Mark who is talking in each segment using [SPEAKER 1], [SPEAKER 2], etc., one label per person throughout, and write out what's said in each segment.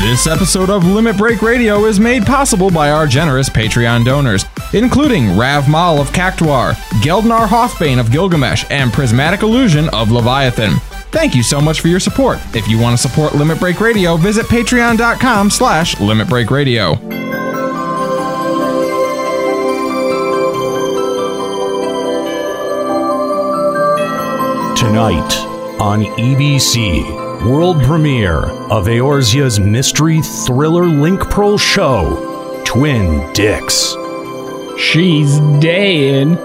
[SPEAKER 1] This episode of Limit Break Radio is made possible by our generous Patreon donors, including Rav Mal of Cactuar, Geldnar Hothbane of Gilgamesh, and Prismatic Illusion of Leviathan. Thank you so much for your support. If you want to support Limit Break Radio, visit patreon.com slash Limit Break Radio.
[SPEAKER 2] Tonight on EBC, world premiere of Eorzea's mystery thriller Link Pro show, Twin Dicks.
[SPEAKER 3] She's dead,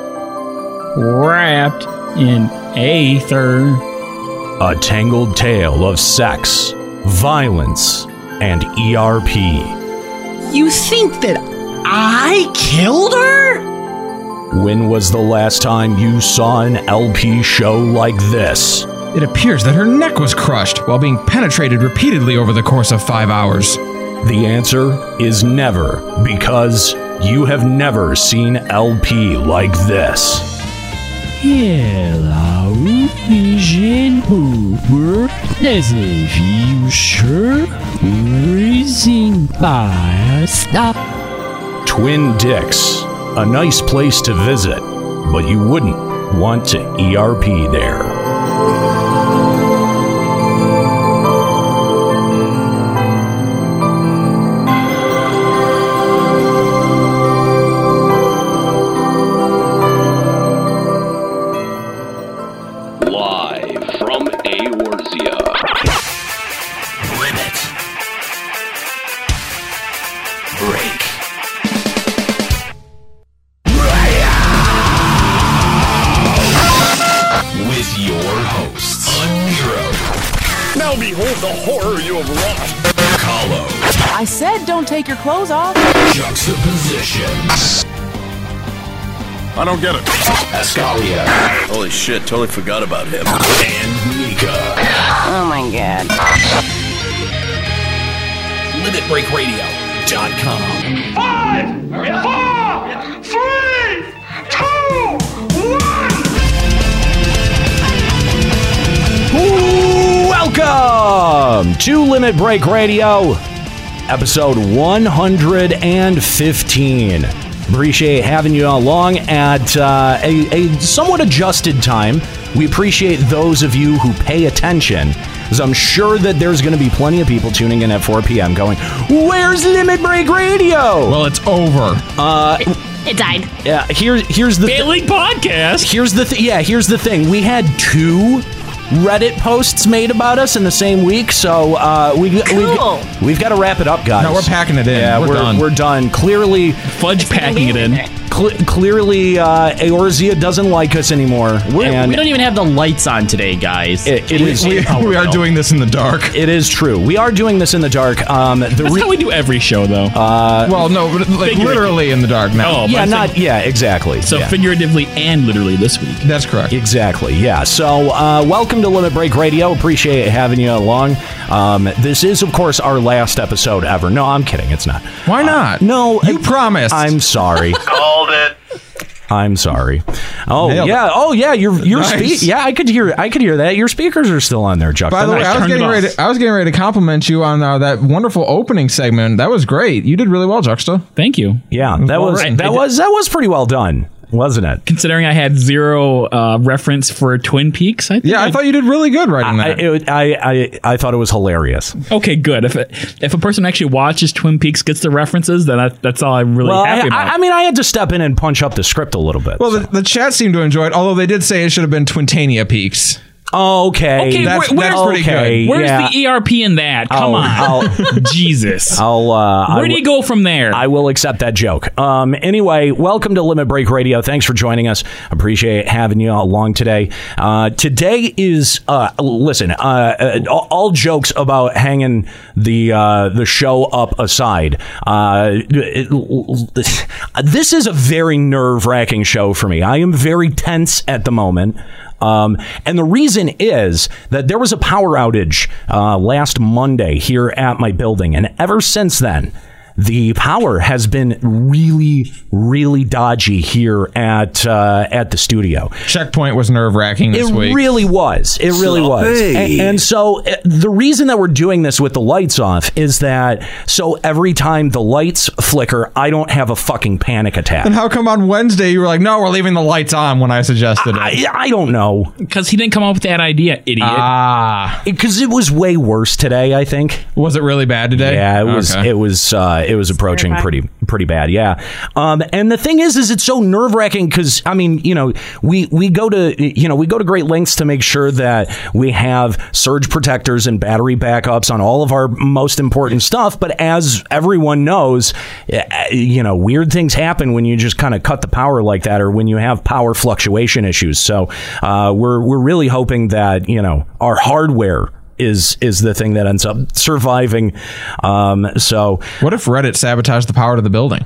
[SPEAKER 3] wrapped in aether.
[SPEAKER 2] A tangled tale of sex, violence, and E ERP.
[SPEAKER 4] You think that I killed her?
[SPEAKER 2] When was the last time you saw an LP show like this?
[SPEAKER 1] It appears that her neck was crushed while being penetrated repeatedly over the course of five hours.
[SPEAKER 2] The answer is never, because you have never seen LP like this.
[SPEAKER 5] Hello, Vision Hoover. This is future reason by a stop.
[SPEAKER 2] Twin Dicks, a nice place to visit, but you wouldn't want to ERP there.
[SPEAKER 6] Live from Aorzia.
[SPEAKER 7] Limit. Break. With your hosts, Nero. Now behold the horror you have wrought. Kahlo.
[SPEAKER 4] I said don't take your clothes off.
[SPEAKER 7] Juxtaposition.
[SPEAKER 8] I don't get it.
[SPEAKER 7] Ascalia. Holy shit, totally forgot about him. And Nika.
[SPEAKER 4] Oh my god.
[SPEAKER 7] LimitBreakRadio.com.
[SPEAKER 9] Five, four, three, two, one.
[SPEAKER 2] Welcome to Limit Break Radio, episode 115. Appreciate having you along at uh, a, a somewhat adjusted time. We appreciate those of you who pay attention, because I'm sure that there's going to be plenty of people tuning in at 4 p.m. going, Where's Limit Break Radio? Uh,
[SPEAKER 1] Well, it's over.
[SPEAKER 10] It died.
[SPEAKER 2] Yeah, here, here's the thi-
[SPEAKER 3] Daily podcast.
[SPEAKER 2] here's the th- yeah here's the thing we had two reddit posts made about us in the same week so uh we,
[SPEAKER 10] Cool.
[SPEAKER 2] we've, we've got to wrap it up guys
[SPEAKER 1] No, we're packing it in.
[SPEAKER 2] yeah
[SPEAKER 1] We're done.
[SPEAKER 2] we're done clearly
[SPEAKER 3] Fudge packing it in.
[SPEAKER 2] cl- clearly uh Eorzea doesn't like us anymore and
[SPEAKER 5] we don't even have the lights on today, guys.
[SPEAKER 2] It- it
[SPEAKER 5] We-
[SPEAKER 2] is-
[SPEAKER 5] we-
[SPEAKER 2] we-
[SPEAKER 5] oh,
[SPEAKER 1] we are
[SPEAKER 5] no.
[SPEAKER 1] doing this in the dark.
[SPEAKER 2] it is true we are doing this in the dark um the
[SPEAKER 3] That's
[SPEAKER 2] re- Uh,
[SPEAKER 3] how we do every show, though.
[SPEAKER 1] well, no, but, like
[SPEAKER 3] Figuratively.
[SPEAKER 1] literally in the dark now.
[SPEAKER 3] oh, but
[SPEAKER 2] yeah
[SPEAKER 3] I'm
[SPEAKER 2] not
[SPEAKER 3] saying-
[SPEAKER 2] yeah exactly
[SPEAKER 3] so
[SPEAKER 2] yeah.
[SPEAKER 3] figuratively and literally this week.
[SPEAKER 1] That's correct.
[SPEAKER 2] Exactly. Yeah. So, uh, welcome to Limit Break Radio. Appreciate having you along. Um, this is, of course, our last episode ever. No, I'm kidding. It's not. Uh,
[SPEAKER 1] Why not?
[SPEAKER 2] no,
[SPEAKER 1] you
[SPEAKER 2] I-
[SPEAKER 1] promised.
[SPEAKER 2] I'm sorry.
[SPEAKER 8] Called it.
[SPEAKER 2] I'm sorry. Oh
[SPEAKER 1] Nailed it.
[SPEAKER 2] yeah. Oh yeah. Your your
[SPEAKER 1] Nice.
[SPEAKER 2] spe- Yeah, I could hear. I could hear that. Your speakers are still on there, Chuck.
[SPEAKER 1] By the way,
[SPEAKER 2] They're
[SPEAKER 1] I was
[SPEAKER 3] turned it
[SPEAKER 1] getting
[SPEAKER 3] off.
[SPEAKER 1] ready. I was getting ready to compliment you on uh, that wonderful opening segment. That was great. You did really well, Juxta.
[SPEAKER 3] Thank you.
[SPEAKER 2] yeah, that was
[SPEAKER 1] written.
[SPEAKER 2] that was that was pretty well done, wasn't it?
[SPEAKER 3] Considering I had zero uh, reference for Twin Peaks, I think
[SPEAKER 1] Yeah, I thought you did really good writing
[SPEAKER 2] I,
[SPEAKER 1] that.
[SPEAKER 2] it, I I I thought it was hilarious.
[SPEAKER 3] Okay, good. If if a person actually watches Twin Peaks, gets the references, then I, that's all I'm really
[SPEAKER 2] Well, I,
[SPEAKER 3] happy about.
[SPEAKER 2] I, I mean, I had to step in and punch up the script a little bit.
[SPEAKER 1] well, the, the chat seemed to enjoy it, although they did say it should have been Twintania Peaks.
[SPEAKER 2] Oh, okay,
[SPEAKER 3] Okay,
[SPEAKER 1] That's,
[SPEAKER 3] where-
[SPEAKER 1] that's
[SPEAKER 3] where-
[SPEAKER 1] pretty
[SPEAKER 2] okay.
[SPEAKER 1] good.
[SPEAKER 3] Where's
[SPEAKER 2] yeah.
[SPEAKER 3] the e-, ERP in that? Come
[SPEAKER 2] I'll-
[SPEAKER 3] on, Jesus.
[SPEAKER 2] I'll. Uh, I
[SPEAKER 3] Where do
[SPEAKER 2] w-
[SPEAKER 3] you go from there?
[SPEAKER 2] I will accept that joke. Um, anyway, welcome to Limit Break Radio. Thanks for joining us. Appreciate having you along today. Uh, today is uh, listen. Uh, uh, all- all jokes about hanging the uh, the show up aside. Uh, it- this is a very nerve wracking show for me. I am very tense at the moment. Um, and the reason is that there was a power outage uh, last Monday here at my building, and ever since then, the power has been really, really dodgy here at uh, at the studio.
[SPEAKER 1] Checkpoint was nerve wracking this
[SPEAKER 2] It
[SPEAKER 1] week.
[SPEAKER 2] really was. It really was. A- And, so uh, the reason that we're doing this with the lights off is that so every time the lights flicker, I don't have a fucking panic
[SPEAKER 1] and
[SPEAKER 2] attack.
[SPEAKER 1] how come on Wednesday you were like, no, we're leaving the lights on when I suggested it?
[SPEAKER 2] I, I don't know
[SPEAKER 3] Because he didn't come up with that idea, idiot.
[SPEAKER 1] Ah,
[SPEAKER 2] because it was way worse today. I think.
[SPEAKER 1] was it really bad today?
[SPEAKER 2] Yeah, it was
[SPEAKER 1] Okay.
[SPEAKER 2] it was uh, it was approaching pretty pretty bad. Yeah, um, and the thing is, is it's so nerve wracking because I mean, you know, we we go to you know we go to great lengths to make sure that we have surge protectors and battery backups on all of our most important stuff. But as everyone knows, eh, you know, weird things happen when you just kind of cut the power like that, or when you have power fluctuation issues. So uh, we're we're really hoping that you know our hardware is is the thing that ends up surviving. Um, so
[SPEAKER 1] What if Reddit sabotaged the power to the building?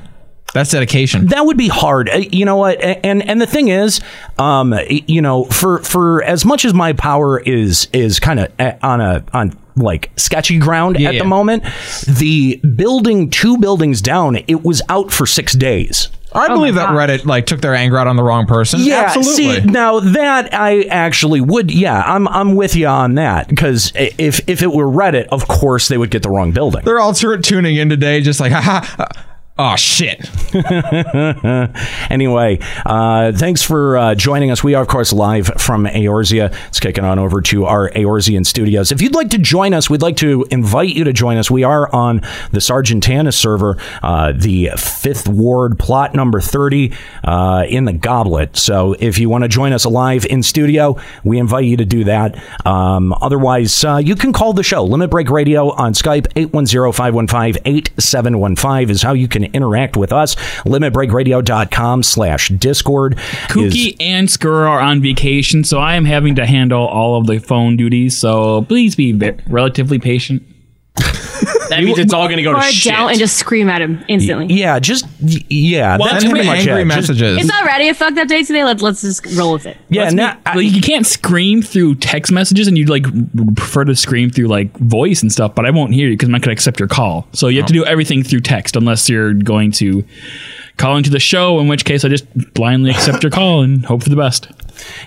[SPEAKER 1] That's dedication.
[SPEAKER 2] that would be hard. Uh, You know what? A- And and the thing is, um, y- you know, for for as much as my power is is kind of eh, on a on like sketchy ground at
[SPEAKER 1] yeah.
[SPEAKER 2] the moment, the building two buildings down, it was out for six days.
[SPEAKER 1] I believe that Reddit like took their anger out on the wrong person.
[SPEAKER 2] Yeah,
[SPEAKER 1] absolutely.
[SPEAKER 2] see, now that I actually would, yeah, I'm I'm with you on that because if if it were Reddit, of course they would get the wrong building.
[SPEAKER 1] They're all tur- tuning in today, just like, haha. Oh shit!
[SPEAKER 2] Anyway, uh, thanks for uh, joining us. We are, of course, live from Eorzea. It's kicking on over to our Eorzean studios. If you'd like to join us, we'd like to invite you to join us. We are on the Sargentana server, uh, the Fifth Ward plot number 30 uh, in the Goblet. So if you want to join us live in studio, we invite you to do that. Um, otherwise, uh, you can call the show, Limit Break Radio, on Skype, 810 515 8715 is how you can interact with us. LimitBreakRadio.com slash Discord.
[SPEAKER 3] Kooky
[SPEAKER 2] is-
[SPEAKER 3] and Skur are on vacation, so I am having to handle all of the phone duties. So please be ve- relatively patient.
[SPEAKER 5] That means it's all going to go to
[SPEAKER 8] Or
[SPEAKER 5] shit.
[SPEAKER 8] Dell and just scream at him instantly.
[SPEAKER 2] yeah, just, y- yeah.
[SPEAKER 1] Send him
[SPEAKER 2] pretty much
[SPEAKER 1] angry
[SPEAKER 2] it. Just-
[SPEAKER 1] messages.
[SPEAKER 8] It's already a fucked up day today. Let's let's just roll with it.
[SPEAKER 2] yeah,
[SPEAKER 3] Let's
[SPEAKER 2] now,
[SPEAKER 3] be- like, you can't scream through text messages, and you'd like r- prefer to scream through like voice and stuff. But I won't hear you because I'm not going to accept your call. So you have
[SPEAKER 2] Oh.
[SPEAKER 3] to do everything through text, unless you're going to call into the show. In which case, I just blindly accept your call and hope for the best.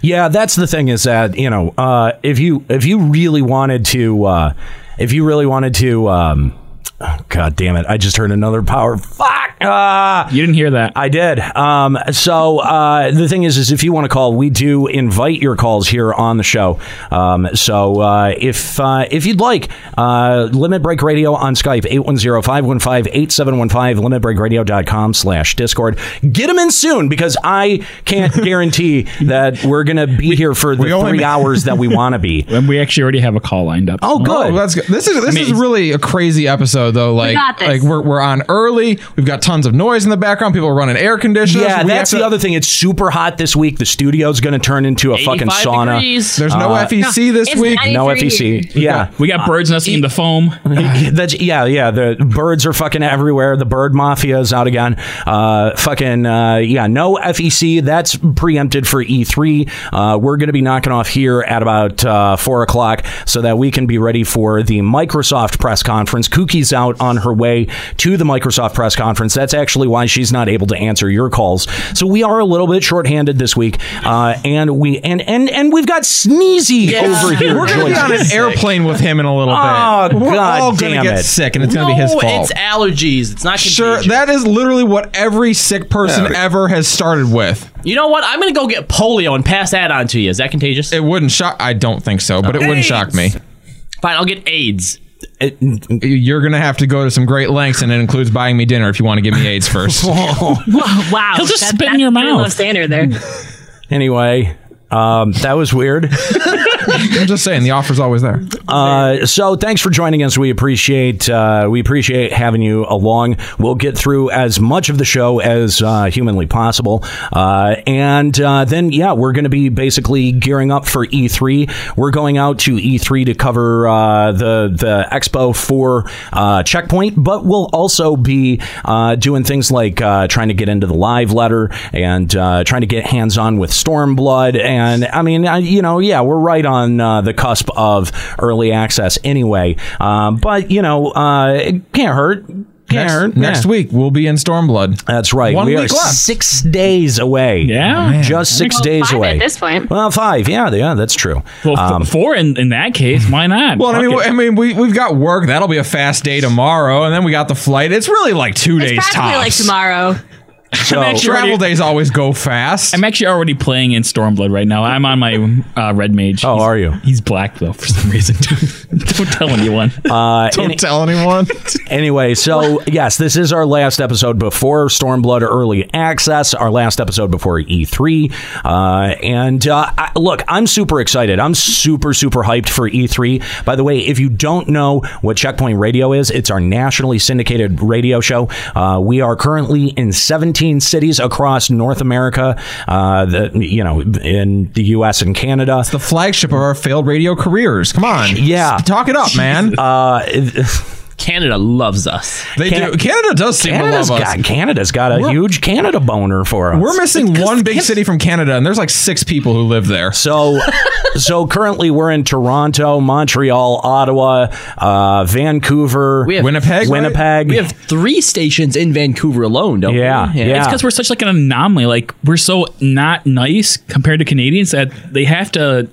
[SPEAKER 2] Yeah, that's the thing is that you know uh, if you if you really wanted to uh, if you really wanted to um, oh, God damn it! I just heard another power. Fuck! Ah!
[SPEAKER 3] You didn't hear that.
[SPEAKER 2] I did. Um, so uh, the thing is, is if you want to call, we do invite your calls here on the show. Um, so uh, if uh, if you'd like, uh, Limit Break Radio on Skype 810-515-8715, limitbreakradio.com slash Discord. Get them in soon because I can't guarantee that we're gonna be here for the
[SPEAKER 1] we only
[SPEAKER 2] three
[SPEAKER 1] ma-
[SPEAKER 2] hours that we want to be.
[SPEAKER 3] And we actually already have a call lined up.
[SPEAKER 2] Oh,
[SPEAKER 1] Oh,
[SPEAKER 2] good.
[SPEAKER 1] that's good. This is this is really a crazy episode though. Like,
[SPEAKER 8] got this.
[SPEAKER 1] like we're we're on early. We've got tons of noise in the background. People are running air conditioners.
[SPEAKER 2] yeah,
[SPEAKER 1] We
[SPEAKER 2] that's
[SPEAKER 1] have
[SPEAKER 2] the
[SPEAKER 1] to-
[SPEAKER 2] other thing. It's super hot this week. The studio's going to turn into a fucking
[SPEAKER 5] 85
[SPEAKER 2] sauna. Uh,
[SPEAKER 5] degrees.
[SPEAKER 1] There's no FEC this
[SPEAKER 8] it's
[SPEAKER 1] week.
[SPEAKER 8] not-
[SPEAKER 2] No
[SPEAKER 8] 93
[SPEAKER 2] FEC. Yeah. Uh,
[SPEAKER 3] We got birds nesting in the foam.
[SPEAKER 2] That's yeah, yeah. The birds are fucking everywhere. The bird mafia is out again. Uh, fucking uh, yeah. No FEC. That's preempted for E3. Uh, we're going to be knocking off here at about uh, four o'clock so that we can be ready for the Microsoft press conference. Kuki's out on her way to the Microsoft press conference. That's actually why she's not able to answer your calls. So we are a little bit shorthanded this week, uh, and we and and and we've got sneezy over here.
[SPEAKER 1] We're gonna be
[SPEAKER 2] Joyce.
[SPEAKER 1] on an airplane with him in a little
[SPEAKER 2] Oh,
[SPEAKER 1] bit. We're
[SPEAKER 2] God
[SPEAKER 1] all gonna
[SPEAKER 2] damn
[SPEAKER 1] get
[SPEAKER 2] it.
[SPEAKER 1] sick, and it's gonna be his
[SPEAKER 5] No,
[SPEAKER 1] fault.
[SPEAKER 5] It's allergies. It's not
[SPEAKER 1] Sure,
[SPEAKER 5] contagious.
[SPEAKER 1] that is literally what every sick person ever has started with.
[SPEAKER 5] You know what? I'm going to go get polio and pass that on to you. Is that contagious?
[SPEAKER 1] It wouldn't shock. I don't think so, but it wouldn't shock me.
[SPEAKER 5] Fine, I'll get AIDS.
[SPEAKER 1] You're gonna have to go to some great lengths, and it includes buying me dinner if you want to give me AIDS first.
[SPEAKER 8] Wow,
[SPEAKER 3] He'll just spit in
[SPEAKER 8] that's pretty
[SPEAKER 3] your mouth.
[SPEAKER 8] Low standard there.
[SPEAKER 2] Anyway, um, that was weird.
[SPEAKER 1] I'm just saying, the offer's always there.
[SPEAKER 2] Uh, so thanks for joining us. We appreciate uh, we appreciate having you along. We'll get through as much of the show as uh, humanly possible, uh, and uh, then yeah, we're going to be basically gearing up for E3. We're going out to E3 to cover uh, the the expo for uh, Checkpoint, but we'll also be uh, doing things like uh, trying to get into the live letter and uh, trying to get hands on with Stormblood. And I mean, I, you know, yeah, we're right on uh, the cusp of early access anyway. Um, but, you know, uh, it can't hurt. Yeah,
[SPEAKER 1] Next, next
[SPEAKER 2] yeah.
[SPEAKER 1] week we'll be in Stormblood.
[SPEAKER 2] That's right.
[SPEAKER 1] One
[SPEAKER 2] we
[SPEAKER 1] week
[SPEAKER 2] are
[SPEAKER 1] left.
[SPEAKER 2] six days away.
[SPEAKER 3] Yeah. man.
[SPEAKER 2] just six
[SPEAKER 8] Well,
[SPEAKER 2] days
[SPEAKER 8] five
[SPEAKER 2] away
[SPEAKER 8] at this point.
[SPEAKER 2] Well, five. Yeah, yeah, that's true. Um,
[SPEAKER 3] Well, f- four in, in that case, why not?
[SPEAKER 1] Well, I
[SPEAKER 3] Fuck
[SPEAKER 1] mean,
[SPEAKER 3] it.
[SPEAKER 1] we- I mean, we we've got work. That'll be a fast day tomorrow, and then we got the flight. It's really like two
[SPEAKER 8] It's
[SPEAKER 1] days
[SPEAKER 8] practically
[SPEAKER 1] tops.
[SPEAKER 8] like tomorrow.
[SPEAKER 2] so,
[SPEAKER 3] actually-
[SPEAKER 1] Travel days always go fast.
[SPEAKER 3] I'm actually already playing in Stormblood right now. I'm on my uh, red mage.
[SPEAKER 2] Oh,
[SPEAKER 3] He's-
[SPEAKER 2] are you?
[SPEAKER 3] He's black though for some reason. Don't tell anyone.
[SPEAKER 2] uh,
[SPEAKER 1] Don't
[SPEAKER 2] any-
[SPEAKER 1] tell anyone.
[SPEAKER 2] anyway, so yes, this is our last episode before Stormblood Early Access, our last episode before E3. Uh, and uh, I, look, I'm super excited. I'm super, super hyped for E3. By the way, if you don't know what Checkpoint Radio is, it's our nationally syndicated radio show. Uh, we are currently in 17 cities across North America, uh, the, you know, in the U.S. and Canada.
[SPEAKER 1] the flagship of our failed radio careers. Come on,
[SPEAKER 2] Yeah.
[SPEAKER 1] talk it up, man.
[SPEAKER 5] Canada loves us.
[SPEAKER 1] uh, they
[SPEAKER 2] Can-
[SPEAKER 1] do. Canada does seem
[SPEAKER 2] Canada's
[SPEAKER 1] to love us.
[SPEAKER 2] got, Canada's got a huge Canada boner for us.
[SPEAKER 1] We're missing one big city from Canada, and there's like six people who live there.
[SPEAKER 2] So, so currently we're in Toronto, Montreal, Ottawa, uh, Vancouver,
[SPEAKER 5] We have-
[SPEAKER 1] Winnipeg, right?
[SPEAKER 2] Winnipeg.
[SPEAKER 5] We have three stations in Vancouver alone, don't
[SPEAKER 2] Yeah,
[SPEAKER 5] we?
[SPEAKER 2] yeah.
[SPEAKER 5] It's
[SPEAKER 3] It's because we're such like an anomaly. Like we're so not nice compared to Canadians that they have to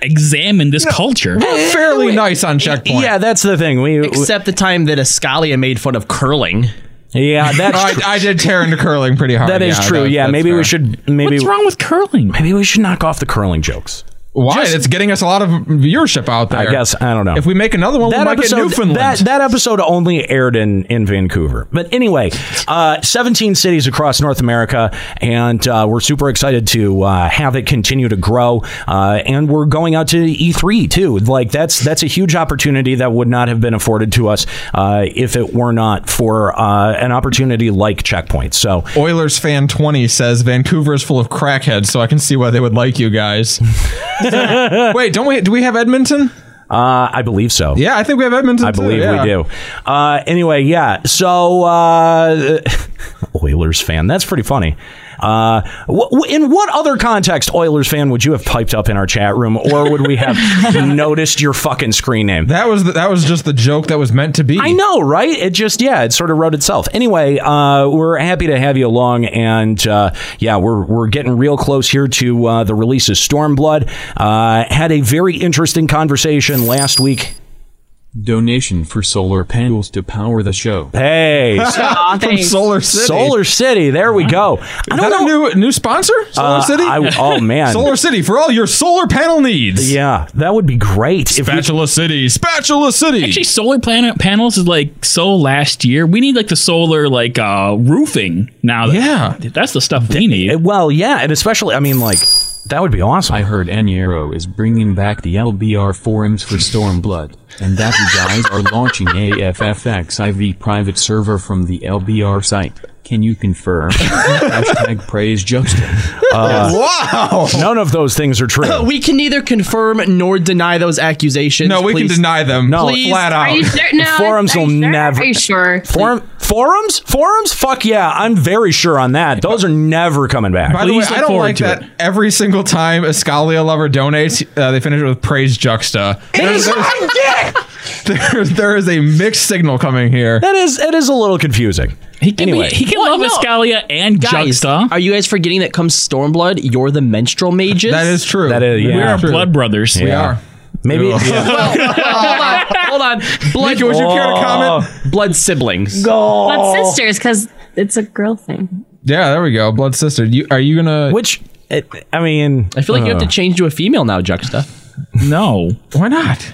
[SPEAKER 3] examine this culture.
[SPEAKER 1] We're fairly nice on checkpoint.
[SPEAKER 2] yeah, that's the thing. We, we-
[SPEAKER 5] Except the time that Ascalia made fun of curling.
[SPEAKER 2] yeah, that's
[SPEAKER 1] Oh, I,
[SPEAKER 2] tr-
[SPEAKER 1] I did tear into curling pretty hard.
[SPEAKER 2] that is
[SPEAKER 1] Yeah,
[SPEAKER 2] true.
[SPEAKER 1] that-
[SPEAKER 2] yeah,
[SPEAKER 1] that's
[SPEAKER 2] maybe
[SPEAKER 1] fair.
[SPEAKER 2] we should maybe
[SPEAKER 3] What's wrong with curling?
[SPEAKER 2] maybe we should knock off the curling jokes.
[SPEAKER 1] Why? it's getting us a lot of viewership out there.
[SPEAKER 2] I guess I don't know.
[SPEAKER 1] If we make another one, we might get Newfoundland.
[SPEAKER 2] That, that episode only aired in, in Vancouver. But anyway, uh, 17 cities across North America, and uh, we're super excited to uh, have it continue to grow. Uh, and we're going out to E3 too. Like that's that's a huge opportunity that would not have been afforded to us uh, if it were not for uh, an opportunity like Checkpoint. So
[SPEAKER 1] Oilers fan 20 says Vancouver is full of crackheads, so I can see why they would like you guys. Wait, don't we? Do we have Edmonton?
[SPEAKER 2] uh, I believe so.
[SPEAKER 1] Yeah, I think we have Edmonton.
[SPEAKER 2] I
[SPEAKER 1] too,
[SPEAKER 2] believe
[SPEAKER 1] yeah.
[SPEAKER 2] we do. Uh, anyway, yeah. So uh, Oilers fan, that's pretty funny. Uh, wh- wh- in what other context, Oilers fan, would you have piped up in our chat room, or would we have noticed your fucking screen name?
[SPEAKER 1] That was the, that was just the joke that was meant to be.
[SPEAKER 2] I know, right? It just, yeah, it sort of wrote itself. Anyway, uh, we're happy to have you along, and uh, yeah, we're we're getting real close here to uh, the release of Stormblood. Uh, had a very interesting conversation last week.
[SPEAKER 10] Donation for solar panels to power the show.
[SPEAKER 2] Hey,
[SPEAKER 8] Aw, thanks.
[SPEAKER 1] Solar City.
[SPEAKER 2] Solar City. There we go. I
[SPEAKER 1] Is
[SPEAKER 2] don't
[SPEAKER 1] that
[SPEAKER 2] know.
[SPEAKER 1] a new new sponsor? Solar
[SPEAKER 2] Uh,
[SPEAKER 1] City.
[SPEAKER 2] I- oh man.
[SPEAKER 1] Solar City for all your solar panel needs.
[SPEAKER 2] yeah, that would be great. If we,
[SPEAKER 1] Spatula City. Spatula City.
[SPEAKER 3] Actually, solar planet panels is like so last year. We need like the solar like uh roofing now.
[SPEAKER 1] Yeah.
[SPEAKER 3] that's the stuff we
[SPEAKER 2] eh,
[SPEAKER 3] need.
[SPEAKER 2] well, yeah, and especially, I mean, like that would be awesome.
[SPEAKER 10] I heard Eniero is bringing back the LBR forums for Stormblood, and that you guys are launching a FFXIV private server from the LBR site. Can you confirm? Hashtag praise Juxta.
[SPEAKER 1] Uh, wow.
[SPEAKER 2] None of those things are true.
[SPEAKER 5] We can neither confirm nor deny those accusations.
[SPEAKER 1] No, we
[SPEAKER 5] please.
[SPEAKER 1] can deny them.
[SPEAKER 2] No.
[SPEAKER 1] Please. flat
[SPEAKER 8] Are
[SPEAKER 1] out.
[SPEAKER 8] you sure? No,
[SPEAKER 2] Forums
[SPEAKER 8] are you
[SPEAKER 2] will
[SPEAKER 8] sure?
[SPEAKER 2] never-
[SPEAKER 8] Are you sure?
[SPEAKER 2] Forum, forums, forums. Fuck yeah, I'm very sure on that. Those are never coming
[SPEAKER 1] By
[SPEAKER 2] back.
[SPEAKER 1] the way,
[SPEAKER 3] Please look
[SPEAKER 1] I don't
[SPEAKER 3] forward
[SPEAKER 1] like
[SPEAKER 3] to
[SPEAKER 1] that. Every single time Escalia lover donates, uh, they finish it with praise Juxta. There's, there's, there is a mixed signal coming here.
[SPEAKER 2] That is it is a little confusing.
[SPEAKER 3] He can
[SPEAKER 2] anyway.
[SPEAKER 3] he can
[SPEAKER 5] Well,
[SPEAKER 3] love
[SPEAKER 5] no.
[SPEAKER 3] Escalia and
[SPEAKER 5] Guys,
[SPEAKER 3] Juxta.
[SPEAKER 5] are you guys forgetting that comes Stormblood? You're the menstrual mages.
[SPEAKER 1] That is true.
[SPEAKER 2] That is
[SPEAKER 1] We
[SPEAKER 2] yeah.
[SPEAKER 1] are- true.
[SPEAKER 3] Blood brothers.
[SPEAKER 1] We are.
[SPEAKER 2] Maybe yeah. Oh.
[SPEAKER 5] hold on, hold on. Blood,
[SPEAKER 1] Nico, would you care to comment?
[SPEAKER 5] blood siblings.
[SPEAKER 8] Blood sisters, because it's a girl thing.
[SPEAKER 1] Yeah, there we go. Blood sister. You, are you gonna?
[SPEAKER 2] which it, I mean, uh.
[SPEAKER 5] I feel like you have to change to a female now, Juxta.
[SPEAKER 3] No,
[SPEAKER 1] Why not?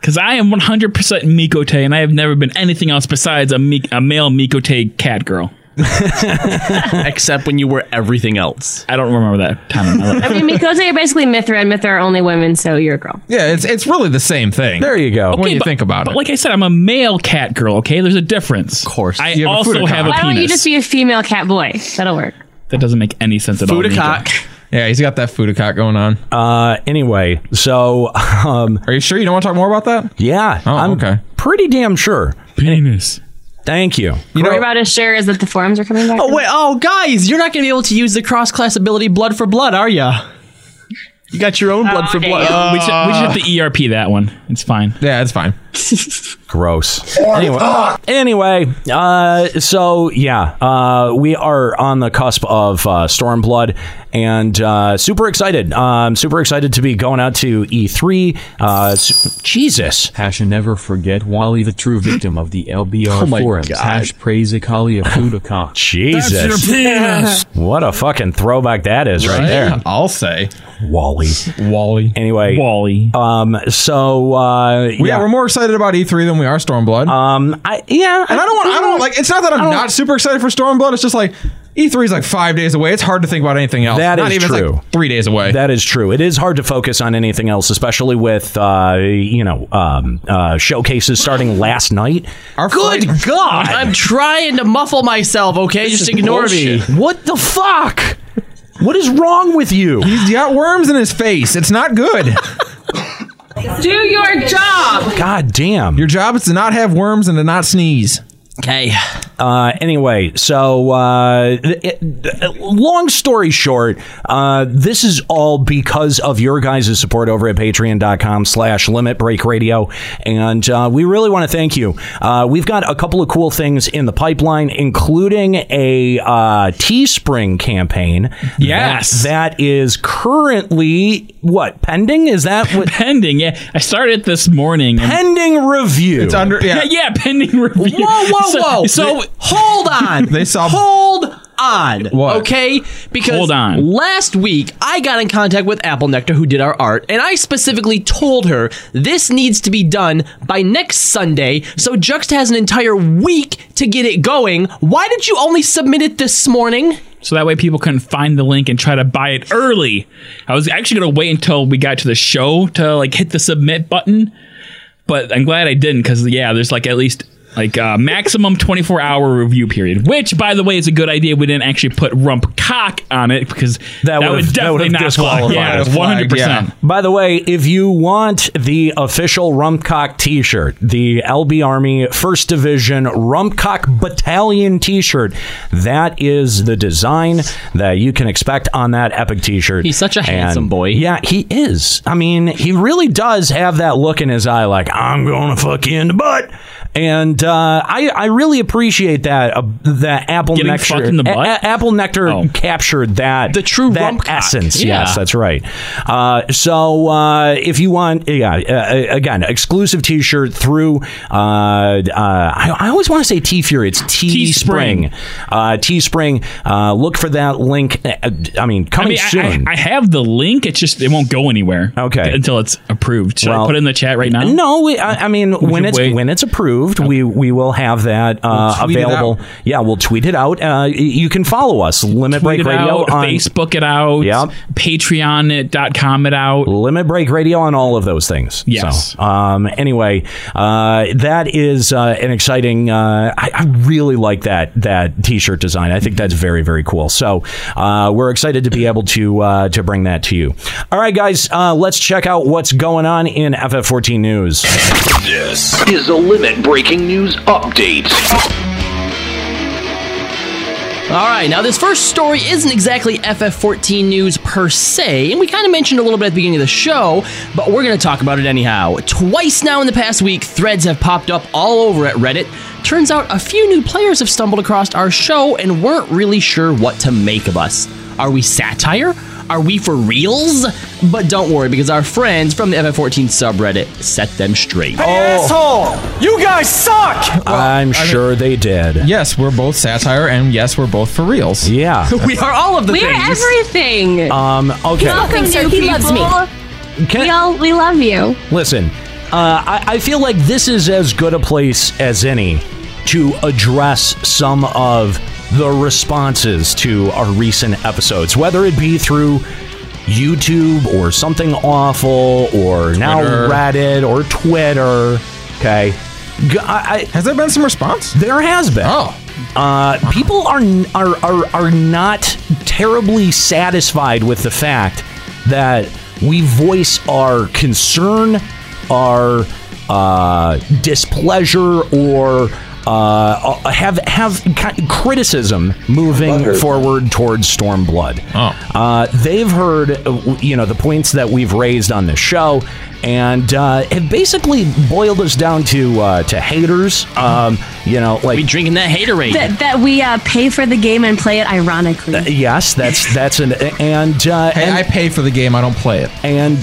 [SPEAKER 3] because I am 100% Mikote, and I have never been anything else besides a, mi- a male Mikote cat girl.
[SPEAKER 5] Except when you were everything else.
[SPEAKER 3] I don't remember that time in my life.
[SPEAKER 8] I mean, Mikote are basically Mithra, and Mithra are only women, so you're a girl.
[SPEAKER 1] Yeah, it's it's really the same thing.
[SPEAKER 2] there you go.
[SPEAKER 1] When
[SPEAKER 3] Okay,
[SPEAKER 1] you
[SPEAKER 3] but-
[SPEAKER 1] think about
[SPEAKER 3] But
[SPEAKER 1] it,
[SPEAKER 3] like I said, I'm a male cat girl. Okay, there's a difference. Of
[SPEAKER 5] course.
[SPEAKER 3] I
[SPEAKER 1] You have a
[SPEAKER 3] also
[SPEAKER 1] Fudokan.
[SPEAKER 3] have a
[SPEAKER 8] Why don't
[SPEAKER 3] penis.
[SPEAKER 8] you just be a female cat boy? That'll work.
[SPEAKER 3] that doesn't make any sense at all. Nico.
[SPEAKER 5] Fudacock.
[SPEAKER 1] yeah, he's got that Fudakot going on.
[SPEAKER 2] Uh, anyway, so um,
[SPEAKER 1] Are you sure you don't want to talk more about that? Oh,
[SPEAKER 2] yeah, I'm
[SPEAKER 1] okay.
[SPEAKER 2] pretty damn sure.
[SPEAKER 3] penis.
[SPEAKER 2] Thank you.
[SPEAKER 1] You
[SPEAKER 8] What about as sure as that the forums are coming back?
[SPEAKER 5] Oh wait, oh guys, you're not gonna be able to use the cross class ability blood for blood, are ya? You got your own blood for
[SPEAKER 8] damn.
[SPEAKER 5] blood.
[SPEAKER 3] we, should, we should have to ERP E that one. It's fine.
[SPEAKER 1] yeah, it's fine.
[SPEAKER 2] Gross. Anyway, anyway uh, so yeah, uh, we are on the cusp of uh, Stormblood and uh, super excited. Um, super excited to be going out to E3. Uh, s- Jesus.
[SPEAKER 10] Hasha never forget Wally, the true victim of the LBR
[SPEAKER 2] Oh my
[SPEAKER 10] forums.
[SPEAKER 2] God.
[SPEAKER 10] Hash praise Akali of Hudakak.
[SPEAKER 2] Jesus. What a fucking throwback that is right,
[SPEAKER 10] Right?
[SPEAKER 2] there.
[SPEAKER 1] I'll say.
[SPEAKER 2] Wally.
[SPEAKER 1] Wally.
[SPEAKER 2] Anyway.
[SPEAKER 3] Wally.
[SPEAKER 2] Um so uh
[SPEAKER 1] yeah, we're more excited about E3 than we are Stormblood.
[SPEAKER 2] Um I yeah,
[SPEAKER 1] and I don't want I don't like it's not that
[SPEAKER 2] I
[SPEAKER 1] I'm
[SPEAKER 2] don't-
[SPEAKER 1] not super excited for Stormblood, it's just like E3 is like 5 days away. It's hard to think about anything else.
[SPEAKER 2] That is
[SPEAKER 1] not even, it's,
[SPEAKER 2] true.
[SPEAKER 1] like, 3 days away.
[SPEAKER 2] That is true. It is hard to focus on anything else, especially with uh, you know um, uh, showcases starting last night.
[SPEAKER 5] Good God! I'm trying to muffle myself. Okay, just ignore me.
[SPEAKER 2] What the fuck? What is wrong with you?
[SPEAKER 1] He's got worms in his face. It's not good.
[SPEAKER 8] Do your job.
[SPEAKER 2] God damn.
[SPEAKER 1] Your job is to not have worms and to not sneeze.
[SPEAKER 5] Okay.
[SPEAKER 2] Uh, anyway, so uh, it- it- long story short, uh, this is all because of your guys' support over at patreon.com slash limit break radio. And uh, we really want to thank you. Uh, we've got a couple of cool things in the pipeline, including a uh, Teespring campaign.
[SPEAKER 3] Yes.
[SPEAKER 2] That, that is currently, what, pending? Is that what?
[SPEAKER 3] pending. Yeah, I started it this morning. and-
[SPEAKER 2] pending review.
[SPEAKER 1] It's under
[SPEAKER 3] yeah.
[SPEAKER 1] yeah.
[SPEAKER 3] yeah, pending review.
[SPEAKER 5] Whoa, whoa,
[SPEAKER 3] So-
[SPEAKER 5] whoa!
[SPEAKER 3] So,
[SPEAKER 5] hold on.
[SPEAKER 1] They saw-
[SPEAKER 5] Hold on.
[SPEAKER 1] What?
[SPEAKER 5] Okay. Because
[SPEAKER 3] Hold on.
[SPEAKER 5] Last week, I got in contact with Apple Nectar, who did our art, and I specifically told her this needs to be done by next Sunday. So Juxta has an entire week to get it going. Why did you only submit it this morning?
[SPEAKER 3] so that way people couldn't find the link and try to buy it early. I was actually gonna wait until we got to the show to like hit the submit button, but I'm glad I didn't because yeah, there's like at least like uh, maximum 24 hour review period, which by the way is a good idea. We didn't actually put rump cock on it because
[SPEAKER 2] That
[SPEAKER 3] that,
[SPEAKER 2] would've-
[SPEAKER 3] would
[SPEAKER 2] that would've
[SPEAKER 3] definitely not
[SPEAKER 2] disqualified
[SPEAKER 3] fly. Yeah,
[SPEAKER 1] us. Flag,
[SPEAKER 3] 100. percent
[SPEAKER 2] By the way, if you want the official Rumpcock T-shirt, the LB Army First Division Rumpcock Battalion T-shirt, that is the design that you can expect on that epic T-shirt.
[SPEAKER 5] He's such a handsome boy.
[SPEAKER 2] Yeah, he is. I mean, he really does have that look in his eye, like I'm gonna fuck you in the butt. And uh, I, I really appreciate that uh, that Apple
[SPEAKER 3] Getting
[SPEAKER 2] Nectar
[SPEAKER 3] fucked in the
[SPEAKER 2] A-
[SPEAKER 3] butt?
[SPEAKER 2] A- Apple Nectar
[SPEAKER 3] Oh.
[SPEAKER 2] captured that
[SPEAKER 5] The true
[SPEAKER 2] that
[SPEAKER 5] rump cock.
[SPEAKER 2] essence.
[SPEAKER 5] Yeah.
[SPEAKER 2] Yes, that's right. Uh, so uh, if you want, yeah, uh, again, exclusive T-shirt through. Uh, uh, I, I always want to say T Fury. It's Teespring.
[SPEAKER 3] Teespring.
[SPEAKER 2] Uh, Teespring. Uh, look for that link. Uh, I mean,
[SPEAKER 3] I
[SPEAKER 2] coming
[SPEAKER 3] mean, I,
[SPEAKER 2] soon.
[SPEAKER 3] I, I have the link. It's just it won't go anywhere.
[SPEAKER 2] Okay.
[SPEAKER 3] until it's approved. Should
[SPEAKER 2] Well,
[SPEAKER 3] I put it in the chat right now?
[SPEAKER 2] no, we, I, I mean when
[SPEAKER 3] you
[SPEAKER 2] it's
[SPEAKER 3] wait?
[SPEAKER 2] when it's approved, we we will have that uh,
[SPEAKER 1] tweet it
[SPEAKER 2] available.
[SPEAKER 1] out.
[SPEAKER 2] yeah, we'll tweet it out. Uh, y- you can follow us, Limit
[SPEAKER 3] Tweet
[SPEAKER 2] Break
[SPEAKER 3] it
[SPEAKER 2] Radio
[SPEAKER 3] out,
[SPEAKER 2] on
[SPEAKER 3] Facebook it out,
[SPEAKER 2] Yep.
[SPEAKER 3] Patreon.com it out.
[SPEAKER 2] Limit Break Radio on all of those things.
[SPEAKER 3] Yes.
[SPEAKER 2] So, um, anyway, uh, that is uh, an exciting. Uh, I, I really like that that T-shirt design. I think that's very very cool. So uh, we're excited to be able to uh, to bring that to you. All right, guys, uh, let's check out what's going on in FF14 news.
[SPEAKER 6] This is a limit breaking news update.
[SPEAKER 5] All right, now this first story isn't exactly FF14 news per se, and we kind of mentioned a little bit at the beginning of the show, but we're going to talk about it anyhow. Twice now in the past week, threads have popped up all over at Reddit. Turns out a few new players have stumbled across our show and weren't really sure what to make of us. Are we satire? Are we for reals? But don't worry, because our friends from the FF14 subreddit set them straight. Oh.
[SPEAKER 2] I'm sure they did.
[SPEAKER 1] Yes, we're both satire and yes, we're both for reals.
[SPEAKER 2] Yeah.
[SPEAKER 5] We are all of the
[SPEAKER 8] We are
[SPEAKER 5] things.
[SPEAKER 8] everything.
[SPEAKER 1] Uh,
[SPEAKER 2] Um, okay.
[SPEAKER 8] Welcome, new
[SPEAKER 11] He loves me.
[SPEAKER 8] people.
[SPEAKER 2] Can-
[SPEAKER 8] We all we love you.
[SPEAKER 2] Listen, uh, I, I feel like this is as good a place as any to address some of the responses to our recent episodes, whether it be through YouTube or something awful or now
[SPEAKER 1] Twitter.
[SPEAKER 2] Reddit or Twitter. Okay. G- I- I-
[SPEAKER 1] Has there been some response?
[SPEAKER 2] there has been.
[SPEAKER 1] Oh.
[SPEAKER 2] Uh, people are, are are are not terribly satisfied with the fact that we voice our concern, our uh, displeasure, or uh, uh, have have ki- criticism moving forward towards Stormblood. Oh. Uh, they've heard uh, w- you know the points that we've raised on this show, and uh, have basically boiled us down to uh, to haters. Um, you know, like we
[SPEAKER 5] drinking that haterade.
[SPEAKER 8] That, that we uh, pay for the game and play it ironically.
[SPEAKER 2] Uh, Yes, that's that's an and uh, hey, I
[SPEAKER 1] pay for the game. I don't play it.
[SPEAKER 2] And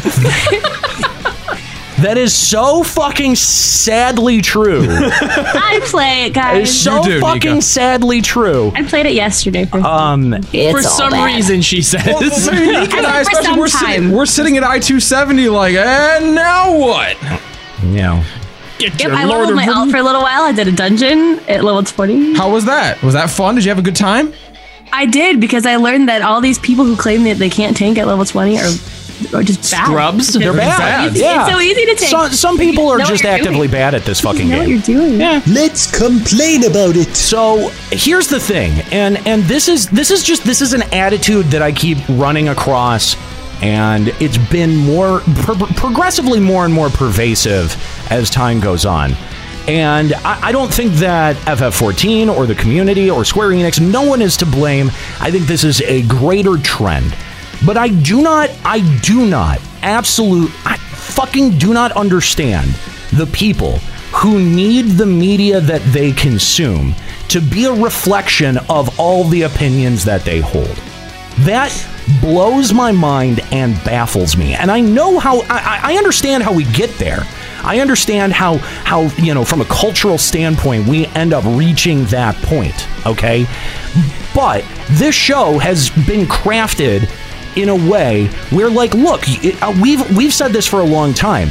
[SPEAKER 2] that is so fucking sadly true.
[SPEAKER 8] I play it, guys.
[SPEAKER 2] it's so fucking sadly true.
[SPEAKER 8] I played it yesterday. For
[SPEAKER 2] Um,
[SPEAKER 8] It's For all some bad. reason, she says.
[SPEAKER 1] Well, well, Nick and I,
[SPEAKER 8] For
[SPEAKER 1] especially,
[SPEAKER 8] some
[SPEAKER 1] we're sitting,
[SPEAKER 8] time.
[SPEAKER 1] we're sitting at I two seventy, like, and now what?
[SPEAKER 2] Yeah.
[SPEAKER 3] Get
[SPEAKER 8] Yep, I leveled my alt for a little while. I did a dungeon at level 20.
[SPEAKER 1] How was that? Was that fun? Did you have a good time?
[SPEAKER 8] I did because I learned that all these people who claim that they can't tank at level 20 are, are just bad.
[SPEAKER 5] Scrubs? They're
[SPEAKER 8] It's
[SPEAKER 2] bad,
[SPEAKER 8] so easy-
[SPEAKER 2] yeah.
[SPEAKER 8] It's so easy to tank.
[SPEAKER 2] Some, some people are just actively bad at this fucking game.
[SPEAKER 8] doing.
[SPEAKER 2] Yeah.
[SPEAKER 11] Let's complain about it.
[SPEAKER 2] So here's the thing, and and this is this is just this is an attitude that I keep running across, and it's been more pro- progressively more and more pervasive as time goes on. And I, I don't think that FF14 or the community or Square Enix, no one is to blame. I think this is a greater trend. But I do not, I do not, absolute, I fucking do not understand the people who need the media that they consume to be a reflection of all the opinions that they hold. That blows my mind and baffles me. And I know how, I, I- I understand how we get there. I understand how, how, you know, from a cultural standpoint, we end up reaching that point, okay? But this show has been crafted in a way where like look it, uh, we've we've said this for a long time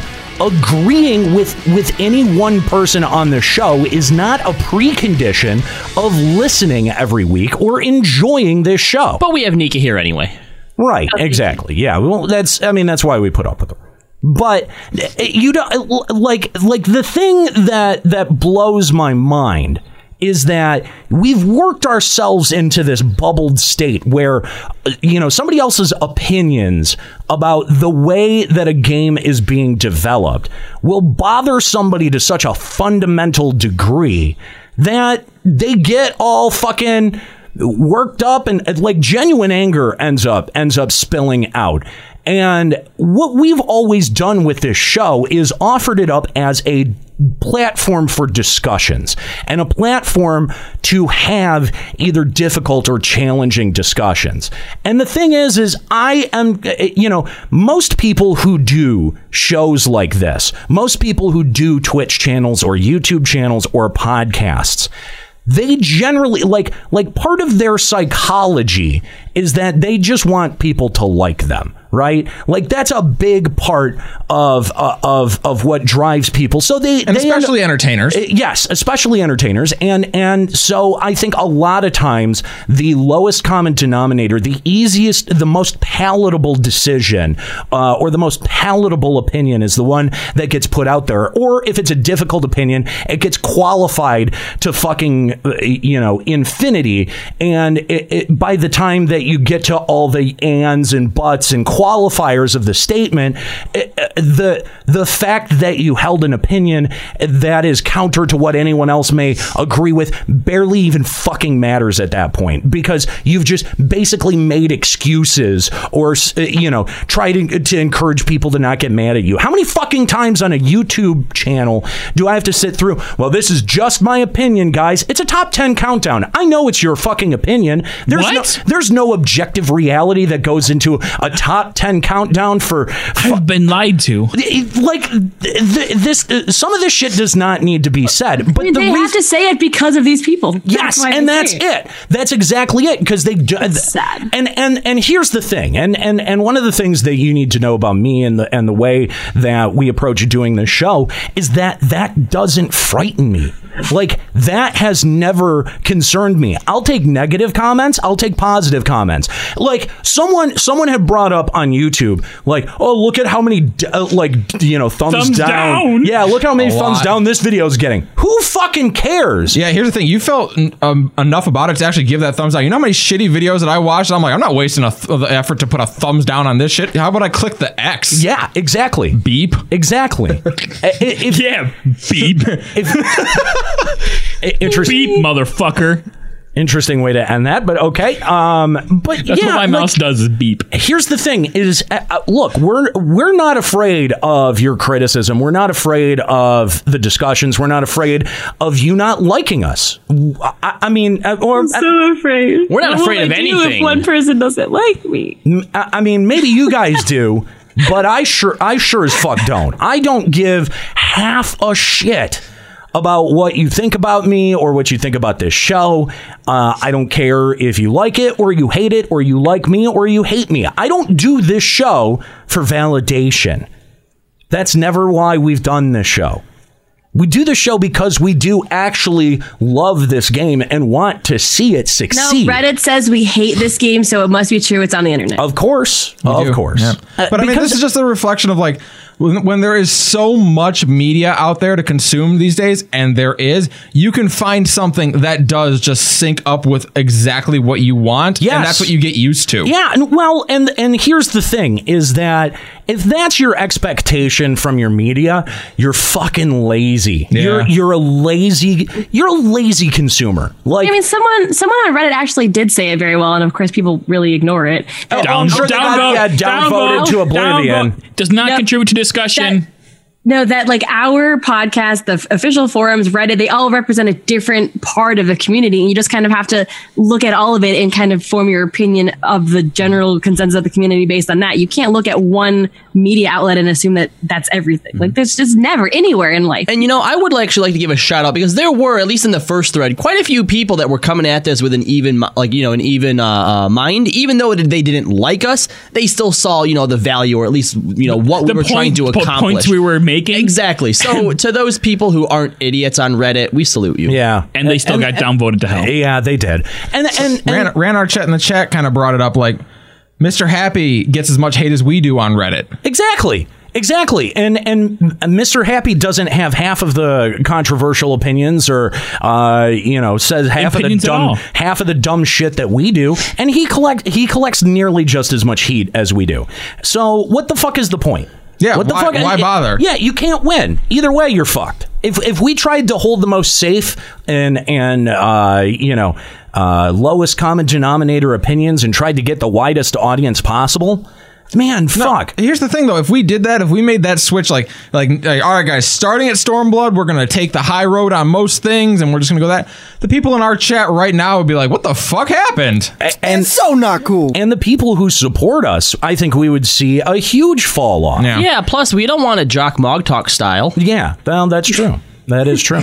[SPEAKER 2] agreeing with with any one person on the show is not a precondition of listening every week or enjoying this show but
[SPEAKER 5] we have nika here anyway
[SPEAKER 2] right exactly yeah well that's i mean that's why we put up with her but uh, you don't uh, like like the thing that that blows my mind is that we've worked ourselves into this bubbled state where uh, you know somebody else's opinions about the way that a game is being developed will bother somebody to such a fundamental degree that they get all fucking worked up and uh, like genuine anger ends up ends up spilling out and what we've always done with this show is offered it up as a platform for discussions and a platform to have either difficult or challenging discussions. And the thing is is I am you know most people who do shows like this, most people who do Twitch channels or YouTube channels or podcasts, they generally like like part of their psychology is that they just want people to like them right like that's a big part of uh, of of what drives people so they
[SPEAKER 1] And
[SPEAKER 2] they end
[SPEAKER 1] especially entertainers.
[SPEAKER 2] uh, Yes, especially entertainers, and and so I think a lot of times the lowest common denominator, the easiest, the most palatable decision, uh, or the most palatable opinion is the one that gets put out there. Or if it's a difficult opinion, it gets qualified to fucking uh, you know infinity, and it, it, by the time that you get to all the ands and buts and qualifiers of the statement, it, uh, the the fact that you held an opinion eh, that is counter to what anyone else may agree with barely even fucking matters at that point because you've just basically made excuses or s- uh, you know try to, to encourage people to not get mad at you how many fucking times on a youtube channel do i have to sit through well this is just my opinion guys it's a top 10 countdown i know it's your fucking opinion there's no there's no objective reality that goes into a top 10 countdown for
[SPEAKER 3] I've been lied to.
[SPEAKER 2] like th- th- this uh, some of this shit does not need to be said but the
[SPEAKER 8] they have to say it because of these people.
[SPEAKER 2] Yes, and that's it. That's exactly it because they do. And and and here's the thing. And and and one of the things that you need to know about me and the and the way that we approach doing this show is that that doesn't frighten me. Like that has never concerned me. I'll take negative comments. I'll take positive comments. Like someone someone had brought up on YouTube, like, oh look at how many d- uh, like d- you know thumbs,
[SPEAKER 3] Thumbs down.
[SPEAKER 2] Yeah, look how many
[SPEAKER 3] A
[SPEAKER 2] thumbs
[SPEAKER 3] lot.
[SPEAKER 2] down this video is getting. Who Who fucking cares?
[SPEAKER 1] Yeah, here's the thing. You felt um, enough about it to actually give that thumbs down. You know how many shitty videos that I watched? I'm like, I'm not wasting a th- the effort to put a thumbs down on this shit. How about I click the X?
[SPEAKER 2] Yeah, exactly.
[SPEAKER 1] Beep.
[SPEAKER 2] Exactly.
[SPEAKER 3] yeah, beep.
[SPEAKER 2] Interesting.
[SPEAKER 3] beep, motherfucker.
[SPEAKER 2] Interesting way to end that, but okay. Um, but
[SPEAKER 3] That's
[SPEAKER 2] yeah,
[SPEAKER 3] what my
[SPEAKER 2] like-
[SPEAKER 3] mouse does is beep.
[SPEAKER 2] here's the thing is uh, uh, look we're we're not afraid of your criticism we're not afraid of the discussions we're not afraid of you not liking us i, I mean uh, or
[SPEAKER 8] so afraid.
[SPEAKER 5] We're
[SPEAKER 8] What
[SPEAKER 5] not
[SPEAKER 8] will
[SPEAKER 5] afraid of
[SPEAKER 8] I do
[SPEAKER 5] anything.
[SPEAKER 8] If one person doesn't like me,
[SPEAKER 2] Mm. I I mean, maybe you guys do, but I sure, I sure as fuck don't. I don't give half a shit about what you think about me or what you think about this show. Uh, I don't care if you like it or you hate it or you like me or you hate me. I don't do this show for validation. That's never why we've done this show. We do this show because we do actually love this game and want to see it
[SPEAKER 8] no.
[SPEAKER 2] succeed.
[SPEAKER 8] Reddit says we hate this game, so it must be true. It's on the internet.
[SPEAKER 2] Of course, of
[SPEAKER 1] do.
[SPEAKER 2] course.
[SPEAKER 1] Yeah.
[SPEAKER 2] Uh,
[SPEAKER 1] but I mean,
[SPEAKER 2] because-
[SPEAKER 1] this is just a reflection of like when, when there is so much media out there to consume these days, and there is, you can find something that does just sync up with exactly what you want.
[SPEAKER 2] Yes.
[SPEAKER 1] And that's what you get used to.
[SPEAKER 2] Yeah, and well, and and here's the thing is that if that's your expectation from your media, you're fucking lazy. You're you're a lazy you're a lazy consumer. Like
[SPEAKER 8] I mean, someone someone on Reddit actually did say it very well, and of course, people really ignore it.
[SPEAKER 2] Oh, I'm sure they got, yeah, downvoted to oblivion.
[SPEAKER 3] downvote. Does not contribute to discussion.
[SPEAKER 8] No, that like our podcast, the f- official forums, Reddit, they all represent a different part of the community. And you just kind of have to look at all of it and kind of form your opinion of the general consensus of the community based on that. You can't look at one media outlet and assume that that's everything.
[SPEAKER 2] Mm-hmm.
[SPEAKER 8] Like there's just never anywhere in life.
[SPEAKER 5] And you know, I would actually like to give a shout out because there were, at least in the first thread, quite a few people that were coming at this with an even, mi- like you know, an even uh, uh, mind. Even though it- they didn't like us, they still saw you know the value, or at least you know what we
[SPEAKER 3] The
[SPEAKER 5] were trying to
[SPEAKER 3] point- po-
[SPEAKER 5] accomplish.
[SPEAKER 3] points we were making.
[SPEAKER 5] exactly. So to those people who aren't idiots on Reddit, we salute you.
[SPEAKER 2] yeah.
[SPEAKER 3] And they still got downvoted to hell.
[SPEAKER 2] Yeah, they did. And and, and
[SPEAKER 1] Ran, ran our chat in the chat kind of brought it up like Mr. Happy gets as much hate as we do on Reddit.
[SPEAKER 2] Exactly. Exactly. And and Mr. Happy doesn't have half of the controversial opinions or uh, you know, says half
[SPEAKER 3] Opinions
[SPEAKER 2] of
[SPEAKER 3] at
[SPEAKER 2] the
[SPEAKER 3] all.
[SPEAKER 2] dumb half of the dumb shit that we do, and he collect he collects nearly just as much heat as we do. So what the fuck is the point?
[SPEAKER 1] Yeah,
[SPEAKER 2] what the
[SPEAKER 1] why-
[SPEAKER 2] fuck
[SPEAKER 1] why bother?
[SPEAKER 2] Yeah, you can't win. Either way, you're fucked. If if we tried to hold the most safe and and uh, you know, uh, lowest common denominator opinions and tried to get the widest audience possible, man, fuck.
[SPEAKER 1] Here's the thing, though. If we did that, if we made that switch, like, like, like, all right, guys, starting at Stormblood, we're gonna take the high road on most things, and we're just gonna go that. The people in our chat right now would be like, "What the fuck happened?"
[SPEAKER 2] and
[SPEAKER 11] so not cool.
[SPEAKER 2] and the people who support us, I think we would see a huge fall off.
[SPEAKER 1] Yeah.
[SPEAKER 5] Yeah. Plus, we don't want a jock mog talk style.
[SPEAKER 2] Yeah, well, that's true. That is true.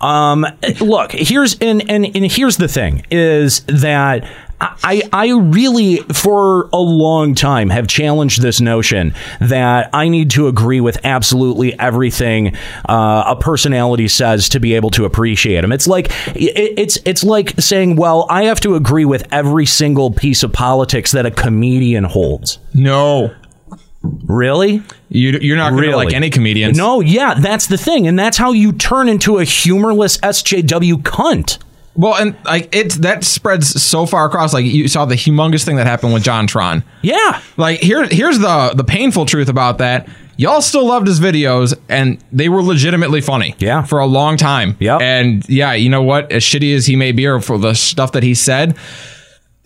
[SPEAKER 2] Um, look, here's and, and and here's the thing is that I I really for a long time have challenged this notion that I need to agree with absolutely everything uh, a personality says to be able to appreciate them. It's like it, it's it's like saying, well, I have to agree with every single piece of politics that a comedian holds.
[SPEAKER 1] No,
[SPEAKER 2] Really?
[SPEAKER 1] you, you're not gonna
[SPEAKER 2] Really?
[SPEAKER 1] like any comedians.
[SPEAKER 2] No, yeah, that's the thing, and that's how you turn into a humorless SJW cunt.
[SPEAKER 1] Well, and like it, that spreads so far across. Like you saw the humongous thing that happened with JonTron.
[SPEAKER 2] Yeah,
[SPEAKER 1] Like here, here's the the painful truth about that. Y'all still loved his videos, and they were legitimately funny.
[SPEAKER 2] Yeah.
[SPEAKER 1] for a long time.
[SPEAKER 2] Yep.
[SPEAKER 1] and yeah, you know what? As shitty as he may be, or for the stuff that he said.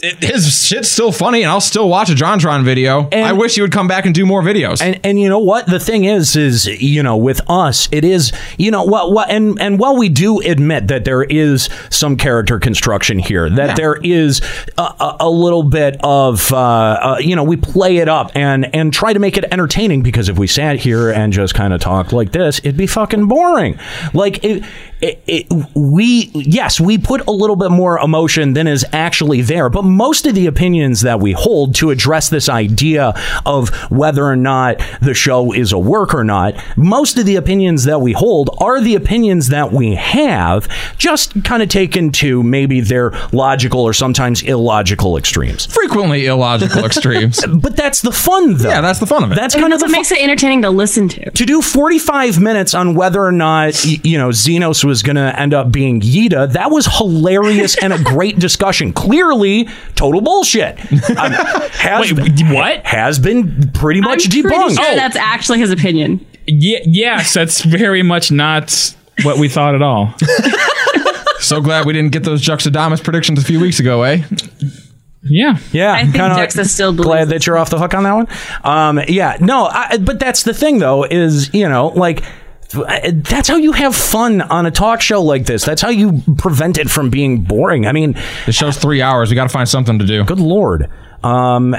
[SPEAKER 1] It, his shit's still funny, and I'll still watch a JonTron video.
[SPEAKER 2] And-
[SPEAKER 1] I wish he would come back and do more videos.
[SPEAKER 2] and and you know what? The thing is, is you know, with us, it is you know what what and and while we do admit that there is some character construction here, that there is a, a, a little bit of uh, uh, you know, we play it up and and try to make it entertaining because if we sat here and just kind of talked like this, it'd be fucking boring. Like it. It, it, we yes we put a little bit more emotion than is actually there but most of the opinions that we hold to address this idea of whether or not the show is a work or not most of the opinions that we hold are the opinions that we have just kind of taken to maybe their logical or sometimes illogical extremes
[SPEAKER 1] frequently illogical extremes.
[SPEAKER 2] but that's the fun though
[SPEAKER 1] Yeah, that's the fun of it.
[SPEAKER 2] that's
[SPEAKER 8] And
[SPEAKER 2] kind of
[SPEAKER 8] that's
[SPEAKER 2] the
[SPEAKER 8] what
[SPEAKER 2] fun
[SPEAKER 8] makes it entertaining to listen to.
[SPEAKER 2] to do 45 minutes on whether or not y- you know Xenos was going to end up being Yida. That was hilarious and a great discussion. Clearly, total bullshit. Um, has
[SPEAKER 3] what
[SPEAKER 2] has been pretty much
[SPEAKER 8] I'm
[SPEAKER 2] debunked?
[SPEAKER 8] Pretty
[SPEAKER 1] Oh.
[SPEAKER 8] sure that's actually his opinion.
[SPEAKER 3] Yeah, yes, that's very much not what we thought at all.
[SPEAKER 1] so glad we didn't get those Juxtadamus predictions a few weeks ago, eh?
[SPEAKER 3] Yeah,
[SPEAKER 2] yeah.
[SPEAKER 8] I think Texas still
[SPEAKER 2] glad that you're off the hook on that one. Um, yeah, no, I, but that's the thing though is you know like that's how you have fun on a talk show like this. That's how you prevent it from being boring. I mean,
[SPEAKER 1] the show's three hours. We got to find something to do.
[SPEAKER 2] Good lord. Um,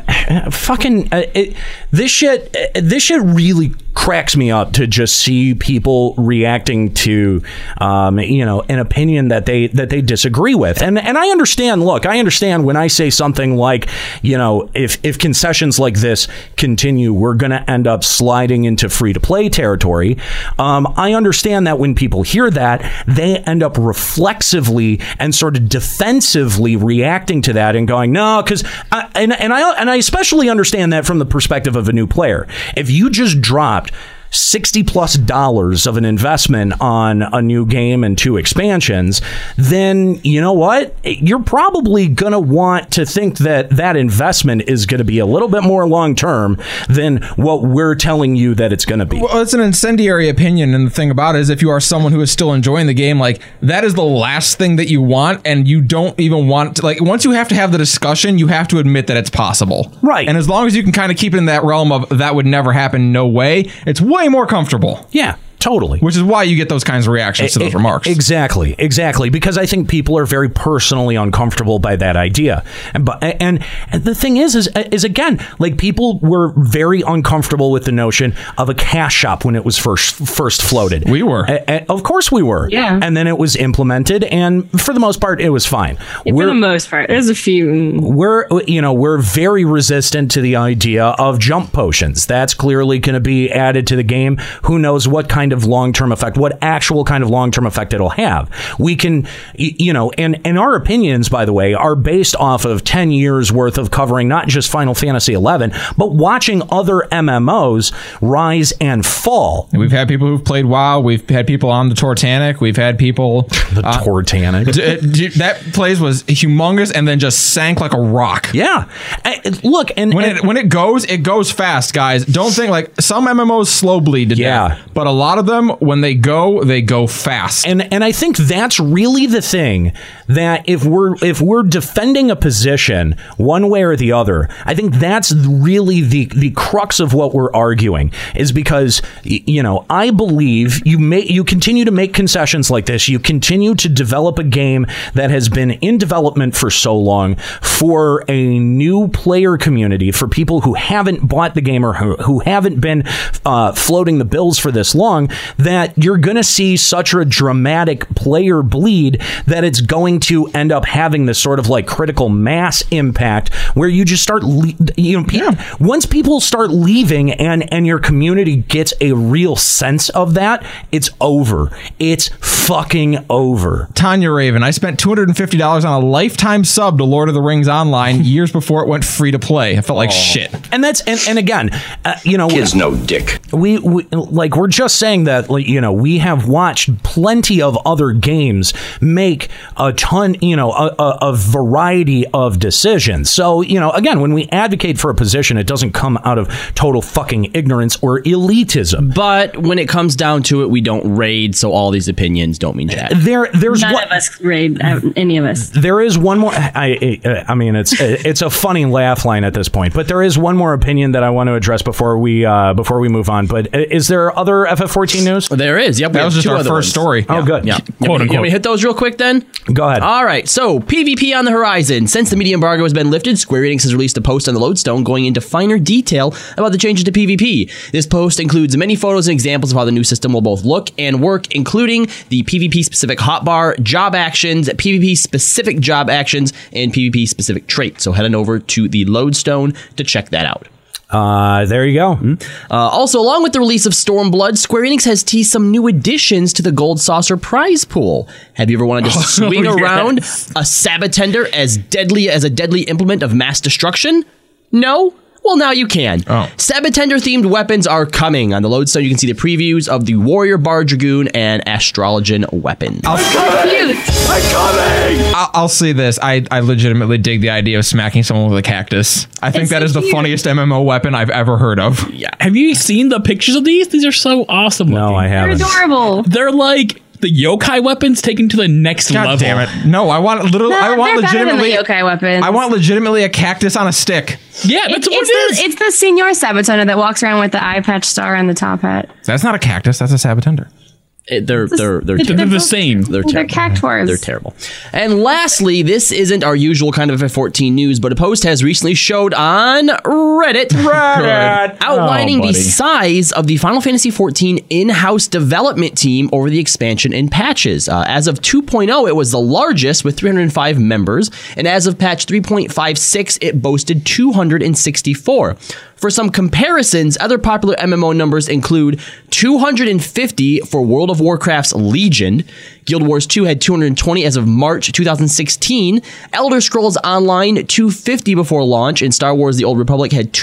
[SPEAKER 2] fucking uh, it, this shit. uh, This shit really cracks me up to just see people reacting to, um, you know, an opinion that they that they disagree with. And and I understand. Look, I understand when I say something like, you know, if if concessions like this continue, we're going to end up sliding into free to play territory. Um, I understand that when people hear that, they end up reflexively and sort of defensively reacting to that and going, no, because and and I and I especially understand that from the perspective of a new player. If you just dropped. 60 plus dollars of an investment on a new game and two expansions, then you know what? You're probably going to want to think that that investment is going to be a little bit more long term than what we're telling you that it's going to be.
[SPEAKER 1] Well, it's an incendiary opinion, and the thing about it is, if you are someone who is still enjoying the game, like that is the last thing that you want, and you don't even want to, like once you have to have the discussion, you have to admit that it's possible,
[SPEAKER 2] right?
[SPEAKER 1] And as long as you can kind of keep it in that realm of that would never happen, no way, it's way more comfortable.
[SPEAKER 2] Yeah, totally.
[SPEAKER 1] Which is why you get those kinds of reactions to
[SPEAKER 2] E-
[SPEAKER 1] those
[SPEAKER 2] e-
[SPEAKER 1] remarks.
[SPEAKER 2] Exactly, exactly. Because I think people are very personally uncomfortable by that idea. And but and, and the thing is, is is again, like people were very uncomfortable with the notion of a cash shop when it was first first floated.
[SPEAKER 1] We were,
[SPEAKER 2] of course, we were.
[SPEAKER 8] Yeah.
[SPEAKER 2] And then it was implemented, and for the most part, it was fine.
[SPEAKER 8] for
[SPEAKER 2] We're-
[SPEAKER 8] the most part, there's a few. mm.
[SPEAKER 2] we're you know we're very resistant to the idea of jump potions that's clearly going to be added to the game who knows what kind of long-term effect what actual kind of long-term effect it'll have we can y- you know and and our opinions by the way are based off of 10 years worth of covering not just final fantasy 11 but watching other mmos rise and fall
[SPEAKER 1] And We've had people who've played WoW. We've had people on the Tortanic. We've had people uh, the
[SPEAKER 2] Tortanic.
[SPEAKER 1] that place was humongous, and then just sank like a rock.
[SPEAKER 2] Yeah. look, and
[SPEAKER 1] when it when it goes, it goes fast, guys. Don't think like some MMOs slow bleed to death, but a lot of them when they go, they go fast.
[SPEAKER 2] And and I think that's really the thing that if we're if we're defending a position one way or the other, I think that's really the the crux of what we're arguing is because y- you know, I believe you may you continue to make concessions like this, you continue to develop a game that has been in development for so long for a new player community for people who haven't bought the game or who, who haven't been uh, floating the bills for this long that you're going to see such a dramatic player bleed that it's going to end up having this sort of like critical mass impact where you just start le- you know pe- once people start leaving and and your community gets a real sense of that it's over it's fucking over
[SPEAKER 1] Tanya Raven, I spent two hundred and fifty dollars on a lifetime sub to Lord of the Rings Online years before it went free to play. I felt like
[SPEAKER 2] Oh.
[SPEAKER 1] shit.
[SPEAKER 2] And that's and, and again, uh, you know,
[SPEAKER 1] Kid's
[SPEAKER 2] no dick. We, we like we're just saying that like, you know we have watched plenty of other games make a ton, you know, a, a, a variety of decisions. So you know, again, when we advocate for a position, it doesn't come out of total fucking ignorance or elitism.
[SPEAKER 5] But when it comes down to it, we don't raid, so all these opinions don't mean jack.
[SPEAKER 2] There, there's
[SPEAKER 8] None
[SPEAKER 2] one-
[SPEAKER 8] of us raid uh, any of us.
[SPEAKER 2] There is one more. I, uh, I, I mean, it's it's a funny laugh line at this point, but there is one more opinion that I want to address before we uh, before we move on. But is there other FF14 news?
[SPEAKER 5] There is. Yep, we
[SPEAKER 2] that
[SPEAKER 5] have
[SPEAKER 2] was just
[SPEAKER 5] two
[SPEAKER 2] our
[SPEAKER 5] other
[SPEAKER 2] first
[SPEAKER 5] ones.
[SPEAKER 2] story. Oh, good.
[SPEAKER 5] Yeah. Quote unquote. hit those real quick then?
[SPEAKER 2] Go ahead.
[SPEAKER 5] All right. So, PvP on the horizon. Since the media embargo has been lifted, Square Enix has released a post on the Lodestone going into finer detail about the changes to PvP. This post includes many photos and examples of how the new system will both look and work, including the PvP specific hotbar, job actions, PvP specific job actions, and PvP specific traits. So, head on over to the Lodestone to check that out.
[SPEAKER 2] Uh, there you go.
[SPEAKER 5] Uh, also, along with the release of Stormblood, Square Enix has teased some new additions to the Gold Saucer prize pool. Have you ever wanted to swing
[SPEAKER 2] Oh,
[SPEAKER 3] yes.
[SPEAKER 5] around a Sabatender as deadly as a deadly implement of mass destruction? No? Well, now you can.
[SPEAKER 2] Oh.
[SPEAKER 5] Sabatender themed weapons are coming. On the Lodestone, you can see the previews of the Warrior Bar Dragoon and Astrologian Uh, weapons.
[SPEAKER 1] I'll, I'll say this: I, I legitimately dig the idea of smacking someone with a cactus. I think
[SPEAKER 3] It's
[SPEAKER 1] that
[SPEAKER 3] so
[SPEAKER 1] is the
[SPEAKER 3] cute.
[SPEAKER 1] funniest MMO weapon I've ever heard of. Yeah,
[SPEAKER 3] Have you seen the pictures of these? These are so awesome. No,
[SPEAKER 2] I haven't.
[SPEAKER 8] They're adorable.
[SPEAKER 3] They're like the yokai weapons taken to the next
[SPEAKER 1] God
[SPEAKER 3] level.
[SPEAKER 1] damn it! No, I want literally.
[SPEAKER 8] No,
[SPEAKER 1] I
[SPEAKER 8] they're
[SPEAKER 1] want
[SPEAKER 8] better than the
[SPEAKER 1] legitimately.
[SPEAKER 8] yokai weapons.
[SPEAKER 1] I want legitimately a cactus on a stick.
[SPEAKER 3] Yeah,
[SPEAKER 8] that's what it's the, It's the senior sabatona that walks around with the eye patch star on the top hat.
[SPEAKER 1] That's not a cactus. That's a sabatender.
[SPEAKER 5] It- Eh, they're they're they're
[SPEAKER 8] They're
[SPEAKER 5] terrible.
[SPEAKER 8] the
[SPEAKER 3] same.
[SPEAKER 5] They're
[SPEAKER 8] They're
[SPEAKER 5] terrible.
[SPEAKER 8] cactuars.
[SPEAKER 5] They're terrible. And lastly, this isn't our usual kind of F14 news, but a post has recently showed on Reddit,
[SPEAKER 1] Reddit.
[SPEAKER 5] outlining
[SPEAKER 1] Oh,
[SPEAKER 5] the
[SPEAKER 1] buddy.
[SPEAKER 5] size of the Final Fantasy 14 in-house development team over the expansion and patches. Uh, as of 2.0, it was the largest with 305 members, and as of patch 3.56, it boasted 264. For some comparisons, other popular MMO numbers include 250 for World of Warcraft's Legion. Guild Wars 2 had 220 as of March 2016. Elder Scrolls Online 250 before launch, and Star Wars The Old Republic had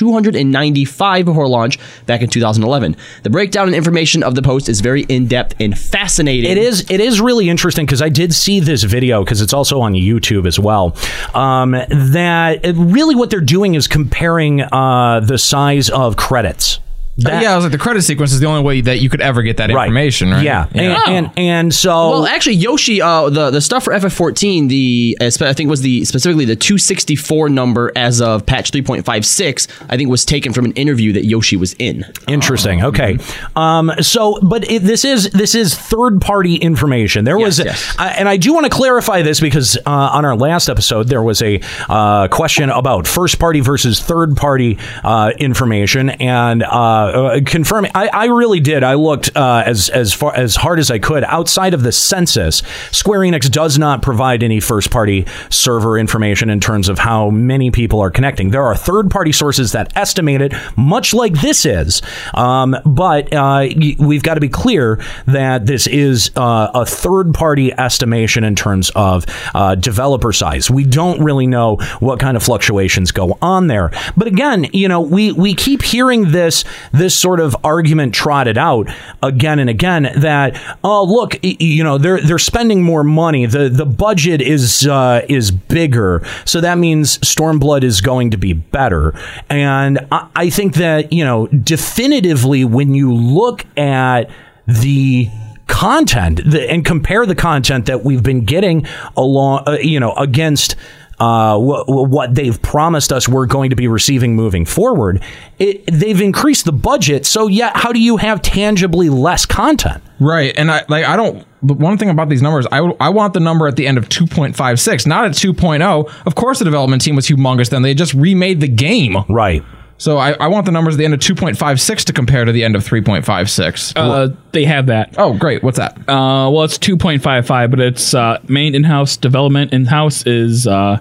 [SPEAKER 5] 295 before launch back in 2011. The breakdown and information of the post is very in depth and fascinating.
[SPEAKER 2] It is it is really interesting because I did see this video because it's also on YouTube as well. Um, that it- really what they're doing is comparing uh, the size of credits. That-
[SPEAKER 1] yeah, I was like the credit sequence is the only way that you could ever get that information, right?
[SPEAKER 2] Yeah. And, and and so
[SPEAKER 5] Well, actually, Yoshi, uh, the the stuff for FF14, the uh, spe- I think was the specifically the 264 number as of patch 3.56. I think was taken from an interview that Yoshi was in.
[SPEAKER 2] Interesting. Okay. Um, so, but it, this is this is third party information. There was, I- and I do want to clarify this because uh, on our last episode there was a uh, question about first party versus third party uh, information, and uh, uh, confirming. I, I really did. I looked uh, as as far as hard as I could outside of the census. Square Enix does not provide any first party server information in terms of how many people are connecting. There are third party sources that estimate it, much like this is. Um, but uh, y- we've got to be clear that this is uh, a third party estimation in terms of uh, developer size. We don't really know what kind of fluctuations go on there. But again, you know, we we keep hearing this this sort of argument trotted out again and again that oh look, y- you know, they're they're spending more money. The the budget is uh, is bigger, so that means Stormblood is going to be better. And I, I think that you know, definitively, when you look at the content the, and compare the content that we've been getting along, uh, you know, against uh, wh- wh- what they've promised us we're going to be receiving moving forward, it, they've increased the budget. So, yeah, how do you have tangibly less content?
[SPEAKER 1] Right, and I like I don't. The one thing about these numbers, I, I want the number at the end of 2.56, not at 2.0. Of course, the development team was humongous. Then they just remade the game.
[SPEAKER 2] Right.
[SPEAKER 1] So I, I want the numbers at the end of 2.56 to compare to the end of 3.56.
[SPEAKER 3] Uh, they have that.
[SPEAKER 1] Oh, great. What's that?
[SPEAKER 3] Uh, well, it's 2.55, but it's uh, main in-house development. In-house is uh,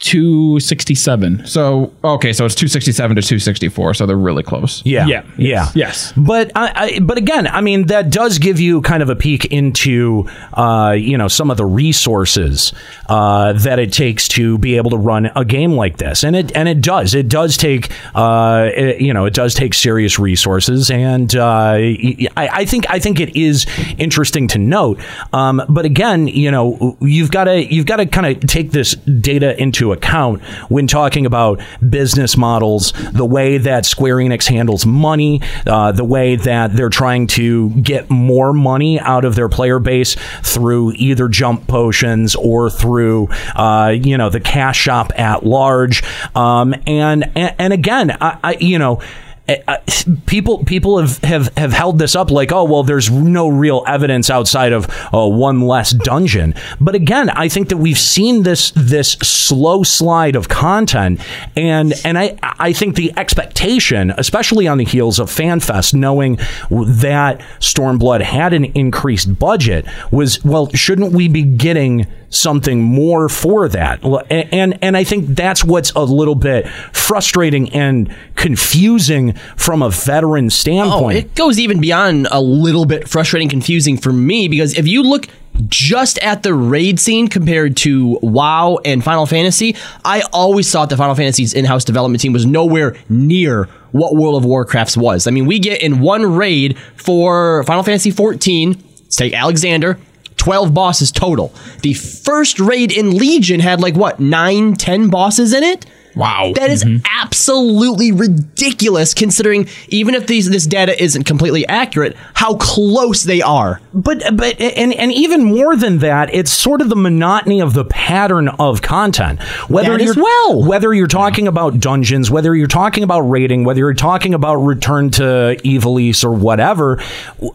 [SPEAKER 3] 267.
[SPEAKER 1] So okay, so it's 267 to 264. So they're really close.
[SPEAKER 2] Yeah.
[SPEAKER 3] Yeah.
[SPEAKER 2] Yeah.
[SPEAKER 3] Yes.
[SPEAKER 2] But I, I, but again, I mean that does give you kind of a peek into uh, you know some of the resources uh, that it takes to be able to run a game like this, and it and it does it does take uh, it- you know it does take serious resources, and uh, I, I think I think it is interesting to note. Um, but again, you know you've got to you've got to kind of take this data into account when talking about business models, the way that Square Enix handles money, uh, the way that they're trying to get more money out of their player base through either jump potions or through uh, you know the cash shop at large. Um, and, and and again, I, I you know. Eh, I- I- People, people have, have, have held this up like, oh well, there's no real evidence outside of uh, one less dungeon. But again, I think that we've seen this this slow slide of content, and and I I think the expectation, especially on the heels of FanFest, knowing that Stormblood had an increased budget, was well, shouldn't we be getting something more for that? Well, a- And and I think that's what's a little bit frustrating and confusing from a veteran
[SPEAKER 5] Oh,
[SPEAKER 2] standpoint.
[SPEAKER 5] it goes even beyond a little bit frustrating, confusing for me because if you look just at the raid scene compared to WoW and Final Fantasy, I always thought the Final Fantasy's in-house development team was nowhere near what World of Warcraft's was. I mean, we get in one raid for Final Fantasy 14, let's take Alexander, 12 bosses total. The first raid in Legion had like what, 9, 10 bosses in it?
[SPEAKER 1] Wow.
[SPEAKER 5] That is absolutely ridiculous considering even if these this data isn't completely accurate, how close they are.
[SPEAKER 2] But but and and even more than that, it's sort of the monotony of the pattern of content. Whether
[SPEAKER 5] That
[SPEAKER 2] you're
[SPEAKER 5] as well.
[SPEAKER 2] whether you're talking about dungeons, whether you're talking about raiding, whether you're talking about return to Evil East or whatever,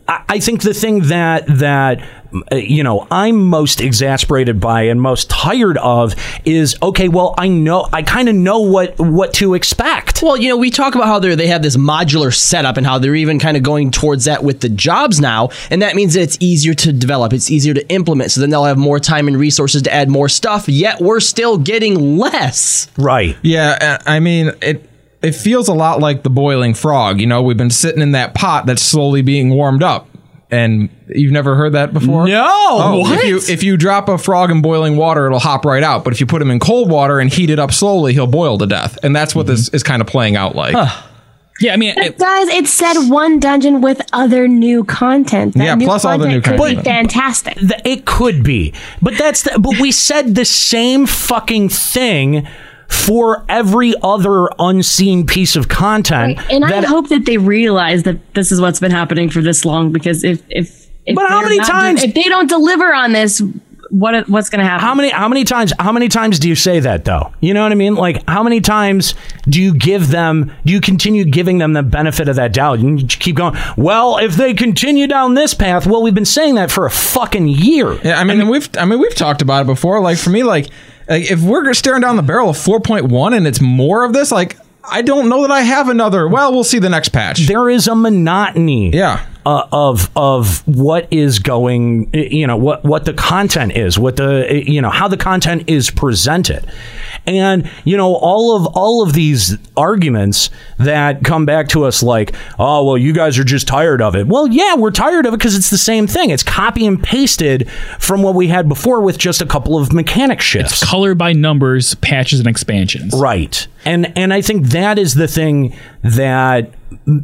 [SPEAKER 2] I, I think the thing that that uh, you know I'm most exasperated by and most tired of is okay. Well, I know I kind of know what what to expect.
[SPEAKER 5] Well, you know, we talk about how they they have this modular setup and how they're even kind of going towards that with the jobs now, and that means that it's easier to develop, it's easier to implement. So then they'll have more time and resources to add more stuff. Yet we're still getting less.
[SPEAKER 2] Right.
[SPEAKER 1] Yeah, uh, I I mean it. It feels a lot like the boiling frog. You know, we've been sitting in that pot that's slowly being warmed up, and you've never heard that before. No,
[SPEAKER 3] what?
[SPEAKER 1] If you, if you drop a frog in boiling water, it'll hop right out. But if you put him in cold water and heat it up slowly, he'll boil to death. And that's what this is kind of playing out like.
[SPEAKER 3] Yeah, I mean,
[SPEAKER 8] But guys, it said one dungeon with other new content. That
[SPEAKER 1] Yeah,
[SPEAKER 8] new
[SPEAKER 1] plus all the new
[SPEAKER 8] could be
[SPEAKER 1] content.
[SPEAKER 8] fantastic.
[SPEAKER 2] Th- It could be, but that's the, but we said the same fucking thing for every other unseen piece of content.
[SPEAKER 8] And I hope that they realize that this is what's been happening for this long because if if, if
[SPEAKER 2] But how
[SPEAKER 8] they're
[SPEAKER 2] many
[SPEAKER 8] not-
[SPEAKER 2] times-
[SPEAKER 8] if they don't deliver on this, what what's going to happen?
[SPEAKER 2] How many how many times how many times do you say that though? You know what I mean? Like how many times do you give them do you continue giving them the benefit of that doubt and you keep going, "Well, if they continue down this path, well we've been saying that for a fucking year."
[SPEAKER 1] Yeah, I mean, we've I mean we've talked about it before. Like for me, like, like if we're staring down the barrel of four point one and it's more of this, like I don't know that I have another. Well, we'll see the next patch.
[SPEAKER 2] There is a monotony.
[SPEAKER 1] yeah.
[SPEAKER 2] uh, of of what is going you know what what the content is what the you know how the content is presented and you know all of all of these arguments that come back to us like oh well you guys are just tired of it well yeah we're tired of it because it's the same thing it's copy and pasted from what we had before with just a couple of mechanic shifts
[SPEAKER 3] color by numbers, patches, and expansions.
[SPEAKER 2] Right. And and I think that is the thing that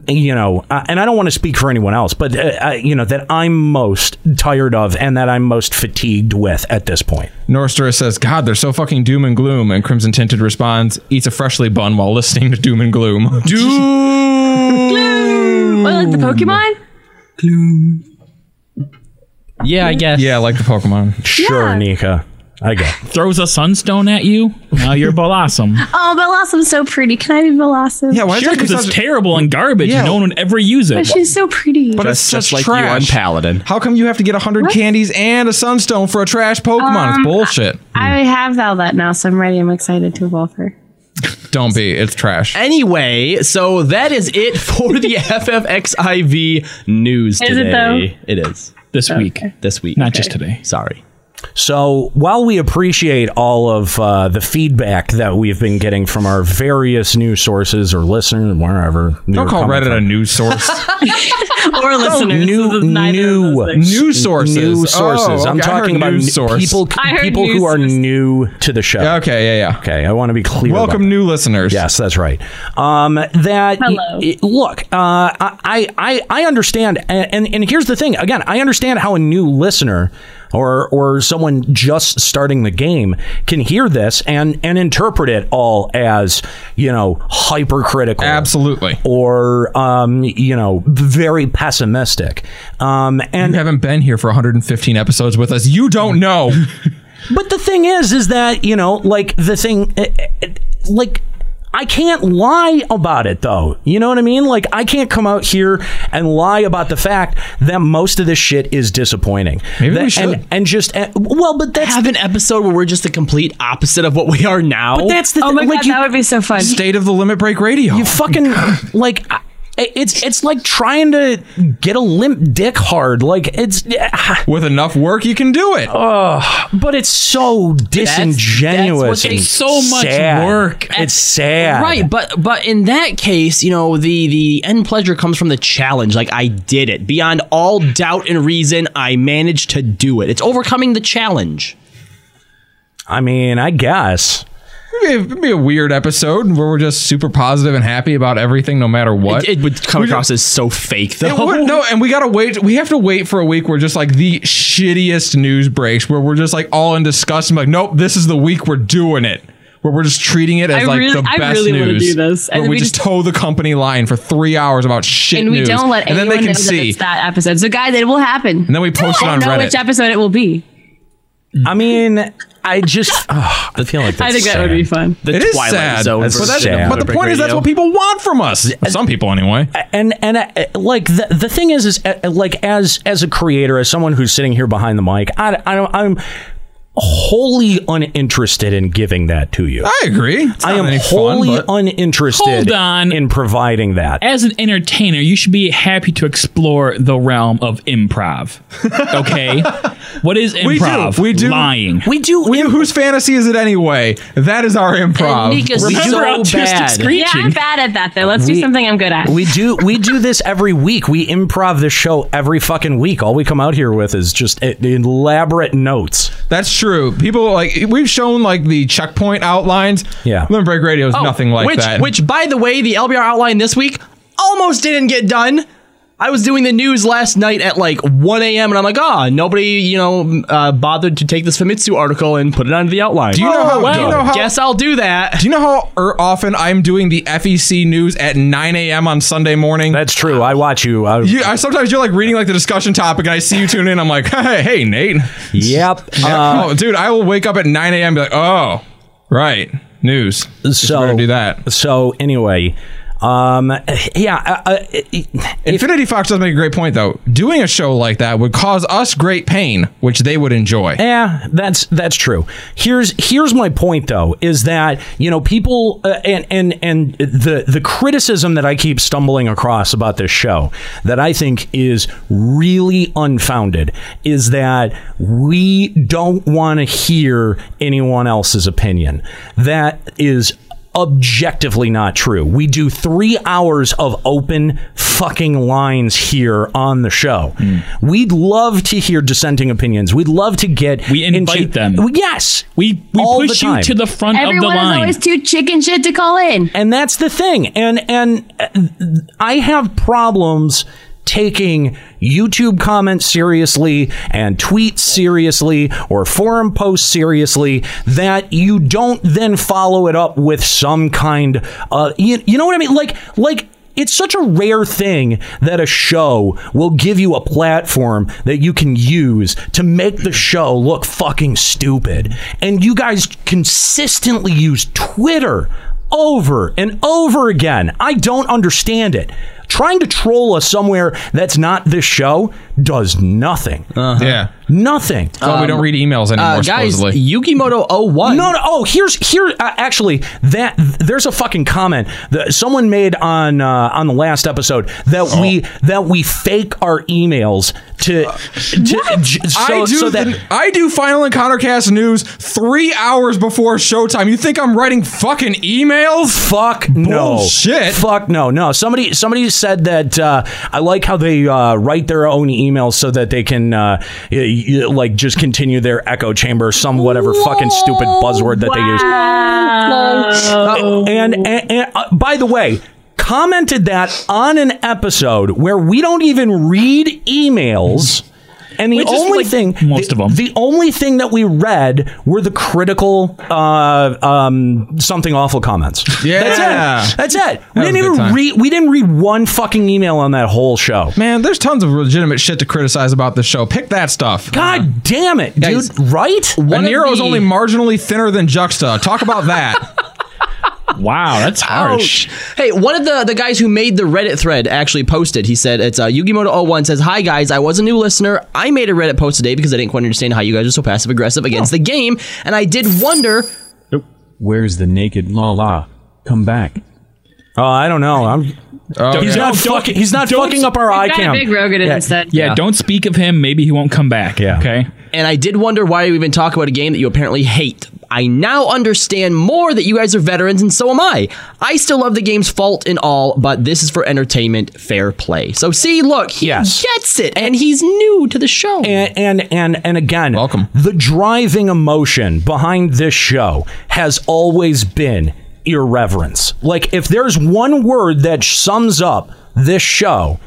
[SPEAKER 2] you know, uh, and I don't want to speak for anyone else, but uh, uh, you know that I'm most tired of and that I'm most fatigued with at this point.
[SPEAKER 1] Norster says, "God, they're so fucking doom and gloom." And Crimson Tinted responds, "Eats a freshly bun while listening to doom and gloom."
[SPEAKER 8] Well, like the Pokemon?
[SPEAKER 5] Yeah, I guess.
[SPEAKER 1] yeah, like the Pokemon.
[SPEAKER 2] Sure,
[SPEAKER 8] Yeah.
[SPEAKER 2] Nika. I get. it.
[SPEAKER 3] Throws a sunstone at you. Now you're Blossom.
[SPEAKER 8] Oh, Belossum's so pretty. Can I be Blossom?
[SPEAKER 1] Yeah, why
[SPEAKER 3] Sure,
[SPEAKER 1] is that
[SPEAKER 3] because it's
[SPEAKER 1] such-
[SPEAKER 3] terrible and garbage.
[SPEAKER 1] Yeah.
[SPEAKER 3] and No one would ever use
[SPEAKER 8] But
[SPEAKER 3] it.
[SPEAKER 8] she's so pretty.
[SPEAKER 1] But
[SPEAKER 12] That's
[SPEAKER 1] it's such
[SPEAKER 12] just like you
[SPEAKER 1] trash.
[SPEAKER 12] on Paladin.
[SPEAKER 1] How come you have to get hundred candies and a sunstone for a trash Pokemon? it's bullshit.
[SPEAKER 8] I have Valvet now, so I'm ready. I'm excited to evolve her.
[SPEAKER 1] Don't be. It's trash.
[SPEAKER 5] Anyway, so that is it for the FFXIV
[SPEAKER 8] Is
[SPEAKER 5] news
[SPEAKER 8] it,
[SPEAKER 5] today. It, Uh, it is
[SPEAKER 3] this week,
[SPEAKER 5] this week.
[SPEAKER 3] not just today.
[SPEAKER 5] Sorry.
[SPEAKER 2] So while we appreciate all of uh, the feedback that we've been getting from our various news sources or listeners, wherever,
[SPEAKER 1] Don't call Reddit a news source.
[SPEAKER 8] or listeners.
[SPEAKER 2] New, new,
[SPEAKER 1] News sources.
[SPEAKER 2] New sources.
[SPEAKER 1] Oh,
[SPEAKER 2] I'm
[SPEAKER 1] okay, I
[SPEAKER 2] talking
[SPEAKER 1] heard
[SPEAKER 2] about
[SPEAKER 1] news
[SPEAKER 2] n-
[SPEAKER 1] source.
[SPEAKER 2] people,
[SPEAKER 8] I heard
[SPEAKER 2] people
[SPEAKER 8] news
[SPEAKER 2] who are
[SPEAKER 8] source.
[SPEAKER 2] new to the show.
[SPEAKER 1] okay, yeah, yeah.
[SPEAKER 2] Okay, I want to be clear. about
[SPEAKER 1] Welcome,
[SPEAKER 2] that.
[SPEAKER 1] new listeners.
[SPEAKER 2] Yes, that's right. Um, that
[SPEAKER 8] Hello.
[SPEAKER 2] y- y- look, uh, I, I I understand, and, and and here's the thing. Again, I understand how a new listener or or someone just starting the game can hear this and and interpret it all as you know hypercritical,
[SPEAKER 1] Absolutely.
[SPEAKER 2] or um, you know very pessimistic. Um, and
[SPEAKER 1] You haven't been here for 115 episodes with us. You don't know.
[SPEAKER 2] But the thing is, is that you know, like the thing, eh, eh, like. I can't lie about it though. You know what I mean? Like I can't come out here and lie about the fact that most of this shit is disappointing.
[SPEAKER 1] Maybe we
[SPEAKER 2] That-
[SPEAKER 1] should.
[SPEAKER 2] And, and just eh, well, but that's
[SPEAKER 5] Have an episode where we're just the complete opposite of what we are now.
[SPEAKER 2] but that's the
[SPEAKER 8] Oh
[SPEAKER 2] thing.
[SPEAKER 8] my
[SPEAKER 2] like
[SPEAKER 8] god,
[SPEAKER 2] you,
[SPEAKER 8] that would be so fun.
[SPEAKER 1] State of the Limit Break Radio.
[SPEAKER 2] you fucking like I, eh, It's it's like trying to get a limp dick hard. Like it's eh,
[SPEAKER 1] with enough work you can do it.
[SPEAKER 2] Oh, but it's so disingenuous. and
[SPEAKER 5] takes so much
[SPEAKER 2] sad.
[SPEAKER 5] work.
[SPEAKER 2] It's sad.
[SPEAKER 5] Right, but but in that case, you know, the the end pleasure comes from the challenge. Like I did it. Beyond all doubt and reason, I managed to do it. It's overcoming the challenge.
[SPEAKER 2] I mean, I guess.
[SPEAKER 1] It'd be, it'd be a weird episode where we're just super positive and happy about everything, no matter what.
[SPEAKER 5] It, it would come across as so fake, though.
[SPEAKER 1] It would- no, and we gotta wait. We have to wait for a week where just like the shittiest news breaks, where we're just like all in disgust. and like, nope, this is the week we're doing it. Where we're just treating it as
[SPEAKER 8] I
[SPEAKER 1] like
[SPEAKER 8] really-
[SPEAKER 1] the
[SPEAKER 8] I
[SPEAKER 1] best
[SPEAKER 8] really wanna
[SPEAKER 1] news.
[SPEAKER 8] do this. And
[SPEAKER 1] where
[SPEAKER 8] then
[SPEAKER 1] we
[SPEAKER 8] we
[SPEAKER 1] just tow the company line for three hours about shit
[SPEAKER 8] and we
[SPEAKER 1] news,
[SPEAKER 8] don't let
[SPEAKER 1] and then
[SPEAKER 8] anyone
[SPEAKER 1] they
[SPEAKER 8] know
[SPEAKER 1] can
[SPEAKER 8] that
[SPEAKER 1] see,
[SPEAKER 8] it's that episode. So guys, it will happen.
[SPEAKER 1] and then we post it
[SPEAKER 8] I
[SPEAKER 1] on
[SPEAKER 8] don't know
[SPEAKER 1] Reddit.
[SPEAKER 8] which episode it will be.
[SPEAKER 2] I mean, I just ugh, I feel like that's
[SPEAKER 8] I think that would
[SPEAKER 2] sad.
[SPEAKER 8] be fun.
[SPEAKER 5] The
[SPEAKER 1] it is
[SPEAKER 5] Twilight
[SPEAKER 1] sad,
[SPEAKER 5] Zone
[SPEAKER 1] but,
[SPEAKER 5] version
[SPEAKER 1] that's-
[SPEAKER 2] of
[SPEAKER 1] but the
[SPEAKER 2] Olympic
[SPEAKER 1] point is that's
[SPEAKER 2] radio.
[SPEAKER 1] what people want from us. Some people, anyway.
[SPEAKER 2] and and uh, like the the thing is is uh, like as as a creator as someone who's sitting here behind the mic I I don't I'm wholly uninterested in giving that to you.
[SPEAKER 1] I agree. It's
[SPEAKER 2] I
[SPEAKER 1] not
[SPEAKER 2] am
[SPEAKER 1] any fun,
[SPEAKER 2] wholly
[SPEAKER 1] but-
[SPEAKER 2] uninterested
[SPEAKER 3] Hold on.
[SPEAKER 2] in providing that.
[SPEAKER 3] As an entertainer, you should be happy to explore the realm of improv. Okay, what is
[SPEAKER 1] We do.
[SPEAKER 3] improv?
[SPEAKER 1] We do.
[SPEAKER 3] lying.
[SPEAKER 2] We do.
[SPEAKER 1] We, whose fantasy is it anyway? That is our improv.
[SPEAKER 5] Nika's
[SPEAKER 1] Remember-
[SPEAKER 5] so
[SPEAKER 3] autistic
[SPEAKER 5] bad.
[SPEAKER 3] screen-
[SPEAKER 8] Yeah, I'm bad at that though. Let's
[SPEAKER 2] We-
[SPEAKER 8] do something I'm good at.
[SPEAKER 2] We do we do this every week. We improv this show every fucking week. All we come out here with is just e- elaborate notes.
[SPEAKER 1] That's true. People like we've shown like the checkpoint outlines.
[SPEAKER 2] Yeah.
[SPEAKER 1] Limit Break Radio is nothing like
[SPEAKER 5] Oh, which,
[SPEAKER 1] that.
[SPEAKER 5] Which, by the way, the LBR outline this week almost didn't get done. I was doing the news last night at like 1 a.m. and I'm like, ah, nobody, you know, uh, bothered to take this Famitsu article and put it onto the outline.
[SPEAKER 1] do you know how?
[SPEAKER 5] Oh, well,
[SPEAKER 1] do you know how?
[SPEAKER 5] guess I'll do that.
[SPEAKER 1] do you know how er, often I'm doing the FEC news at 9 a.m. on Sunday morning?
[SPEAKER 2] That's true. I watch you. I,
[SPEAKER 1] you, I sometimes you're like reading like the discussion topic, and I see you tune in. I'm like, hey, hey Nate,
[SPEAKER 2] yep. Uh,
[SPEAKER 1] oh, dude, I will wake up at 9 a.m. and be like, oh, right, news. Just
[SPEAKER 2] So-
[SPEAKER 1] better do that.
[SPEAKER 2] so anyway, um, yeah. Uh, uh, if,
[SPEAKER 1] Infinity Fox does make a great point though. Doing a show like that would cause us great pain, which they would enjoy.
[SPEAKER 2] Yeah, Eh, that's that's true. Here's here's my point though is that you know people uh, and and and the the criticism that I keep stumbling across about this show that I think is really unfounded is that we don't want to hear anyone else's opinion. That is objectively not true. We do three hours of open fucking lines here on the show.
[SPEAKER 3] Hmm.
[SPEAKER 2] We'd love to hear dissenting opinions. We'd love to get
[SPEAKER 3] We invite
[SPEAKER 2] into- Oh,
[SPEAKER 3] them.
[SPEAKER 2] Yes,
[SPEAKER 3] We, we
[SPEAKER 2] all the
[SPEAKER 3] push you
[SPEAKER 2] time.
[SPEAKER 3] to the front of
[SPEAKER 8] Everyone
[SPEAKER 3] the
[SPEAKER 8] is
[SPEAKER 3] line.
[SPEAKER 8] always too chicken shit to call in.
[SPEAKER 2] And that's the thing. And and uh, I have problems taking YouTube comments seriously and tweets seriously or forum posts seriously that you don't then follow it up with some kind of you, you know what I mean like like it's such a rare thing that a show will give you a platform that you can use to make the show look fucking stupid. And you guys consistently use Twitter over and over again. I don't understand it. Trying to troll us somewhere that's not this show does nothing.
[SPEAKER 1] Yeah.
[SPEAKER 2] Nothing.
[SPEAKER 1] Well, we don't read emails anymore,
[SPEAKER 5] Uh, guys,
[SPEAKER 1] supposedly.
[SPEAKER 5] Yukimoto 01.
[SPEAKER 2] No, no. Oh, here's here. Uh, actually, that there's a fucking comment that someone made on uh, on the last episode that we
[SPEAKER 1] Oh.
[SPEAKER 2] that we fake our emails to. to j- so,
[SPEAKER 1] I do
[SPEAKER 2] so that.
[SPEAKER 1] the- I do Final Encounter Cast news three hours before showtime. You think I'm writing fucking emails?
[SPEAKER 2] Fuck no!
[SPEAKER 1] Bullshit.
[SPEAKER 2] Fuck no! No. Somebody somebody said that uh, I like how they uh, write their own emails so that they can uh, y- y- like just continue their echo chamber, some whatever fucking stupid buzzword that they use.
[SPEAKER 3] Oh.
[SPEAKER 2] Uh, and, and, and uh, by the way, commented that on an episode where we don't even read emails. And the
[SPEAKER 3] Which is
[SPEAKER 2] only
[SPEAKER 3] like
[SPEAKER 2] thing,
[SPEAKER 3] most
[SPEAKER 2] the,
[SPEAKER 3] of 'em.
[SPEAKER 2] the only thing that we read were the critical, uh, um, something awful comments.
[SPEAKER 1] Yeah.
[SPEAKER 2] that's it. That's it. We
[SPEAKER 1] That was a
[SPEAKER 2] didn't
[SPEAKER 1] good
[SPEAKER 2] even
[SPEAKER 1] time.
[SPEAKER 2] read. We didn't read one fucking email on that whole show.
[SPEAKER 1] Man, there's tons of legitimate shit to criticize about this show. Pick that stuff. Uh-huh.
[SPEAKER 2] God damn it, dude!
[SPEAKER 1] Guys,
[SPEAKER 2] right?
[SPEAKER 1] And Nero's
[SPEAKER 5] the-
[SPEAKER 1] only marginally thinner than Juxta. Talk about that.
[SPEAKER 3] wow, that's harsh.
[SPEAKER 5] Hey, one of the, the guys who made the Reddit thread actually posted. He said, it's uh, Yugimoto01 says, Hi guys, I was a new listener. I made a Reddit post today because I didn't quite understand how you guys are so passive aggressive against the game. And I did wonder
[SPEAKER 10] Where's the naked la la? Come back.
[SPEAKER 2] Oh, I don't know. I'm. he's,
[SPEAKER 1] Oh,
[SPEAKER 3] yeah.
[SPEAKER 2] not
[SPEAKER 3] Don't-
[SPEAKER 2] fucking, he's not
[SPEAKER 3] don't-
[SPEAKER 2] fucking up our eye
[SPEAKER 8] I've got a
[SPEAKER 2] cam.
[SPEAKER 8] big Rogan in
[SPEAKER 2] yeah.
[SPEAKER 8] his head.
[SPEAKER 3] Yeah, don't speak of him. Maybe he won't come back. Yeah. Okay.
[SPEAKER 5] And I did wonder why you even talk about a game that you apparently hate. I now understand more that you guys are veterans, and so am I. I still love the game's fault and all, but this is for entertainment, fair play. So see, look, he gets it, and he's new to the show.
[SPEAKER 2] And and and, and again, welcome. The driving emotion behind this show has always been irreverence. Like if there's one word that sums up this show,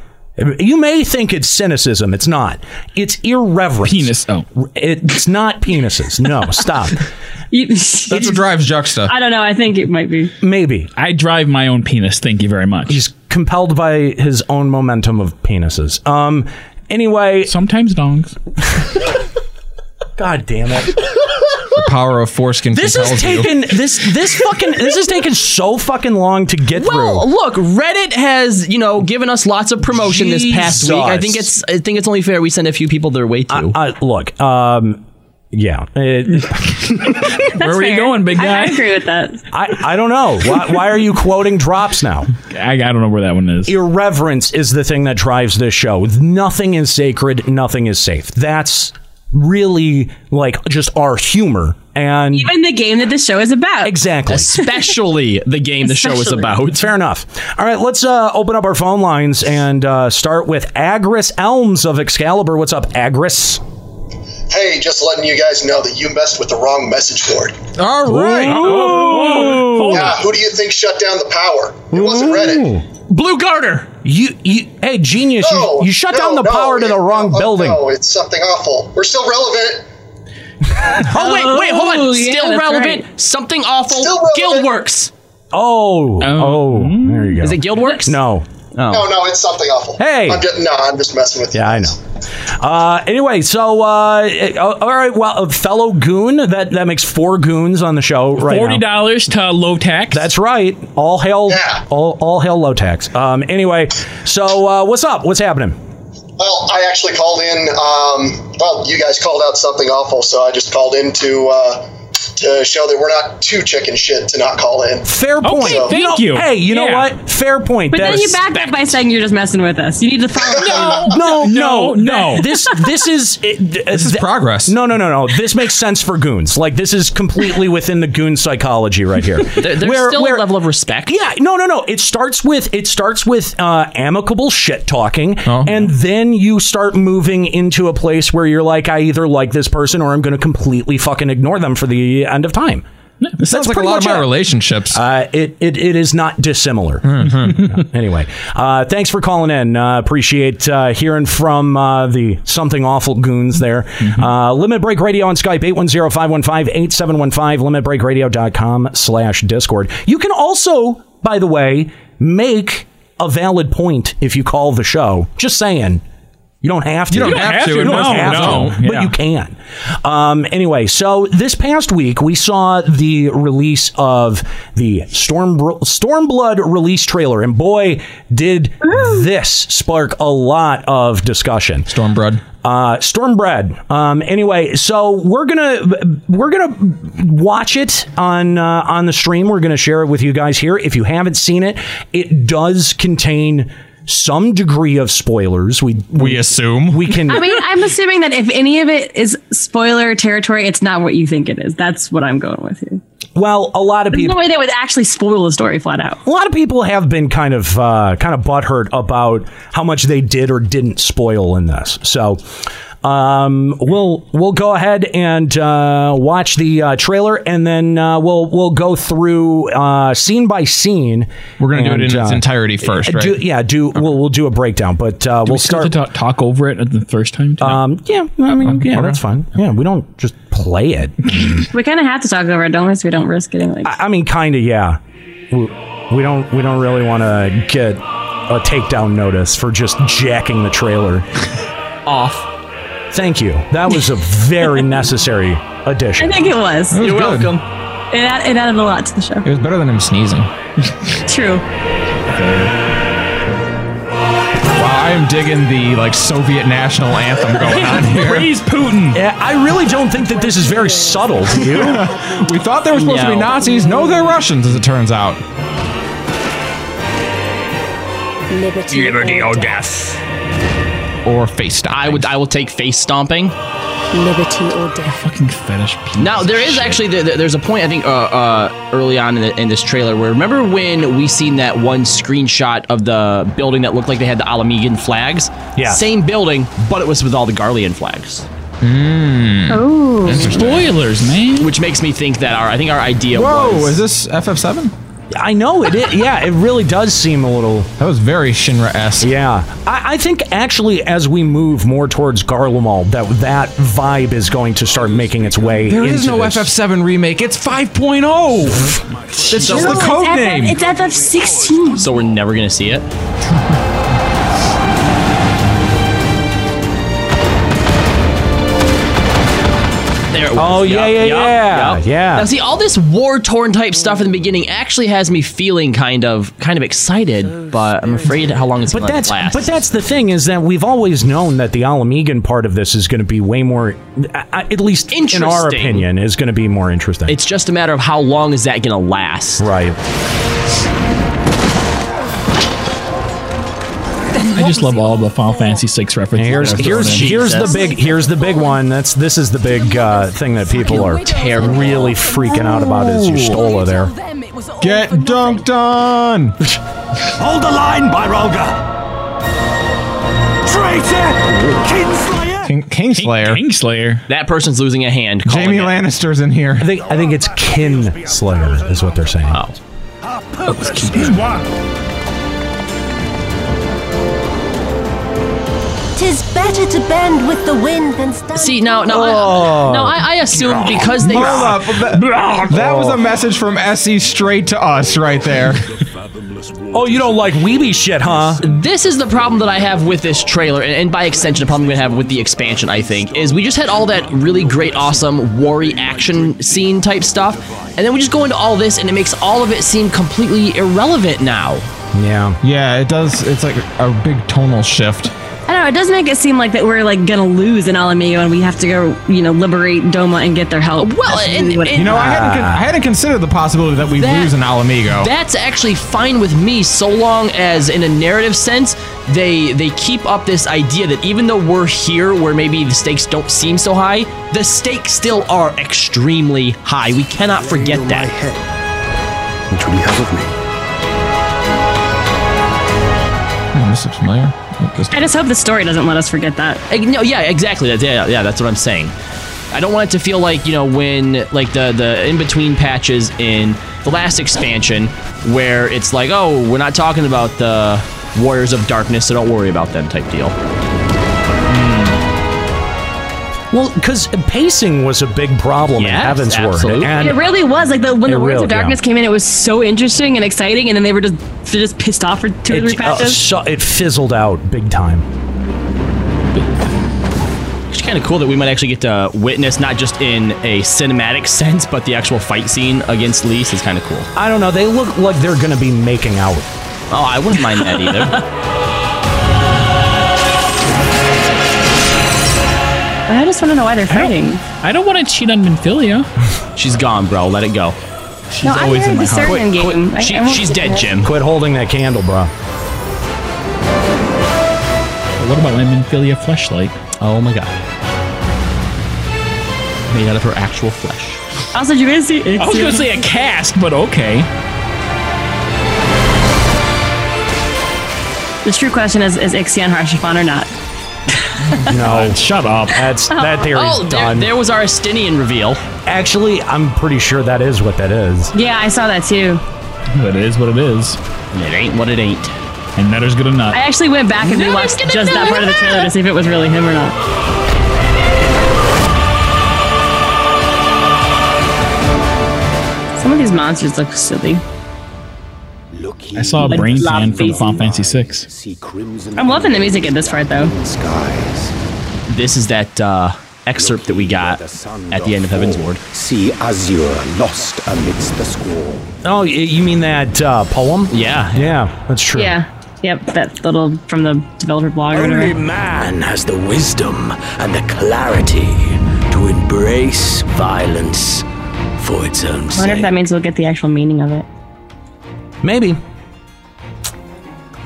[SPEAKER 2] you may think it's cynicism. It's not. It's irreverence. Penis.
[SPEAKER 3] Oh,
[SPEAKER 2] it's not penises. No, stop.
[SPEAKER 8] That's
[SPEAKER 1] what drives Juxta.
[SPEAKER 8] I don't know. I think it might be.
[SPEAKER 2] Maybe
[SPEAKER 3] I drive my own penis. Thank you very much.
[SPEAKER 2] He's compelled by his own momentum of penises. Um. Anyway,
[SPEAKER 3] sometimes dongs.
[SPEAKER 2] God damn it.
[SPEAKER 1] The power of foreskin
[SPEAKER 2] This is
[SPEAKER 1] compels you.
[SPEAKER 2] taken this this fucking this is taken so fucking long to get
[SPEAKER 5] Well, look, Reddit has you know given us lots of promotion this past week. I
[SPEAKER 2] Jesus.
[SPEAKER 5] think it's I think it's only fair we send a few people their way too.
[SPEAKER 2] Uh, look, um, yeah.
[SPEAKER 3] Where were you going, big guy?
[SPEAKER 8] agree with that.
[SPEAKER 2] I, I don't know. Why, why are you quoting drops now?
[SPEAKER 3] I, I don't know where that one is.
[SPEAKER 2] Irreverence is the thing that drives this show. Nothing is sacred. Nothing is safe. That's really like just our humor. And
[SPEAKER 8] Even the game that the show is about.
[SPEAKER 2] Exactly.
[SPEAKER 5] Especially the game
[SPEAKER 8] the show is Especially. about.
[SPEAKER 2] Fair enough. All right, let's uh, open up our phone lines and uh, start with Agris Elms of Excalibur. What's up, Agris?
[SPEAKER 12] Hey, just letting you guys know that you messed with the wrong message board.
[SPEAKER 1] All right.
[SPEAKER 12] Yeah, who do you think shut down the power? It wasn't Reddit.
[SPEAKER 5] Blue Garter.
[SPEAKER 2] You, you, hey, genius!
[SPEAKER 12] No,
[SPEAKER 2] you, you shut
[SPEAKER 12] no,
[SPEAKER 2] down the
[SPEAKER 12] no,
[SPEAKER 2] power to
[SPEAKER 12] it-
[SPEAKER 2] the wrong
[SPEAKER 12] oh,
[SPEAKER 2] building.
[SPEAKER 12] No, it's something awful. We're still relevant.
[SPEAKER 5] Oh wait, wait, hold
[SPEAKER 12] Oh,
[SPEAKER 5] on.
[SPEAKER 12] yeah,
[SPEAKER 5] Still
[SPEAKER 12] that's
[SPEAKER 5] relevant. Something awful. Guildworks.
[SPEAKER 2] Oh, oh, there you go.
[SPEAKER 5] Is it Guildworks?
[SPEAKER 2] No.
[SPEAKER 12] No, no, it's something awful.
[SPEAKER 2] Oh. Hey.
[SPEAKER 12] I'm just, no, I'm just messing with you.
[SPEAKER 2] Yeah, I know. Uh, anyway, so uh, eh, all right, well, a fellow goon that that makes four goons on the show right
[SPEAKER 3] Forty
[SPEAKER 2] now.
[SPEAKER 3] dollars to low tax.
[SPEAKER 2] That's right. All hail, all, all hail low tax. Um, anyway, so uh, what's up? What's happening?
[SPEAKER 12] Well, I actually called in. Um, well, you guys called out something awful, so I just called in to uh, to show that we're not too chicken shit to not call in.
[SPEAKER 2] Fair point.
[SPEAKER 12] So-
[SPEAKER 2] know- Hey, you know what? Fair point.
[SPEAKER 8] But then
[SPEAKER 2] That's-
[SPEAKER 8] you back that by saying you're just messing with us. You need to follow.
[SPEAKER 2] no, no, no. This this is this is
[SPEAKER 1] progress.
[SPEAKER 2] No, no, no, no. This makes sense for goons. Like this is completely within the goon psychology right here.
[SPEAKER 5] there's still a level of respect.
[SPEAKER 2] Yeah, no, no, no. It starts with it starts with uh, amicable shit talking,
[SPEAKER 1] Oh.
[SPEAKER 2] and then you start moving into a place where you're like, I either like this person or I'm going to completely fucking ignore them for the end of time.
[SPEAKER 1] This sounds like a lot of my relationships. Hmm.
[SPEAKER 2] Uh, it, it it is not dissimilar. anyway, uh, thanks for calling in. Uh, appreciate uh, hearing from uh, the something awful goons there.
[SPEAKER 1] Mm-hmm.
[SPEAKER 2] Uh, Limit Break Radio on Skype, 810-515-8715, limitbreakradio.com slash Discord. You can also, by the way, make a valid point if you call the show. Just saying. You don't have to.
[SPEAKER 1] You don't You don't have have to. to.
[SPEAKER 2] You don't
[SPEAKER 1] No,
[SPEAKER 2] have
[SPEAKER 1] no.
[SPEAKER 2] to. But
[SPEAKER 1] Yeah.
[SPEAKER 2] you can. Um, anyway, so this past week we saw the release of the Storm Stormblood release trailer, and boy, did this spark a lot of discussion.
[SPEAKER 1] Stormblood.
[SPEAKER 2] Uh, Stormbread. Um, anyway, so we're gonna we're gonna watch it on uh, on the stream. We're gonna share it with you guys here. If you haven't seen it, it does contain some degree of spoilers. We we
[SPEAKER 1] assume
[SPEAKER 2] we can.
[SPEAKER 8] I mean, I'm assuming that if any of it is spoiler territory, it's not what you think it is. That's what I'm going with here.
[SPEAKER 2] Well, a lot of
[SPEAKER 8] There's
[SPEAKER 2] people.
[SPEAKER 8] no way they would actually spoil the story flat out.
[SPEAKER 2] A lot of people have been kind of uh, kind of butthurt about how much they did or didn't spoil in this. So um, we'll we'll go ahead and uh, watch the uh, trailer, and then uh, we'll we'll go through uh, scene by scene. We're
[SPEAKER 1] gonna do it in its
[SPEAKER 2] Uh,
[SPEAKER 1] entirety first, right?
[SPEAKER 2] yeah, do we'll we'll do a breakdown, but uh,
[SPEAKER 3] Do
[SPEAKER 2] we'll
[SPEAKER 3] we still
[SPEAKER 2] start.
[SPEAKER 3] have to ta- talk over it the first time.
[SPEAKER 2] Um, yeah, I mean, yeah, that's fine. Yeah, we don't just play it.
[SPEAKER 8] We kind of have to talk over it, don't we? So we don't risk getting like.
[SPEAKER 2] I mean, kind of, yeah. We, we don't we don't really want to get a takedown notice for just jacking the trailer
[SPEAKER 5] off.
[SPEAKER 2] Thank you. That was a very necessary addition.
[SPEAKER 8] I think it was.
[SPEAKER 2] It was You're good. welcome.
[SPEAKER 8] It, add, it added a lot to the show.
[SPEAKER 1] It was better than him sneezing.
[SPEAKER 8] True.
[SPEAKER 1] Wow, I am digging the like Soviet national anthem going on here.
[SPEAKER 3] Praise Putin.
[SPEAKER 2] Yeah, I really don't think that this is very subtle. Do you?
[SPEAKER 1] we thought they were supposed to be
[SPEAKER 2] No.
[SPEAKER 1] Nazis. No, they're Russians, as it turns out.
[SPEAKER 13] Liberty,
[SPEAKER 5] Liberty or death. Or face stomping. I would. I will take face stomping.
[SPEAKER 13] Liberty or death.
[SPEAKER 3] Fucking fetish.
[SPEAKER 5] Now there is actually there- there- there's a point I think uh, uh, early on in, the, in this trailer where remember when we seen that one screenshot of the building that looked like they had the Alamegan flags.
[SPEAKER 2] Yeah.
[SPEAKER 5] Same building, but it was with all the Garlean flags.
[SPEAKER 13] Oh.
[SPEAKER 3] Spoilers, man.
[SPEAKER 5] Which makes me think that our I think our idea
[SPEAKER 1] Whoa,
[SPEAKER 5] was.
[SPEAKER 1] is this FF7?
[SPEAKER 2] I know it. i- yeah, it really does seem a little. That
[SPEAKER 1] was very Shinra esque.
[SPEAKER 2] Yeah, I, I think actually as we move more towards Garlemald, that that vibe is going to start making its way.
[SPEAKER 1] There
[SPEAKER 2] into
[SPEAKER 1] is no
[SPEAKER 2] this.
[SPEAKER 1] FF7 remake. It's 5.0. It's just
[SPEAKER 2] No,
[SPEAKER 1] the
[SPEAKER 2] it's
[SPEAKER 1] code
[SPEAKER 8] FF
[SPEAKER 1] name.
[SPEAKER 8] It's FF16.
[SPEAKER 5] So we're never gonna see it. There it was.
[SPEAKER 2] Oh, yeah, yeah, yeah, yeah.
[SPEAKER 5] Now see, all this war-torn type stuff in the beginning actually has me feeling kind of, kind of excited, but I'm afraid how long it's
[SPEAKER 2] But
[SPEAKER 5] going to
[SPEAKER 2] that's
[SPEAKER 5] last.
[SPEAKER 2] but that's the thing is that we've always known that the Alamegan part of this is going to be way more, I- I- at least in our
[SPEAKER 5] Interesting.
[SPEAKER 2] opinion, is going to be more interesting.
[SPEAKER 5] It's just a matter of how long is that going to last.
[SPEAKER 2] Right.
[SPEAKER 3] I just love all the Final Fantasy VI references.
[SPEAKER 2] Here's
[SPEAKER 3] that are
[SPEAKER 2] here's
[SPEAKER 3] thrown in.
[SPEAKER 2] here's the big here's the big one. That's this is the big uh, thing that people are really freaking out about is Ustola there.
[SPEAKER 1] Get dunked on.
[SPEAKER 2] Oh,
[SPEAKER 7] Hold the line, Byrolga! Traitor! Kinslayer!
[SPEAKER 1] King, Kingslayer.
[SPEAKER 3] Kingslayer.
[SPEAKER 5] That person's losing a hand.
[SPEAKER 1] Jamie Lannister's in here. Oh. I
[SPEAKER 2] think I think it's Kin Slayer is what they're saying. Oh,
[SPEAKER 13] Tis better to bend with the wind than stand.
[SPEAKER 5] See now, now,
[SPEAKER 1] Oh.
[SPEAKER 5] I, now I, I assume because they
[SPEAKER 1] Hold up. That, that was a message from SE straight to us right there.
[SPEAKER 2] oh, you don't like weeby shit, huh?
[SPEAKER 5] This is the problem that I have with this trailer, and, and by extension, the problem I'm going to have with the expansion, I think, is we just had all that really great, awesome, worry action scene type stuff, and then we just go into all this, and it makes all of it seem completely irrelevant now.
[SPEAKER 2] Yeah.
[SPEAKER 1] Yeah, it does. It's like a big tonal shift.
[SPEAKER 8] I don't know. It does make it seem like that we're like gonna lose in Alamigo and we have to go, you know, liberate Doma and get their help.
[SPEAKER 5] Well,
[SPEAKER 8] That's
[SPEAKER 5] and-
[SPEAKER 8] really what it-
[SPEAKER 5] and-
[SPEAKER 1] You know, I hadn't,
[SPEAKER 2] Ah.
[SPEAKER 1] con- I hadn't considered the possibility that we
[SPEAKER 5] That-
[SPEAKER 1] lose an Alamigo.
[SPEAKER 5] That's actually fine with me, so long as, in a narrative sense, they they keep up this idea that even though we're here, where maybe the stakes don't seem so high, the stakes still are extremely high. We cannot forget that.
[SPEAKER 7] Until you have of me.
[SPEAKER 1] Hmm, this looks familiar. Just-
[SPEAKER 8] I just hope the story doesn't let us forget that.
[SPEAKER 5] Eh, No, yeah, exactly. That's, yeah, yeah, that's what I'm saying. I don't want it to feel like you know when like the the in between patches in the last expansion where it's like oh we're not talking about the warriors of darkness so don't worry about them type deal.
[SPEAKER 2] Well, because pacing was a big problem in Heaven's Word,
[SPEAKER 5] absolutely.
[SPEAKER 2] and
[SPEAKER 8] it really was like the when
[SPEAKER 2] It
[SPEAKER 8] the Words
[SPEAKER 2] really-
[SPEAKER 8] of Darkness
[SPEAKER 2] yeah.
[SPEAKER 8] came in, it was so interesting and exciting, and then they were just they're just pissed off for two or three
[SPEAKER 2] it, uh,
[SPEAKER 8] patches.
[SPEAKER 2] so- it fizzled out big time.
[SPEAKER 5] It's kind of cool that we might actually get to witness not just in a cinematic sense but the actual fight scene against Lys is kind of cool.
[SPEAKER 2] I don't know. They look like they're going to be making out.
[SPEAKER 5] Oh, I wouldn't mind that either.
[SPEAKER 8] I just want to know why they're fighting.
[SPEAKER 3] I don't want to cheat on Minfilia.
[SPEAKER 5] She's gone, bro. Let it go.
[SPEAKER 3] She's
[SPEAKER 8] No, I'm very discerning game. I-
[SPEAKER 5] She,
[SPEAKER 8] I won't
[SPEAKER 5] she's
[SPEAKER 8] do
[SPEAKER 5] dead,
[SPEAKER 8] that.
[SPEAKER 5] Jim.
[SPEAKER 2] Quit holding that candle, bro.
[SPEAKER 3] What about my Minfilia fleshlight?
[SPEAKER 5] Oh my god. Made out of her actual flesh.
[SPEAKER 8] Also, did you guys see?
[SPEAKER 3] I was gonna say a cask, but okay.
[SPEAKER 8] The true question is: Is Ixion Harshafon or not?
[SPEAKER 2] No,
[SPEAKER 3] shut up.
[SPEAKER 2] That's that theory's
[SPEAKER 5] oh, there,
[SPEAKER 2] done.
[SPEAKER 5] there was our Estinian reveal.
[SPEAKER 2] Actually, I'm pretty sure that is what that is.
[SPEAKER 8] Yeah, I saw that too.
[SPEAKER 3] But it is what it is.
[SPEAKER 5] And it ain't what it ain't.
[SPEAKER 3] And that is good enough.
[SPEAKER 8] I actually went back and
[SPEAKER 5] No one's
[SPEAKER 8] rewatched
[SPEAKER 5] gonna
[SPEAKER 8] just that
[SPEAKER 5] know
[SPEAKER 8] part of the
[SPEAKER 5] that.
[SPEAKER 8] trailer to see if it was really him or not. Some of these monsters look silly.
[SPEAKER 3] I saw a
[SPEAKER 8] Like
[SPEAKER 3] brain
[SPEAKER 8] love
[SPEAKER 3] fan from
[SPEAKER 8] faces.
[SPEAKER 3] Final Fantasy VI.
[SPEAKER 8] I'm loving the music at this part though.
[SPEAKER 5] This is that uh, excerpt that we got at the end of Heaven's Ward.
[SPEAKER 14] See azure lost amidst the squall.
[SPEAKER 2] Oh, y- you mean that uh, poem?
[SPEAKER 5] Yeah.
[SPEAKER 2] Yeah, that's true.
[SPEAKER 8] Yeah. Yep, that little from the developer blog or
[SPEAKER 14] Only
[SPEAKER 8] whatever.
[SPEAKER 14] man has the wisdom and the clarity to embrace violence for its own
[SPEAKER 8] I wonder if
[SPEAKER 14] sake.
[SPEAKER 8] that means we'll get the actual meaning of it.
[SPEAKER 2] Maybe.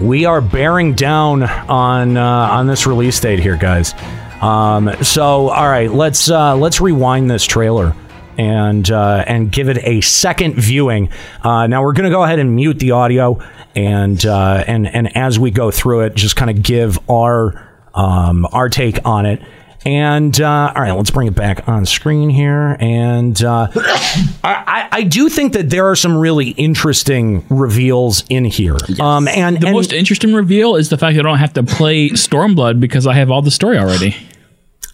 [SPEAKER 2] we are bearing down on uh, on this release date here, guys. Um, so, all right, let's uh, let's rewind this trailer and uh, and give it a second viewing. Uh, now we're going to go ahead and mute the audio and uh, and and as we go through it, just kind of give our um, our take on it. And uh, all right, let's bring it back on screen here. And uh, I, I, I do think that there are some really interesting reveals in here. Um, and
[SPEAKER 3] the most interesting reveal is the fact that I don't have to play Stormblood because I have all the story already.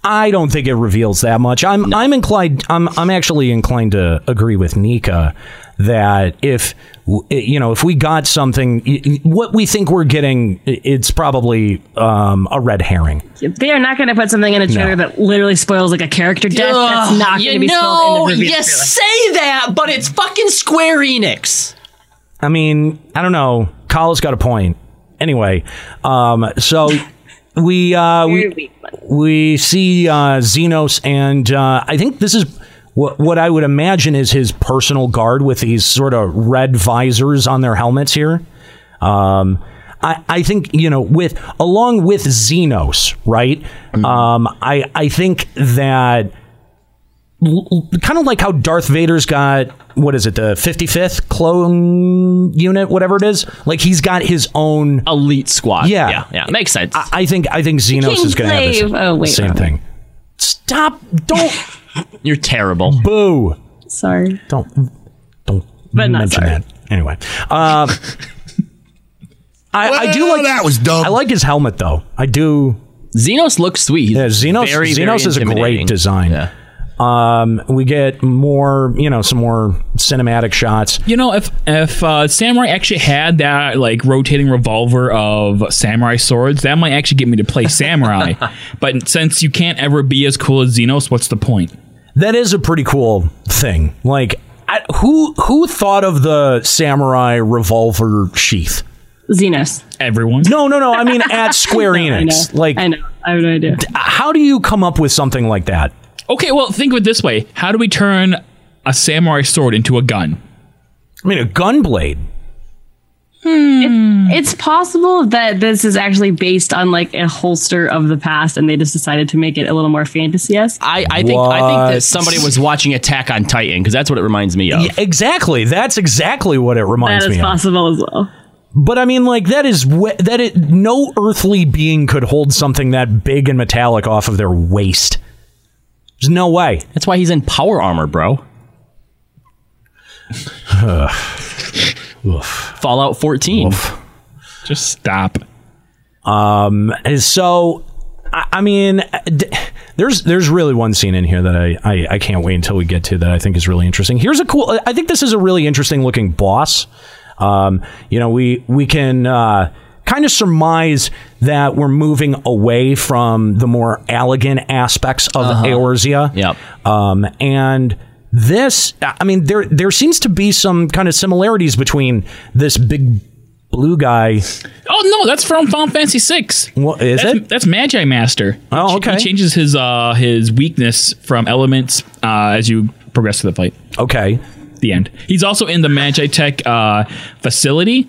[SPEAKER 2] I don't think it reveals that much. I'm I'm inclined I'm I'm actually inclined to agree with Nika that if w- eh, you know if we got something y- y- what we think we're getting i- it's probably um, a red herring.
[SPEAKER 8] They are not going to put something in a trailer that literally spoils like a character death. That's
[SPEAKER 5] Ugh,
[SPEAKER 8] not going
[SPEAKER 5] you
[SPEAKER 8] to be spoiled in
[SPEAKER 5] know,
[SPEAKER 8] the reveal
[SPEAKER 5] you
[SPEAKER 8] trailer.
[SPEAKER 5] say that, but it's fucking Square Enix.
[SPEAKER 2] I mean, I don't know. Kyle's got a point. Anyway, um, so we uh, we we see uh, Xenos, and uh, I think this is what what I would imagine is his personal guard with these sort of red visors on their helmets here. Um, I, I think you know with along with Xenos, right? Um, I I think that kind of like how Darth Vader's got what is it the 55th clone unit whatever it is like he's got his own
[SPEAKER 5] elite squad
[SPEAKER 2] yeah
[SPEAKER 5] Yeah, yeah, makes sense
[SPEAKER 2] I, I think I think Xenos
[SPEAKER 5] King
[SPEAKER 2] is gonna have his
[SPEAKER 5] Slave. Oh, wait,
[SPEAKER 2] same
[SPEAKER 5] wait.
[SPEAKER 2] thing stop don't
[SPEAKER 5] You're terrible.
[SPEAKER 2] Boo.
[SPEAKER 8] Sorry.
[SPEAKER 2] Don't don't but mention that. Anyway. Uh, I, I do like that was dumb. I like his helmet though. I do
[SPEAKER 5] Xenos looks sweet.
[SPEAKER 2] Yeah, Xenos
[SPEAKER 5] very, very
[SPEAKER 2] Xenos is a
[SPEAKER 5] intimidating.
[SPEAKER 2] great design. Um, we get more, you know, some more cinematic shots.
[SPEAKER 3] You know, if if uh, Samurai actually had that like rotating revolver of Samurai swords, that might actually get me to play Samurai. but since you can't ever be as cool as Xenos, what's the point?
[SPEAKER 2] That is a pretty cool thing. Like I, who who thought of the samurai revolver sheath?
[SPEAKER 8] Xenos.
[SPEAKER 3] Everyone.
[SPEAKER 2] No, no, no. I mean at Square
[SPEAKER 8] I
[SPEAKER 2] Enix.
[SPEAKER 8] know.
[SPEAKER 2] Like
[SPEAKER 8] I know. I have no idea.
[SPEAKER 2] how do you come up with something like that?
[SPEAKER 3] Okay, well, think of it this way: How do we turn a samurai sword into a gun?
[SPEAKER 2] I mean, a gun blade. Hmm.
[SPEAKER 8] It- it's possible that this is actually based on like a holster of the past, and they just decided to make it a little more fantasy esque.
[SPEAKER 5] I, I think I think that somebody was watching Attack on Titan because that's what it reminds me of.
[SPEAKER 2] Yeah, exactly. That's exactly what it reminds
[SPEAKER 8] That is
[SPEAKER 2] me
[SPEAKER 8] possible as well.
[SPEAKER 2] But I mean, like that is wh- that it. No earthly being could hold something that big and metallic off of their waist. There's no way.
[SPEAKER 5] That's why he's in power armor, bro. Fallout 14.
[SPEAKER 3] Just stop.
[SPEAKER 2] Um. and So, I, I mean, d- there's there's really one scene in here that I, I I can't wait until we get to that I think is really interesting. Here's a cool. I think this is a really interesting looking boss. Um. You know, we we can. Uh, Kind of surmise that we're moving away from the more elegant aspects of
[SPEAKER 5] Uh-huh.
[SPEAKER 2] Eorzea.
[SPEAKER 5] Yep.
[SPEAKER 2] Um, and this, I mean, there there seems to be some kind of similarities between this big blue guy.
[SPEAKER 3] Oh no, that's from Final Fantasy Six.
[SPEAKER 2] What is
[SPEAKER 3] that's,
[SPEAKER 2] it?
[SPEAKER 3] That's Magi Master.
[SPEAKER 2] Oh,
[SPEAKER 3] He ch-
[SPEAKER 2] okay.
[SPEAKER 3] He changes his uh his weakness from elements uh, as you progress through the fight.
[SPEAKER 2] Okay.
[SPEAKER 3] The end. He's also in the Magi Tech uh, facility,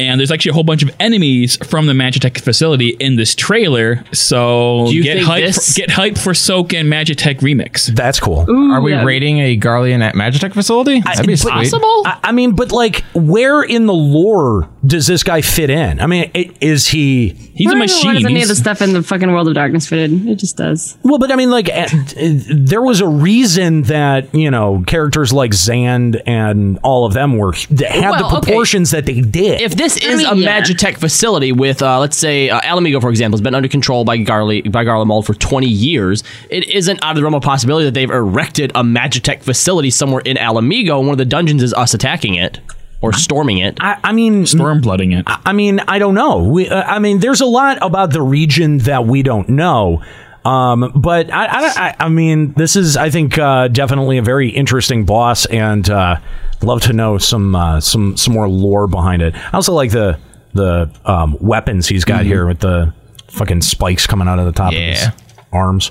[SPEAKER 3] and there's actually a whole bunch of enemies from the Magi Tech facility in this trailer. So
[SPEAKER 1] Do you
[SPEAKER 3] get
[SPEAKER 1] think
[SPEAKER 3] hype,
[SPEAKER 1] this-
[SPEAKER 3] get hype for Soak and Magi Tech remix.
[SPEAKER 2] That's cool.
[SPEAKER 1] Are we raiding a Garlean at Magitek facility? That'd be sweet.
[SPEAKER 2] I, I mean, but like, where in the lore does this guy fit in? I mean, i- is he?
[SPEAKER 8] I don't know Why does any of the stuff in the fucking world of darkness fit in? It just does.
[SPEAKER 2] Well, but I mean, like, eh, eh, there was a reason that you know characters like Zand and all of them were that had
[SPEAKER 5] Well,
[SPEAKER 2] the
[SPEAKER 5] okay.
[SPEAKER 2] proportions that they did.
[SPEAKER 5] If this is
[SPEAKER 2] mean,
[SPEAKER 5] a
[SPEAKER 2] yeah.
[SPEAKER 5] Magitech facility with, uh, let's say, uh, Alamigo, for example, has been under control by Garly, by Garlemald for 20 years, it isn't out of the realm of possibility that they've erected a Magitech facility somewhere in Alamigo, and one of the dungeons is us attacking it or storming it.
[SPEAKER 2] I, I mean, storm
[SPEAKER 3] blooding it.
[SPEAKER 2] I mean, I don't know. We, uh, I mean, there's a lot about the region that we don't know. Um, but I, I, I, I mean, this is, I think, uh, definitely a very interesting boss, and uh, love to know some uh, some some more lore behind it. I also like the the um, weapons he's got here with the fucking spikes coming out of the top of his arms,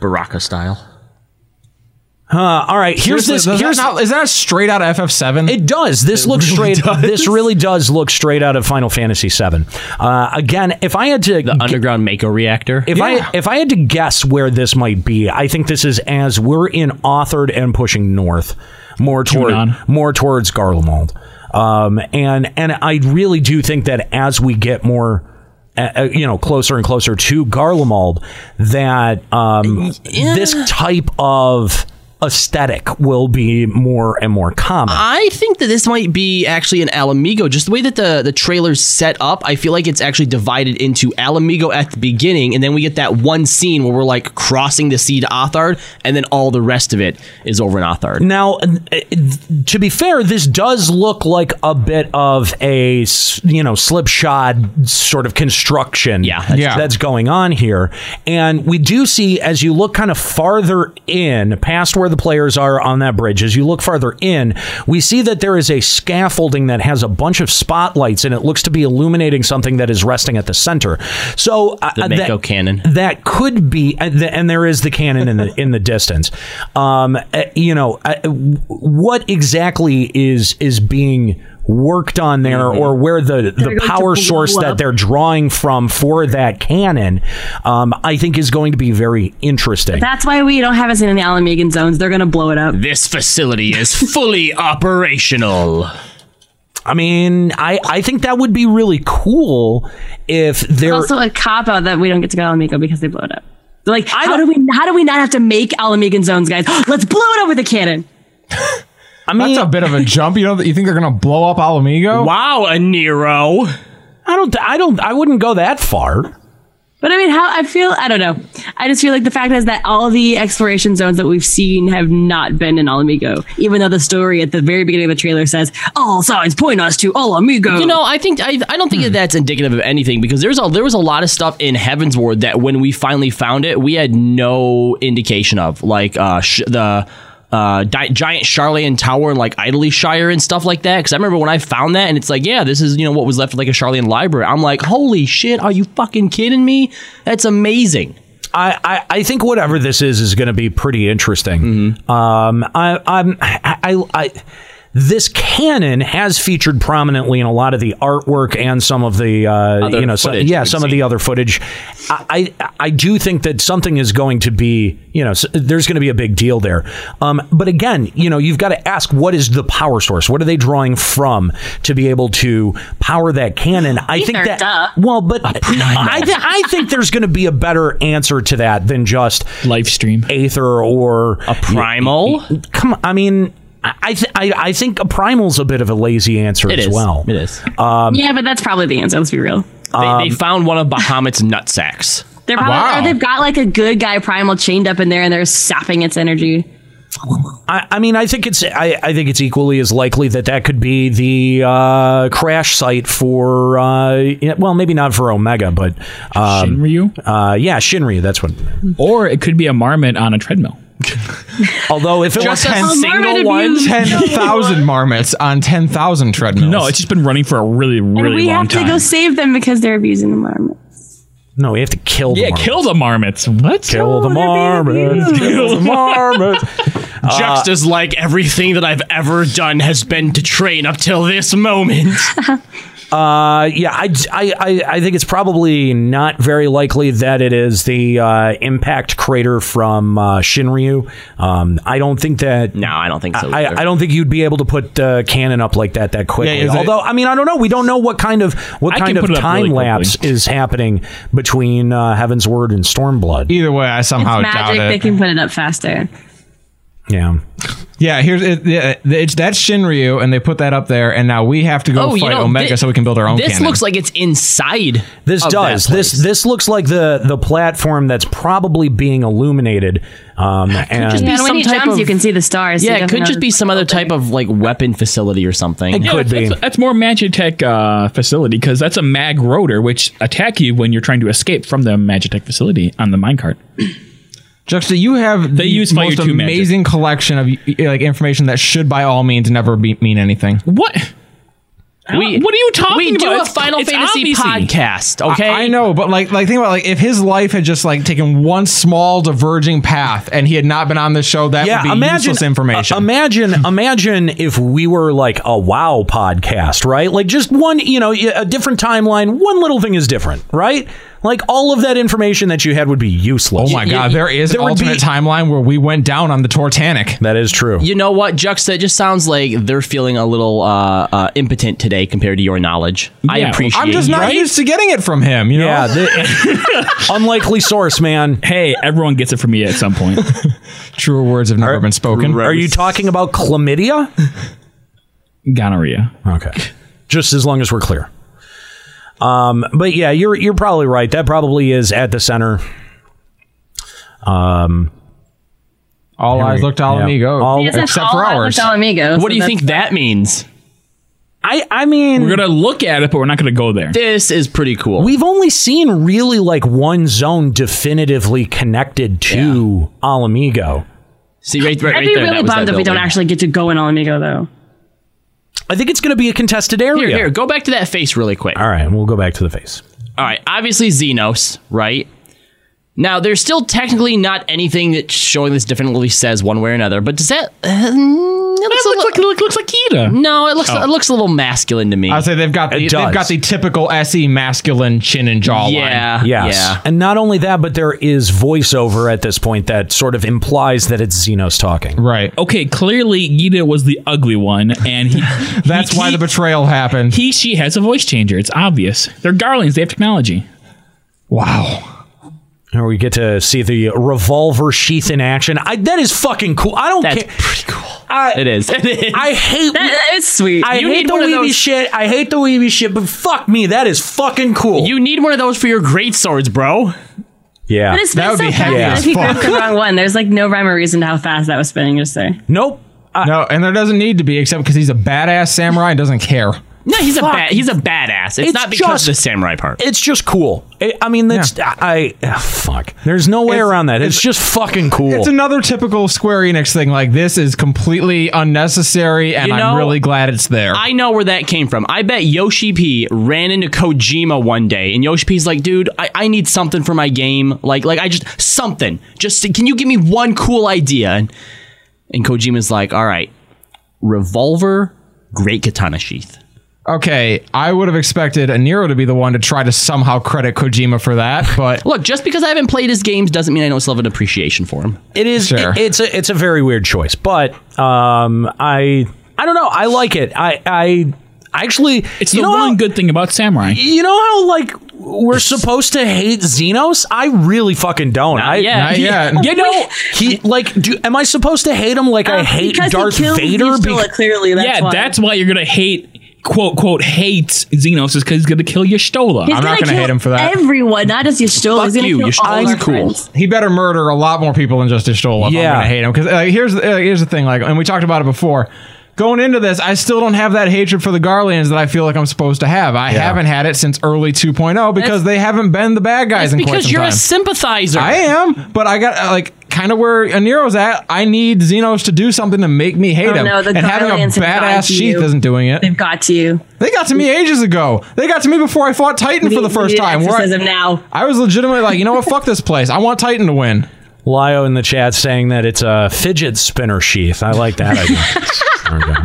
[SPEAKER 5] Baraka style.
[SPEAKER 2] Uh, all right, here's
[SPEAKER 1] Seriously,
[SPEAKER 2] this.
[SPEAKER 1] does that
[SPEAKER 2] Here's
[SPEAKER 1] not- is that straight out of FF7?
[SPEAKER 2] It does. This looks straight. This really does look straight out of Final Fantasy VII. Uh, again, if I had to, the
[SPEAKER 5] underground Mako reactor.
[SPEAKER 2] If
[SPEAKER 5] Yeah.
[SPEAKER 2] I if I had to guess where this might be, I think this is as we're in authored and pushing north, more toward more towards Garlemald. Um, and and I really do think that as we get more. Uh, uh, you know, closer and closer to Garlemald, that um, this type of aesthetic will be more and more common.
[SPEAKER 5] I think that this might be actually an Alamigo. Just the way that the, the trailer's set up, I feel like it's actually divided into Alamigo at the beginning, and then we get that one scene where we're like crossing the sea to Othard, and then all the rest of it is over in Othard.
[SPEAKER 2] Now, uh, to be fair, this does look like a bit of a s- you know slipshod sort of construction. Yeah, that's,
[SPEAKER 1] Yeah.
[SPEAKER 2] that's going on here, and we do see as you look kind of farther in, past where the players are on that bridge. As you look farther in, we see that there is a scaffolding that has a bunch of spotlights, and it looks to be illuminating something that is resting at the center. So uh,
[SPEAKER 5] The
[SPEAKER 2] uh,
[SPEAKER 5] Mako
[SPEAKER 2] that,
[SPEAKER 5] cannon.
[SPEAKER 2] that could be, and th- and there is the cannon in the in the distance. Um, uh, you know, uh, what exactly is is being worked on there,
[SPEAKER 5] Mm-hmm.
[SPEAKER 2] or where the
[SPEAKER 1] They're
[SPEAKER 2] the
[SPEAKER 1] going to
[SPEAKER 2] power
[SPEAKER 1] blow
[SPEAKER 2] source
[SPEAKER 1] up.
[SPEAKER 2] that they're drawing from for that cannon? Um, I think is going to be very interesting.
[SPEAKER 8] That's why we don't have us in the Alamegan zones. They're gonna blow it up.
[SPEAKER 5] This facility is fully operational.
[SPEAKER 2] I mean, I, I think that would be really cool if there.
[SPEAKER 8] also a cop out that we don't get to go to Alamigo because they blow it up. Like, how do we how do we not have to make Alamegan zones, guys? Let's blow it up with a cannon.
[SPEAKER 2] I
[SPEAKER 1] mean, that's a bit of a jump. You know, that you think they're gonna blow up Alamigo?
[SPEAKER 5] Wow, a Nero.
[SPEAKER 2] I don't. I don't. I wouldn't go that far.
[SPEAKER 8] But I mean, how I feel, I don't know. I just feel like the fact is that all the exploration zones that we've seen have not been in Alamigo, even though the story at the very beginning of the trailer says all signs point us to Alamigo.
[SPEAKER 5] You know, I think I, I don't think that that's indicative of anything because there's a there was a lot of stuff in Heaven's Ward that when we finally found it, we had no indication of like uh sh- the uh di- giant Charlian Tower in like Idleshire and stuff like that. Because I remember when I found that and it's like, yeah, this is you know what was left of like a Charlian library. I'm like, holy shit, are you fucking kidding me? That's amazing.
[SPEAKER 2] I, I, I think whatever this is is going to be pretty interesting.
[SPEAKER 1] Mm-hmm.
[SPEAKER 2] Um, I, I'm, I, I, I, this cannon has featured prominently in a lot of the artwork and some of the, uh,
[SPEAKER 1] Other
[SPEAKER 2] you know, so-
[SPEAKER 1] footage
[SPEAKER 2] yeah,
[SPEAKER 1] we've
[SPEAKER 2] some of the other footage. I, I, I do think that something is going to be, you know, s- there's going to be a big deal there. Um, but again, you know, you've got to ask what is the power source? What are they drawing from to be able to power that cannon? I think
[SPEAKER 8] Ether,
[SPEAKER 2] that,
[SPEAKER 8] duh.
[SPEAKER 2] well, but I, th- I think there's going to be a better answer to that than just
[SPEAKER 3] live stream
[SPEAKER 2] aether or a
[SPEAKER 5] primal.
[SPEAKER 2] Come, on, I mean, I I, th- I I think a primal's a bit of a lazy answer
[SPEAKER 5] It
[SPEAKER 2] as
[SPEAKER 5] is.
[SPEAKER 2] well.
[SPEAKER 5] It is.
[SPEAKER 2] Um,
[SPEAKER 8] yeah, but that's probably the answer. Let's be real.
[SPEAKER 5] They, they found one of Bahamut's nut sacks.
[SPEAKER 8] They're probably, or they've got like a good guy primal chained up in there and they're sapping its energy.
[SPEAKER 2] I, I mean, I think it's I, I think it's equally as likely that that could be the uh, crash site for uh, yeah, well, maybe not for Omega, but um,
[SPEAKER 3] Shinryu.
[SPEAKER 2] Uh, yeah, Shinryu. That's what.
[SPEAKER 3] Or it could be a marmot on a treadmill.
[SPEAKER 2] Although if it
[SPEAKER 3] Just
[SPEAKER 2] was
[SPEAKER 3] a Oh, single Marmot one- abuse.
[SPEAKER 1] ten thousand marmots on ten thousand treadmills. No, it's
[SPEAKER 3] just been running for a really,
[SPEAKER 8] and we have to go save them because they're abusing the marmot.
[SPEAKER 2] No, we have to kill the
[SPEAKER 3] yeah,
[SPEAKER 2] marmots.
[SPEAKER 3] kill the marmots. What?
[SPEAKER 2] Kill the
[SPEAKER 3] abused.
[SPEAKER 2] marmots. Kill the marmots. Uh,
[SPEAKER 5] Juxta's like everything that I've ever done has been to train up till this moment.
[SPEAKER 2] Uh, yeah, I, I, I, I think it's probably not very likely that it is the uh, impact crater from uh, Shinryu. Um, I don't think that.
[SPEAKER 5] No, I don't think so
[SPEAKER 2] I,
[SPEAKER 5] either.
[SPEAKER 2] I don't think you'd be able to put uh, cannon up like that that quickly.
[SPEAKER 5] Yeah, is it-
[SPEAKER 2] Although, I mean, I don't know. We don't know what kind of what
[SPEAKER 1] I can
[SPEAKER 2] kind of
[SPEAKER 1] put it up
[SPEAKER 2] time
[SPEAKER 1] really quickly.
[SPEAKER 2] lapse is happening between uh, Heaven's Word and Stormblood.
[SPEAKER 1] Either way, I somehow doubt
[SPEAKER 8] Magic,
[SPEAKER 1] it.
[SPEAKER 8] they can put it up faster.
[SPEAKER 2] Yeah.
[SPEAKER 1] Yeah, here's it, yeah, it's that's Shinryu, and they put that up there, and now we have to go
[SPEAKER 5] Oh, you
[SPEAKER 1] fight
[SPEAKER 5] know,
[SPEAKER 1] Omega
[SPEAKER 5] thi-
[SPEAKER 1] so we can build our own.
[SPEAKER 5] this
[SPEAKER 1] cannon.
[SPEAKER 5] looks like it's inside.
[SPEAKER 2] This
[SPEAKER 5] of
[SPEAKER 2] does.
[SPEAKER 5] that
[SPEAKER 2] This this looks like the the platform that's probably being illuminated. Um, and
[SPEAKER 8] Just yeah,
[SPEAKER 5] some
[SPEAKER 8] when he
[SPEAKER 5] type
[SPEAKER 8] jumps,
[SPEAKER 5] of-
[SPEAKER 8] you can see the stars. so
[SPEAKER 5] yeah,
[SPEAKER 8] you
[SPEAKER 5] it could
[SPEAKER 8] definitely
[SPEAKER 5] just
[SPEAKER 8] know
[SPEAKER 5] be some other type of like weapon facility or something.
[SPEAKER 3] Yeah, that's, That's, that's more Magitech uh, facility because that's a mag rotor which attack you when you're trying to escape from the Magitech facility on the minecart.
[SPEAKER 1] Juxta, you have
[SPEAKER 3] They
[SPEAKER 1] the
[SPEAKER 3] use Fire
[SPEAKER 1] most
[SPEAKER 3] 2 magic.
[SPEAKER 1] amazing collection of like information that should by all means never be, mean anything.
[SPEAKER 3] What?
[SPEAKER 5] We,
[SPEAKER 3] what are you talking
[SPEAKER 5] we do
[SPEAKER 3] about?
[SPEAKER 5] a
[SPEAKER 3] It's-
[SPEAKER 5] Final
[SPEAKER 3] it's
[SPEAKER 5] Fantasy
[SPEAKER 3] obviously-
[SPEAKER 5] podcast, okay?
[SPEAKER 1] I, I know, but like, like think about like if his life had just like taken one small diverging path and he had not been on this show, that would be useless information.
[SPEAKER 2] uh, imagine, imagine if we were like a WoW podcast, right? Like just one, you know, a different timeline. One little thing is different, right? Like all of that information that you had would be useless.
[SPEAKER 1] oh my god, there is an alternate timeline where we went down on the Tortanic.
[SPEAKER 2] That is true.
[SPEAKER 5] You know what, Juxta? It just sounds like they're feeling a little uh, uh, impotent today compared to your knowledge. I appreciate.
[SPEAKER 1] I'm just
[SPEAKER 5] you.
[SPEAKER 1] not used to getting it from him. You know.
[SPEAKER 2] Yeah, unlikely source, man.
[SPEAKER 3] Hey, everyone gets it from me at some point.
[SPEAKER 1] Truer words have never been spoken.
[SPEAKER 2] Are you talking about chlamydia?
[SPEAKER 3] Gonorrhea.
[SPEAKER 2] Okay. Just as long as we're clear. Um, but yeah, you're you're probably right. That probably is at the center. Um,
[SPEAKER 1] all eyes looked all at me go.
[SPEAKER 8] Yes, that's all I looked all at me go, so that's-
[SPEAKER 5] that means?
[SPEAKER 2] I I mean,
[SPEAKER 3] we're gonna look at it, but we're not gonna go there.
[SPEAKER 5] This is pretty cool.
[SPEAKER 2] We've only seen really like one zone definitively connected to Alamigo.
[SPEAKER 5] See, right,
[SPEAKER 8] I'd be really bummed if we don't actually get to go in Alamigo though.
[SPEAKER 2] I think it's going to be a contested area.
[SPEAKER 5] Here, here, go back to that face really quick.
[SPEAKER 2] All right, we'll go back to the face.
[SPEAKER 5] All right, obviously Xenos, right? Now, there's still technically not anything that showing this definitely says one way or another, but does that. Uh, it looks, a li-
[SPEAKER 3] it looks like Ida.
[SPEAKER 5] No, it looks
[SPEAKER 1] Oh.
[SPEAKER 5] it looks a little masculine to me.
[SPEAKER 1] I'd say they've got the,
[SPEAKER 5] It
[SPEAKER 1] they've
[SPEAKER 5] does.
[SPEAKER 1] got the typical SE masculine chin and jaw
[SPEAKER 5] Yeah,
[SPEAKER 1] line.
[SPEAKER 2] Yes. And not only that, but there is voiceover at this point that sort of implies that it's Xenos talking.
[SPEAKER 1] Right.
[SPEAKER 3] Okay, clearly Gita was the ugly one, and he, that's
[SPEAKER 1] why the betrayal happened.
[SPEAKER 3] He, she has a voice changer. It's obvious. They're garlands. They have technology.
[SPEAKER 1] Wow.
[SPEAKER 2] And we get to see the revolver sheath in action. I, that is fucking cool. I don't care. pretty cool.
[SPEAKER 5] It is.
[SPEAKER 2] I hate
[SPEAKER 8] it's sweet.
[SPEAKER 2] I
[SPEAKER 5] You
[SPEAKER 2] hate
[SPEAKER 5] need
[SPEAKER 2] the
[SPEAKER 5] one of
[SPEAKER 2] weeby
[SPEAKER 5] those-
[SPEAKER 2] shit. I hate the weeby shit, but fuck me, that is fucking cool.
[SPEAKER 5] You need one of those for your great swords, bro.
[SPEAKER 2] Yeah.
[SPEAKER 8] But it's been so fast. If you gripped the wrong one, there's like no rhyme or reason to how fast that was spinning. Just say.
[SPEAKER 2] Nope.
[SPEAKER 1] no, and there doesn't need to be except because he's a badass samurai and doesn't care.
[SPEAKER 5] No, he's a bad. He's a badass. It's,
[SPEAKER 2] It's
[SPEAKER 5] not because
[SPEAKER 2] just-
[SPEAKER 5] of the samurai part.
[SPEAKER 2] It's just cool. I- I mean, that's I, I- ah, fuck. There's no way around that. It's, just fucking cool.
[SPEAKER 1] It's another typical Square Enix thing. Like this is completely unnecessary, and
[SPEAKER 5] You know-
[SPEAKER 1] I'm really glad it's there.
[SPEAKER 5] I know where that came from. I bet Yoshi P ran into Kojima one day, and Yoshi P's like, "Dude, I, I need something for my game. Like, like I just something. Just can you give me one cool idea?" And, and Kojima's like, "All right, revolver, great katana sheath."
[SPEAKER 1] okay, I would have expected Aniro to be the one to try to somehow credit Kojima for that, but
[SPEAKER 5] Look, just because I haven't played his games doesn't mean I don't still have an appreciation for him.
[SPEAKER 2] It is.
[SPEAKER 1] Sure.
[SPEAKER 2] it- it's a. It's a very weird choice, but um, I. I don't know. I like it. I. I actually.
[SPEAKER 3] It's
[SPEAKER 2] you
[SPEAKER 3] the
[SPEAKER 2] know
[SPEAKER 3] one
[SPEAKER 2] how-
[SPEAKER 3] good thing about samurai.
[SPEAKER 2] you know how like we're supposed to hate Xenos? I really fucking don't. I
[SPEAKER 5] yet. Not
[SPEAKER 2] he-
[SPEAKER 1] yet.
[SPEAKER 2] You know, he like do am I supposed to hate him like I hate
[SPEAKER 8] Um, because he
[SPEAKER 2] Darth
[SPEAKER 8] kills
[SPEAKER 2] Vader?
[SPEAKER 8] these bullets, clearly, that's
[SPEAKER 3] yeah,
[SPEAKER 8] why.
[SPEAKER 3] that's why you're gonna hate quote quote hate Xenos is because he's gonna kill Yestola.
[SPEAKER 8] He's gonna
[SPEAKER 1] hate
[SPEAKER 8] kill
[SPEAKER 1] him for that.
[SPEAKER 8] Everyone, not just Yestola. He's gonna kill all our friends.
[SPEAKER 1] He better murder a lot more people than just Ishtola. if
[SPEAKER 2] Yeah.
[SPEAKER 1] I'm gonna hate him because like, here's uh, here's the thing. Like, and we talked about it before. Going into this, I still don't have that hatred for the Garlands that I feel like I'm supposed to have. I haven't had it since early 2.0 because they haven't been the bad guys
[SPEAKER 5] That's
[SPEAKER 1] in quite
[SPEAKER 5] because
[SPEAKER 1] some
[SPEAKER 5] you're
[SPEAKER 1] time.
[SPEAKER 5] a sympathizer.
[SPEAKER 1] I am, but I got uh, like kind of where Aniro's at. I need Xenos to do something to make me hate
[SPEAKER 8] Oh,
[SPEAKER 1] him.
[SPEAKER 8] no, the
[SPEAKER 1] and having a
[SPEAKER 8] Garlands have gotten
[SPEAKER 1] badass
[SPEAKER 8] to
[SPEAKER 1] sheath
[SPEAKER 8] you.
[SPEAKER 1] isn't doing it.
[SPEAKER 8] They've got to you.
[SPEAKER 1] They got to me ages ago. They got to me before I fought Titan
[SPEAKER 8] We-
[SPEAKER 1] for the
[SPEAKER 8] we
[SPEAKER 1] first
[SPEAKER 8] need to
[SPEAKER 1] time. I,
[SPEAKER 8] exercise them now.
[SPEAKER 1] I was legitimately like, you know what? Fuck this place. I want Titan to win.
[SPEAKER 2] Lio in the chat saying that it's a fidget spinner sheath. I like that idea. There we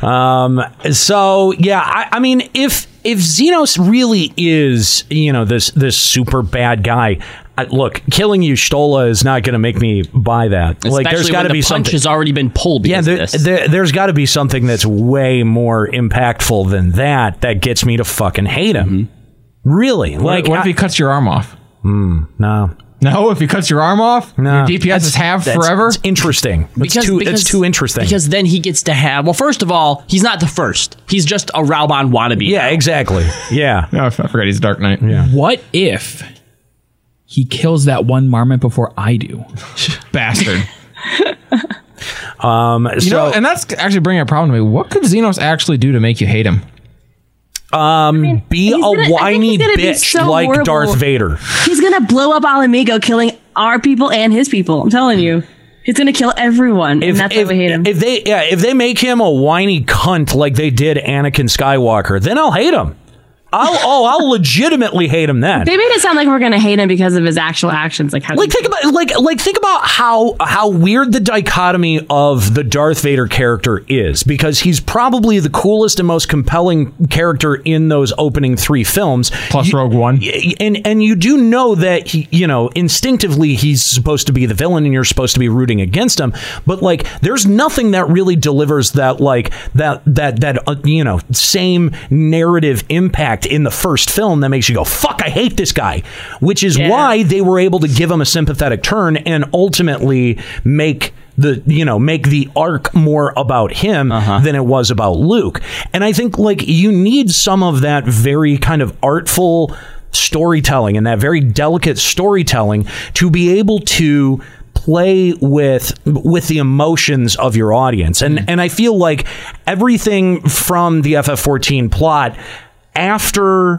[SPEAKER 2] go. um, so yeah, I, I mean, if if Xenos really is, you know, this this super bad guy, I, look, killing you Stola is not going to make me buy that. like, there's
[SPEAKER 5] Especially
[SPEAKER 2] got
[SPEAKER 5] when
[SPEAKER 2] to
[SPEAKER 5] the
[SPEAKER 2] be
[SPEAKER 5] punch
[SPEAKER 2] something.
[SPEAKER 5] has already been pulled.
[SPEAKER 2] yeah,
[SPEAKER 5] Because
[SPEAKER 2] there,
[SPEAKER 5] of this.
[SPEAKER 2] there, there's got to be something that's way more impactful than that that gets me to fucking hate him.
[SPEAKER 5] Mm-hmm.
[SPEAKER 2] Really?
[SPEAKER 1] Like,
[SPEAKER 2] Like,
[SPEAKER 1] what, if
[SPEAKER 2] I-
[SPEAKER 1] he cuts your arm off?
[SPEAKER 2] Hmm, no.
[SPEAKER 1] No, if he cuts your arm off,
[SPEAKER 2] No.
[SPEAKER 1] your DPS is half
[SPEAKER 2] That's-
[SPEAKER 1] forever.
[SPEAKER 2] It's interesting. It's too, it's too interesting.
[SPEAKER 5] Because then he gets to have. Well, first of all, he's not the first. He's just a Raubon wannabe.
[SPEAKER 2] Yeah, exactly. Yeah.
[SPEAKER 1] No, I f- I forgot he's Dark Knight.
[SPEAKER 2] Yeah.
[SPEAKER 3] What if he kills that one marmot before I do?
[SPEAKER 1] Bastard.
[SPEAKER 2] Um,
[SPEAKER 1] You
[SPEAKER 2] so,
[SPEAKER 1] know, and that's actually bringing a problem to me. What could Xenos actually do to make you hate him?
[SPEAKER 2] um, be
[SPEAKER 8] he's gonna- I
[SPEAKER 2] a
[SPEAKER 8] think
[SPEAKER 2] whiny
[SPEAKER 8] he's gonna be
[SPEAKER 2] bitch
[SPEAKER 8] so
[SPEAKER 2] like
[SPEAKER 8] horrible.
[SPEAKER 2] Darth Vader.
[SPEAKER 8] He's gonna blow up Alamigo, killing our people and his people. I'm telling you. He's gonna kill everyone, and that's
[SPEAKER 2] if,
[SPEAKER 8] why we hate him.
[SPEAKER 2] If they yeah, if they make him a whiny cunt like they did Anakin Skywalker, then I'll hate him. I'll oh, I'll legitimately hate him then.
[SPEAKER 8] They made it sound like we're gonna hate him because of his actual actions. Like how
[SPEAKER 2] Like think about like like think about how how weird the dichotomy of the Darth Vader character is because he's probably the coolest and most compelling character in those opening three films plus Rogue One and and you do know that he you know instinctively he's supposed to be the villain and you're supposed to be rooting against him but like there's nothing that really delivers that like that that that uh, you know same narrative impact in the first film that makes you go fuck I hate this guy which is why they were able to give him a sympathetic turn and ultimately make the you know make the arc more about him than it was about Luke and I think like you need some of that very kind of artful storytelling and that very delicate storytelling to be able to play with with the emotions of your audience and and I feel like everything from the FF14 plot after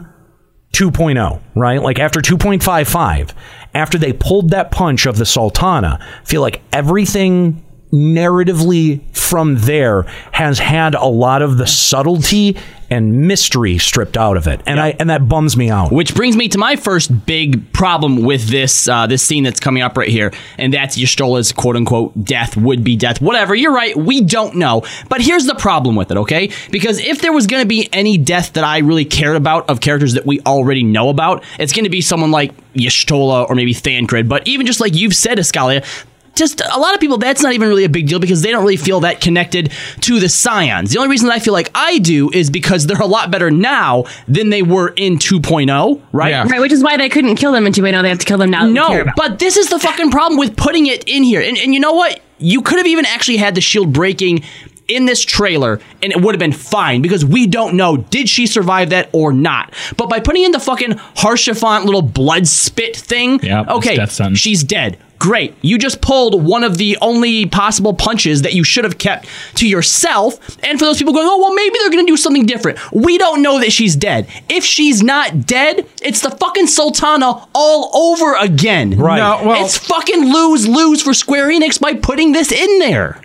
[SPEAKER 2] 2.0, right? Like after 2.55, after they pulled that punch of the Sultana, I feel like everything narratively from there has had a lot of the subtlety and mystery stripped out of it. And I and that bums me out.
[SPEAKER 5] Which brings me to my first big problem with this uh, this scene that's coming up right here, and that's Ystrola's quote unquote death would be death. Whatever, you're right. We don't know, but here's the problem with it, okay? Because if there was going to be any death that I really cared about of characters that we already know about, it's going to be someone like Yshtola or maybe Thancred. But even just like you've said, Escalia, just a lot of people that's not even really a big deal because they don't really feel that connected to the scions the only reason that i feel like i do is because they're a lot better now than they were in 2.0 right
[SPEAKER 8] Right, which is why they couldn't kill them in 2.0. They have to kill them now.
[SPEAKER 5] no but this is the fucking problem with putting it in here and, and you know what you could have even actually had the shield breaking in this trailer and it would have been fine because we don't know did she survive that or not but by putting in the fucking harshafont little blood spit thing okay she's dead great you just pulled one of the only possible punches that you should have kept to yourself and for those people going oh well maybe they're gonna do something different we don't know that she's dead if she's not dead it's the fucking sultana all over again right it's fucking lose lose for square enix by putting this in there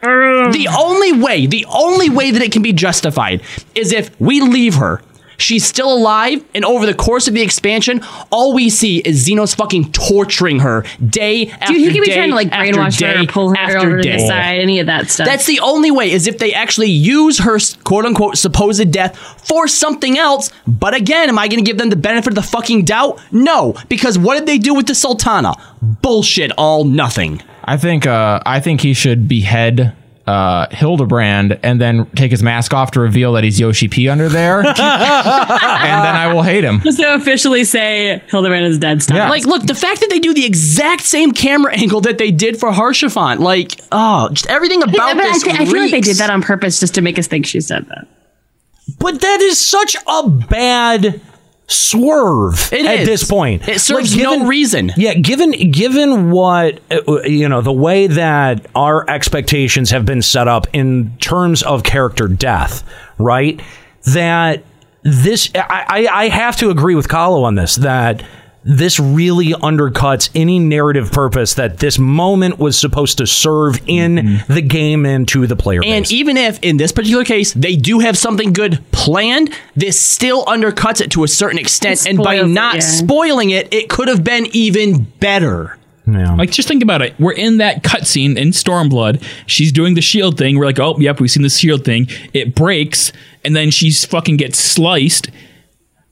[SPEAKER 8] Um.
[SPEAKER 5] the only way, the only way that it can be justified is if we leave her. She's still alive, and over the course of the expansion, all we see is Xeno's fucking torturing her day after day.
[SPEAKER 8] Dude, he could be trying to like
[SPEAKER 5] after
[SPEAKER 8] brainwash her,
[SPEAKER 5] day
[SPEAKER 8] or pull her
[SPEAKER 5] after
[SPEAKER 8] over to
[SPEAKER 5] day.
[SPEAKER 8] the side, any of that stuff.
[SPEAKER 5] That's the only way is if they actually use her quote unquote supposed death for something else. But again, am I going to give them the benefit of the fucking doubt? No, because what did they do with the Sultana? Bullshit, all nothing.
[SPEAKER 1] I think uh, I think he should behead uh, Hildebrand and then take his mask off to reveal that he's Yoshi P under there, and then I will hate him.
[SPEAKER 8] Just to officially say Hildebrand is dead. Stop.
[SPEAKER 5] Like, look, the fact that they do the exact same camera angle that they did for Harshafont, like, oh, just everything about
[SPEAKER 8] but I,
[SPEAKER 5] this.
[SPEAKER 8] thi- I feel like they
[SPEAKER 5] reeks.
[SPEAKER 8] did that on purpose just to make us think she said that.
[SPEAKER 2] But that is such a bad swerve
[SPEAKER 5] It
[SPEAKER 2] at
[SPEAKER 5] is.
[SPEAKER 2] this point.
[SPEAKER 5] It serves no reason.
[SPEAKER 2] Yeah, given given what uh, you know, the way that our expectations have been set up in terms of character death, right? That this, I, I, I have to agree with Kahlo on this. That this really undercuts any narrative purpose that this moment was supposed to serve in
[SPEAKER 5] Mm-hmm.
[SPEAKER 2] the game and to the player. base.
[SPEAKER 5] And even if in this particular case they do have something good planned, this still undercuts it to a certain extent. And by
[SPEAKER 3] spoils it,
[SPEAKER 5] not
[SPEAKER 3] yeah.
[SPEAKER 5] spoiling it, it could have been even better.
[SPEAKER 3] Like, just think about it. We're in that cutscene in Stormblood. She's doing the shield thing. We're like, oh, yep, we've seen the shield thing. It breaks, and then she's fucking gets sliced.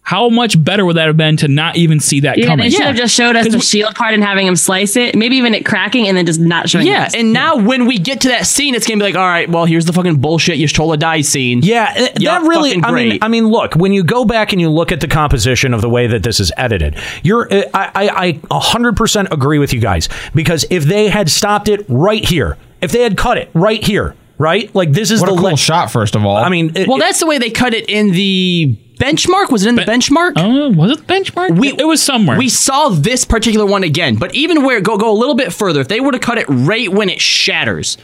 [SPEAKER 3] How much better would that have been to not even see that
[SPEAKER 8] Yeah,
[SPEAKER 3] coming?
[SPEAKER 8] they should have just showed us the shield part and having him slice it, maybe even it cracking, and then just not showing.
[SPEAKER 5] Yeah,
[SPEAKER 8] us.
[SPEAKER 5] and now when we get to that scene, it's gonna be like, all right, well, here's the fucking bullshit Yshtola dies scene.
[SPEAKER 2] Yeah, th- that really. I mean, I mean, look. When you go back and you look at the composition of the way that this is edited, you're. uh, I, I, I 100% agree with you guys because if they had stopped it right here, if they had cut it right here, right, like this is
[SPEAKER 1] What a
[SPEAKER 2] the
[SPEAKER 1] cool
[SPEAKER 2] le-
[SPEAKER 1] shot! First of all,
[SPEAKER 2] I mean, it-
[SPEAKER 5] well, that's the way they cut it in the benchmark. Was it in the benchmark?
[SPEAKER 3] Oh, was it benchmark?
[SPEAKER 5] We, it
[SPEAKER 3] was somewhere.
[SPEAKER 5] We saw this particular one again, but even where go go a little bit further, if they were to cut it right when it shatters,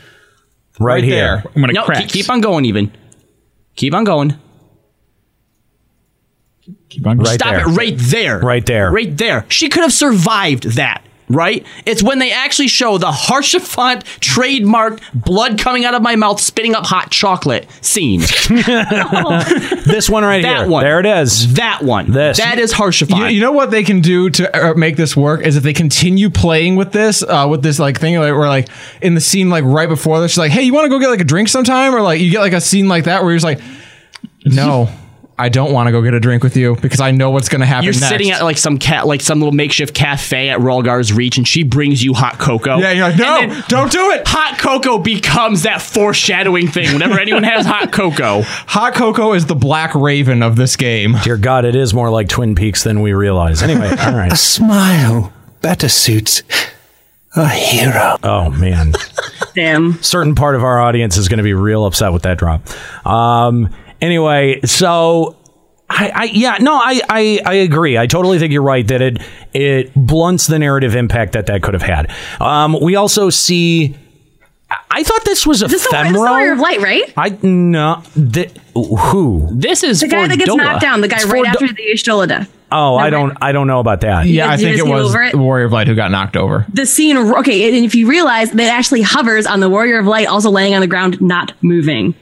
[SPEAKER 2] right, here.
[SPEAKER 3] I'm gonna
[SPEAKER 5] no,
[SPEAKER 3] crack.
[SPEAKER 5] keep, keep on going. Even keep on going.
[SPEAKER 3] Keep on
[SPEAKER 2] Right
[SPEAKER 5] Stop
[SPEAKER 2] there.
[SPEAKER 5] it right there.
[SPEAKER 2] Right there.
[SPEAKER 5] Right there. She could have survived that. right? It's when they actually show the Harshafont trademarked blood coming out of my mouth, spitting up hot chocolate scene.
[SPEAKER 2] this one right
[SPEAKER 5] that
[SPEAKER 2] here.
[SPEAKER 5] One.
[SPEAKER 2] There it is.
[SPEAKER 5] That one.
[SPEAKER 2] This.
[SPEAKER 5] That is Harshafont.
[SPEAKER 1] You, you know what they can do to uh, make this work is if they continue playing with this, uh, with this like thing, like, where like in the scene like right before this, she's like, "Hey, you want to go get like a drink sometime?" Or like you get like a scene like that where you're just like, "No, I don't want to go get a drink with you because I know what's going to happen."
[SPEAKER 5] You're
[SPEAKER 1] next.
[SPEAKER 5] sitting at like some cat, like some little makeshift cafe at Rolgar's Reach, and she brings you hot cocoa.
[SPEAKER 1] Yeah, you're like, "No, don't do it.
[SPEAKER 5] Hot cocoa becomes that foreshadowing thing. Whenever anyone has hot cocoa,
[SPEAKER 1] hot cocoa is the black raven of this game.
[SPEAKER 2] Dear God, it is more like Twin Peaks than we realize. Anyway, all right.
[SPEAKER 15] A smile better suits a hero.
[SPEAKER 2] Oh man.
[SPEAKER 8] Damn.
[SPEAKER 2] Certain part of our audience is going to be real upset with that drop. Um. Anyway, so. I, I yeah no I, I I agree I totally think you're right that it it blunts the narrative impact that that could have had. Um, we also see I thought this was
[SPEAKER 8] This is the
[SPEAKER 2] ephemeral.
[SPEAKER 8] Warrior of Light, right?
[SPEAKER 2] I no thi- who
[SPEAKER 5] this is
[SPEAKER 8] The guy that gets knocked down, the guy right after the Ishtola death.
[SPEAKER 2] Oh, I
[SPEAKER 8] Never
[SPEAKER 2] don't. I don't know about that.
[SPEAKER 8] You Yeah, guys- I you think guys it get was over it? the
[SPEAKER 1] Warrior of Light who got knocked over.
[SPEAKER 8] The scene, okay, and if you realize that it actually hovers on the Warrior of Light, also laying on the ground, not moving.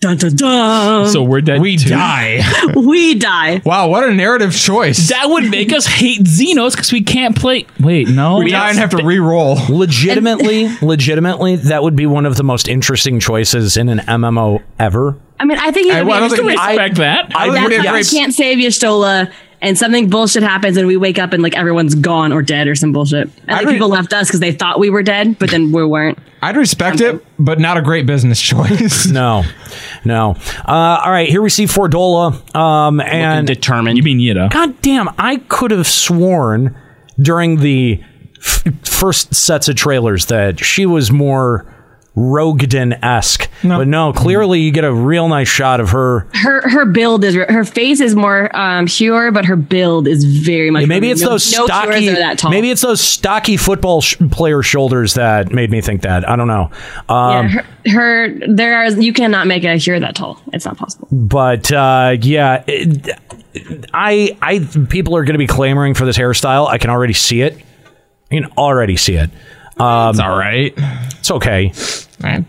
[SPEAKER 8] Dun dun dun.
[SPEAKER 3] So we're dead.
[SPEAKER 1] We
[SPEAKER 3] too.
[SPEAKER 1] die.
[SPEAKER 8] we die.
[SPEAKER 1] Wow, what a narrative choice.
[SPEAKER 3] That would make us hate Xenos because we can't play. Wait, no.
[SPEAKER 1] We die and have to re-roll.
[SPEAKER 2] Legitimately, legitimately, that would be one of the most interesting choices in an MMO ever.
[SPEAKER 8] I mean, I think it would be interesting.
[SPEAKER 2] that.
[SPEAKER 8] I, that's why we can't save Yestola, and something bullshit happens, and we wake up and like everyone's gone or dead or some bullshit. And like, people left us because they thought we were dead, but then we weren't.
[SPEAKER 1] I'd respect it, but not a great business choice.
[SPEAKER 2] no, no. Uh, all right, here we see Fordola um, and
[SPEAKER 5] determined.
[SPEAKER 2] You
[SPEAKER 3] mean Yida?
[SPEAKER 2] God damn! I could have sworn during the f- first sets of trailers that she was more Rogden esque, but no. Clearly, you get a real nice shot of her.
[SPEAKER 8] Her her build is her face is more um pure, but her build is very much.
[SPEAKER 2] Yeah, maybe it's
[SPEAKER 8] no-
[SPEAKER 2] those
[SPEAKER 8] no Puras
[SPEAKER 2] stocky.
[SPEAKER 8] are that tall.
[SPEAKER 2] Maybe it's those stocky football sh- player shoulders that made me think that. I don't know. Um,
[SPEAKER 8] her, her there are you cannot make a hero that tall. It's not possible.
[SPEAKER 2] But uh, yeah, it, I I people are going to be clamoring for this hairstyle. I can already see it. I can already see it. Um, it's
[SPEAKER 1] all right.
[SPEAKER 2] It's okay. I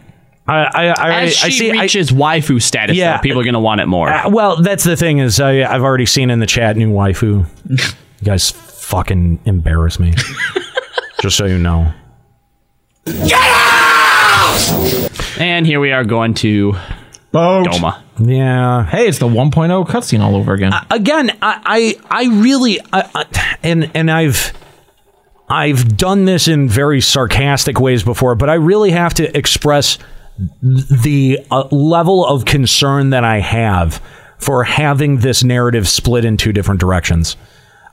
[SPEAKER 2] I I,
[SPEAKER 5] as
[SPEAKER 2] I
[SPEAKER 5] she
[SPEAKER 2] see. I-
[SPEAKER 5] reaches waifu status,
[SPEAKER 2] Yeah.
[SPEAKER 5] though, people are going to want it more.
[SPEAKER 2] uh, well, that's the thing is I, I've already seen in the chat new waifu. you guys fucking embarrass me. Just so you know.
[SPEAKER 5] and here we are going to Doma.
[SPEAKER 2] Yeah.
[SPEAKER 1] Hey, it's the 1.0 cutscene all over again.
[SPEAKER 2] again, I, I, I really, I, I, and and I've, I've done this in very sarcastic ways before, but I really have to express the uh, level of concern that I have for having this narrative split in two different directions.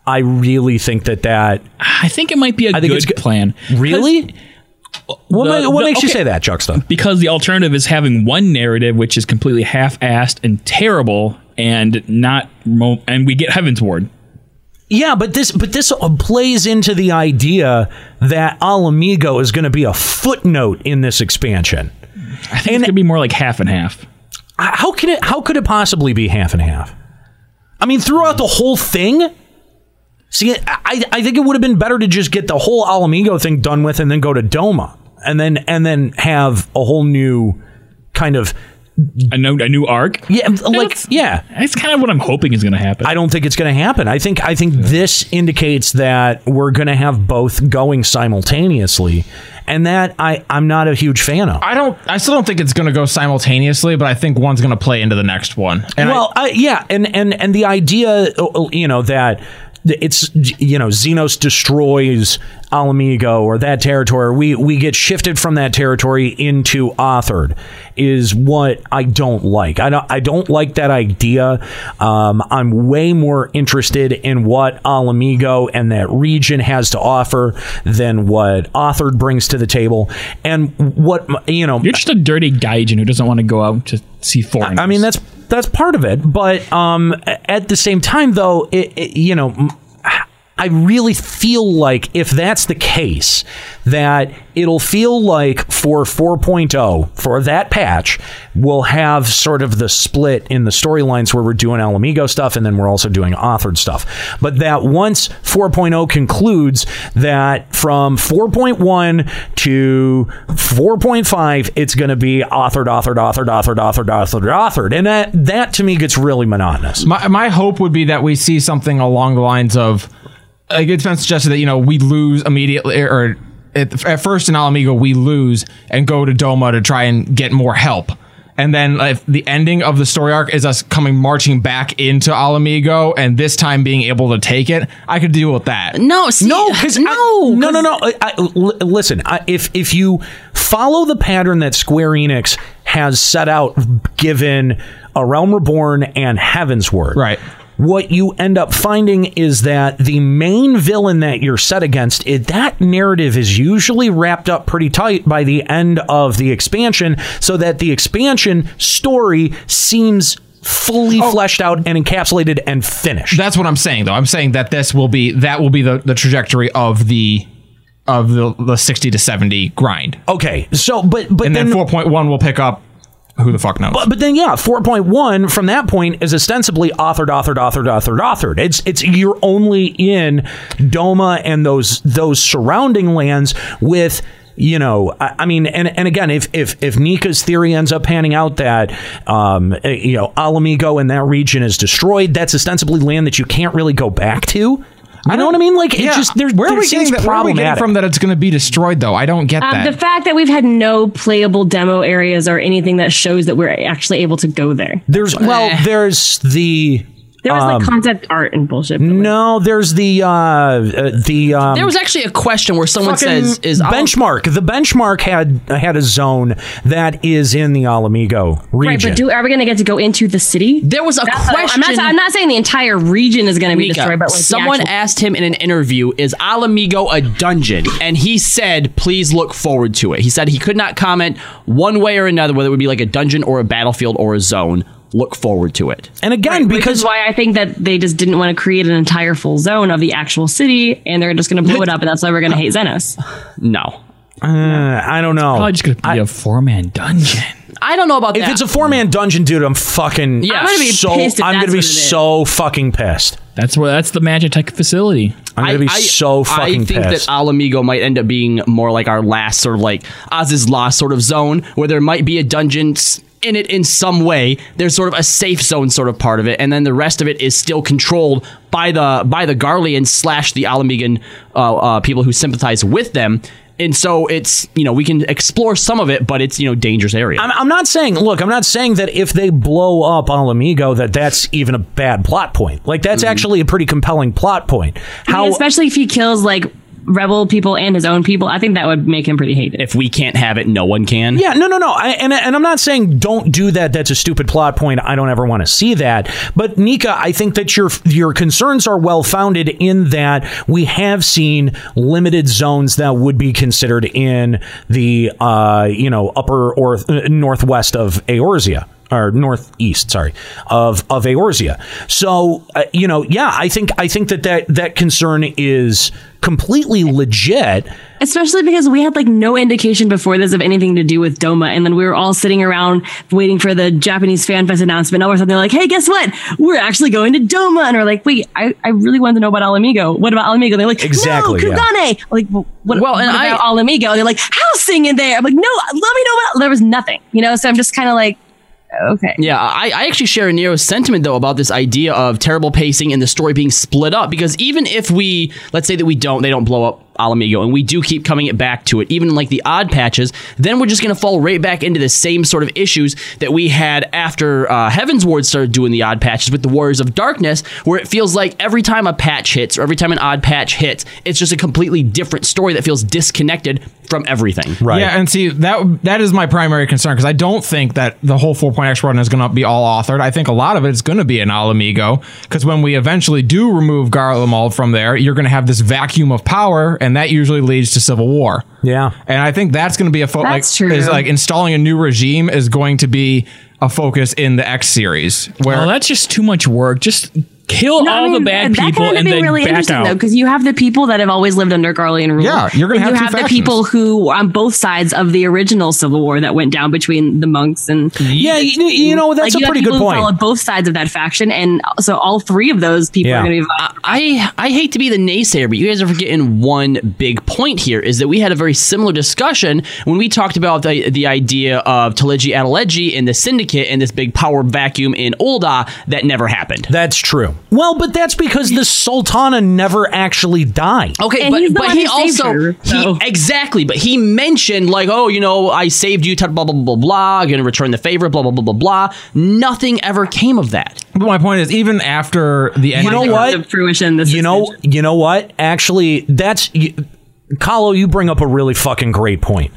[SPEAKER 2] I really think that that
[SPEAKER 3] I think it might be a
[SPEAKER 2] I think
[SPEAKER 3] good
[SPEAKER 2] it's good-
[SPEAKER 3] plan.
[SPEAKER 2] Really? What, ma- what makes you say that,
[SPEAKER 3] Chuckstone?
[SPEAKER 2] Juxta?
[SPEAKER 3] Because the alternative is having one narrative which is completely half-assed and terrible, and not, mo- and we get Heaven's Ward.
[SPEAKER 2] Yeah, but this but this plays into the idea that Alamigo is going to be a footnote in this expansion.
[SPEAKER 3] I think it could be more like half and half.
[SPEAKER 2] How can it? How could it possibly be half and half? I mean, throughout the whole thing. See, I I think it would have been better to just get the whole Alamigo thing done with, and then go to Doma, and then and then have a whole new kind of
[SPEAKER 3] a new a new arc.
[SPEAKER 2] Yeah, like yeah,
[SPEAKER 3] that's kind of what I'm hoping is going to happen.
[SPEAKER 2] I don't think it's going to happen. I think I think this indicates that we're going to have both going simultaneously, and that I I'm not a huge fan of.
[SPEAKER 1] I don't. I still don't think it's going to go simultaneously, but I think one's going to play into the next one. And
[SPEAKER 2] well, I, yeah, and and and the idea, uh, you know, that it's you know Xenos destroys Alamigo or that territory. We we get shifted from that territory into authored is what I don't like. I don't I don't like that idea. Um, I'm way more interested in what Alamigo and that region has to offer than what authored brings to the table and what you know.
[SPEAKER 3] You're just a dirty gaijin who doesn't want to go out to see foreigners.
[SPEAKER 2] I mean, that's that's part of it, but um, at the same time, though, it, it, you know, m- I really feel like if that's the case, that it'll feel like for 4.0, for that patch, we'll have sort of the split in the storylines where we're doing Alamigo stuff and then we're also doing authored stuff. But that once 4.0 concludes, that from 4.1 to 4.5, it's going to be authored, authored, authored, authored, authored, authored, authored. And that, that to me gets really monotonous.
[SPEAKER 1] My, my hope would be that we see something along the lines of like it's been suggested that you know we lose immediately or at, at first in Alamigo we lose and go to Doma to try and get more help. And then if the ending of the story arc is us coming marching back into Alamigo and this time being able to take it, I could deal with that.
[SPEAKER 5] No, see,
[SPEAKER 2] no, because no, no, no, no. I, I- l- listen, I, if if you follow the pattern that Square Enix has set out, given A Realm Reborn and Heaven's Word, right. What you end up finding is that the main villain that you're set against, it, that narrative is usually wrapped up pretty tight by the end of the expansion, so that the expansion story seems fully fleshed out and encapsulated and finished.
[SPEAKER 1] That's what I'm saying though. I'm saying that this will be that will be the, the trajectory of the of the, the 60 to 70 grind.
[SPEAKER 2] Okay. So but but
[SPEAKER 1] and then, 4.1 will pick up who the fuck knows.
[SPEAKER 2] But, but then, yeah, four point one from that point is ostensibly authored, authored, authored, authored, authored. It's it's you're only in Doma and those those surrounding lands with. You know, I, I mean, and, and again, if, if if Nika's theory ends up panning out that um, eh, you know Alamigo and that region is destroyed, that's ostensibly land that you can't really go back to. I know what I mean? Like, it just there,
[SPEAKER 1] where
[SPEAKER 2] there
[SPEAKER 1] are we
[SPEAKER 2] seems
[SPEAKER 1] getting that? Where are we getting
[SPEAKER 2] problematic.
[SPEAKER 1] from that it's going to be destroyed though? I don't get
[SPEAKER 8] Um,
[SPEAKER 1] that.
[SPEAKER 8] the fact that we've had no playable demo areas or anything that shows that we're actually able to go there.
[SPEAKER 2] There's
[SPEAKER 5] Eh.
[SPEAKER 2] well, there's the
[SPEAKER 8] There was like
[SPEAKER 2] um,
[SPEAKER 8] concept art and bullshit.
[SPEAKER 2] No, there's the uh, uh the um,
[SPEAKER 5] There was actually a question where someone
[SPEAKER 2] fucking
[SPEAKER 5] says, "Is Al-
[SPEAKER 2] benchmark." The benchmark had had a zone that is in the Alamigo
[SPEAKER 8] Right,
[SPEAKER 2] region.
[SPEAKER 8] but do are we going to get to go into the city? There
[SPEAKER 5] was a
[SPEAKER 8] I'm not,
[SPEAKER 5] question-
[SPEAKER 8] I'm not saying the entire region is going to be
[SPEAKER 5] Mika,
[SPEAKER 8] destroyed, but like the
[SPEAKER 5] someone
[SPEAKER 8] actual-
[SPEAKER 5] asked him in an interview, "Is Alamigo a dungeon?" And he said, "Please look forward to it." He said he could not comment one way or another whether it would be like a dungeon or a battlefield or a zone. Look forward to it.
[SPEAKER 2] And again,
[SPEAKER 8] because why I think that they just didn't want to create an entire full zone of the actual city, and they're just going to blow it up, and that's why we're going to hate Xenos.
[SPEAKER 5] No,
[SPEAKER 2] uh, I don't know.
[SPEAKER 3] Probably just gonna be a four man dungeon.
[SPEAKER 5] I don't know about
[SPEAKER 2] if
[SPEAKER 5] that.
[SPEAKER 2] it's a four man dungeon, dude, I'm fucking
[SPEAKER 5] Yeah. I'm gonna be
[SPEAKER 2] so
[SPEAKER 5] pissed if
[SPEAKER 2] I'm
[SPEAKER 5] that's
[SPEAKER 2] gonna be
[SPEAKER 5] what it is.
[SPEAKER 2] so fucking pissed.
[SPEAKER 3] That's where that's the Magic Tech facility.
[SPEAKER 2] I'm gonna be so fucking
[SPEAKER 5] I think
[SPEAKER 2] pissed.
[SPEAKER 5] that Alamigo might end up being more like our last sort of like Oz's Law sort of zone, where there might be a dungeon s- in it in some way. There's sort of a safe zone sort of part of it, and then the rest of it is still controlled by the by the Garlean slash the Alamigan uh, uh, people who sympathize with them. And so it's you know we can explore some of it, but it's you know dangerous area.
[SPEAKER 2] I'm, I'm not saying, look, I'm not saying that if they blow up Alamigo that that's even a bad plot point. Like, that's actually a pretty compelling plot point.
[SPEAKER 8] I
[SPEAKER 2] How
[SPEAKER 8] mean, especially if he kills like rebel people and his own people, I think that would make him pretty hated.
[SPEAKER 5] if we can't have it, no one can.
[SPEAKER 2] Yeah, no, no, no. I, and, and I'm not saying don't do that. That's a stupid plot point. I don't ever want to see that. But Nika, I think that your your concerns are well founded in that we have seen limited zones that would be considered in the uh, you know upper or uh, northwest of Eorzea. Or northeast, sorry, of of Eorzea. So uh, you know, yeah, I think I think that, that that concern is completely legit.
[SPEAKER 8] Especially because we had like no indication before this of anything to do with Doma, and then we were all sitting around waiting for the Japanese fan fest announcement or something. They're like, "Hey, guess what? We're actually going to Doma," and we're like, "Wait, I, I really wanted to know about Alamigo. What about Alamigo?" They're like,
[SPEAKER 2] Exactly,
[SPEAKER 8] no,
[SPEAKER 2] yeah.
[SPEAKER 8] Kagane." I'm Like, well, what, well, and about Alamigo? They're like, "Housing in there." I'm like, "No, let me know what." There was nothing, you know. So I'm just kind of like, okay.
[SPEAKER 5] Yeah, I, I actually share Nero's sentiment though about this idea of terrible pacing and the story being split up because even if we let's say that we don't, they don't blow up Alamigo and we do keep coming it back to it, even in like the odd patches, then we're just gonna fall right back into the same sort of issues that we had after uh, Heaven's Ward started doing the odd patches with the Warriors of Darkness, where it feels like every time a patch hits or every time an odd patch hits, it's just a completely different story that feels disconnected from everything.
[SPEAKER 1] Yeah, and see that that is my primary concern because I don't think that the whole 4.x run is going to be all authored. I think a lot of it is going to be an Alamigo because when we eventually do remove Garlemald from there, you're going to have this vacuum of power, and that usually leads to civil war.
[SPEAKER 2] Yeah,
[SPEAKER 1] and I think that's going to be a focus.
[SPEAKER 2] That's
[SPEAKER 1] Like,
[SPEAKER 2] true.
[SPEAKER 1] is like installing a new regime is going to be a focus in the X series. Where
[SPEAKER 3] well, that's just too much work. Just Kill
[SPEAKER 8] No, I
[SPEAKER 3] all
[SPEAKER 8] mean,
[SPEAKER 3] the bad
[SPEAKER 8] that
[SPEAKER 3] people
[SPEAKER 8] ended up
[SPEAKER 3] and
[SPEAKER 8] being
[SPEAKER 3] then
[SPEAKER 8] really
[SPEAKER 3] back
[SPEAKER 8] interesting
[SPEAKER 3] out.
[SPEAKER 8] though, because you have the people that have always lived under Garlean rule.
[SPEAKER 3] Yeah, you're gonna
[SPEAKER 8] and
[SPEAKER 3] have
[SPEAKER 8] you
[SPEAKER 3] two
[SPEAKER 8] have
[SPEAKER 3] factions.
[SPEAKER 8] the people who are on both sides of the original civil war that went down between the monks and
[SPEAKER 2] yeah, you, you know, that's a pretty good point.
[SPEAKER 8] Followed both sides of that faction, and so all three of those people
[SPEAKER 5] Yeah.
[SPEAKER 8] are going to be.
[SPEAKER 5] I I hate to be the naysayer, but you guys are forgetting one big point here is that we had a very similar discussion when we talked about the, the idea of Taleji Adeleji and the syndicate and this big power vacuum in Olda that never happened.
[SPEAKER 2] That's true. Well, but that's because the Sultana never actually died.
[SPEAKER 5] Okay,
[SPEAKER 8] And
[SPEAKER 5] but,
[SPEAKER 8] he's the
[SPEAKER 5] but
[SPEAKER 8] one
[SPEAKER 5] he
[SPEAKER 8] who saved
[SPEAKER 5] also
[SPEAKER 8] her,
[SPEAKER 5] he- exactly, but he mentioned like, oh, you know, I saved you, blah blah blah blah blah, gonna return the favor, blah blah blah blah blah. Nothing ever came of that.
[SPEAKER 1] But my point is, even after the end,
[SPEAKER 2] you know what?
[SPEAKER 8] Fruition. This
[SPEAKER 2] you know. You know what? Actually, that's. You, Kahlo, you bring up a really fucking great point.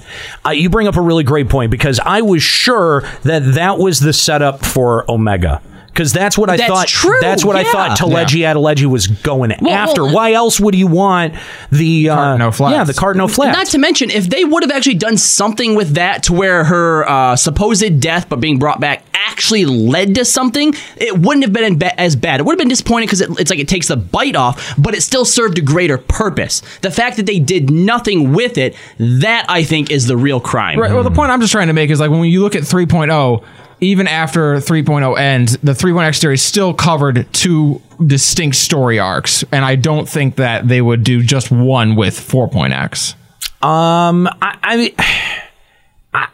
[SPEAKER 2] Uh, you bring up a really great point because I was sure that that was the setup for Omega. Because that's what I
[SPEAKER 5] That's
[SPEAKER 2] thought.
[SPEAKER 5] true,
[SPEAKER 2] That's what I
[SPEAKER 5] yeah.
[SPEAKER 2] thought. Teleji Adeleji was going
[SPEAKER 5] Well,
[SPEAKER 2] after.
[SPEAKER 5] well-
[SPEAKER 2] Why else would you want the uh, Yeah, the Cardinal Flash.
[SPEAKER 5] Not to mention, if they would have actually done something with that to where her uh, supposed death but being brought back actually led to something, it wouldn't have been in ba- as bad. It would have been disappointing because it, it's like it takes the bite off, but it still served a greater purpose. The fact that they did nothing with it, that I think is the real crime.
[SPEAKER 1] Right. Well, the point I'm just trying to make is like when you look at 3.0, even after 3.0 ends, the 3.0 series still covered two distinct story arcs, and I don't think that they would do just one with 4.x.
[SPEAKER 2] Um, I, I, I-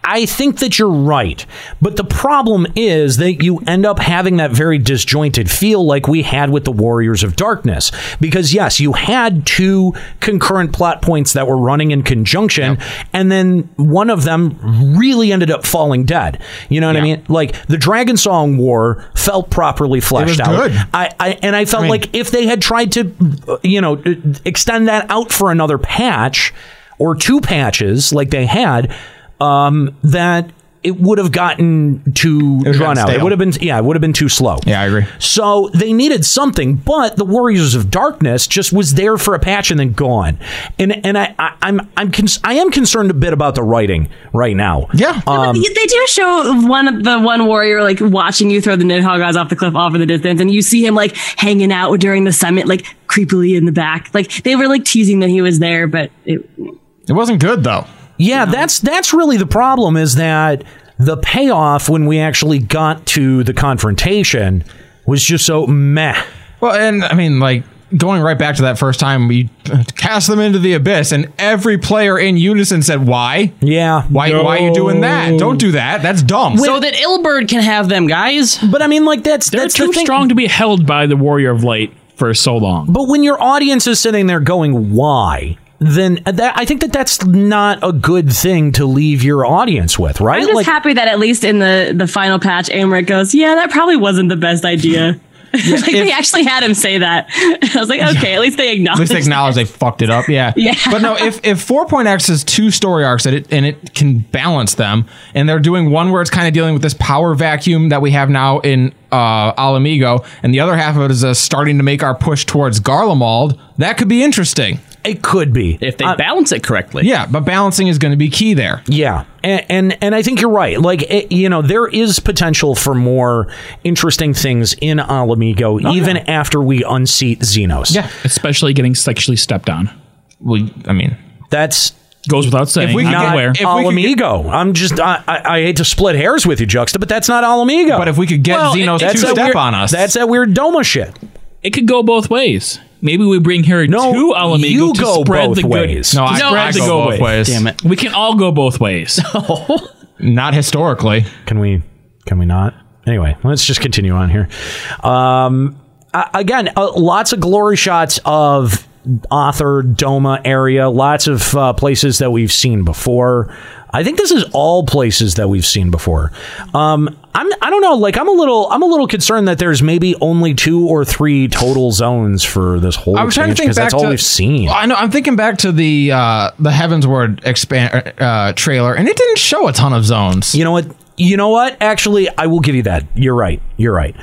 [SPEAKER 2] I think that you're right, but the problem is that you end up having that very disjointed feel, like we had with the Warriors of Darkness. Because yes, you had two concurrent plot points that were running in conjunction, and then one of them really ended up falling dead. You know what I mean? Like the Dragon Song War felt properly fleshed out.
[SPEAKER 1] good.
[SPEAKER 2] I, I and I felt like if they had tried to, uh, you know, uh, extend that out for another patch or two patches, like they had, um, that it would have gotten too drawn
[SPEAKER 1] gotten
[SPEAKER 2] out. It
[SPEAKER 1] stale.
[SPEAKER 2] would have been, yeah, it would have been too slow. Yeah, I agree. So they needed something, but the Warriors of Darkness just was there for a patch and then gone. And and I, I I'm I'm cons- I am concerned a bit about the writing right now. Yeah. Um,
[SPEAKER 8] Yeah, they do show one of the one warrior like watching you throw the Nidhogg guys off the cliff off in the distance, and you see him like hanging out during the summit, like creepily in the back. Like they were like teasing that he was there, but it,
[SPEAKER 1] It wasn't good though.
[SPEAKER 2] Yeah, that's that's really the problem is that the payoff when we actually got to the confrontation was just so meh.
[SPEAKER 1] Well, and I mean, like going right back to that first time, we cast them into the abyss, and every player in unison said, "Why?
[SPEAKER 2] Yeah,
[SPEAKER 1] why? Why are you doing that?
[SPEAKER 5] No.
[SPEAKER 1] Don't do that. That's dumb."
[SPEAKER 5] so that Ilbird can have them, guys.
[SPEAKER 2] But I mean, like that's
[SPEAKER 3] They're too strong to be held by the Warrior of Light for so long.
[SPEAKER 2] But when your audience is sitting there going why, then that, I think that that's not a good thing to leave your audience with, right?
[SPEAKER 8] I'm just happy that at least in the the final patch, Amrit goes, "Yeah, that probably wasn't the best idea." like they actually had him say that. I was like, okay, at least they
[SPEAKER 1] At
[SPEAKER 8] acknowledge.
[SPEAKER 1] least acknowledge they fucked it up. Yeah.
[SPEAKER 8] Yeah.
[SPEAKER 1] But no, if if 4.x is two story arcs that it and it can balance them, and they're doing one where it's kind of dealing with this power vacuum that we have now in uh Alamigo, and the other half of it is us starting to make our push towards Garlemald, that could be interesting.
[SPEAKER 2] It could be. Uh,
[SPEAKER 5] If they balance it correctly.
[SPEAKER 1] Yeah, but balancing is going to be key there.
[SPEAKER 2] Yeah, and and, and I think you're right. Like it, you know, there is potential for more interesting things in
[SPEAKER 1] Oh,
[SPEAKER 2] Alamigo, even after we unseat Xenos. Yeah,
[SPEAKER 3] especially getting sexually stepped on.
[SPEAKER 1] Well, I mean,
[SPEAKER 2] that's
[SPEAKER 3] goes without saying.
[SPEAKER 2] If we
[SPEAKER 3] I'm
[SPEAKER 2] not
[SPEAKER 3] aware.
[SPEAKER 2] Alamigo, I'm just I, I, I hate to split hairs with you, Juxta, but that's not Alamigo. But
[SPEAKER 1] if we could get Xenos to step
[SPEAKER 2] weird,
[SPEAKER 1] on us.
[SPEAKER 2] that's that weird Doma shit.
[SPEAKER 3] It could go both ways. Maybe we bring her to Alamigo
[SPEAKER 2] you
[SPEAKER 3] to
[SPEAKER 2] go
[SPEAKER 3] spread
[SPEAKER 2] both
[SPEAKER 3] the good.
[SPEAKER 2] ways. No, I-
[SPEAKER 3] Spread
[SPEAKER 2] I
[SPEAKER 3] the
[SPEAKER 2] go
[SPEAKER 3] good
[SPEAKER 2] both ways.
[SPEAKER 1] Damn
[SPEAKER 2] it.
[SPEAKER 3] We can all go both ways.
[SPEAKER 1] Not historically.
[SPEAKER 2] Can we? Can we not? Anyway, let's just continue on here. Um, a- again, uh, lots of glory shots of author Doma area. Lots of uh, places that we've seen before. I think this is all places that we've seen before. Um, I'm I don't know. Like I'm a little I'm a little concerned that there's maybe only two or three total zones for this whole.
[SPEAKER 1] I was trying to think
[SPEAKER 2] because
[SPEAKER 1] back
[SPEAKER 2] that's all
[SPEAKER 1] to
[SPEAKER 2] we've seen.
[SPEAKER 1] I know. I'm thinking back to the uh, the Heaven's Word expand uh, trailer, and it didn't show a ton of zones.
[SPEAKER 2] You know what? You know what? Actually, I will give you that. You're right. You're right.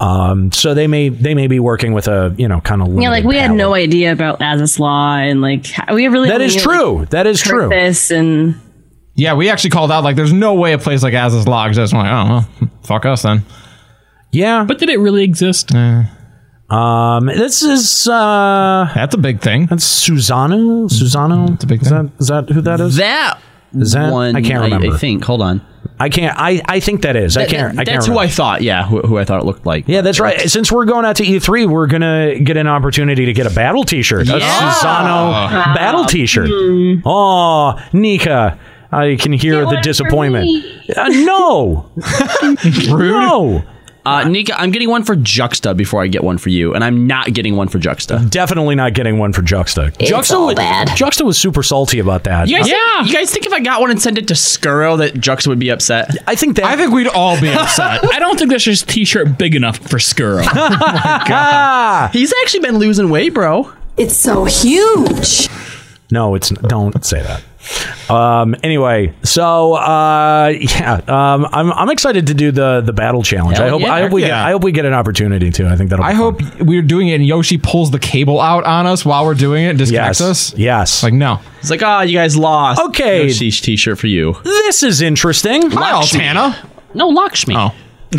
[SPEAKER 2] Um, so they may they may be working with a you know kind of
[SPEAKER 8] yeah, like we had no idea about Azislaw and like how- we really
[SPEAKER 2] That is true. that is true.
[SPEAKER 8] This and
[SPEAKER 1] Yeah, we actually called out like there's no way a place like Azus Log exists. I'm like, oh well, fuck us then.
[SPEAKER 2] Yeah,
[SPEAKER 3] but did it really exist?
[SPEAKER 2] Um, this is uh,
[SPEAKER 1] that's a big thing.
[SPEAKER 2] That's Susano. Susano. That's a big is thing. That, is that who that is?
[SPEAKER 5] That
[SPEAKER 2] is that
[SPEAKER 5] one.
[SPEAKER 2] I can't remember.
[SPEAKER 5] I, think. Hold on.
[SPEAKER 2] I can't. I, I think that is. I
[SPEAKER 5] That-
[SPEAKER 2] can't.
[SPEAKER 5] that-
[SPEAKER 2] I can't
[SPEAKER 5] that's who I thought. Yeah, who, who I thought it looked like.
[SPEAKER 2] Yeah, that's right. Since we're going out to E3, we're gonna get an opportunity to get a battle T-shirt, a
[SPEAKER 5] Yeah.
[SPEAKER 2] Susano
[SPEAKER 5] Wow. Hmm.
[SPEAKER 2] battle T-shirt. Oh, Nika, I can hear the disappointment. Uh, no, no.
[SPEAKER 5] Uh, Nika, I'm getting one for Juxta before I get one for you, and I'm not getting one for Juxta.
[SPEAKER 2] Definitely not getting one for Juxta.
[SPEAKER 5] It's
[SPEAKER 2] Juxta,
[SPEAKER 5] all
[SPEAKER 2] was,
[SPEAKER 5] bad.
[SPEAKER 2] Juxta was super salty about that.
[SPEAKER 5] You guys, think, you guys think if I got one and sent it to Scuro that Juxta would be upset?
[SPEAKER 2] I think that.
[SPEAKER 1] I think we'd all be upset.
[SPEAKER 3] I don't think that's just t-shirt big enough for Skuro.
[SPEAKER 5] Oh He's actually been losing weight, bro.
[SPEAKER 13] It's so huge.
[SPEAKER 2] No, it's don't say that. Um, anyway, so uh, yeah, um, I'm, I'm excited to do the the battle challenge.
[SPEAKER 1] Hell
[SPEAKER 2] I hope
[SPEAKER 1] yeah.
[SPEAKER 2] I hope we get,
[SPEAKER 1] Yeah.
[SPEAKER 2] I hope we get an opportunity to. I think that'll. Be
[SPEAKER 1] I hope we're doing it and Yoshi pulls the cable out on us while we're doing it and disconnects us.
[SPEAKER 2] Yes.
[SPEAKER 1] Like, no.
[SPEAKER 5] It's like, oh, you guys lost.
[SPEAKER 2] Okay.
[SPEAKER 5] Yoshi's t-shirt for you.
[SPEAKER 2] this is interesting.
[SPEAKER 1] Hi,
[SPEAKER 5] Lakshmi.
[SPEAKER 1] Altana.
[SPEAKER 5] No, Lakshmi.
[SPEAKER 1] Oh.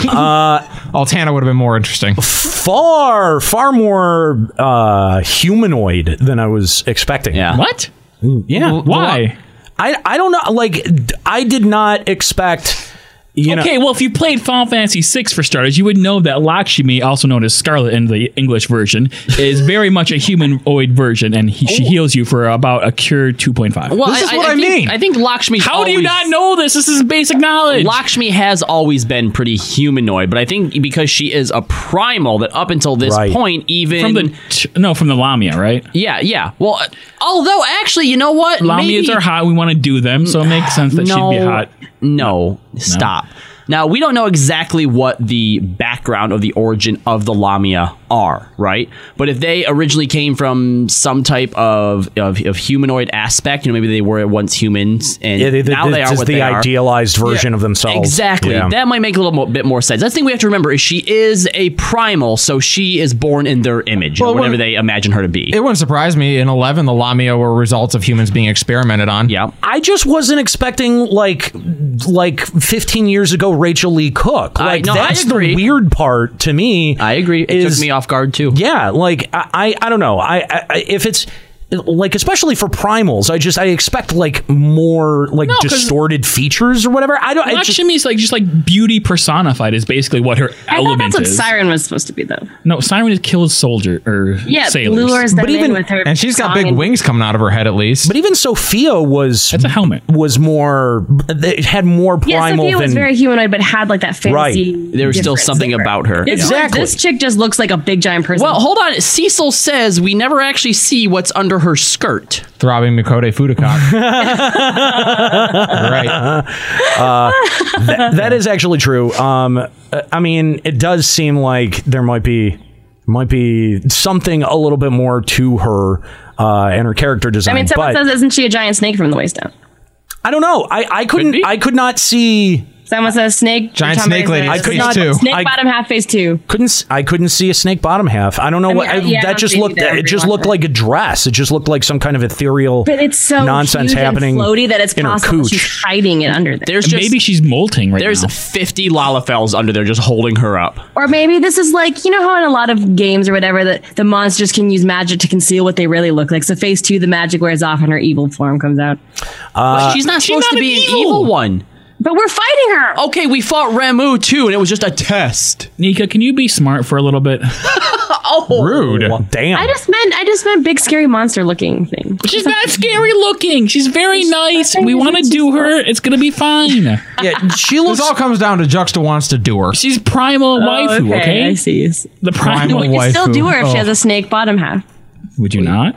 [SPEAKER 2] Uh,
[SPEAKER 1] Altana would have been more interesting.
[SPEAKER 2] far far more uh, humanoid than I was expecting. Yeah.
[SPEAKER 3] What?
[SPEAKER 2] Yeah.
[SPEAKER 3] Why?
[SPEAKER 2] I I don't know. Like d- I did not expect. You know,
[SPEAKER 3] okay, well, if you played Final Fantasy VI for starters, you would know that Lakshmi, also known as Scarlet in the English version, is very much a humanoid version, and he, she heals you for about a cure 2.5.
[SPEAKER 5] Oh. Well, I, I, think, I think Lakshmi.
[SPEAKER 3] How do you not know this? This is basic knowledge.
[SPEAKER 5] Lakshmi has always been pretty humanoid, but I think because she is a primal, that up until this
[SPEAKER 3] Right.
[SPEAKER 5] point, even
[SPEAKER 3] From the t- no, from the Lamia, right?
[SPEAKER 5] yeah, yeah. Well, uh, although actually, you know what?
[SPEAKER 3] Lamias
[SPEAKER 5] Maybe-
[SPEAKER 3] are hot. We want to do them, so it makes sense that she'd be
[SPEAKER 5] No.
[SPEAKER 3] hot.
[SPEAKER 5] No, stop. Now we don't know exactly what the background of the origin of the Lamia are, right? But if they originally came from some type of of, of humanoid aspect, you know, maybe they were once humans, and
[SPEAKER 2] Yeah, they-
[SPEAKER 5] now
[SPEAKER 2] this
[SPEAKER 5] they are
[SPEAKER 2] is
[SPEAKER 5] what
[SPEAKER 2] the
[SPEAKER 5] they are.
[SPEAKER 2] idealizized version of themselves.
[SPEAKER 5] Exactly.
[SPEAKER 2] Yeah.
[SPEAKER 5] That might make a little mo- bit more sense. That's the thing we have to remember is she is a primal, so she is born in their image, you know,
[SPEAKER 1] Well,
[SPEAKER 5] whatever
[SPEAKER 1] when-
[SPEAKER 5] they imagine her to be.
[SPEAKER 1] It wouldn't surprise me. In 11, the Lamia were results of humans being experimented on.
[SPEAKER 5] Yeah.
[SPEAKER 2] I just wasn't expecting like like 15 years ago Rachel Lee Cook.
[SPEAKER 5] I-
[SPEAKER 2] Like
[SPEAKER 5] no, I
[SPEAKER 2] that's the
[SPEAKER 5] agree.
[SPEAKER 2] weird part to me.
[SPEAKER 5] I agree. It
[SPEAKER 2] Is-
[SPEAKER 5] took me off guard too.
[SPEAKER 2] Yeah, like I I, I don't know. I, I I- if it's like especially for primals, I just I expect like more like
[SPEAKER 3] No, 'cause-
[SPEAKER 2] distorted features or whatever. I don't. I just,
[SPEAKER 3] Lakshmi is like just like beauty personified is basically what her
[SPEAKER 8] I thought
[SPEAKER 3] element
[SPEAKER 8] that's what
[SPEAKER 3] is.
[SPEAKER 8] Siren was supposed to be, though.
[SPEAKER 3] no, Siren kills soldier or
[SPEAKER 8] Yeah,
[SPEAKER 3] sailors.
[SPEAKER 8] lures them in with her.
[SPEAKER 1] And she's got
[SPEAKER 8] song
[SPEAKER 1] big
[SPEAKER 8] and-
[SPEAKER 1] wings coming out of her head, at least.
[SPEAKER 2] but even Sophia was
[SPEAKER 3] That's a helmet.
[SPEAKER 2] was more it had more
[SPEAKER 8] Yeah,
[SPEAKER 2] primal
[SPEAKER 8] Sophia
[SPEAKER 2] than
[SPEAKER 8] was very humanoid, but had like that fancy.
[SPEAKER 2] Right.
[SPEAKER 5] There's still
[SPEAKER 8] difference
[SPEAKER 5] something
[SPEAKER 8] there.
[SPEAKER 5] about her.
[SPEAKER 8] It's like,
[SPEAKER 2] Exactly.
[SPEAKER 8] this chick just looks like a big giant person.
[SPEAKER 5] Well, hold on. Cecil says we never actually see what's under her skirt.
[SPEAKER 1] Throbbing Makode Fudocock. right.
[SPEAKER 2] Uh, That- that is actually true. Um, uh, I mean, it does seem like there might be might be something a little bit more to her uh, and her character
[SPEAKER 8] I
[SPEAKER 2] design.
[SPEAKER 8] mean, someone
[SPEAKER 2] but
[SPEAKER 8] says, "Isn't she a giant snake from the waist down?"
[SPEAKER 2] I don't know. I, I couldn't. I could not see.
[SPEAKER 8] Someone says, "Snake."
[SPEAKER 1] Giant
[SPEAKER 8] Tom Brady
[SPEAKER 1] snake lady,
[SPEAKER 8] says,
[SPEAKER 2] I could
[SPEAKER 1] phase
[SPEAKER 2] not-
[SPEAKER 1] two.
[SPEAKER 8] Snake
[SPEAKER 2] I-
[SPEAKER 8] bottom half face two.
[SPEAKER 2] Couldn't. s- I couldn't see a snake bottom half. I don't know
[SPEAKER 8] I
[SPEAKER 2] what.
[SPEAKER 8] mean, I- yeah, I
[SPEAKER 2] that
[SPEAKER 8] don't
[SPEAKER 2] just
[SPEAKER 8] think
[SPEAKER 2] looked.
[SPEAKER 8] either.
[SPEAKER 2] It just
[SPEAKER 8] Rewatch
[SPEAKER 2] looked
[SPEAKER 8] it.
[SPEAKER 2] like a dress. It just looked like some kind of ethereal.
[SPEAKER 8] But it's so
[SPEAKER 2] nonsense
[SPEAKER 8] huge and
[SPEAKER 2] happening.
[SPEAKER 8] floaty that it's
[SPEAKER 2] in her
[SPEAKER 8] possible
[SPEAKER 2] cooch.
[SPEAKER 8] she's hiding it under there.
[SPEAKER 5] There's just
[SPEAKER 3] Maybe she's molting right
[SPEAKER 5] there's
[SPEAKER 3] now.
[SPEAKER 5] 50 Lalafels under there just holding her up.
[SPEAKER 8] Or maybe this is like you know how in a lot of games or whatever that the monsters can use magic to conceal what they really look like. So phase two, the magic wears off and her evil form comes out.
[SPEAKER 2] Uh,
[SPEAKER 5] But Uh, she's not supposed
[SPEAKER 3] not
[SPEAKER 5] to be
[SPEAKER 3] an
[SPEAKER 5] an
[SPEAKER 3] evil.
[SPEAKER 5] evil. one.
[SPEAKER 8] But we're fighting her.
[SPEAKER 5] Okay, we fought Ramu too, and it was just a test. Oh.
[SPEAKER 3] Nika, can you be smart for a little bit?
[SPEAKER 1] Rude.
[SPEAKER 2] Well, damn.
[SPEAKER 8] I just meant I just meant big scary monster looking thing.
[SPEAKER 3] She's not scary looking. She's very nice. We want to do her. It's gonna be fine.
[SPEAKER 2] yeah, she
[SPEAKER 1] This
[SPEAKER 2] looks.
[SPEAKER 1] all comes down to Juxta wants to do her.
[SPEAKER 3] She's primal waifu. Okay,
[SPEAKER 8] Oh, I see.
[SPEAKER 3] the primal.
[SPEAKER 1] Primal
[SPEAKER 8] You still
[SPEAKER 1] waifu.
[SPEAKER 8] do her if
[SPEAKER 1] Oh.
[SPEAKER 8] she has a snake bottom half.
[SPEAKER 3] Would you not?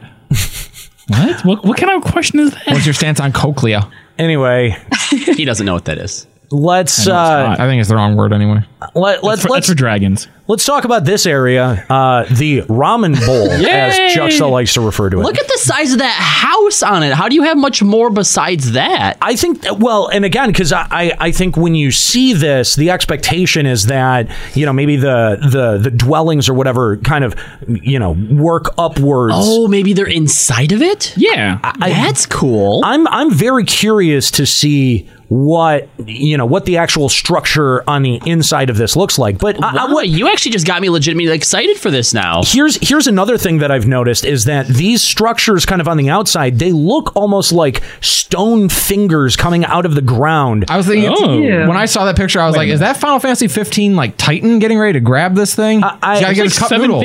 [SPEAKER 3] what? What? What kind of question is that?
[SPEAKER 1] What's your stance on cochlea?
[SPEAKER 2] Anyway,
[SPEAKER 5] he doesn't know what that is.
[SPEAKER 2] let's uh,
[SPEAKER 3] hot.
[SPEAKER 1] I think it's the wrong word anyway.
[SPEAKER 2] let, let's
[SPEAKER 3] That's
[SPEAKER 2] let's
[SPEAKER 3] for, that's for dragons.
[SPEAKER 2] Let's talk about this area, uh, the ramen bowl, as Juxta likes to refer to it.
[SPEAKER 5] Look at the size of that house on it. How do you have much more besides that?
[SPEAKER 2] I think that- well, and again, because I, I I think when you see this, the expectation is that you know maybe the the the dwellings or whatever kind of you know work upwards.
[SPEAKER 5] Oh, maybe they're inside of it?
[SPEAKER 3] Yeah.
[SPEAKER 5] That's cool.
[SPEAKER 2] I'm I'm very curious to see what you know what the actual structure on the inside of this looks like. But I, I,
[SPEAKER 5] Wow, you actually just got me legitimately excited for this now.
[SPEAKER 2] Here's here's another thing that I've noticed is that these structures kind of on the outside, they look almost like stone fingers coming out of the ground.
[SPEAKER 1] I was thinking
[SPEAKER 5] Oh.
[SPEAKER 1] when I saw that picture, I was like, "Is that Final Fantasy 15 like Titan getting ready to grab this thing?" He's gotta get his cup noodles.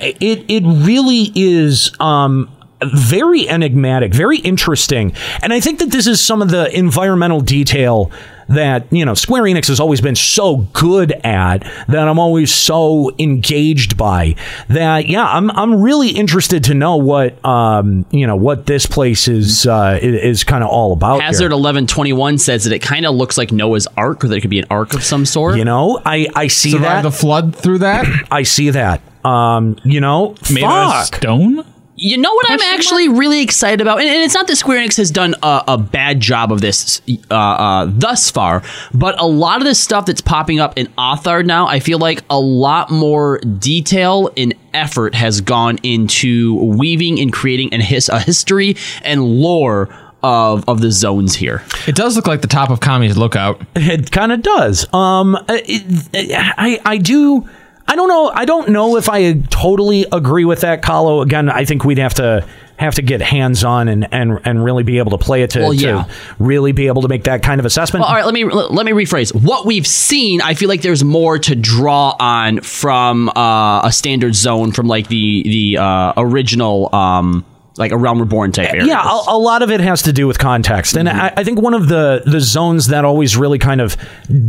[SPEAKER 2] It it really is um very enigmatic, very interesting. And I think that this is some of the environmental detail that, you know, Square Enix has always been so good at that I'm always so engaged by that yeah, I'm I'm really interested to know what um, you know, what this place is uh is, is kind of all about. here.
[SPEAKER 5] Hazard eleven twenty one says that it kind of looks like Noah's Ark, or that it could be an ark of some sort.
[SPEAKER 2] You know, I I see that
[SPEAKER 5] Survive the
[SPEAKER 1] flood through that.
[SPEAKER 2] I see that. Um, you know,
[SPEAKER 5] Made out of
[SPEAKER 2] fuck. stone.
[SPEAKER 5] You know what I'm actually really excited about, and, and it's not that Square Enix has done a, a bad job of this uh, uh, thus far, but a lot of this stuff that's popping up in Author now, I feel like a lot more detail and effort has gone into weaving and creating an his, a history and lore of of the zones here.
[SPEAKER 1] It does look like the top of Kami's lookout.
[SPEAKER 2] It kind of does. Um, it, I I do. I don't know. I don't know if I totally agree with that, Kahlo. Again, I think we'd have to have to get hands on and and and really be able to play it to,
[SPEAKER 5] Well, yeah.
[SPEAKER 2] to really be able to make that kind of assessment.
[SPEAKER 5] Well, all right, let me let me rephrase. What we've seen, I feel like there's more to draw on from uh, a standard zone from like the the uh, original um, like a Realm Reborn type area.
[SPEAKER 2] Yeah, a, a lot of it has to do with context, and I, I think one of the the zones that always really kind of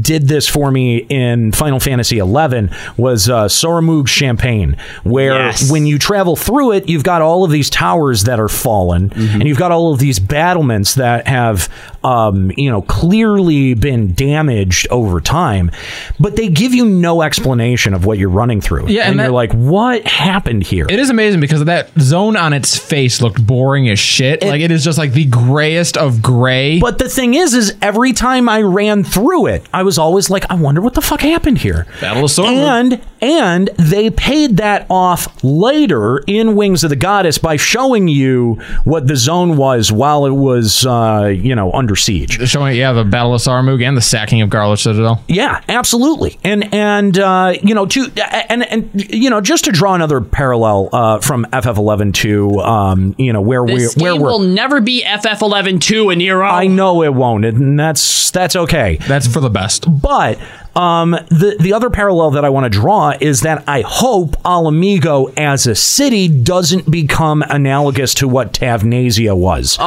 [SPEAKER 2] did this for me in Final Fantasy XI was uh, Soramug Champagne, where when you travel through it, you've got all of these towers that are fallen, and you've got all of these battlements that have um, you know clearly been damaged over time, but they give you no explanation of what you're running through.
[SPEAKER 1] Yeah, and
[SPEAKER 2] and,
[SPEAKER 1] that-
[SPEAKER 2] you're like, what happened here?
[SPEAKER 1] It is amazing because that zone on its face looked boring as shit. like it is just like the grayest of gray.
[SPEAKER 2] But the thing is, is every time I ran through it, I was always like, I wonder what the fuck happened here.
[SPEAKER 1] Battle of
[SPEAKER 2] And and they paid that off later in Wings of the Goddess by showing you what the zone was while it was uh, you know under siege.
[SPEAKER 1] Showing yeah, the Battle of Sarmug and the sacking of Garlic Citadel.
[SPEAKER 2] Yeah, absolutely. And and uh, you know to and and you know just to draw another parallel uh, from FF11 to um, you know where
[SPEAKER 5] This
[SPEAKER 2] we where
[SPEAKER 5] game
[SPEAKER 2] we're
[SPEAKER 5] will never be FF11 2 in Nero.
[SPEAKER 2] I know it won't, and that's that's okay.
[SPEAKER 1] That's for the best.
[SPEAKER 2] But um, the the other parallel that I want to draw is that I hope Alamigo as a city doesn't become analogous to what Tavnasia was,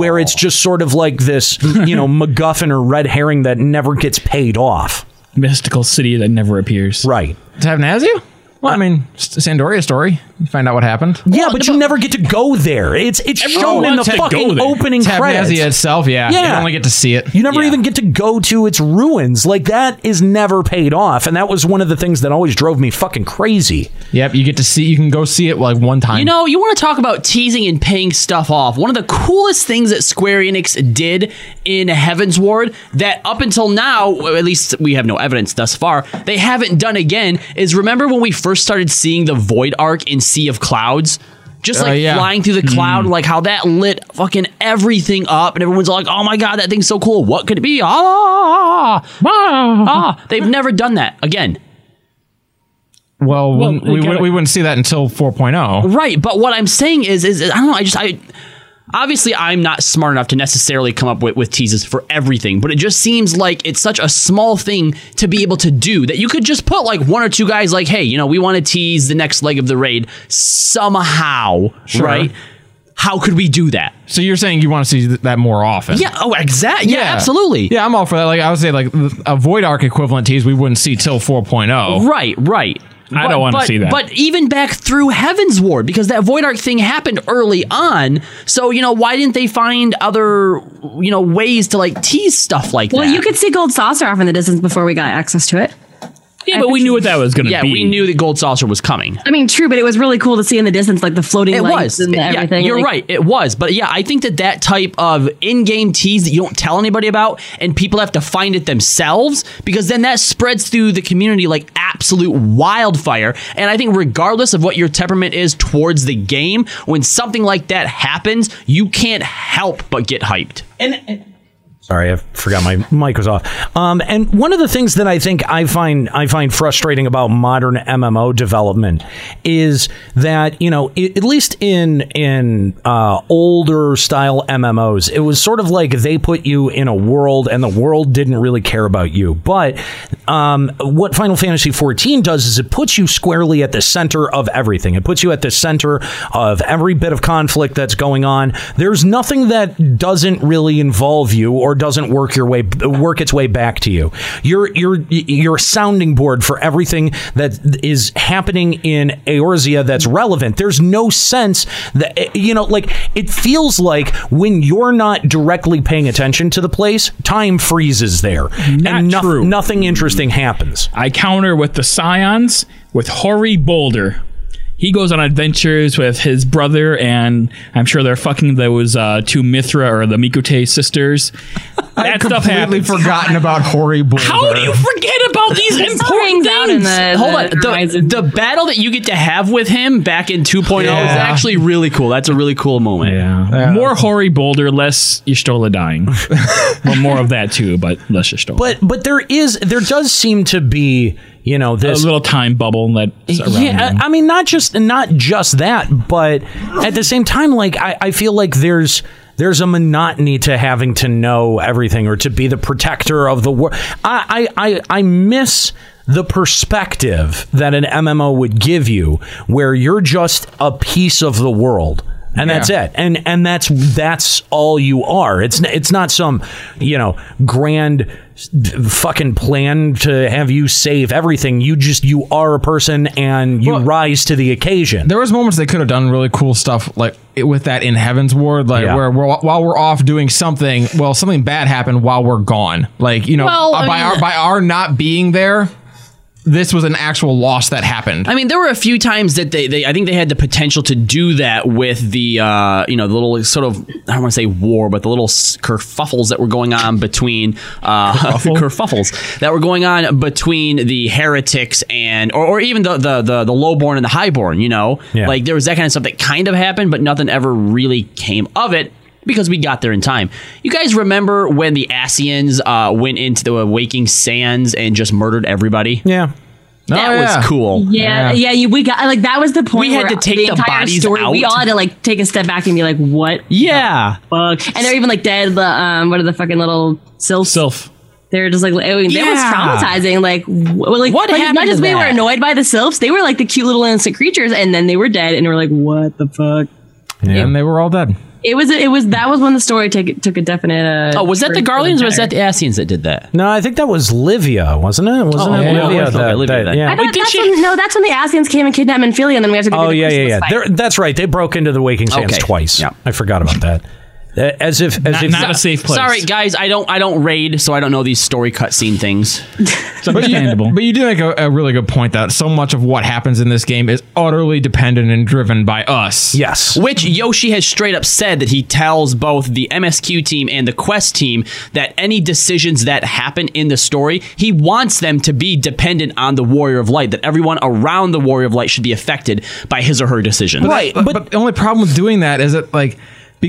[SPEAKER 2] where it's just sort of like this, you know, MacGuffin or red herring that never gets paid off.
[SPEAKER 3] Mystical city that never appears.
[SPEAKER 2] Right.
[SPEAKER 1] Tavnazia? Well, I mean, S- Sandoria story. You find out what happened.
[SPEAKER 2] Yeah, but you never get to go there. It's it's shown in the fucking opening credits.
[SPEAKER 1] Tavnazia itself, yeah. You
[SPEAKER 2] Yeah.
[SPEAKER 1] only get to see it.
[SPEAKER 2] You never even get to go to its ruins. Like that is never paid off, and that was one of the things that always drove me fucking crazy.
[SPEAKER 1] Yep, you get to see. You can go see it like one time.
[SPEAKER 5] You know, you want to talk about teasing and paying stuff off. One of the coolest things that Square Enix did in Heaven's Ward that up until now, well, at least we have no evidence thus far, they haven't done again is remember when we first started seeing the Void Arc in Sea of Clouds? Just
[SPEAKER 1] Oh,
[SPEAKER 5] like
[SPEAKER 1] yeah. Mm.
[SPEAKER 5] flying through the cloud, like how that lit fucking everything up, and everyone's like, "Oh my god, that thing's so cool! What could it be?" Ah, ah. They've never done that again.
[SPEAKER 1] Well,
[SPEAKER 5] Well,
[SPEAKER 1] wouldn't- we,
[SPEAKER 5] again-
[SPEAKER 1] wouldn't- we wouldn't see that until oh. 4.0.
[SPEAKER 5] Right, but what I'm saying is, is, is I don't know. I just I obviously I'm not smart enough to necessarily come up with, with teases for everything, but it just seems like it's such a small thing to be able to do that you could just put like one or two guys like, hey, you know, we want to tease the next leg of the raid somehow,
[SPEAKER 1] Sure.
[SPEAKER 5] right? How could we do that?
[SPEAKER 1] So you're saying you want to see th- that more often?
[SPEAKER 5] Yeah. Oh, exactly. Yeah, absolutely.
[SPEAKER 1] Yeah, I'm all for that. Like I would say, like th- a void arc equivalent tease we wouldn't see till 4.0.
[SPEAKER 5] Right. Right.
[SPEAKER 1] I
[SPEAKER 5] But-
[SPEAKER 1] don't want to
[SPEAKER 5] but-
[SPEAKER 1] see that.
[SPEAKER 5] But even back through Heaven's Ward, because that Void Arc thing happened early on. So, you know, why didn't they find other, you know, ways to like tease stuff like
[SPEAKER 8] Well,
[SPEAKER 5] that?
[SPEAKER 8] you could see Gold Saucer off in the distance before we got access to it.
[SPEAKER 5] Yeah, but we knew what that was going
[SPEAKER 8] gonna
[SPEAKER 5] yeah,
[SPEAKER 8] be.
[SPEAKER 5] we knew that Gold Saucer was coming.
[SPEAKER 8] I mean, true, but it was really cool to see in the distance, like the floating
[SPEAKER 5] It
[SPEAKER 8] lights
[SPEAKER 5] was.
[SPEAKER 8] and
[SPEAKER 5] Yeah,
[SPEAKER 8] everything.
[SPEAKER 5] you're
[SPEAKER 8] Like,
[SPEAKER 5] right. It was. But yeah, I think that that type of in-game tease that you don't tell anybody about and people have to find it themselves because then that spreads through the community like absolute wildfire. And I think regardless of what your temperament is towards the game, when something like that happens, you can't help but get hyped.
[SPEAKER 2] And Sorry, I forgot my mic was off. Um, and one of the things that I think I find I find frustrating about modern MMO development is that you know i at least in in uh, older style MMOs, it was sort of like they put you in a world and the world didn't really care about you. But um, what Final Fantasy XIV does is it puts you squarely at the center of everything. It puts you at the center of every bit of conflict that's going on. There's nothing that doesn't really involve you or doesn't work your way work its way back to you. You're you're you're a sounding board for everything that is happening in Eorzea that's relevant. There's no sense that you know like it feels like when you're not directly paying attention to the place, time freezes there and noth- nothing interesting happens.
[SPEAKER 3] I counter with the Scions with Hori Boulder. He goes on adventures with his brother, and I'm sure they're fucking those uh, two Mithra or the Mikute sisters.
[SPEAKER 16] I've
[SPEAKER 3] That stuff
[SPEAKER 16] completely
[SPEAKER 3] happens.
[SPEAKER 16] forgotten about Hori Boulder.
[SPEAKER 3] How do you forget about these
[SPEAKER 8] It still
[SPEAKER 3] important
[SPEAKER 8] hangs out in
[SPEAKER 3] things?
[SPEAKER 8] the-
[SPEAKER 5] Hold on. The, the battle that you get to have with him back in 2.0 is
[SPEAKER 3] Yeah.
[SPEAKER 5] actually really cool. That's a really cool moment.
[SPEAKER 3] Yeah. More Hori Boulder, less Ishtola dying. well, more of that too, but less Ishtola.
[SPEAKER 2] But but there is there does seem to be you know this
[SPEAKER 3] a little time bubble that's around
[SPEAKER 2] yeah I- i mean not just not just that but at the same time like I, I feel like there's there's a monotony to having to know everything or to be the protector of the world I, I i i miss the perspective that an mmo would give you where you're just a piece of the world and that's
[SPEAKER 16] Yeah.
[SPEAKER 2] it and and that's that's all you are it's n- it's not some you know grand s- fucking plan to have you save everything you just you are a person and you rise to the occasion
[SPEAKER 1] There was moments they could have done really cool stuff, like it- with that in Heaven's Ward, like
[SPEAKER 2] Yeah.
[SPEAKER 1] where we're, while we're off doing something, well, something bad happened while we're gone. Like you know,
[SPEAKER 5] Well,
[SPEAKER 1] uh,
[SPEAKER 5] I
[SPEAKER 1] by
[SPEAKER 5] mean-
[SPEAKER 1] our by our not being there, this was an actual loss that happened.
[SPEAKER 5] I mean, there were a few times that they, they I think they had the potential to do that with the, uh, you know, the little sort of, I don't want to say war, but the little s- kerfuffles that were going on between, uh, kerfuffles that were going on between the heretics and, or, or even the, the, the, the lowborn and the highborn, you know?
[SPEAKER 2] Yeah.
[SPEAKER 5] Like, there was that kind of stuff that kind of happened, but nothing ever really came of it. Because we got there in time. You guys remember when the Asians uh, went into the Waking Sands and just murdered everybody?
[SPEAKER 2] Yeah.
[SPEAKER 5] That was cool.
[SPEAKER 8] Oh, Yeah, yeah, you, we got like that was the point.
[SPEAKER 5] We had
[SPEAKER 8] where
[SPEAKER 5] to take the
[SPEAKER 8] entire
[SPEAKER 5] bodies
[SPEAKER 8] story. We
[SPEAKER 5] out.
[SPEAKER 8] all had to like take a step back and be like, "What?
[SPEAKER 5] Yeah,
[SPEAKER 8] fuck." And they're even like dead. The um, what are the fucking little sylphs?
[SPEAKER 3] Sylph.
[SPEAKER 8] They're just like, I mean,
[SPEAKER 5] Yeah.
[SPEAKER 8] that was traumatizing. Like, wh- like
[SPEAKER 5] What
[SPEAKER 8] like,
[SPEAKER 5] happened
[SPEAKER 8] Not
[SPEAKER 5] to
[SPEAKER 8] just we were
[SPEAKER 5] that?
[SPEAKER 8] annoyed by the sylphs; they were like the cute little innocent creatures, and then they were dead, and we're like, "What the fuck?"
[SPEAKER 1] And they were all dead.
[SPEAKER 8] It was. It was. That was when the story took took a definite. Uh,
[SPEAKER 5] Oh, was that the
[SPEAKER 8] turn for
[SPEAKER 5] Guardians or was
[SPEAKER 8] better.
[SPEAKER 5] that the Asians that did that?
[SPEAKER 2] no i think that was livia wasn't it wasn't
[SPEAKER 5] Oh,
[SPEAKER 2] it
[SPEAKER 5] yeah,
[SPEAKER 2] livia,
[SPEAKER 5] it was Livia, Livia then.
[SPEAKER 8] I
[SPEAKER 2] yeah.
[SPEAKER 8] thought that's when, no, that's when the Asians came and kidnapped Menphilia, and then we have to go.
[SPEAKER 2] oh
[SPEAKER 8] do the
[SPEAKER 2] yeah yeah
[SPEAKER 8] Christmas
[SPEAKER 2] yeah
[SPEAKER 8] fight.
[SPEAKER 2] They're- that's right they broke into the waking sands
[SPEAKER 5] Okay.
[SPEAKER 2] twice yeah. i forgot about that Uh, as if as if
[SPEAKER 5] Sorry, guys, I don't I don't raid, so I don't know these story cutscene things.
[SPEAKER 3] It's
[SPEAKER 1] But you, but you do make a, a really good point that so much of what happens in this game is utterly dependent and driven by us.
[SPEAKER 2] Yes.
[SPEAKER 5] Which Yoshi has straight up said that he tells both the MSQ team and the Quest team that any decisions that happen in the story, he wants them to be dependent on the Warrior of Light, that everyone around the Warrior of Light should be affected by his or her decision.
[SPEAKER 1] But that- But, but the only problem with doing that is that like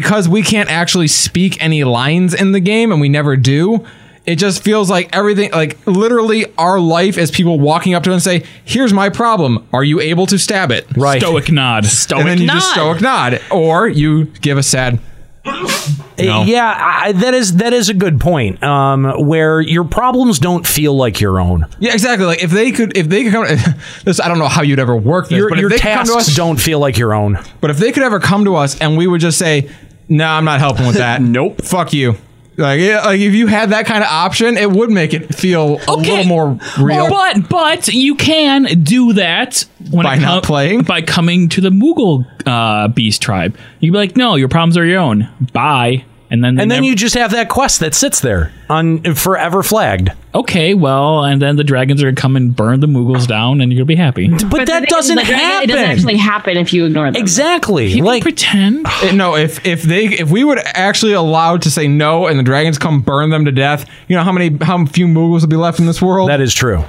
[SPEAKER 1] because we can't actually speak any lines in the game, and we never do. It just feels like everything, like literally, our life is people walking up to us and say, "Here's my problem. Are you able to stab it?" Right.
[SPEAKER 3] Stoic nod. Stoic
[SPEAKER 1] and then you just
[SPEAKER 3] nod.
[SPEAKER 1] stoic nod, or you give a sad. No.
[SPEAKER 2] Uh, Yeah, I, that is that is a good point. Um, where your problems don't feel like your own.
[SPEAKER 1] Yeah, exactly. Like if they could, if they could come, this I don't know how you'd ever work this,
[SPEAKER 2] Your-
[SPEAKER 1] but
[SPEAKER 2] your
[SPEAKER 1] if they could come to
[SPEAKER 2] tasks
[SPEAKER 1] us,
[SPEAKER 2] don't feel like your own.
[SPEAKER 1] But if they could ever come to us and we would just say, "No, I'm not helping with that." nope. Fuck you. Like, yeah, like if you had that kind of option, it would make it feel a little more real.
[SPEAKER 3] But but you can do that when
[SPEAKER 1] By
[SPEAKER 3] it
[SPEAKER 1] not playing
[SPEAKER 3] by coming to the Moogle uh, beast tribe. You'd be like, no, your problems are your own. Bye. And then
[SPEAKER 2] And then
[SPEAKER 3] never-
[SPEAKER 2] you just have that quest that sits there on forever flagged.
[SPEAKER 3] okay, well, and then the dragons are gonna come and burn the Moogles down, and you'll be happy.
[SPEAKER 8] the
[SPEAKER 2] But, that
[SPEAKER 8] thing is,
[SPEAKER 2] doesn't
[SPEAKER 8] like,
[SPEAKER 2] happen.
[SPEAKER 8] It doesn't actually happen if you ignore them.
[SPEAKER 2] Exactly.
[SPEAKER 3] like pretend.
[SPEAKER 1] It- no, if if they if we would actually allowed to say no and the dragons come burn them to death, you know how many how few Moogles would be left in this world?
[SPEAKER 2] That is true.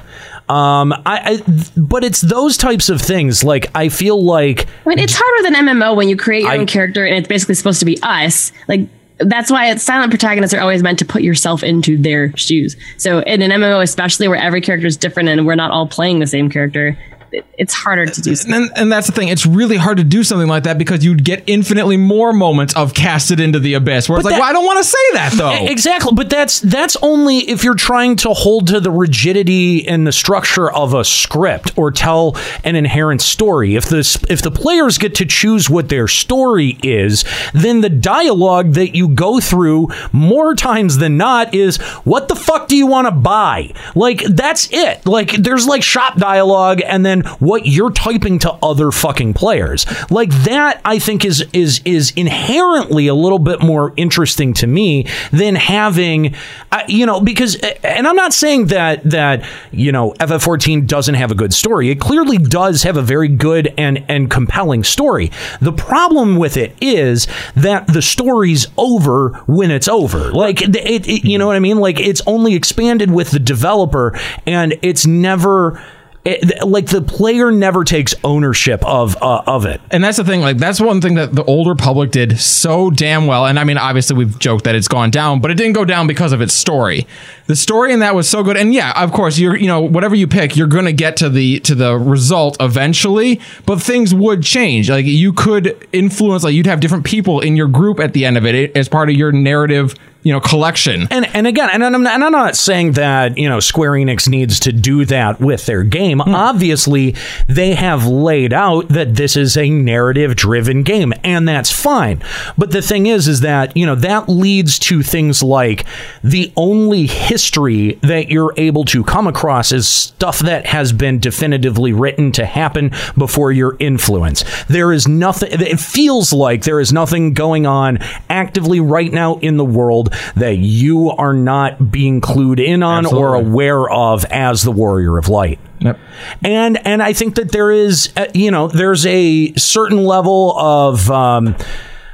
[SPEAKER 2] Um, I, I but it's those types of things. Like I feel like
[SPEAKER 8] I mean, it's harder than MMO when you create your
[SPEAKER 2] I-
[SPEAKER 8] own character and it's basically supposed to be us. Like that's why silent protagonists are always meant to put yourself into their shoes. So in an MMO, especially where every character is different and we're not all playing the same character, it- it's harder to do.
[SPEAKER 1] And, and that's the thing. It's really hard to do something like that because you'd get infinitely more moments of casted into the abyss. Where it's
[SPEAKER 2] But
[SPEAKER 1] like,
[SPEAKER 2] that-
[SPEAKER 1] well, I don't want to say that
[SPEAKER 2] E-
[SPEAKER 1] though.
[SPEAKER 2] Exactly, but that's that's only if you're trying to hold to the rigidity and the structure of a script or tell an inherent story. If the s- if the players get to choose what their story is, then the dialogue that you go through more times than not is what the fuck do you want to buy? Like that's it. Like there's like shop dialogue and then what you're typing to other fucking players. Like that I think is is is inherently a little bit more interesting to me than having uh, you know because and I'm not saying that that you know FF14 doesn't have a good story. It clearly does have a very good and and compelling story. The problem with it is that the story's over when it's over. Like it, it it- you know what I mean? Like it's only expanded with the developer and it's never it, th- like the player never takes ownership of uh, of it.
[SPEAKER 1] And that's the thing. Like that's one thing that the older public did so damn well. And I mean, obviously we've joked that it's gone down, but it didn't go down because of its story. The story in that was so good. And yeah, of course, you're you know whatever you pick, you're gonna get to the to the result eventually. But things would change. Like you could influence. Like you'd have different people in your group at the end of it as part of your narrative. You know, collection.
[SPEAKER 2] And and again, and I'm, and I'm not saying that you know Square Enix needs to do that with their game. Obviously, they have laid out that this is a narrative-driven game, and that's fine. But the thing is, is that you know that leads to things like the only history that you're able to come across is stuff that has been definitively written to happen before your influence. There is nothing. It feels like there is nothing going on actively right now in the world that you are not being clued in on or aware of as the warrior of light. And and I think that there is uh, you know there's a certain level of um,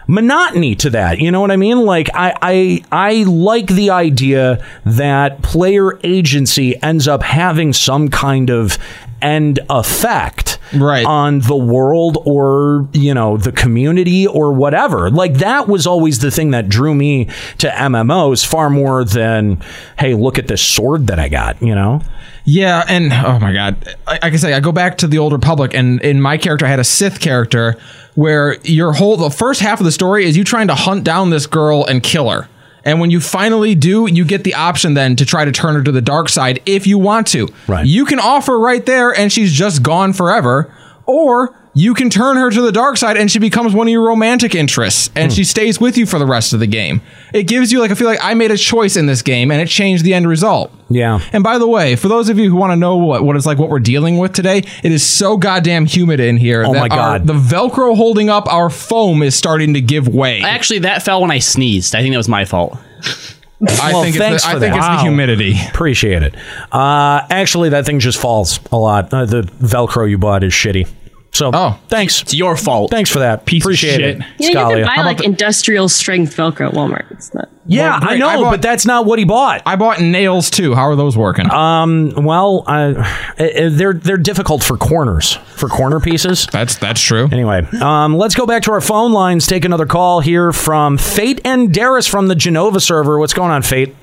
[SPEAKER 2] monotony to that. You know what I mean? Like I I I like the idea that player agency ends up having some kind of end effect right. on the world or you know the community or whatever like that was always the thing that drew me to mmos far more than hey look at this sword that i got you know
[SPEAKER 1] Yeah, and oh my god, I, I can say I go back to the old Republic, and in my character, I had a Sith character where your whole the first half of the story is you trying to hunt down this girl and kill her. And when you finally do, you get the option then to try to turn her to the dark side if you want to. Right. You can offer right there, and she's just gone forever, or you can turn her to the dark side and she becomes one of your romantic interests
[SPEAKER 2] Hmm.
[SPEAKER 1] and she stays with you for the rest of the game. It gives you like I feel like I made a choice in this game and it changed the end result.
[SPEAKER 2] Yeah.
[SPEAKER 1] And by the way, for those of you who want to know what, what it's like, what we're dealing with today, it is so goddamn humid in here.
[SPEAKER 2] Oh
[SPEAKER 1] that
[SPEAKER 2] my
[SPEAKER 1] our-
[SPEAKER 2] God.
[SPEAKER 1] the Velcro holding up our foam is starting to give way.
[SPEAKER 5] Actually, that fell when I sneezed. I think that was my fault.
[SPEAKER 1] I
[SPEAKER 2] Well,
[SPEAKER 1] think it's
[SPEAKER 2] thanks
[SPEAKER 1] the, I
[SPEAKER 2] for
[SPEAKER 1] think
[SPEAKER 2] that.
[SPEAKER 1] it's the
[SPEAKER 2] Wow.
[SPEAKER 1] humidity.
[SPEAKER 2] Appreciate it. Uh, actually, that thing just falls a lot. Uh, the Velcro you bought is shitty. So, oh, thanks. It's
[SPEAKER 5] your fault.
[SPEAKER 2] Thanks for that.
[SPEAKER 3] Piece of
[SPEAKER 2] Appreciate
[SPEAKER 3] shit.
[SPEAKER 2] it.
[SPEAKER 8] You, know, you can
[SPEAKER 2] Scalia.
[SPEAKER 8] buy
[SPEAKER 2] How about
[SPEAKER 8] like
[SPEAKER 2] the-
[SPEAKER 8] industrial strength Velcro at Walmart. It's not.
[SPEAKER 2] yeah,
[SPEAKER 1] Well, great.
[SPEAKER 2] I know,
[SPEAKER 1] I bought-
[SPEAKER 2] but that's not what he bought.
[SPEAKER 1] I bought nails too. How are those working?
[SPEAKER 2] Um, well, I, uh, they're they're difficult for corners, for corner pieces.
[SPEAKER 1] that's that's true.
[SPEAKER 2] Anyway, um, let's go back to our phone lines. Take another call here from Fate and Darius from the Genova server. What's going on, Fate?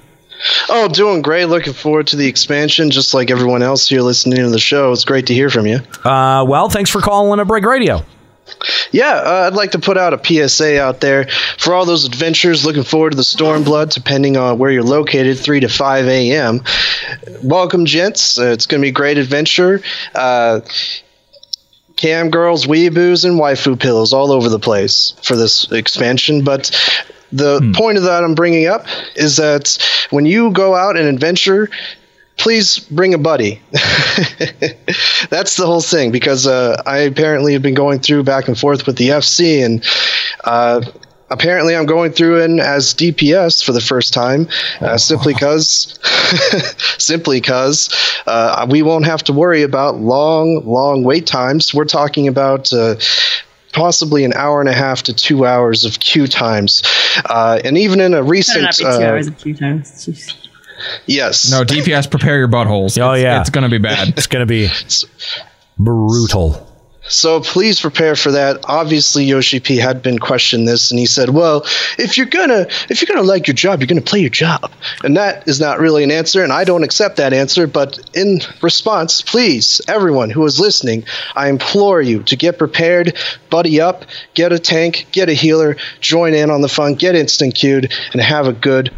[SPEAKER 16] Oh, doing great. Looking forward to the expansion, just like everyone else here listening to the show. It's great to hear from you.
[SPEAKER 2] Uh, well, thanks for calling Limit Break Radio.
[SPEAKER 16] Yeah, uh, I'd like to put out a PSA out there for all those adventures looking forward to the Stormblood, depending on where you're located, 3 to 5 a.m. Welcome, gents. Uh, it's going to be a great adventure. Uh, cam girls, weeaboos, and waifu pills all over the place for this expansion. But the point of that I'm bringing up is that when you go out and adventure, please bring a buddy. That's the whole thing because uh, I apparently have been going through back and forth with the FC and. Uh, Apparently, I'm going through in as DPS for the first time, uh, simply because, simply because uh, we won't have to worry about long, long wait times. We're talking about uh, possibly an hour and a half to two hours of queue times, uh, and even in a
[SPEAKER 8] Better
[SPEAKER 16] recent
[SPEAKER 8] not be two
[SPEAKER 16] uh,
[SPEAKER 8] hours a few times. Jeez.
[SPEAKER 16] yes,
[SPEAKER 1] No, DPS, prepare your buttholes. Oh,
[SPEAKER 2] yeah.
[SPEAKER 1] It's going to be bad.
[SPEAKER 2] It's going to be brutal.
[SPEAKER 16] So please prepare for that. Obviously, Yoshi P had been questioned this, and he said, "Well, if you're gonna if you're gonna like your job, you're gonna play your job," and that is not really an answer, and I don't accept that answer. But in response, please, everyone who is listening, I implore you to get prepared, buddy up, get a tank, get a healer, join in on the fun, get instant queued, and have a good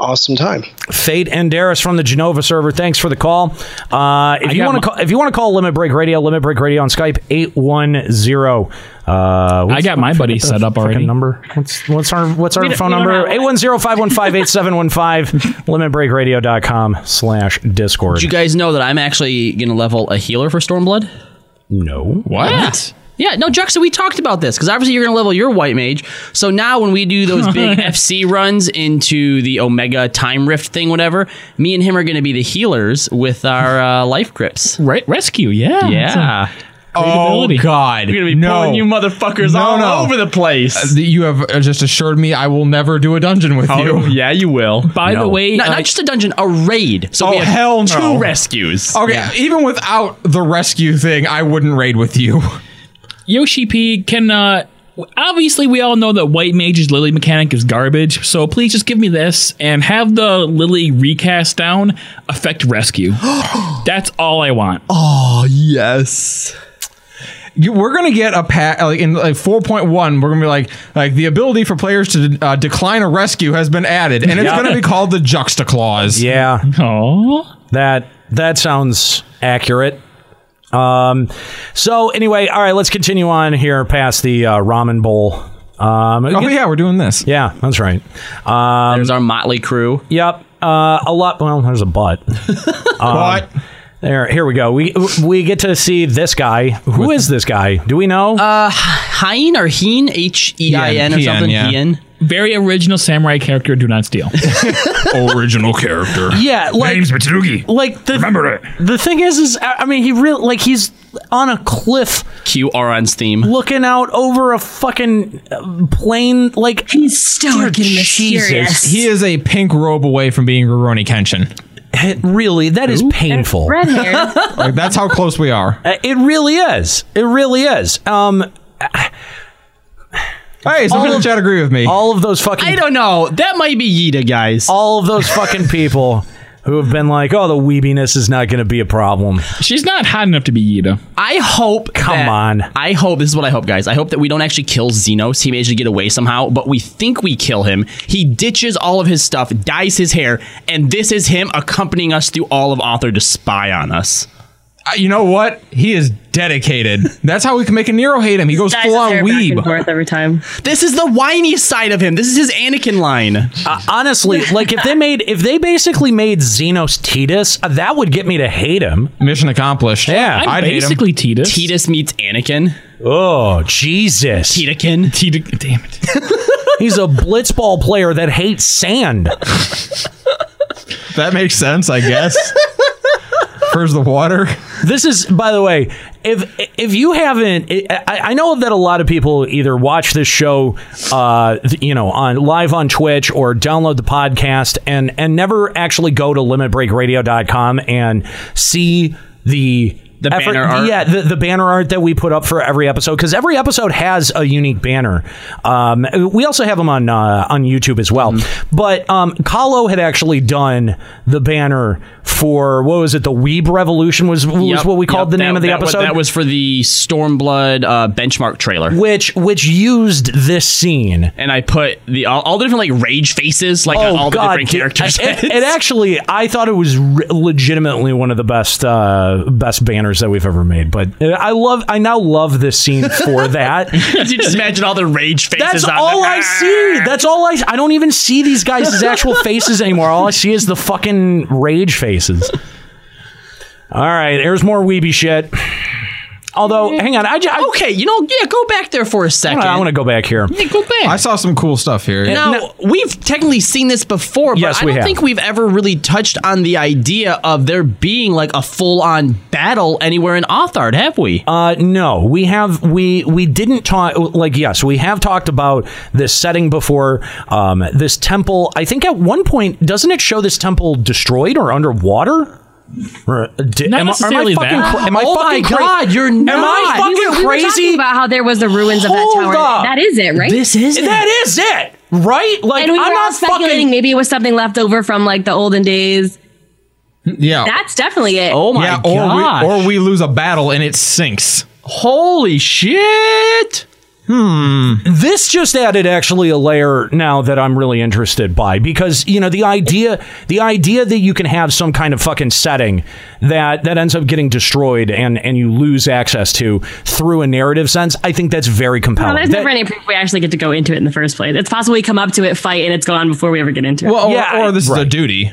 [SPEAKER 16] awesome time.
[SPEAKER 2] Fate and Daris from the Genova server. Thanks for the call. Uh, if you
[SPEAKER 3] got
[SPEAKER 2] want to call, if you want to call Limit Break Radio, Limit Break Radio on Skype eight one zero. Uh, I
[SPEAKER 3] got my buddy set up already.
[SPEAKER 2] Number. What's what's our what's our
[SPEAKER 3] We don't-
[SPEAKER 2] phone
[SPEAKER 3] we don't
[SPEAKER 2] number?
[SPEAKER 3] have one.
[SPEAKER 2] 810-515-8715 limitbreakradio.com slash discord.
[SPEAKER 5] Did you guys know that I'm actually going to level a healer for Stormblood?
[SPEAKER 2] No.
[SPEAKER 5] What? Yeah, yeah no, Juxta, we talked about this because obviously you're going to level your white mage. So now when we do those big FC runs into the Omega Time Rift thing, whatever, me and him are going to be the healers with our uh, life grips.
[SPEAKER 3] Right, rescue, yeah.
[SPEAKER 5] Yeah.
[SPEAKER 1] Oh God!
[SPEAKER 5] We're gonna be
[SPEAKER 1] no.
[SPEAKER 5] pulling you motherfuckers all over the place.
[SPEAKER 1] Uh, th- you have uh, just assured me I will never do a dungeon with
[SPEAKER 5] Oh,
[SPEAKER 1] you.
[SPEAKER 17] yeah, you will.
[SPEAKER 5] By the way, uh, not, not just a dungeon, a raid. So we
[SPEAKER 1] oh
[SPEAKER 5] have
[SPEAKER 1] hell no!
[SPEAKER 5] two rescues.
[SPEAKER 1] Okay, even without the rescue thing, I wouldn't raid with you.
[SPEAKER 3] Yoshi P can uh obviously we all know that white mage's lily mechanic is garbage, so please just give me this and have the lily recast down affect rescue. That's all I want.
[SPEAKER 1] Oh yes. You, we're gonna get a pat like in like 4.1. We're gonna be like like the ability for players to uh, decline a rescue has been added, and it's
[SPEAKER 2] Yeah.
[SPEAKER 1] gonna be called the juxta clause.
[SPEAKER 2] Yeah.
[SPEAKER 3] Oh.
[SPEAKER 2] That that sounds accurate. Um so anyway, all right, let's continue on here past the uh, ramen bowl. Um
[SPEAKER 1] Oh yeah, we're doing this.
[SPEAKER 2] Yeah, that's right. Um
[SPEAKER 5] There's our motley crew.
[SPEAKER 2] Yep. Uh, a lot. Well, there's a butt. But There. Here we go. We we get to see this guy. Who is this guy? Do we know?
[SPEAKER 5] Uh, Hein or Heen? H E I N or
[SPEAKER 2] Hien,
[SPEAKER 5] something?
[SPEAKER 2] yeah.
[SPEAKER 5] Hien.
[SPEAKER 3] Very original samurai character, do not steal.
[SPEAKER 17] Original character.
[SPEAKER 2] Yeah, like-
[SPEAKER 17] name's Mitsurugi.
[SPEAKER 2] Like the
[SPEAKER 17] remember it.
[SPEAKER 2] The thing is, is I I mean, he real like he's on a cliff
[SPEAKER 5] Q R on Steam.
[SPEAKER 2] looking out over a fucking uh, plane. Like
[SPEAKER 8] he's stoic and mysterious.
[SPEAKER 1] He is a pink robe away from being Rurouni Kenshin.
[SPEAKER 2] really, that is painful.
[SPEAKER 8] Red hair.
[SPEAKER 1] like that's how close we are.
[SPEAKER 2] Uh, It really is. It really is. Um.
[SPEAKER 1] Hey, some
[SPEAKER 2] All
[SPEAKER 1] people in
[SPEAKER 2] of-
[SPEAKER 1] the chat agree with me.
[SPEAKER 2] All of those fucking.
[SPEAKER 5] I don't know. That might be Yida, guys.
[SPEAKER 2] All of those fucking people who have been like, "Oh, the weebiness is not going to be a problem."
[SPEAKER 3] She's not hot enough to be Yida.
[SPEAKER 5] I hope. Come
[SPEAKER 2] on.
[SPEAKER 5] I hope this is what I hope, guys. I hope that we don't actually kill Xenos. He managed to get away somehow, but we think we kill him. He ditches all of his stuff, dyes his hair, and this is him accompanying us through all of Author to spy on us.
[SPEAKER 1] Uh, you know what? He is dedicated. That's how we can make a Nero hate him. He goes
[SPEAKER 8] Dyes
[SPEAKER 1] full
[SPEAKER 8] his
[SPEAKER 1] on
[SPEAKER 8] hair back and
[SPEAKER 1] weeb.
[SPEAKER 8] forth every time.
[SPEAKER 5] This is the whiny side of him. This is his Anakin line.
[SPEAKER 2] Uh, honestly, like if they made if they basically made Xenos Titus, uh, that would get me to hate him.
[SPEAKER 1] Mission accomplished.
[SPEAKER 2] Yeah,
[SPEAKER 3] I'm basically Titus.
[SPEAKER 5] Titus meets Anakin.
[SPEAKER 2] Oh Jesus!
[SPEAKER 5] Titakin.
[SPEAKER 3] Tita- damn it.
[SPEAKER 2] He's a blitzball player that hates sand.
[SPEAKER 1] That makes sense, I guess. First the water.
[SPEAKER 2] This is, by the way, if if you haven't, I, I know that a lot of people either watch this show, uh, you know, on live on Twitch or download the podcast and and never actually go to limitbreakradio.com and see the.
[SPEAKER 5] The banner art.
[SPEAKER 2] yeah, the, the banner art that we put up for every episode because every episode has a unique banner. Um, we also have them on uh, on YouTube as well.
[SPEAKER 5] Mm-hmm.
[SPEAKER 2] But um, Kahlo had actually done the banner for what was it? The Weeb Revolution was was
[SPEAKER 5] Yep,
[SPEAKER 2] what we called
[SPEAKER 5] yep,
[SPEAKER 2] the name
[SPEAKER 5] that-
[SPEAKER 2] of the
[SPEAKER 5] that wa-
[SPEAKER 2] episode,
[SPEAKER 5] that was for the Stormblood uh, benchmark trailer.
[SPEAKER 2] which which used this scene. Oh,
[SPEAKER 5] And I put the all, all the different like rage faces, like on all the different
[SPEAKER 2] dude.
[SPEAKER 5] characters.
[SPEAKER 2] It, it actually, I thought it was re- legitimately one of the best uh, best banners that we've ever made. But uh, I love, I now love this scene for that.
[SPEAKER 5] you just imagine all the Ah! rage faces.
[SPEAKER 2] That's
[SPEAKER 5] on them.
[SPEAKER 2] all I see. That's all I. I don't even see these guys' as actual faces anymore. All I see is the fucking rage faces. All right, there's more weeby shit. Although, hang on, I, ju- I
[SPEAKER 5] Okay, you know, yeah, go back there for a second.
[SPEAKER 2] I want to go back here.
[SPEAKER 5] go back.
[SPEAKER 1] I saw some cool stuff here.
[SPEAKER 5] Now, we've technically seen this before, but
[SPEAKER 2] Yes,
[SPEAKER 5] I
[SPEAKER 2] we
[SPEAKER 5] don't
[SPEAKER 2] have.
[SPEAKER 5] think we've ever really touched on the idea of there being like a full on battle anywhere in Othard, have we?
[SPEAKER 2] Uh, no, we have we we didn't talk like yes, we have talked about this setting before. Um, this temple, I think at one point, doesn't it show this temple destroyed or underwater? D-
[SPEAKER 8] Not
[SPEAKER 2] am, I- am I
[SPEAKER 8] necessarily
[SPEAKER 2] fucking,
[SPEAKER 8] that.
[SPEAKER 2] cra- am I
[SPEAKER 8] Oh
[SPEAKER 2] fucking
[SPEAKER 8] my
[SPEAKER 2] cra-
[SPEAKER 8] God, you're
[SPEAKER 2] Am I
[SPEAKER 8] not. We
[SPEAKER 2] fucking
[SPEAKER 8] were- we were talking
[SPEAKER 2] crazy?
[SPEAKER 8] about how there was the ruins of that
[SPEAKER 2] Hold
[SPEAKER 8] tower.
[SPEAKER 2] up.
[SPEAKER 8] That is it, right?
[SPEAKER 2] This is That it. is it, right? Like
[SPEAKER 8] and we
[SPEAKER 2] I'm
[SPEAKER 8] were all
[SPEAKER 2] not
[SPEAKER 8] speculating
[SPEAKER 2] fucking
[SPEAKER 8] maybe it was something left over from like the olden days.
[SPEAKER 1] Yeah.
[SPEAKER 8] That's definitely it.
[SPEAKER 2] Oh
[SPEAKER 1] yeah, or We, or we lose a battle and it sinks.
[SPEAKER 2] Holy shit! Hmm. This just added actually a layer now that I'm really interested by because you know the idea the idea that you can have some kind of fucking setting that that ends up getting destroyed and and you lose access to through a narrative sense I think that's very
[SPEAKER 8] Well,
[SPEAKER 2] compelling.
[SPEAKER 8] there's
[SPEAKER 2] That-
[SPEAKER 8] never any proof we actually get to go into it in the first place. It's possible we come up to it, fight, and it's gone before we ever get into it.
[SPEAKER 1] Well, or, or this is a duty.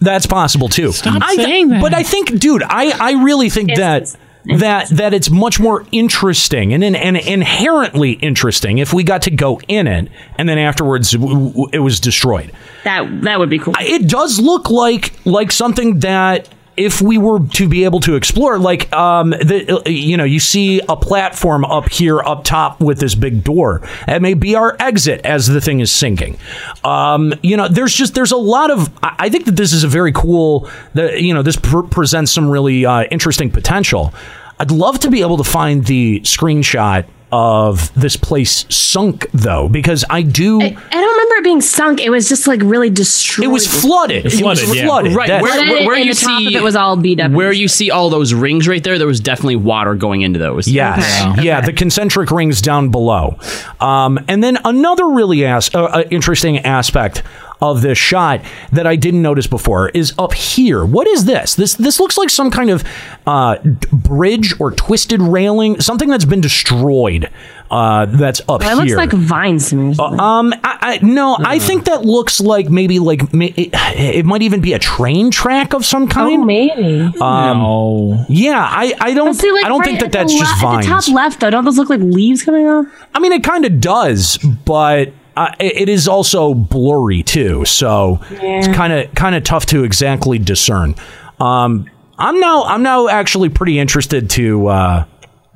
[SPEAKER 2] That's possible too. Stop I th-
[SPEAKER 8] saying that.
[SPEAKER 2] But I think, dude, I, I really think that that that it's much more interesting and, and and inherently interesting if we got to go in it and then afterwards w- w- it was destroyed.
[SPEAKER 8] That that would be cool.
[SPEAKER 2] It does look like like something that if we were to be able to explore, like um, the, you know, you see a platform up here up top with this big door. That may be our exit as the thing is sinking. Um, you know, there's just there's a lot of. I I think that this is a very cool. That you know, this pr- presents some really uh, interesting potential. I'd love to be able to find the screenshot of this place sunk though, because I do.
[SPEAKER 8] I don't remember it being sunk. It was just like really destroyed.
[SPEAKER 2] It was flooded. It was Flooded, yeah. flooded.
[SPEAKER 5] Right.
[SPEAKER 2] That-
[SPEAKER 5] where where, where
[SPEAKER 8] And
[SPEAKER 5] you
[SPEAKER 8] the top
[SPEAKER 5] see
[SPEAKER 8] of it was all beat up.
[SPEAKER 5] Where you see all those rings right there, there was definitely water going into those.
[SPEAKER 2] Yes. Yeah, the concentric rings down below. Um, and then another really as- uh, uh, interesting aspect of this shot that I didn't notice before is up here. What is this? This this looks like some kind of uh, d- bridge or twisted railing, something that's been destroyed. Uh, that's up
[SPEAKER 8] Well, it
[SPEAKER 2] here.
[SPEAKER 8] looks like vines to me.
[SPEAKER 2] Um, I, I no, I
[SPEAKER 5] Hmm.
[SPEAKER 2] think that looks like maybe like ma- it, it might even be a train track of some kind.
[SPEAKER 8] Oh, maybe.
[SPEAKER 2] Um, Yeah, I, I don't
[SPEAKER 8] See, like,
[SPEAKER 2] I don't
[SPEAKER 8] right
[SPEAKER 2] think that
[SPEAKER 8] at the
[SPEAKER 2] that's
[SPEAKER 8] le-
[SPEAKER 2] just vines.
[SPEAKER 8] At the top left, though, don't those look like leaves coming off?
[SPEAKER 2] I mean, it kind of does, but uh, it it is also blurry too. So it's kind of kind of tough to exactly discern. Um, I'm now I'm now actually pretty interested to uh,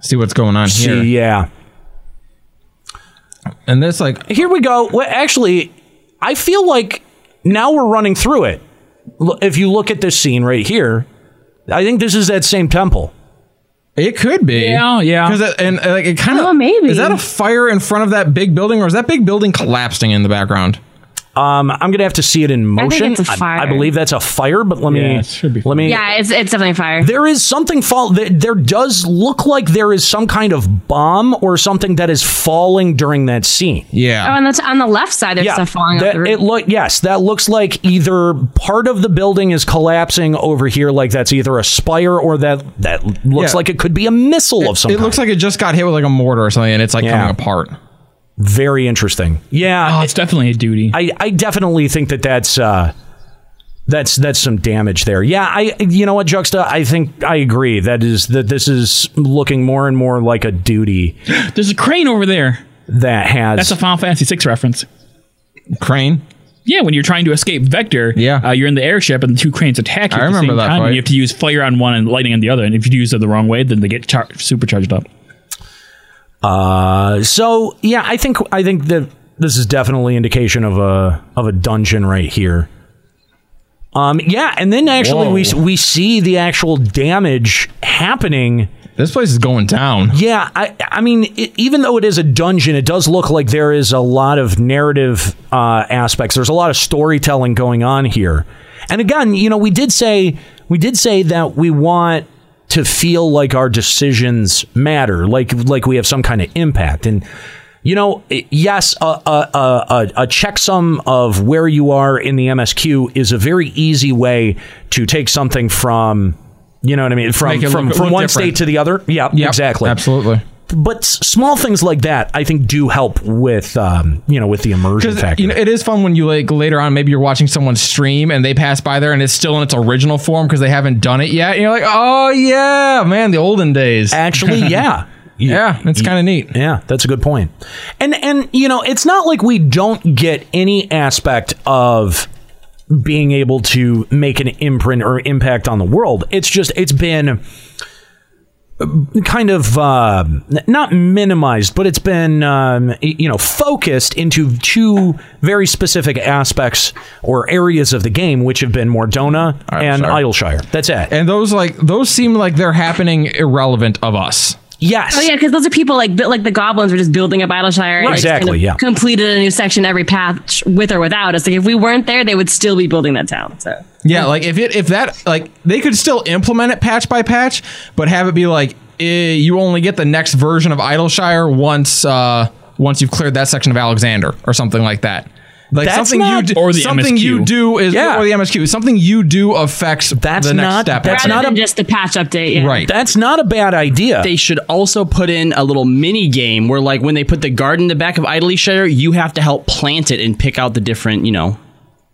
[SPEAKER 1] see what's going on here.
[SPEAKER 2] Yeah,
[SPEAKER 1] and this like
[SPEAKER 2] here we go. Well, actually, I feel like now we're running through it. Lo- If you look at this scene right here, I think this is that same temple.
[SPEAKER 1] It could be.
[SPEAKER 2] Yeah, yeah.
[SPEAKER 1] Because and uh, like it kind of maybe is that a fire in front of that big building or is that big building collapsing in the background?
[SPEAKER 2] Um, I'm gonna have to see it in
[SPEAKER 1] I think
[SPEAKER 2] motion.
[SPEAKER 1] it's a fire.
[SPEAKER 2] I, believe that's a fire, but let me let me
[SPEAKER 8] yeah, it's it's definitely fire.
[SPEAKER 2] There is something fall. There, there does look like there is some kind of bomb or something that is falling during that scene.
[SPEAKER 1] Yeah.
[SPEAKER 8] Oh, and that's on the left side. There's stuff falling off
[SPEAKER 2] that-
[SPEAKER 8] the roof.
[SPEAKER 2] it look yes, that looks like either part of the building is collapsing over here, like that's either a spire or that that looks
[SPEAKER 1] Yeah.
[SPEAKER 2] like it could be a missile of some
[SPEAKER 1] It
[SPEAKER 2] kind.
[SPEAKER 1] looks like it just got hit with like a mortar or something and it's like
[SPEAKER 2] Yeah.
[SPEAKER 1] coming apart.
[SPEAKER 2] Very interesting.
[SPEAKER 3] Oh,
[SPEAKER 2] Yeah, it's definitely a duty. I, I definitely think that that's uh, that's that's some damage there. Yeah, I you know what, Juxta, I think I agree. That is that this is looking more and more like a duty.
[SPEAKER 3] There's a crane over there.
[SPEAKER 2] That has
[SPEAKER 3] That's a Final Fantasy VI reference.
[SPEAKER 1] Crane.
[SPEAKER 3] Yeah, when you're trying to escape Vector, yeah, uh, you're in the airship and the two cranes attack you. at
[SPEAKER 1] I
[SPEAKER 3] the
[SPEAKER 1] remember
[SPEAKER 3] same
[SPEAKER 1] that
[SPEAKER 3] time, and
[SPEAKER 1] fight.
[SPEAKER 3] You have to use fire on one and lightning on the other, and if you use it the wrong way, then they get char- supercharged up.
[SPEAKER 2] Uh, so yeah, I think I think that this is definitely indication of a of a dungeon right here. Um, yeah, and then actually we
[SPEAKER 1] Whoa.
[SPEAKER 2] we see the actual damage happening.
[SPEAKER 1] This place is going down.
[SPEAKER 2] Yeah, I I mean, i even though it is a dungeon, it does look like there is a lot of narrative uh, aspects. There's a lot of storytelling going on here. And again, you know, we did say we did say that we want to feel like our decisions matter, like like we have some kind of impact. And you know, i- yes, a, a, a, a- a checksum of where you are in the MSQ is a very easy way to take something from, you know what I mean, from
[SPEAKER 1] Make it
[SPEAKER 2] from,
[SPEAKER 1] look-
[SPEAKER 2] from
[SPEAKER 1] look
[SPEAKER 2] one state
[SPEAKER 1] different.
[SPEAKER 2] to the other. Yeah,
[SPEAKER 1] Yep,
[SPEAKER 2] exactly,
[SPEAKER 1] absolutely.
[SPEAKER 2] But s- small things like that, I think, do help with um, you know with the immersion
[SPEAKER 1] Because
[SPEAKER 2] factor.
[SPEAKER 1] you know, it is fun when you like later on, maybe you're watching someone stream and they pass by there and it's still in its original form because they haven't done it yet. And you're like, oh yeah, man, the olden days.
[SPEAKER 2] Actually, yeah.
[SPEAKER 1] yeah, it's kind of neat.
[SPEAKER 2] Yeah, that's a good point. And and you know, it's not like we don't get any aspect of being able to make an imprint or impact on the world. It's just it's been kind of uh, n- not minimized, but it's been um, y- you know focused into two very specific aspects or areas of the game, which have been Mordona and Idleshire. That's it.
[SPEAKER 1] And those like those seem like they're happening irrelevant of us.
[SPEAKER 2] Yes.
[SPEAKER 8] Oh yeah, because those are people like bu- like the goblins were just building up Idleshire. and
[SPEAKER 1] Right.
[SPEAKER 8] just kind
[SPEAKER 1] Exactly,
[SPEAKER 8] of
[SPEAKER 1] yeah.
[SPEAKER 8] Completed a new section every patch with or without us. Like if we weren't there, they would still be building that town. So
[SPEAKER 1] Yeah, like if it if that like they could still implement it patch by patch, but have it be like eh, you only get the next version of Idleshire once uh once you've cleared that section of Alexander or something like that. Like
[SPEAKER 2] That's
[SPEAKER 1] something
[SPEAKER 2] not-
[SPEAKER 1] you do,
[SPEAKER 2] or the
[SPEAKER 1] something
[SPEAKER 2] MSQ.
[SPEAKER 1] you do is
[SPEAKER 2] Yeah.
[SPEAKER 1] or the MSQ something you do affects
[SPEAKER 2] That's
[SPEAKER 1] the next
[SPEAKER 2] not-
[SPEAKER 1] step.
[SPEAKER 2] that's
[SPEAKER 8] rather
[SPEAKER 2] not
[SPEAKER 8] than just the patch update, yeah.
[SPEAKER 1] Right.
[SPEAKER 2] That's not a bad idea.
[SPEAKER 5] They should also put in a little mini game where, like, when they put the garden in the back of Idleshire, you have to help plant it and pick out the different, you know,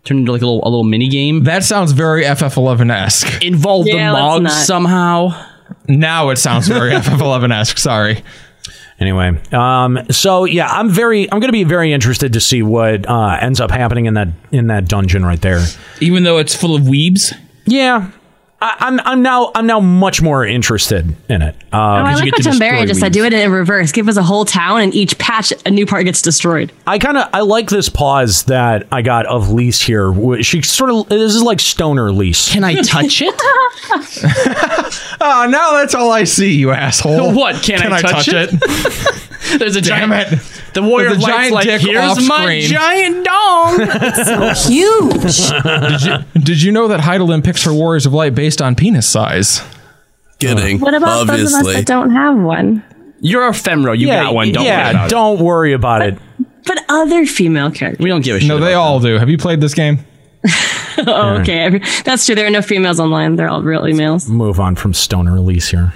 [SPEAKER 5] turn into like a little a little mini game.
[SPEAKER 1] That sounds very FF11 esque.
[SPEAKER 5] Involve
[SPEAKER 8] Yeah,
[SPEAKER 5] the
[SPEAKER 8] let's
[SPEAKER 5] mogs
[SPEAKER 8] not.
[SPEAKER 5] somehow.
[SPEAKER 1] Now it sounds very FF11 esque. Sorry.
[SPEAKER 2] Anyway, um, so yeah, I'm very, I'm going to be very interested to see what uh, ends up happening in that in that dungeon right there.
[SPEAKER 3] Even though it's full of weebs.
[SPEAKER 2] Yeah, I, I'm, I'm now, I'm now much more interested in it.
[SPEAKER 8] oh,
[SPEAKER 2] Um,
[SPEAKER 8] I like what Tom Barry just said. Do it in reverse. Give us a whole town, and each patch, a new part gets destroyed.
[SPEAKER 2] I kind of I like this pause that I got of Lise here. Wh- She sort of this is like stoner Lise.
[SPEAKER 5] Can I touch it?
[SPEAKER 1] Oh, now that's all I see, you asshole.
[SPEAKER 5] What, can I touch it? There's a
[SPEAKER 1] Damn
[SPEAKER 5] giant.
[SPEAKER 1] it.
[SPEAKER 5] The warrior
[SPEAKER 1] There's
[SPEAKER 5] of
[SPEAKER 1] a
[SPEAKER 5] light's
[SPEAKER 1] giant
[SPEAKER 5] like,
[SPEAKER 1] dick off
[SPEAKER 5] here's my
[SPEAKER 1] screen."
[SPEAKER 5] giant
[SPEAKER 2] Oh,
[SPEAKER 5] dong. It's so huge.
[SPEAKER 1] did, you, did you know that Heidelin picks her Warriors of Light based on penis size?
[SPEAKER 14] Kidding.
[SPEAKER 8] What about those of us that don't have one?
[SPEAKER 5] You're ephemera. You got one. Don't
[SPEAKER 2] yeah,
[SPEAKER 5] worry about it.
[SPEAKER 2] don't worry about it.
[SPEAKER 8] But other female characters.
[SPEAKER 5] We don't give a shit.
[SPEAKER 1] No, they all do. Have you played this game?
[SPEAKER 8] oh, okay, Every- that's true. There are no females online. They're all really males.
[SPEAKER 2] Move on from stoner Lise here.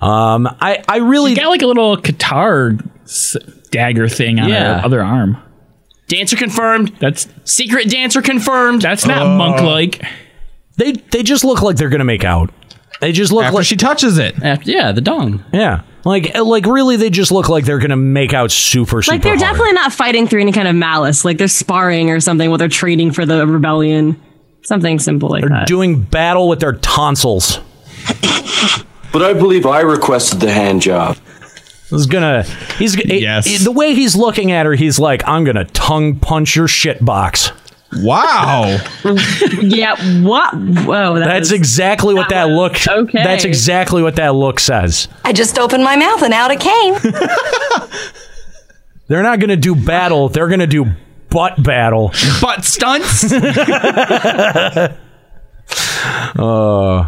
[SPEAKER 2] Um, I I really
[SPEAKER 3] got like a little guitar s- dagger thing on
[SPEAKER 5] Yeah.
[SPEAKER 3] her other arm.
[SPEAKER 5] Dancer confirmed.
[SPEAKER 3] That's
[SPEAKER 5] Secret dancer confirmed.
[SPEAKER 3] That's not
[SPEAKER 1] Uh.
[SPEAKER 3] monk like.
[SPEAKER 2] they they just look like they're gonna make out. They just look
[SPEAKER 1] After
[SPEAKER 2] like
[SPEAKER 1] she touches it.
[SPEAKER 5] yeah, the dong.
[SPEAKER 2] yeah, like like really they just look like they're gonna make out super super.
[SPEAKER 8] Like they're
[SPEAKER 2] hard.
[SPEAKER 8] definitely not fighting through any kind of malice. Like they're sparring or something while they're trading for the rebellion. Something simple like that.
[SPEAKER 2] doing battle with their tonsils.
[SPEAKER 18] But I believe I requested the hand job.
[SPEAKER 2] He's gonna. He's yes. the way he's looking at her. He's like, I'm gonna tongue punch your shit box.
[SPEAKER 1] Wow.
[SPEAKER 8] yeah. What? Whoa. that
[SPEAKER 2] That's
[SPEAKER 8] was-
[SPEAKER 2] exactly what that, look.
[SPEAKER 8] okay.
[SPEAKER 2] That's exactly what that look says.
[SPEAKER 13] I just opened my mouth and out it came.
[SPEAKER 2] They're not gonna do battle. They're gonna do butt battle.
[SPEAKER 5] Butt stunts.
[SPEAKER 2] Uh,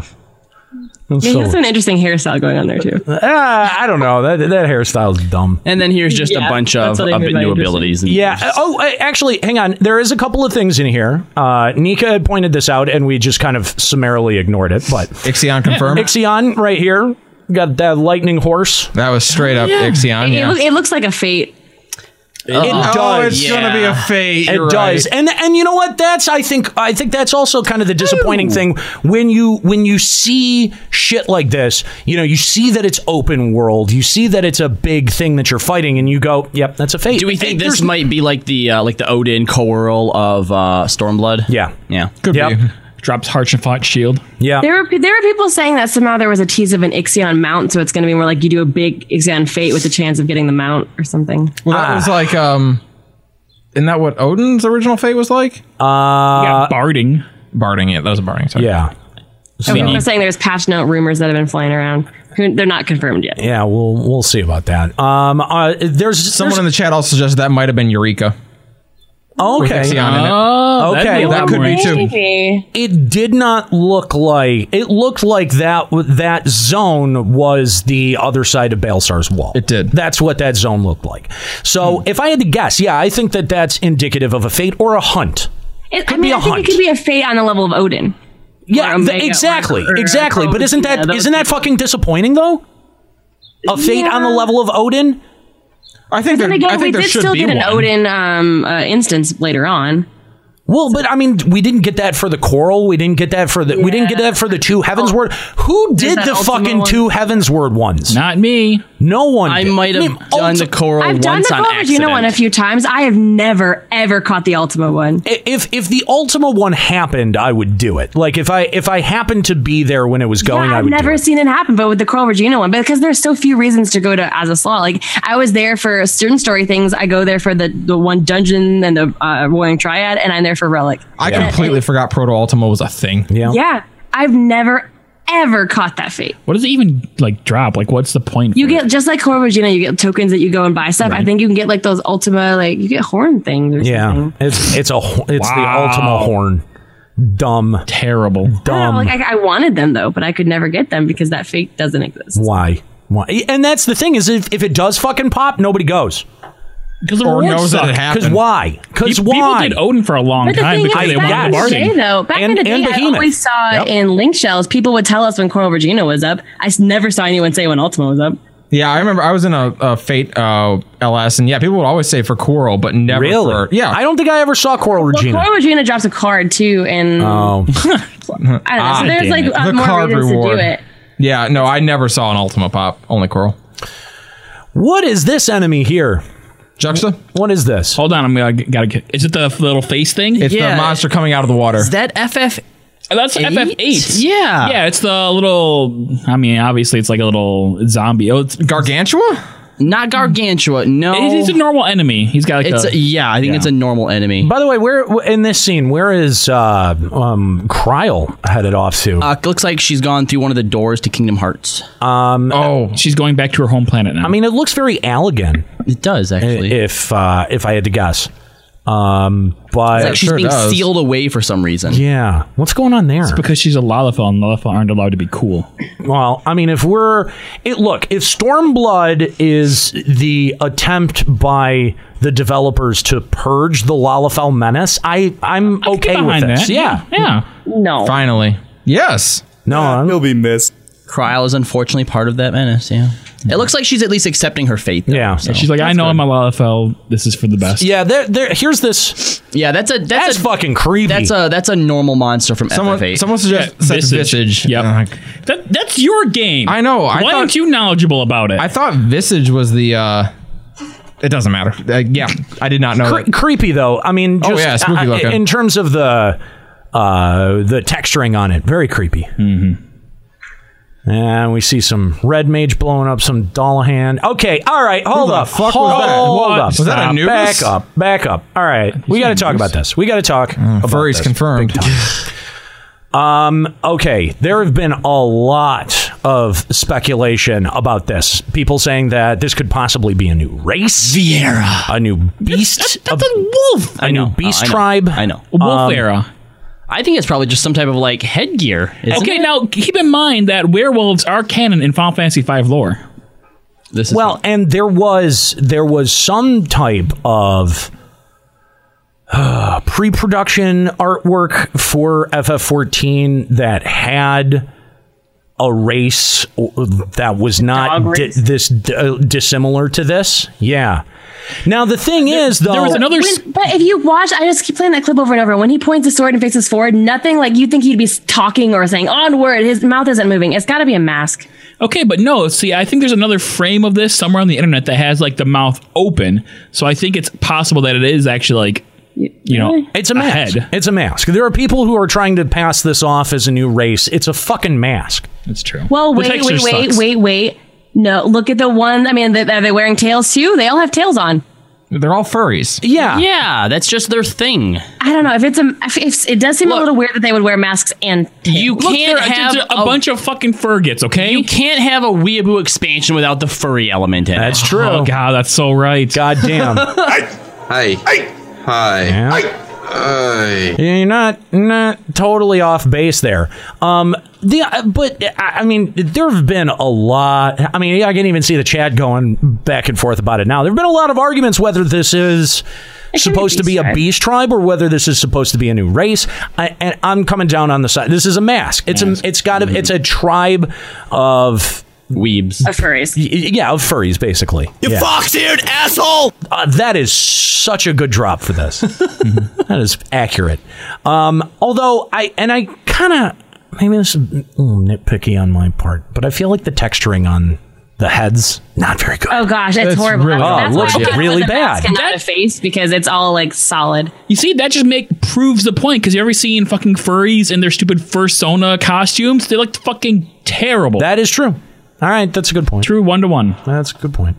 [SPEAKER 8] Yeah, he has an interesting hairstyle going on there too.
[SPEAKER 2] Ah, I don't know. That that hairstyle's dumb.
[SPEAKER 5] And then here's just
[SPEAKER 8] Yeah,
[SPEAKER 5] a bunch
[SPEAKER 8] that's
[SPEAKER 5] of
[SPEAKER 8] what I
[SPEAKER 5] a
[SPEAKER 8] mean
[SPEAKER 5] bit
[SPEAKER 8] by
[SPEAKER 5] new
[SPEAKER 8] interesting.
[SPEAKER 5] abilities. And
[SPEAKER 2] Yeah. uh, Oh, uh, actually, hang on. There is a couple of things in here. Uh, Nika had pointed this out, and we just kind of summarily ignored it. But
[SPEAKER 1] Ixion confirmed.
[SPEAKER 2] Ixion right here got that lightning horse.
[SPEAKER 1] That was straight up
[SPEAKER 8] Yeah.
[SPEAKER 1] Ixion.
[SPEAKER 8] It,
[SPEAKER 1] Yeah.
[SPEAKER 8] loo- it looks like a fate.
[SPEAKER 2] It
[SPEAKER 1] Oh,
[SPEAKER 2] does.
[SPEAKER 1] it's gonna be a fate.
[SPEAKER 2] It
[SPEAKER 1] you're
[SPEAKER 2] does,
[SPEAKER 1] right.
[SPEAKER 2] and and you know what? That's I think I think that's also kind of the disappointing thing when you when you see shit like this. You know, you see that it's open world, you see that it's a big thing that you're fighting, and you go, "Yep, that's a fate."
[SPEAKER 5] Do we think
[SPEAKER 2] And
[SPEAKER 5] this
[SPEAKER 2] there's-
[SPEAKER 5] might be like the uh, like the Odin coerl of uh, Stormblood?
[SPEAKER 2] Yeah,
[SPEAKER 5] yeah.
[SPEAKER 1] Could
[SPEAKER 2] Yep.
[SPEAKER 1] be.
[SPEAKER 3] Drops Harch and Fought Shield.
[SPEAKER 2] Yeah,
[SPEAKER 8] There were pe- there were people saying that somehow there was a tease of an Ixion mount, so it's going to be more like you do a big Ixion fate with the chance of getting the mount or something.
[SPEAKER 1] Well,
[SPEAKER 2] Ah.
[SPEAKER 1] that was like um, isn't that what Odin's original fate was like?
[SPEAKER 2] uh,
[SPEAKER 3] Barding.
[SPEAKER 1] Barding it. That was a barding. Sorry.
[SPEAKER 2] yeah,
[SPEAKER 8] So, people are saying there's patch note rumors that have been flying around. Who- They're not confirmed yet.
[SPEAKER 2] yeah. We'll we'll see about that. Um, uh, there's
[SPEAKER 1] Someone
[SPEAKER 2] there's-
[SPEAKER 1] in the chat also suggested that might have been Eureka. with
[SPEAKER 2] okay.
[SPEAKER 1] Ixion in it.
[SPEAKER 3] Oh, that'd be
[SPEAKER 2] Okay,
[SPEAKER 3] a
[SPEAKER 2] that
[SPEAKER 3] lot
[SPEAKER 1] could
[SPEAKER 3] more
[SPEAKER 1] be
[SPEAKER 3] interesting.
[SPEAKER 1] too.
[SPEAKER 8] Maybe.
[SPEAKER 2] It did not look like it looked like that. That zone was the other side of Balesar's wall. It
[SPEAKER 1] did. Hmm.
[SPEAKER 2] That's what that zone looked like. So, if I had to guess, yeah, I think that that's indicative of a fate or a hunt.
[SPEAKER 8] It, I
[SPEAKER 2] Could be
[SPEAKER 8] mean,
[SPEAKER 2] a
[SPEAKER 8] I think
[SPEAKER 2] hunt.
[SPEAKER 8] it could be a fate on the level of Odin.
[SPEAKER 2] Yeah,
[SPEAKER 8] Or a
[SPEAKER 2] th-
[SPEAKER 8] mega
[SPEAKER 2] exactly,
[SPEAKER 8] or- or a
[SPEAKER 2] exactly. But
[SPEAKER 8] code,
[SPEAKER 2] isn't
[SPEAKER 8] yeah,
[SPEAKER 2] that
[SPEAKER 8] those
[SPEAKER 2] isn't that fucking disappointing though? A fate on the
[SPEAKER 8] Yeah.
[SPEAKER 2] level of Odin.
[SPEAKER 1] I think there,
[SPEAKER 8] Then
[SPEAKER 1] I
[SPEAKER 8] again, we
[SPEAKER 1] think there
[SPEAKER 8] did
[SPEAKER 1] should
[SPEAKER 8] still
[SPEAKER 1] be
[SPEAKER 8] get an
[SPEAKER 1] one.
[SPEAKER 8] Odin um, uh, instance later on.
[SPEAKER 2] Well, but I mean, we didn't get that for the coral. We didn't get that for the. We didn't get that for the two heavens word. Who did
[SPEAKER 8] Oh. that
[SPEAKER 2] the
[SPEAKER 8] Ultima
[SPEAKER 2] fucking
[SPEAKER 8] one?
[SPEAKER 2] two heavens word ones?
[SPEAKER 3] Not me.
[SPEAKER 2] No one.
[SPEAKER 5] I
[SPEAKER 2] did.
[SPEAKER 5] might have
[SPEAKER 2] mean,
[SPEAKER 5] done the choral
[SPEAKER 8] I've done
[SPEAKER 5] once
[SPEAKER 8] the
[SPEAKER 5] on
[SPEAKER 8] Corvagina
[SPEAKER 5] accident.
[SPEAKER 8] one a few times. I have never ever caught the Ultima one.
[SPEAKER 2] if if the Ultima one happened, I would do it. Like if I if I happened to be there when it was going, I
[SPEAKER 8] I've
[SPEAKER 2] would. do
[SPEAKER 8] never seen it happen, but with the Coral Regina one, because there's so few reasons to go to as a slaw. Like I was there for student story things. I go there for the the one dungeon and the uh, Warring Triad, and I'm there for Relic.
[SPEAKER 1] I
[SPEAKER 8] And-
[SPEAKER 1] completely forgot Proto Ultima was a thing.
[SPEAKER 8] yeah, I've never ever caught that fate.
[SPEAKER 3] What does it even like drop? Like, what's the point?
[SPEAKER 8] You get just like Coral Regina, you get tokens that you go and buy stuff. I think you can get like those Ultima, like you get horn things. Or
[SPEAKER 2] Yeah, it's it's a ho- it's the Ultima horn. Dumb,
[SPEAKER 3] terrible,
[SPEAKER 8] Something.
[SPEAKER 2] dumb.
[SPEAKER 8] Like I, I wanted them though, but I could never get them because that fate doesn't exist.
[SPEAKER 2] Why? Why? And that's the thing is, if, if it does fucking pop, nobody goes.
[SPEAKER 3] Because the Or rewards knows that suck. it happened.
[SPEAKER 2] Because why? Because
[SPEAKER 3] People- people
[SPEAKER 2] why?
[SPEAKER 3] did Odin for a long
[SPEAKER 8] But the thing is, back in the day, though, back in
[SPEAKER 2] And-
[SPEAKER 8] the day,
[SPEAKER 2] and
[SPEAKER 8] I
[SPEAKER 2] Behemoth.
[SPEAKER 8] always saw
[SPEAKER 2] Yep.
[SPEAKER 8] in link shells people would tell us when Coral Regina was up. I s- never saw anyone say when Ultima was up.
[SPEAKER 1] Yeah, I remember I was in a, a Fate uh, LS, and yeah, people would always say for Coral, but never
[SPEAKER 2] Really?
[SPEAKER 1] for. Yeah.
[SPEAKER 2] I don't think I ever saw Coral
[SPEAKER 8] Well, Coral Regina drops a card too, and
[SPEAKER 1] Oh. I don't know.
[SPEAKER 8] I don't know. so there's like uh, more reasons to do it.
[SPEAKER 1] Ah, Yeah, no, I never saw an Ultima pop, only Coral.
[SPEAKER 2] What is this enemy here?
[SPEAKER 1] Juxta?
[SPEAKER 2] What is this?
[SPEAKER 3] Hold on, I'm gonna gotta get. Is it the little face thing?
[SPEAKER 1] It's the monster coming out of the water.
[SPEAKER 5] Is that FF?
[SPEAKER 3] That's FF eight.
[SPEAKER 5] Yeah.
[SPEAKER 3] Yeah, it's the little. I mean, obviously, it's like a little zombie. Oh, it's
[SPEAKER 1] gargantua.
[SPEAKER 5] Not gargantua. No,
[SPEAKER 3] It- it's a normal enemy. He's got like
[SPEAKER 5] It's a- yeah, I think it's a normal enemy.
[SPEAKER 2] By the way, where wh- in this scene, where is uh, um, Kryl headed off to?
[SPEAKER 5] Uh, looks like she's gone through one of the doors to Kingdom Hearts.
[SPEAKER 2] Um,
[SPEAKER 1] oh,
[SPEAKER 3] she's going back to her home planet now.
[SPEAKER 2] I mean, it looks very Allegan.
[SPEAKER 5] It does actually.
[SPEAKER 2] If uh, if I had to guess, um, but
[SPEAKER 5] It's like she's being sealed away for some reason.
[SPEAKER 2] Yeah, what's going on there?
[SPEAKER 3] It's because she's a Lalafell, and Lalafell aren't allowed to be cool.
[SPEAKER 2] Well, I mean, if we're it, look, if Stormblood is the attempt by the developers to purge the Lalafell menace, I I'm okay with
[SPEAKER 3] behind
[SPEAKER 2] this.
[SPEAKER 3] that.
[SPEAKER 2] Yeah,
[SPEAKER 3] yeah.
[SPEAKER 5] Hmm. Oh.
[SPEAKER 8] No.
[SPEAKER 1] Finally. Yes.
[SPEAKER 2] No,
[SPEAKER 5] he'll
[SPEAKER 2] be
[SPEAKER 5] missed. Kryl is unfortunately part of that menace. Yeah. It looks like she's at least accepting her fate.
[SPEAKER 2] yeah.
[SPEAKER 5] So.
[SPEAKER 3] She's like, I know I'm a Lalafell. This is for the best.
[SPEAKER 2] Yeah, there, there. Here's this.
[SPEAKER 5] Yeah, that's a that's,
[SPEAKER 2] a, fucking creepy.
[SPEAKER 5] That's a that's a normal monster from FF8.
[SPEAKER 3] Yeah, Visage. Yep. That, that's your game.
[SPEAKER 1] I
[SPEAKER 5] Oh,
[SPEAKER 1] know. Oh, I
[SPEAKER 3] Why
[SPEAKER 1] thought-
[SPEAKER 3] aren't you knowledgeable about it?
[SPEAKER 1] I thought Visage was the. Uh, it doesn't matter. Uh, yeah, I did not know.
[SPEAKER 2] Cre-
[SPEAKER 1] that.
[SPEAKER 2] creepy though. I mean,
[SPEAKER 1] Oh,
[SPEAKER 2] just,
[SPEAKER 1] yeah, spooky
[SPEAKER 2] I- I-
[SPEAKER 1] looking.
[SPEAKER 2] in terms of the uh, the texturing on it, very creepy. Mm-hmm. And we see some red mage blowing up some Oh, Dolahan. Okay, all right, hold
[SPEAKER 1] the
[SPEAKER 2] up,
[SPEAKER 1] fuck was
[SPEAKER 2] hold
[SPEAKER 1] that? What?
[SPEAKER 2] up,
[SPEAKER 1] Was that
[SPEAKER 2] stop,
[SPEAKER 1] Anubis?
[SPEAKER 2] Back up, back up. All right, we got to talk about this. We got to talk. about
[SPEAKER 1] furries
[SPEAKER 2] this.
[SPEAKER 1] Mm, confirmed.
[SPEAKER 2] Big time. um. Okay, there have been a lot of speculation about this. People saying that this could possibly be a new race,
[SPEAKER 5] Viera,
[SPEAKER 2] a new beast, a
[SPEAKER 5] wolf.
[SPEAKER 2] a new beast tribe. Um,
[SPEAKER 5] I know.
[SPEAKER 3] Wolf era.
[SPEAKER 5] I think it's probably just some type of like headgear. isn't
[SPEAKER 3] okay,
[SPEAKER 5] it?
[SPEAKER 3] now keep in mind that werewolves are canon in Final Fantasy V lore.
[SPEAKER 5] This
[SPEAKER 2] well, and there was there was some type of uh, pre-production artwork for FF14 that had a race that was not di- this d- uh, dissimilar to this. Yeah. Now the thing is, though,
[SPEAKER 8] When- but if you watch, I just keep playing that clip over and over. When he points his sword and faces forward, nothing like you think he'd be s- talking or saying onward. His mouth isn't moving. It's got to be a mask.
[SPEAKER 3] Okay, but no, see, I think there's another frame of this somewhere on the internet that has like the mouth open. So I think it's possible that it is actually like, you know,
[SPEAKER 2] It's a mask. It's a mask. There are people who are trying to pass this off as a new race. It's a fucking mask.
[SPEAKER 3] That's true.
[SPEAKER 8] Well, wait, wait, wait, wait, wait. No, look at the one. I mean, th- are they wearing tails too? They all have tails on.
[SPEAKER 1] They're all furries.
[SPEAKER 2] Yeah.
[SPEAKER 5] Yeah, that's just their thing.
[SPEAKER 8] I don't know if it's a. If it's, it does seem a little weird that they would wear masks and tails.
[SPEAKER 5] You
[SPEAKER 3] Look,
[SPEAKER 5] can't
[SPEAKER 3] there are
[SPEAKER 5] have
[SPEAKER 3] just a, bunch of fucking furgets, okay?
[SPEAKER 5] You can't have a weeaboo expansion without the furry element in
[SPEAKER 2] That's
[SPEAKER 5] it.
[SPEAKER 2] true.
[SPEAKER 3] Oh, God, that's so right.
[SPEAKER 2] God damn.
[SPEAKER 19] Hi. Hi.
[SPEAKER 2] You're not not totally off base there. Um, the uh, but I I mean there have been a lot. I mean I can even see the chat going back and forth about it now. There have been a lot of arguments whether this is supposed to be a beast tribe or whether this is supposed to be a new race. I, and I'm coming down on the side. This is a mask. It's a it's got a,
[SPEAKER 19] Mm-hmm.
[SPEAKER 2] it's a tribe of
[SPEAKER 5] weebs
[SPEAKER 8] of furries.
[SPEAKER 2] yeah, of furries basically.
[SPEAKER 14] You
[SPEAKER 2] yeah.
[SPEAKER 14] fox-eared asshole!
[SPEAKER 2] Uh, that is such a good drop for this. Mm-hmm. That is accurate. Um, although I and I kind of maybe this is a little nitpicky on my part, but I feel like the texturing on The heads, not very good.
[SPEAKER 8] Oh gosh, it's, horrible.
[SPEAKER 2] really-
[SPEAKER 8] That's- that's
[SPEAKER 2] Oh, it
[SPEAKER 8] why
[SPEAKER 2] looks
[SPEAKER 8] I picked
[SPEAKER 2] really
[SPEAKER 8] with a mask
[SPEAKER 2] bad.
[SPEAKER 8] and not a face because it's all like solid.
[SPEAKER 3] You see, that just make proves the point because you ever seen fucking furries in their stupid fursona costumes? They look fucking terrible.
[SPEAKER 2] That is true. All right, that's a good point.
[SPEAKER 3] True one to one.
[SPEAKER 2] That's a good point.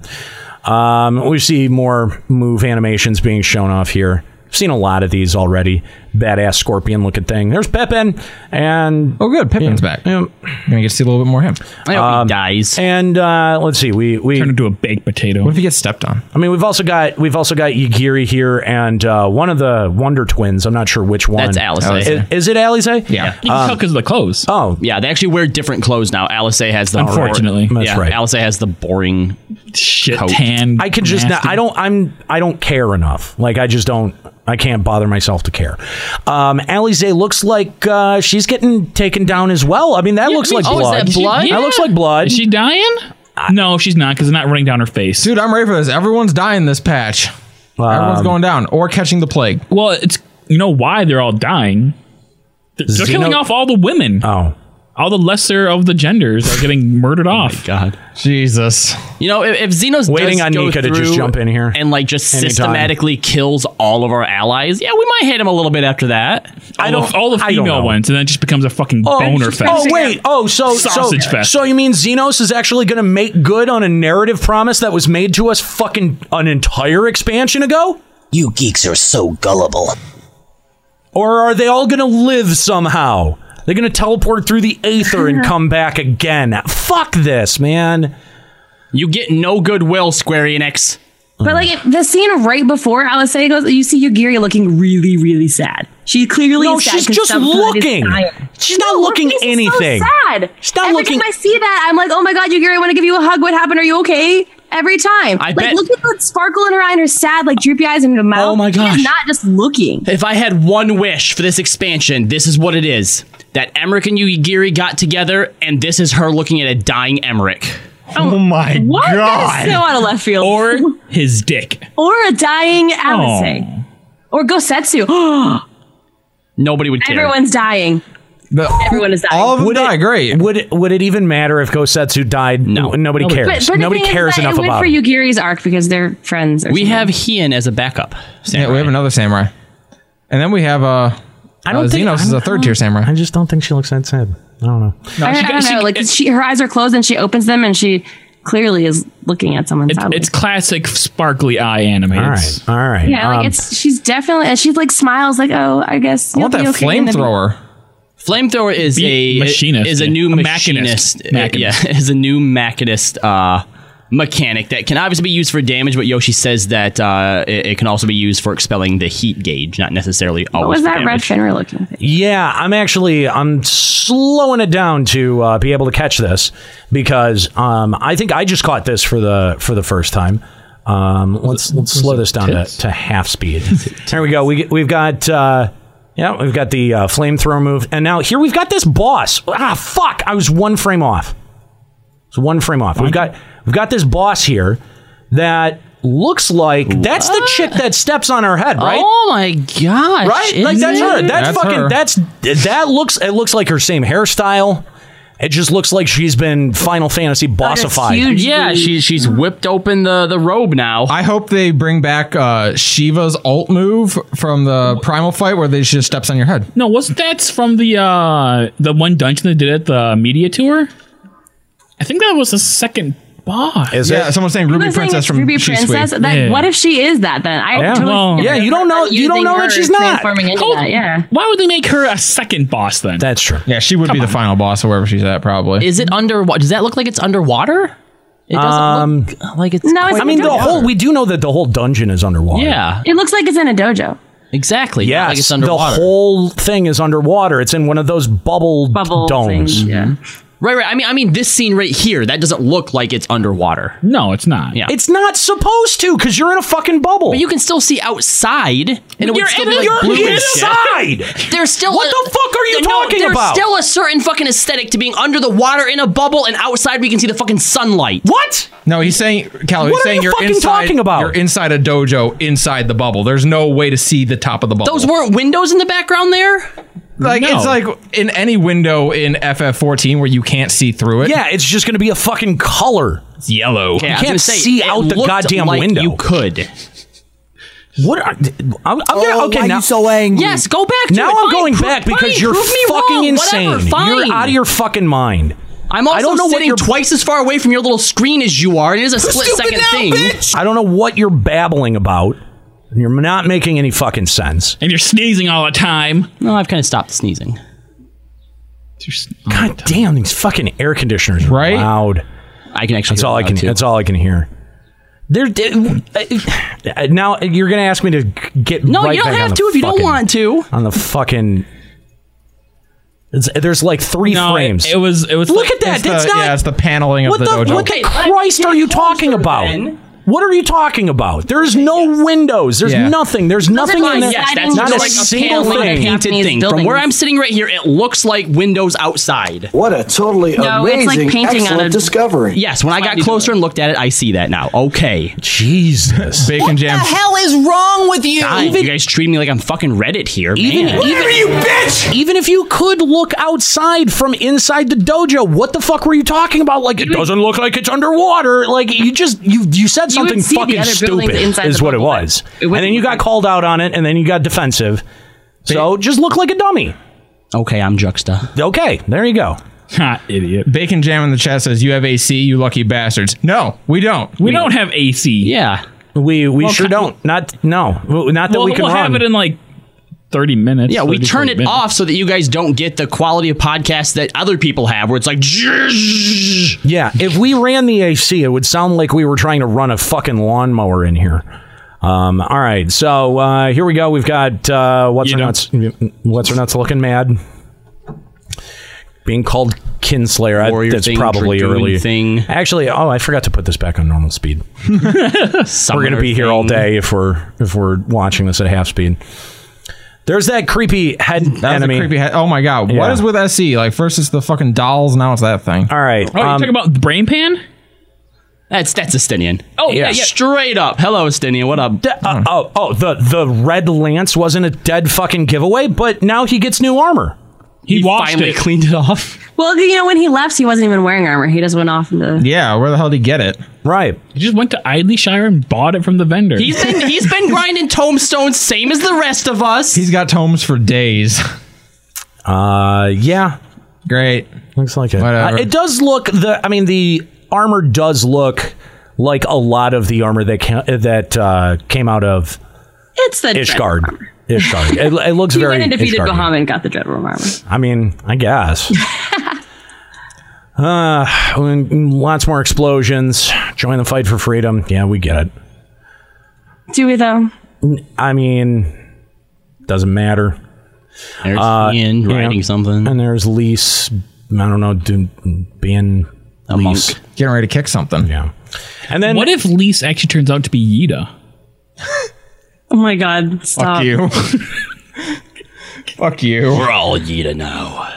[SPEAKER 2] Um, we see more move animations being shown off here. I've seen a lot of these already. Badass scorpion looking thing. There's Pippin, and
[SPEAKER 1] oh, good, Pippin's back. Gonna get to see a little bit more of him.
[SPEAKER 2] um, dies. And uh, let's see, we we turn
[SPEAKER 3] into a baked potato.
[SPEAKER 1] What if he gets stepped on?
[SPEAKER 2] I mean, we've also got we've also got Yigiri here, and uh, one of the Wonder Twins. I'm not sure which one.
[SPEAKER 5] That's Alice.
[SPEAKER 2] Is, is it Alice? Yeah. Um,
[SPEAKER 5] You can tell
[SPEAKER 3] because of the clothes.
[SPEAKER 2] Oh.
[SPEAKER 5] Yeah, they actually wear different clothes now. Alice has the
[SPEAKER 2] Unfortunately. That's
[SPEAKER 5] yeah,
[SPEAKER 2] right.
[SPEAKER 5] Alice has the boring
[SPEAKER 3] shit
[SPEAKER 5] coat.
[SPEAKER 3] tan.
[SPEAKER 2] I could just not, I don't I'm I don't care enough. Like I just don't I can't bother myself to care. Um Alize looks like uh, she's getting taken down as well. I mean that looks like
[SPEAKER 5] oh, is
[SPEAKER 2] blood.
[SPEAKER 5] that blood?
[SPEAKER 2] That
[SPEAKER 5] Yeah.
[SPEAKER 2] looks like blood.
[SPEAKER 3] Is she dying? no, she's not because it's not running down her face.
[SPEAKER 1] Dude, I'm ready for this. Everyone's dying this patch. Everyone's
[SPEAKER 2] Um,
[SPEAKER 1] going down or catching the plague.
[SPEAKER 3] Well, it's you know why they're all dying. They're, they're
[SPEAKER 1] Xeno-
[SPEAKER 3] killing off all the women.
[SPEAKER 2] Oh.
[SPEAKER 3] All the lesser of the genders are getting murdered off.
[SPEAKER 5] God.
[SPEAKER 1] Jesus.
[SPEAKER 5] You know, if, if Xenos
[SPEAKER 2] Waiting
[SPEAKER 5] does
[SPEAKER 2] on
[SPEAKER 5] go
[SPEAKER 2] Nika to just
[SPEAKER 5] through
[SPEAKER 2] jump in here
[SPEAKER 5] and like just
[SPEAKER 2] anytime.
[SPEAKER 5] systematically kills all of our allies, yeah, we might hit him a little bit after that.
[SPEAKER 3] I don't. all the female ones, and then it just becomes a fucking boner fest.
[SPEAKER 2] Oh wait! Oh, so
[SPEAKER 3] sausage
[SPEAKER 2] so,
[SPEAKER 3] fest.
[SPEAKER 2] so you mean Xenos is actually going to make good on a narrative promise that was made to us fucking an entire expansion ago? You geeks are so gullible. Or are they all going to live somehow? They're going to teleport through the aether and come back again. Fuck this, man.
[SPEAKER 5] You get no goodwill, Square Enix.
[SPEAKER 8] But like if the scene right before Alice goes, you see Yugiri looking really, really sad. She clearly
[SPEAKER 2] No,
[SPEAKER 8] is sad
[SPEAKER 2] she's
[SPEAKER 8] 'cause
[SPEAKER 2] just
[SPEAKER 8] something is
[SPEAKER 2] looking.
[SPEAKER 8] dying.
[SPEAKER 2] She's not
[SPEAKER 8] No, her
[SPEAKER 2] looking
[SPEAKER 8] face is so
[SPEAKER 2] anything.
[SPEAKER 8] sad.
[SPEAKER 2] She's not
[SPEAKER 8] Every
[SPEAKER 2] looking-
[SPEAKER 8] time I see that, I'm like, oh my god, Yugiri, I want to give you a hug. What happened? Are you okay? Every time.
[SPEAKER 5] I
[SPEAKER 8] like
[SPEAKER 5] bet-
[SPEAKER 8] look at the sparkle in her eye and her sad, like droopy eyes and her mouth. Oh my
[SPEAKER 5] gosh.
[SPEAKER 8] She's not just looking.
[SPEAKER 5] If I had one wish for this expansion, this is what it is: that Emmerich and Yugiri got together, and this is her looking at a dying Emmerich.
[SPEAKER 8] Oh
[SPEAKER 3] my
[SPEAKER 8] what? That is so out of left field.
[SPEAKER 3] Or his dick.
[SPEAKER 8] or a dying Alice. Or Gosetsu.
[SPEAKER 5] Nobody would care.
[SPEAKER 8] Everyone's dying. Everyone is dying.
[SPEAKER 2] would die. Great. Would it, would it even matter if Gosetsu died? No, nobody, cares.
[SPEAKER 8] But, but the
[SPEAKER 2] nobody
[SPEAKER 8] thing is
[SPEAKER 2] cares
[SPEAKER 8] that
[SPEAKER 2] enough
[SPEAKER 8] it went
[SPEAKER 2] about.
[SPEAKER 8] for
[SPEAKER 2] it.
[SPEAKER 8] Yugiri's arc because they're friends. Or
[SPEAKER 5] We
[SPEAKER 8] something.
[SPEAKER 5] have Hien as a backup.
[SPEAKER 1] Yeah, we have another samurai, and then we have uh, I
[SPEAKER 2] don't
[SPEAKER 1] uh,
[SPEAKER 2] think-
[SPEAKER 1] Xenos
[SPEAKER 2] I
[SPEAKER 1] is a
[SPEAKER 2] don't-
[SPEAKER 1] third tier samurai.
[SPEAKER 2] I just don't think she looks that sad. I don't know.
[SPEAKER 8] I, I don't know. Like she, her eyes are closed and she opens them and she clearly is looking at someone. sadly.
[SPEAKER 3] It's classic sparkly eye anime.
[SPEAKER 2] All
[SPEAKER 3] It's-
[SPEAKER 2] right, all right.
[SPEAKER 8] yeah,
[SPEAKER 2] um,
[SPEAKER 8] like it's she's definitely and she like smiles like oh I guess
[SPEAKER 1] I want
[SPEAKER 8] you'll
[SPEAKER 1] that
[SPEAKER 8] be okay in the-
[SPEAKER 1] flamethrower.
[SPEAKER 5] Flamethrower is
[SPEAKER 1] Be-
[SPEAKER 5] a
[SPEAKER 1] machinist,
[SPEAKER 5] is a
[SPEAKER 1] yeah.
[SPEAKER 5] new
[SPEAKER 1] A
[SPEAKER 5] machinist. Uh,
[SPEAKER 1] machinist. Machinist.
[SPEAKER 5] Yeah, is a new machinist uh, mechanic that can obviously be used for damage, but Yoshi says that uh, it, it can also be used for expelling the heat gauge, not necessarily always.
[SPEAKER 8] What was
[SPEAKER 5] for
[SPEAKER 8] that
[SPEAKER 5] damage.
[SPEAKER 8] red fenrir looking thing?
[SPEAKER 2] Yeah, I'm actually I'm slowing it down to uh, be able to catch this because um, I think I just caught this for the for the first time. Um, let's let's slow this down to, to half speed. There we go. We get- we've got uh, yeah we've got the uh, flamethrower move, and now here we've got this boss. Ah, fuck! I was one frame off. It's one frame off. We've got we've got this boss here that looks like that's the chick that steps on her head, right?
[SPEAKER 5] Oh my gosh!
[SPEAKER 2] right? Like
[SPEAKER 5] is
[SPEAKER 2] that's her.
[SPEAKER 5] it?
[SPEAKER 2] That's, fucking. That's that looks. It looks like her same hairstyle. It just looks like she's been Final Fantasy
[SPEAKER 5] Oh,
[SPEAKER 2] bossified.
[SPEAKER 5] Yeah, she's she's whipped open the the robe now.
[SPEAKER 1] I hope they bring back uh, Shiva's alt move from the primal fight where they just steps on your head.
[SPEAKER 3] No, wasn't that from the uh the one dungeon they did at the media tour? I think that was the second boss.
[SPEAKER 1] Is yeah, someone's saying Ruby
[SPEAKER 8] People saying
[SPEAKER 1] Princess
[SPEAKER 8] it's
[SPEAKER 1] from
[SPEAKER 8] Ruby
[SPEAKER 1] She's Sweet.
[SPEAKER 8] Princess. That, What if she is that then? I
[SPEAKER 1] Yeah.
[SPEAKER 8] totally
[SPEAKER 1] Well,
[SPEAKER 8] forget
[SPEAKER 1] yeah, you
[SPEAKER 8] about
[SPEAKER 1] don't know-
[SPEAKER 8] her
[SPEAKER 1] you don't
[SPEAKER 8] using
[SPEAKER 1] know that
[SPEAKER 8] her
[SPEAKER 1] she's not.
[SPEAKER 8] transforming into
[SPEAKER 3] Oh,
[SPEAKER 8] that. Yeah.
[SPEAKER 3] Why would they make her a second boss then?
[SPEAKER 2] That's true.
[SPEAKER 1] Yeah, she would be the final boss of wherever she's at, probably.
[SPEAKER 5] Is it under? Does that look like it's underwater? It doesn't
[SPEAKER 2] Um,
[SPEAKER 5] look like it's.
[SPEAKER 8] No, it's
[SPEAKER 2] I mean the
[SPEAKER 8] underwater.
[SPEAKER 2] whole. We do know that the whole dungeon is underwater.
[SPEAKER 5] Yeah.
[SPEAKER 8] It looks like it's in a dojo.
[SPEAKER 5] Exactly.
[SPEAKER 2] Yes,
[SPEAKER 5] like it's
[SPEAKER 2] the
[SPEAKER 5] underwater.
[SPEAKER 2] whole thing is underwater. It's in one of those bubble,
[SPEAKER 8] Bubble
[SPEAKER 2] domes.
[SPEAKER 8] things, yeah.
[SPEAKER 5] Right, right. I mean, I mean, this scene right here that doesn't look like it's underwater.
[SPEAKER 3] No, it's not.
[SPEAKER 5] Yeah,
[SPEAKER 2] It's not supposed to because you're in a fucking bubble.
[SPEAKER 5] But you can still see outside, and it would
[SPEAKER 2] You're
[SPEAKER 5] still
[SPEAKER 2] in-
[SPEAKER 5] be like
[SPEAKER 2] you're
[SPEAKER 5] blue and
[SPEAKER 2] inside!
[SPEAKER 5] Shit. There's still what
[SPEAKER 2] the fuck are you talking
[SPEAKER 5] there's
[SPEAKER 2] about?
[SPEAKER 5] Still a certain fucking aesthetic to being under the water in a bubble, and outside we can see the fucking sunlight.
[SPEAKER 2] What?
[SPEAKER 1] No, he's saying Cal.
[SPEAKER 5] What
[SPEAKER 1] He's
[SPEAKER 5] are
[SPEAKER 1] saying
[SPEAKER 5] you
[SPEAKER 1] are
[SPEAKER 5] fucking
[SPEAKER 1] inside.
[SPEAKER 5] talking about?
[SPEAKER 1] You're inside a dojo, inside the bubble. There's no way to see the top of the bubble.
[SPEAKER 5] Those weren't windows in the background there.
[SPEAKER 1] Like
[SPEAKER 2] No.
[SPEAKER 1] it's like in any window in FF14 where you can't see through it.
[SPEAKER 2] Yeah, it's just going to be a fucking color. It's
[SPEAKER 1] yellow.
[SPEAKER 2] you can't see out the goddamn window. could. What are I'm, I'm gonna, okay
[SPEAKER 5] Oh
[SPEAKER 2] now? so angry?
[SPEAKER 5] Yes, go back. To
[SPEAKER 2] now
[SPEAKER 5] it.
[SPEAKER 2] I'm
[SPEAKER 5] Fine,
[SPEAKER 2] going
[SPEAKER 5] pro-
[SPEAKER 2] back because
[SPEAKER 5] fine,
[SPEAKER 2] you're
[SPEAKER 5] prove me
[SPEAKER 2] fucking
[SPEAKER 5] wrong,
[SPEAKER 2] insane.
[SPEAKER 5] Whatever, fine.
[SPEAKER 2] You're out of your fucking mind.
[SPEAKER 5] I'm also
[SPEAKER 2] I don't know
[SPEAKER 5] sitting
[SPEAKER 2] what you're
[SPEAKER 5] twice as far away from your little screen as you are, and it is a split second thing.
[SPEAKER 2] I don't know what you're babbling about. and You're not making any fucking sense.
[SPEAKER 3] And you're sneezing all the time.
[SPEAKER 5] No, I've kind of stopped sneezing.
[SPEAKER 2] God damn, these fucking air conditioners are right? loud.
[SPEAKER 5] I can actually.
[SPEAKER 2] That's all I can. That's all I can hear. There. uh, Now you're gonna ask me to get.
[SPEAKER 5] No,
[SPEAKER 2] right
[SPEAKER 5] you don't
[SPEAKER 2] back on
[SPEAKER 5] have
[SPEAKER 2] the
[SPEAKER 5] to if you don't
[SPEAKER 2] fucking-
[SPEAKER 5] want to.
[SPEAKER 2] On the fucking. It's, there's like three
[SPEAKER 1] No, it-
[SPEAKER 2] frames.
[SPEAKER 1] it was- it was
[SPEAKER 2] Look
[SPEAKER 1] the-
[SPEAKER 2] at that.
[SPEAKER 1] it's
[SPEAKER 2] That's
[SPEAKER 1] the-
[SPEAKER 2] not.
[SPEAKER 1] yeah, it's the paneling of
[SPEAKER 2] what
[SPEAKER 1] the dojo.
[SPEAKER 2] What
[SPEAKER 1] Okay,
[SPEAKER 2] the Christ are you talking about? What are you talking about? There's no windows. There's
[SPEAKER 5] Yeah.
[SPEAKER 2] nothing. There's nothing in there.
[SPEAKER 5] Yes, that's
[SPEAKER 2] not
[SPEAKER 5] just
[SPEAKER 2] a
[SPEAKER 5] like
[SPEAKER 2] single
[SPEAKER 5] paneling
[SPEAKER 2] thing.
[SPEAKER 5] painted thing. From where I'm sitting right here, it looks like windows outside.
[SPEAKER 14] What a totally
[SPEAKER 5] No, it's like amazing, painting on excellent a-
[SPEAKER 14] discovery.
[SPEAKER 5] Yes, when I got closer and looked at it, I see that now. Okay.
[SPEAKER 2] Jesus.
[SPEAKER 1] Bacon jam.
[SPEAKER 5] hell
[SPEAKER 4] is wrong with you?
[SPEAKER 5] God, you guys treat me like I'm fucking Reddit here,
[SPEAKER 2] Even,
[SPEAKER 5] man.
[SPEAKER 2] even you bitch. Even if you could look outside from inside the dojo, what the fuck were you talking about? Like it doesn't look like it's underwater. Like you just you you said
[SPEAKER 5] You would
[SPEAKER 2] something
[SPEAKER 5] see the
[SPEAKER 2] fucking
[SPEAKER 5] other buildings
[SPEAKER 2] stupid
[SPEAKER 5] inside
[SPEAKER 2] is
[SPEAKER 5] the
[SPEAKER 2] what it
[SPEAKER 5] bubble, but
[SPEAKER 2] was. and then you got called out on it, and then you got defensive. So just look like a dummy.
[SPEAKER 5] Okay, I'm Juxta.
[SPEAKER 2] Okay, there you go.
[SPEAKER 1] Hot idiot. Bacon jam in the chat says you have AC, you lucky bastards. No, we don't. We,
[SPEAKER 3] don't have AC.
[SPEAKER 5] Yeah.
[SPEAKER 2] We we
[SPEAKER 1] Well,
[SPEAKER 2] sure
[SPEAKER 1] ki-
[SPEAKER 2] don't. Not no. Well, Not that
[SPEAKER 3] Well,
[SPEAKER 2] we can
[SPEAKER 3] we'll
[SPEAKER 2] run.
[SPEAKER 3] have it in like 30 minutes.
[SPEAKER 5] Yeah, we
[SPEAKER 3] 30,
[SPEAKER 5] turn
[SPEAKER 3] 40
[SPEAKER 5] it
[SPEAKER 3] minutes.
[SPEAKER 5] off so that you guys don't get the quality of podcasts that other people have, where it's like, "Zzzz."
[SPEAKER 2] Yeah, if we ran the AC, it would sound like we were trying to run a fucking lawnmower in here. Um, all right, so uh, here we go. We've got uh, what's her nuts. What's her nuts looking mad? Being called Kinslayer. I,
[SPEAKER 5] Warrior
[SPEAKER 2] that's
[SPEAKER 5] thing,
[SPEAKER 2] probably
[SPEAKER 5] dragoon
[SPEAKER 2] early.
[SPEAKER 5] thing.
[SPEAKER 2] Actually, oh, I forgot to put this back on normal speed. we're
[SPEAKER 5] Summoner
[SPEAKER 2] gonna be here all
[SPEAKER 5] thing.
[SPEAKER 2] day if we're if we're watching this at half speed. There's that creepy head
[SPEAKER 1] That's a
[SPEAKER 2] enemy.
[SPEAKER 1] creepy head. Oh my god. What
[SPEAKER 2] Yeah.
[SPEAKER 1] is with SC? Like first it's the fucking dolls, now it's that thing.
[SPEAKER 2] All right. um,
[SPEAKER 3] Oh, you're talking about the brain pan?
[SPEAKER 5] That's that's Estinian.
[SPEAKER 3] Oh, yeah, yeah.
[SPEAKER 5] Straight up. Hello, Estinian. What up?
[SPEAKER 2] Uh, oh, oh, the the red lance wasn't a dead fucking giveaway, but now he gets new armor.
[SPEAKER 3] He,
[SPEAKER 5] finally cleaned it off.
[SPEAKER 8] Well, you know, when he left, he wasn't even wearing armor. He just went off into.
[SPEAKER 1] Yeah, where the hell did he get it?
[SPEAKER 2] Right.
[SPEAKER 3] You just went to Idleshire and bought it from the vendor.
[SPEAKER 5] He's been he's been grinding tombstones, same as the rest of us.
[SPEAKER 1] He's got tomes for days.
[SPEAKER 2] Uh, yeah.
[SPEAKER 1] Great.
[SPEAKER 2] Looks like it.
[SPEAKER 1] Whatever.
[SPEAKER 2] Uh, it does look the. I mean, the armor does look like a lot of the armor that came, that uh, came out of
[SPEAKER 8] It's the
[SPEAKER 2] Ishgard. Ishgard. It, it looks
[SPEAKER 8] He
[SPEAKER 2] very.
[SPEAKER 8] went and defeated
[SPEAKER 2] Ishgardian.
[SPEAKER 8] Bahamut and got the Dreadworm armor.
[SPEAKER 2] I mean, I guess. uh, and lots more explosions. Join the fight for freedom. Yeah, we get it.
[SPEAKER 8] Do we though?
[SPEAKER 2] I mean, doesn't matter.
[SPEAKER 5] There's
[SPEAKER 2] Uh,
[SPEAKER 5] Ian
[SPEAKER 2] you know,
[SPEAKER 5] writing something.
[SPEAKER 2] and there's Lise. I don't know, do, being
[SPEAKER 5] A
[SPEAKER 2] Lise.
[SPEAKER 5] monk.
[SPEAKER 1] Getting ready to kick something.
[SPEAKER 2] Yeah. And then
[SPEAKER 3] what if Lise actually turns out to be Yida?
[SPEAKER 8] Oh my god! Stop.
[SPEAKER 1] Fuck you.
[SPEAKER 5] We're all Yida now.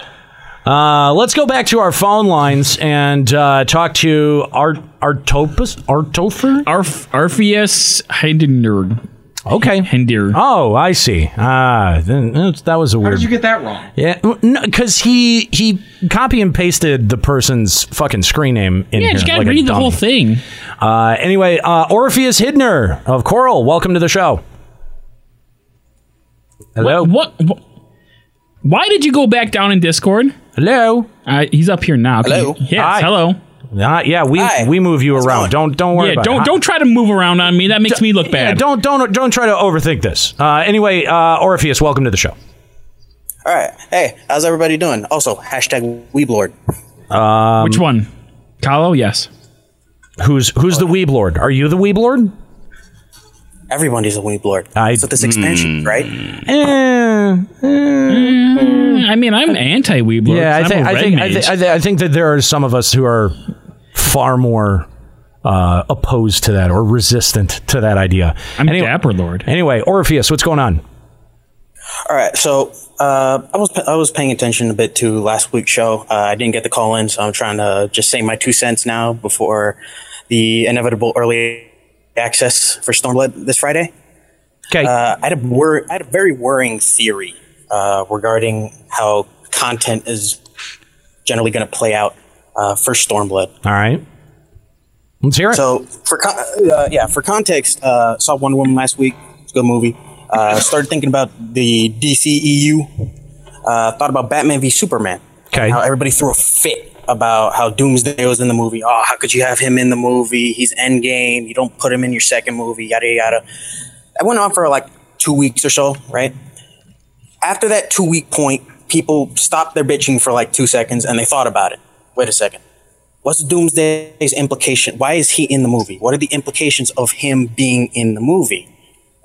[SPEAKER 2] Uh, let's go back to our phone lines and uh, talk to Art Artopus Artofer.
[SPEAKER 3] Arf, Arpheus Hindenburg.
[SPEAKER 2] Okay.
[SPEAKER 3] Hindir.
[SPEAKER 2] Oh, I see. Ah, then that's- that was a
[SPEAKER 1] How
[SPEAKER 2] weird.
[SPEAKER 1] did you get that wrong?
[SPEAKER 2] yeah, because he he copy and pasted the person's fucking screen name in
[SPEAKER 3] Yeah,
[SPEAKER 2] here.
[SPEAKER 3] just gotta
[SPEAKER 2] like a
[SPEAKER 3] read the
[SPEAKER 2] dummy.
[SPEAKER 3] whole thing.
[SPEAKER 2] Uh, anyway, uh, Orpheus Hidner of Coral, welcome to the show. Hello.
[SPEAKER 3] What, what? Why did you go back down in Discord?
[SPEAKER 2] Hello.
[SPEAKER 3] Uh, he's up here now.
[SPEAKER 2] Hello?
[SPEAKER 3] Yes.
[SPEAKER 2] Hi.
[SPEAKER 3] Hello.
[SPEAKER 2] Uh, yeah, we we move you around. Don't don't worry
[SPEAKER 3] Yeah.
[SPEAKER 2] about it.
[SPEAKER 3] Don't
[SPEAKER 2] Hi-
[SPEAKER 3] don't try to move around on me. That makes me look
[SPEAKER 2] Yeah,
[SPEAKER 3] bad.
[SPEAKER 2] don't don't don't try to overthink this. Uh, anyway, uh, Orpheus, welcome to the show.
[SPEAKER 20] All right. Hey, how's everybody doing? Also, hashtag Weeblord.
[SPEAKER 2] Um,
[SPEAKER 3] Which one? Kalo? Yes.
[SPEAKER 2] Who's who's the Weeb Lord? Are you the Weeb Lord?
[SPEAKER 20] Everybody's a Weeblord.
[SPEAKER 2] I-
[SPEAKER 20] That's what this
[SPEAKER 3] Hmm.
[SPEAKER 20] expansion, is, right?
[SPEAKER 2] Eh,
[SPEAKER 3] Mm, I mean, I'm anti Weebler.
[SPEAKER 2] Yeah, I
[SPEAKER 3] I'm
[SPEAKER 2] think
[SPEAKER 3] a
[SPEAKER 2] I
[SPEAKER 3] red
[SPEAKER 2] think, I,
[SPEAKER 3] mage.
[SPEAKER 2] thi- I, thi- I think that there are some of us who are far more uh, opposed to that or resistant to that idea.
[SPEAKER 3] I'm Dapper Lord.
[SPEAKER 2] Anyway, Orpheus, what's going on?
[SPEAKER 20] All right. So uh, I was I was paying attention a bit to last week's show. Uh, I didn't get the call in, so I'm trying to just say my two cents now before the inevitable early access for Stormblood this Friday.
[SPEAKER 2] Okay.
[SPEAKER 20] Uh, I had a wor- I had a very worrying theory uh, regarding how content is generally going to play out uh, for Stormblood.
[SPEAKER 2] All right. Let's hear it.
[SPEAKER 20] So, for con- uh, yeah, for context, uh, saw Wonder Woman last week. It's a good movie. Uh, started thinking about the DCEU. Uh, thought about Batman v Superman.
[SPEAKER 2] Okay.
[SPEAKER 20] How everybody threw a fit about how Doomsday was in the movie. Oh, how could you have him in the movie? He's Endgame. You don't put him in your second movie. Yada yada. That went on for like two weeks or so, right? After that two week point, people stopped their bitching for like two seconds and they thought about it. Wait a second. What's Doomsday's implication? Why is he in the movie? What are the implications of him being in the movie?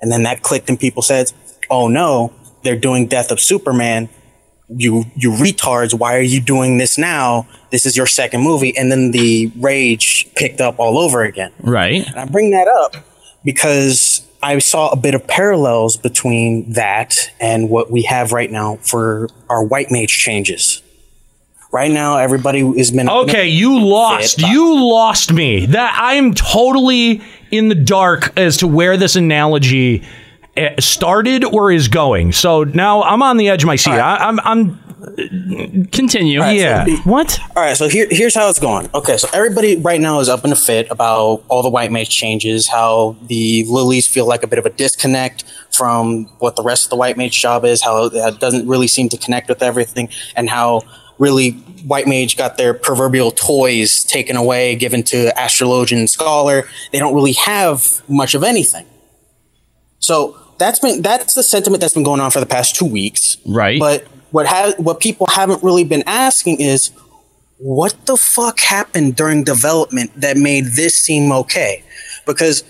[SPEAKER 20] And then that clicked and people said, "Oh no, they're doing Death of Superman. You you retards, why are you doing this now? This is your second movie." And then the rage picked up all over again.
[SPEAKER 5] Right.
[SPEAKER 20] And I bring that up because I saw a bit of parallels between that and what we have right now for our white mage changes. Right now, everybody is been
[SPEAKER 2] Okay, you lost. You lost me. That I am totally in the dark as to where this analogy eh, started or is going. So now I'm on the edge of my seat. I, I'm, I'm.
[SPEAKER 5] Continue.
[SPEAKER 2] yeah. what?
[SPEAKER 20] All right, so here, here's how it's going. Okay, so everybody right now is up in a fit about all the white mage changes, how the lilies feel like a bit of a disconnect from what the rest of the white mage job is, how that doesn't really seem to connect with everything, and how really white mage got their proverbial toys taken away, given to astrologian and scholar. They don't really have much of anything. So that's been that's the sentiment that's been going on for the past two weeks.
[SPEAKER 5] Right.
[SPEAKER 20] But what ha- what people haven't really been asking is what the fuck happened during development that made this seem okay? Because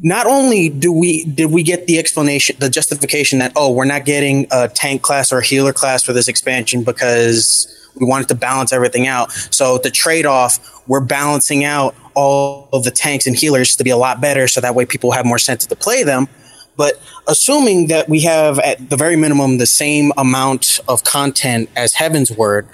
[SPEAKER 20] not only do we did we get the explanation, the justification that oh we're not getting a tank class or a healer class for this expansion because we wanted to balance everything out. So the trade off we're balancing out all of the tanks and healers to be a lot better, so that way people have more sense to play them. But assuming that we have at the very minimum the same amount of content as Heaven's Word,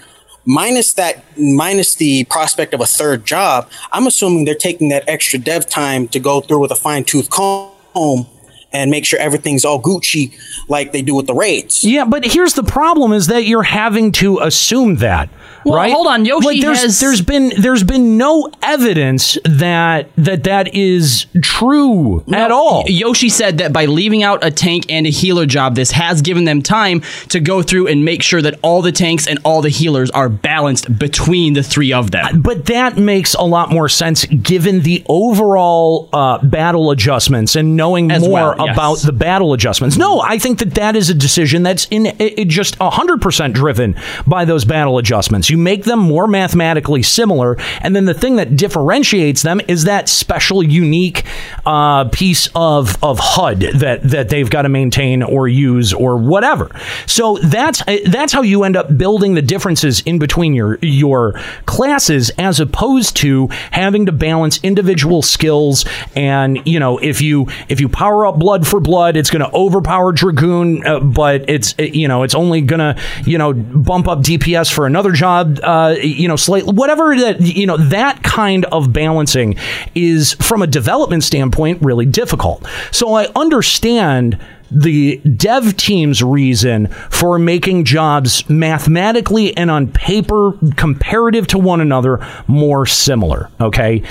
[SPEAKER 20] minus that minus the prospect of a third job, I'm assuming they're taking that extra dev time to go through with a fine tooth comb and make sure everything's all Gucci like they do with the raids.
[SPEAKER 2] Yeah, but here's the problem: is that you're having to assume that,
[SPEAKER 5] Well,
[SPEAKER 2] right?
[SPEAKER 5] hold on, Yoshi
[SPEAKER 2] Like, there's,
[SPEAKER 5] has-
[SPEAKER 2] there's been there's been no evidence that that that is true at all.
[SPEAKER 5] Yoshi said that by leaving out a tank and a healer job, this has given them time to go through and make sure that all the tanks and all the healers are balanced between the three of them.
[SPEAKER 2] But that makes a lot more sense given the overall uh, battle adjustments and knowing
[SPEAKER 5] As
[SPEAKER 2] more
[SPEAKER 5] well, yes.
[SPEAKER 2] about the battle adjustments. No, I think that that is a decision that's in it, it just 100% driven by those battle adjustments. You make them more mathematically similar, and then the thing that differentiates them is that special, unique uh, piece of, of HUD that, that they've got to maintain or use or whatever. So that's uh, that's how you end up building the differences in between your your classes as opposed to having to balance individual skills and you know if you if you power up blood for blood it's going to overpower dragoon uh, but it's uh, you know it's only going to you know bump up DPS for another job uh, you know slightly whatever that you know that kind of balancing is from a development standpoint really difficult so I understand the dev team's reason for making jobs mathematically and on paper comparative to one another more similar. Okay.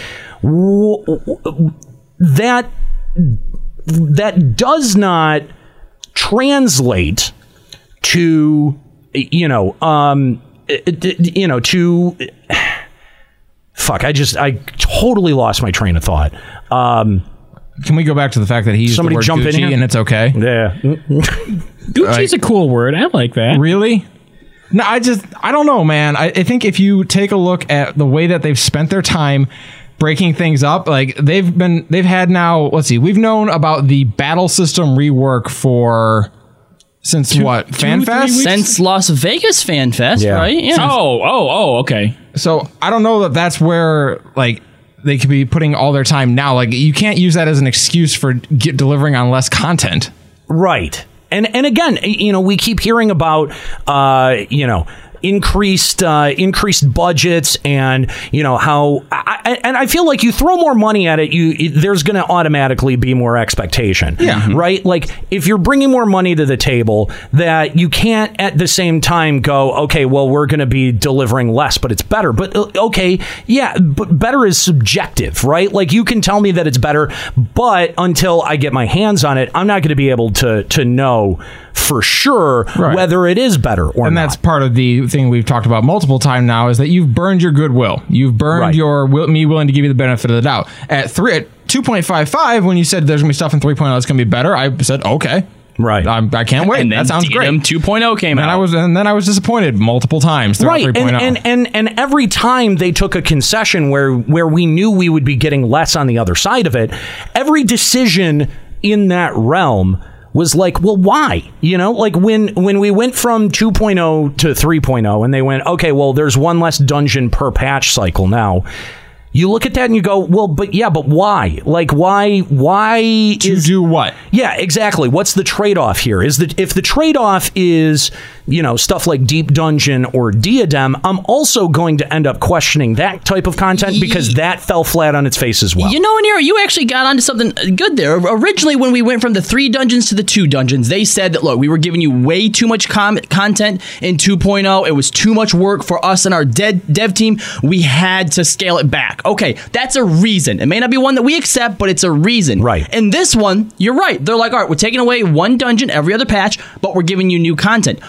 [SPEAKER 2] W- w- w- That that does not translate to you know um it- it- you know to fuck I just I totally lost my train of thought um
[SPEAKER 1] Can we go back to the fact that he's
[SPEAKER 2] Somebody
[SPEAKER 1] the word
[SPEAKER 2] jump in
[SPEAKER 1] Gucci
[SPEAKER 2] here?
[SPEAKER 1] and it's okay?
[SPEAKER 2] Yeah.
[SPEAKER 1] Gucci's a cool word. I like that. Really? No, I just I don't know, man. I, I think if you take a look at the way that they've spent their time breaking things up, like they've been they've had now, let's see, we've known about the battle system rework for since what? FanFest?
[SPEAKER 5] Since Las Vegas Fan Fest, right?
[SPEAKER 1] Oh, oh, oh, okay. So I don't know that that's where like they could be putting all their time now. Like you can't use that as an excuse for get, delivering on less content.
[SPEAKER 2] Right. And and again, you know, we keep hearing about uh, you know, increased uh, increased budgets and you know how I, I, and I feel like you throw more money at it, you there's going to automatically be more expectation.
[SPEAKER 1] Yeah.
[SPEAKER 2] Right. Like if you're bringing more money to the table, that you can't at the same time go, okay, well we're going to be delivering less, but it's better. But uh, okay, yeah, but better is subjective, right? Like you can tell me that it's better, but until I get my hands on it, I'm not going to be able to to know for sure whether it is better or
[SPEAKER 1] and that's part of the thing we've talked about multiple time now is that you've burned your goodwill. You've burned your will, me willing to give you the benefit of the doubt. At three, at two point five five, when you said there's gonna be stuff in three oh that's gonna be better, I said okay.
[SPEAKER 2] Right,
[SPEAKER 1] I, I can't wait.
[SPEAKER 5] And then
[SPEAKER 1] that sounds great.
[SPEAKER 5] Datum 2.0 came
[SPEAKER 1] and I was, and then I was disappointed multiple times throughout
[SPEAKER 2] oh
[SPEAKER 1] oh.
[SPEAKER 2] right
[SPEAKER 1] 3.0.
[SPEAKER 2] and, and and and every time they took a concession where where we knew we would be getting less on the other side of it every decision in that realm was like well why you know like when when we went from 2.0 to 3.0 and they went okay well there's one less dungeon per patch cycle now you look at that and you go well but yeah but why like why why to
[SPEAKER 1] do what
[SPEAKER 2] yeah exactly what's the trade-off here is that if the trade-off is you know stuff like deep dungeon or diadem i'm also going to end up questioning that type of content because that fell flat on its face as well
[SPEAKER 5] You know, Nero, you actually got onto something good there. Originally, when we went from the three dungeons to the two dungeons, they said that, look, we were giving you way too much com- content in 2.0. It was too much work for us and our dead dev team. We had to scale it back. Okay, that's a reason. It may not be one that we accept, but it's a reason. Right. And this one, you're right. They're like, all right, we're taking away one dungeon every other patch, but we're giving you new content.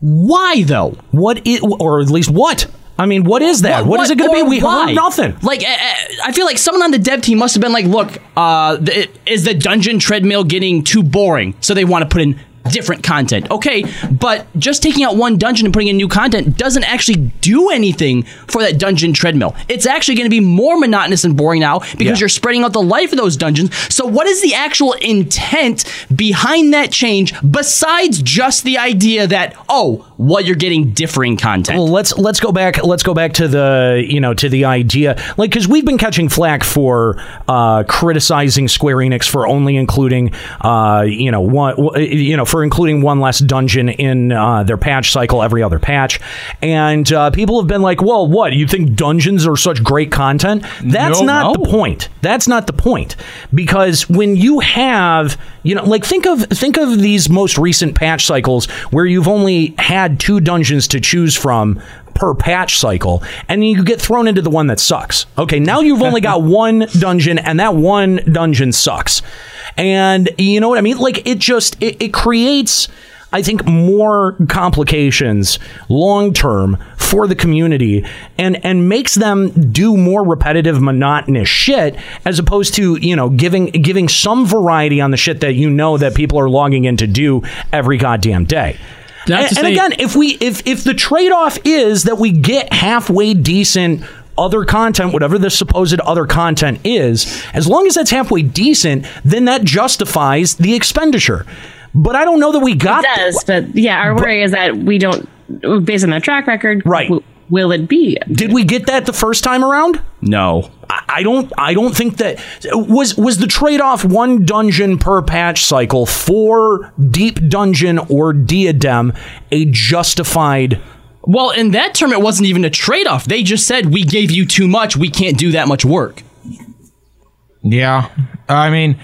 [SPEAKER 5] Why, though?
[SPEAKER 2] What it, or at least what? I mean, what is that? what is it going to be?
[SPEAKER 5] or
[SPEAKER 2] We
[SPEAKER 5] why?
[SPEAKER 2] heard nothing.
[SPEAKER 5] Like, I- I I feel like someone on the dev team must have been like, "Look, uh, the, is the dungeon treadmill getting too boring? So they want to put in different content." Okay, but just taking out one dungeon and putting in new content doesn't actually do anything for that dungeon treadmill. It's actually going to be more monotonous and boring now because you're spreading out the life of those dungeons. So, what is the actual intent behind that change besides just the idea that oh, well, you're getting differing content?
[SPEAKER 2] Well, let's let's go back. Let's go back to the you know to the idea, like because we've been catching flack for uh, criticizing Square Enix for only including uh, you know one you know for including one less dungeon in uh, their patch cycle every other patch, and uh, people have been like, well, what you think dungeons are such great content? That's
[SPEAKER 1] No,
[SPEAKER 2] not
[SPEAKER 1] no.
[SPEAKER 2] the the point. That's not the point because when you have, you know, like think of think of these most recent patch cycles where you've only had two dungeons to choose from per patch cycle and you get thrown into the one that sucks. Okay, now you've only got one dungeon and that one dungeon sucks. And you know what I mean? Like it just it, it creates I think more complications long term for the community and and makes them do more repetitive monotonous shit as opposed to, you know, giving giving some variety on the shit that you know that people are logging in to do every goddamn day.
[SPEAKER 3] Not
[SPEAKER 2] And,
[SPEAKER 3] to
[SPEAKER 2] and
[SPEAKER 3] say-
[SPEAKER 2] again, if we if if the trade-off is that we get halfway decent other content, whatever the supposed other content is, as long as that's halfway decent, then that justifies the expenditure. But I don't know that we got
[SPEAKER 8] It does, but yeah, our worry is that we don't, based on that track record, right? will it be?
[SPEAKER 2] Did we get that the first time around?
[SPEAKER 5] No.
[SPEAKER 2] I I don't. I don't think that was was the trade off one dungeon per patch cycle for deep dungeon or diadem a justified.
[SPEAKER 5] Well, in that term, it wasn't even a trade off. They just said, we gave you too much. We can't do that much work.
[SPEAKER 1] Yeah. I mean,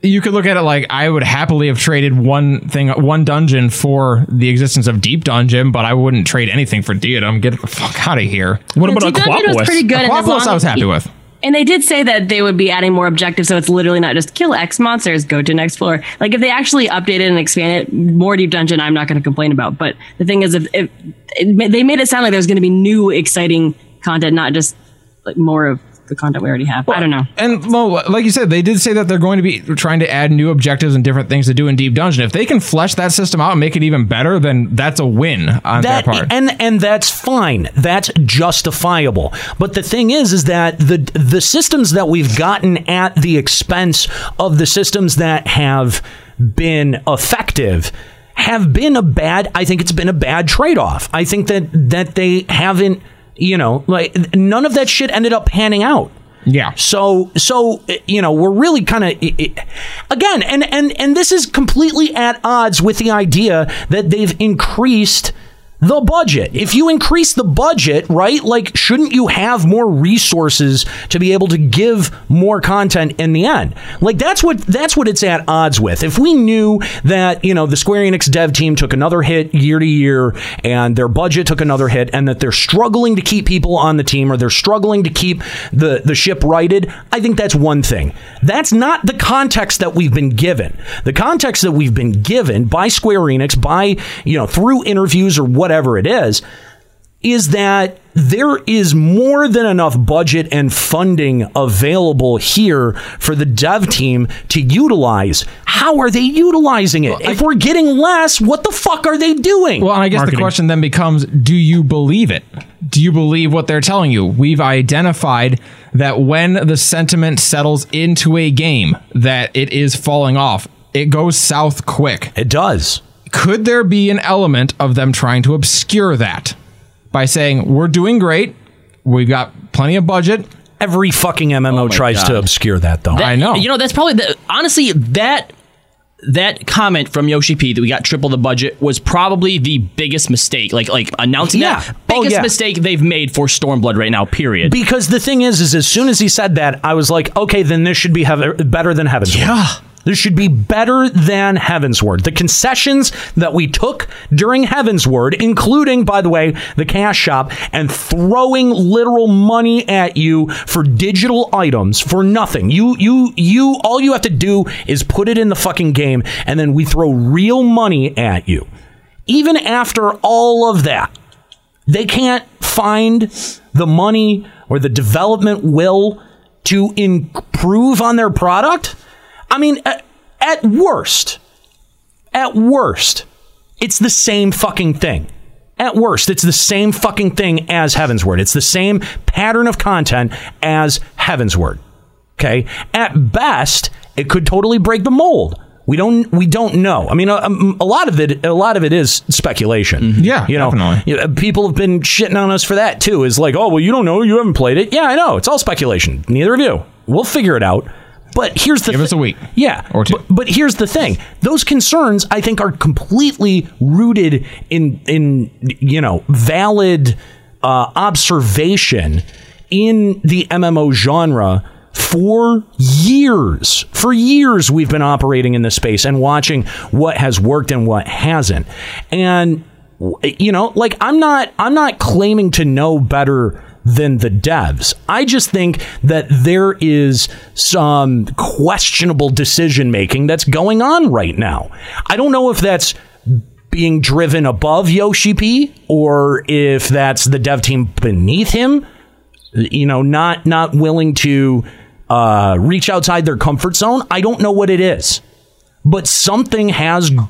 [SPEAKER 1] you could look at it like I would happily have traded one thing, one dungeon for the existence of Deep Dungeon, but I wouldn't trade anything for Diadem. Get the fuck out of here.
[SPEAKER 8] What Yeah, about Deep Dungeon was Aquapolis? pretty good, and as long
[SPEAKER 1] Aquapolis I was
[SPEAKER 8] as-
[SPEAKER 1] happy with.
[SPEAKER 8] And they did say that they would be adding more objectives, so it's literally not just kill X monsters, go to next floor. Like if they actually update it and expand it, more deep dungeon, I'm not going to complain about. But the thing is, if, if it, ma- they made it sound like there's going to be new exciting content, not just like more of the content we already have. I don't know.
[SPEAKER 1] And well, like you said, they did say that they're going to be trying to add new objectives and different things to do in Deep Dungeon. If they can flesh that system out and make it even better, then that's a win on that, part.
[SPEAKER 2] and and that's fine. That's justifiable. But the thing is, is that the the systems that we've gotten at the expense of the systems that have been effective have been a bad. I think it's been a bad trade off. I think that that they haven't. You know, like none of that shit ended up panning out.
[SPEAKER 1] Yeah.
[SPEAKER 2] So so i- you know we're really kind of again and and and this is completely at odds with the idea that they've increased the budget. If you increase the budget, right, like shouldn't you have more resources to be able to give more content in the end? Like that's what that's what it's at odds with. If we knew that, you know, the Square Enix dev team took another hit year to year and their budget took another hit and that they're struggling to keep people on the team or they're struggling to keep the the ship righted, I think that's one thing. That's not the context that we've been given. The context that we've been given by Square Enix by, you know, through interviews or whatever it is is that there is more than enough budget and funding available here for the dev team to utilize. How are they utilizing it? if we're getting less, what the fuck are they doing?
[SPEAKER 1] Well, and I guess the question then becomes do you believe it? Do you believe what they're telling you? We've identified that when the sentiment settles into a game that it is falling off, it goes south quick.
[SPEAKER 2] It does.
[SPEAKER 1] Could there be an element of them trying to obscure that by saying we're doing great, we've got plenty of budget,
[SPEAKER 2] Every fucking MMO tries
[SPEAKER 1] Oh God.
[SPEAKER 2] to obscure that, though.
[SPEAKER 5] That- You know, that's probably the, honestly that that comment from Yoshi P that we got triple the budget was probably the biggest mistake. Like like announcing that biggest
[SPEAKER 2] yeah.
[SPEAKER 5] mistake they've made for Stormblood right now. Period.
[SPEAKER 2] Because the thing is, is as soon as he said that, I was like, okay, then this should be heav- better than Heaven's yeah. Word. This should be better than Heaven's Word. The concessions that we took during Heaven's Word, including, by the way, the cash shop and throwing literal money at you for digital items for nothing. You, you, you, all you have to do is put it in the fucking game and then we throw real money at you. Even after all of that, they can't find the money or the development will to improve on their product. I mean, at, at worst, at worst, it's the same fucking thing. At worst, it's the same fucking thing as Heaven's Word. It's the same pattern of content as Heaven's Word. Okay? At best, it could totally break the mold. We don't we don't know. I mean, a, a lot of it a lot of it is speculation. Yeah, you know, you know, people have been shitting on us for that too. Is like, oh well, you don't know, you haven't played it. Yeah, I know, it's all speculation. Neither of you. We'll figure it out. But here's the give us a week. Yeah, or two. But, but here's the thing: those concerns, I think, are completely rooted in in you know valid uh, observation in the MMO genre for years. For years, we've been operating in this space and watching what has worked and what hasn't. And you know, like I'm not I'm not claiming to know better than the devs. I just think that there is some questionable decision making that's going on right now. I don't know if that's being driven above Yoshi P or if that's the dev team beneath him you know not not willing to uh, reach outside their comfort zone i don't know what it is but something has b-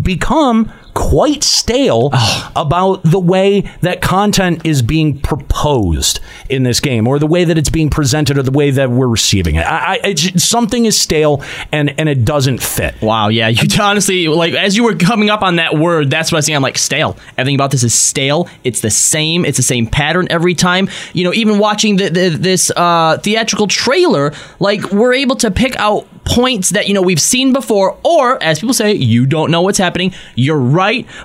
[SPEAKER 2] become quite stale about the way that content is being proposed in this game or the way that it's being presented or the way that we're receiving it I, I, it's, something is stale and and it doesn't fit
[SPEAKER 5] wow yeah you honestly like as you were coming up on that word that's what i was thinking i'm like stale everything about this is stale it's the same it's the same pattern every time you know even watching the, the, this uh, theatrical trailer like we're able to pick out points that you know we've seen before or as people say you don't know what's happening you're right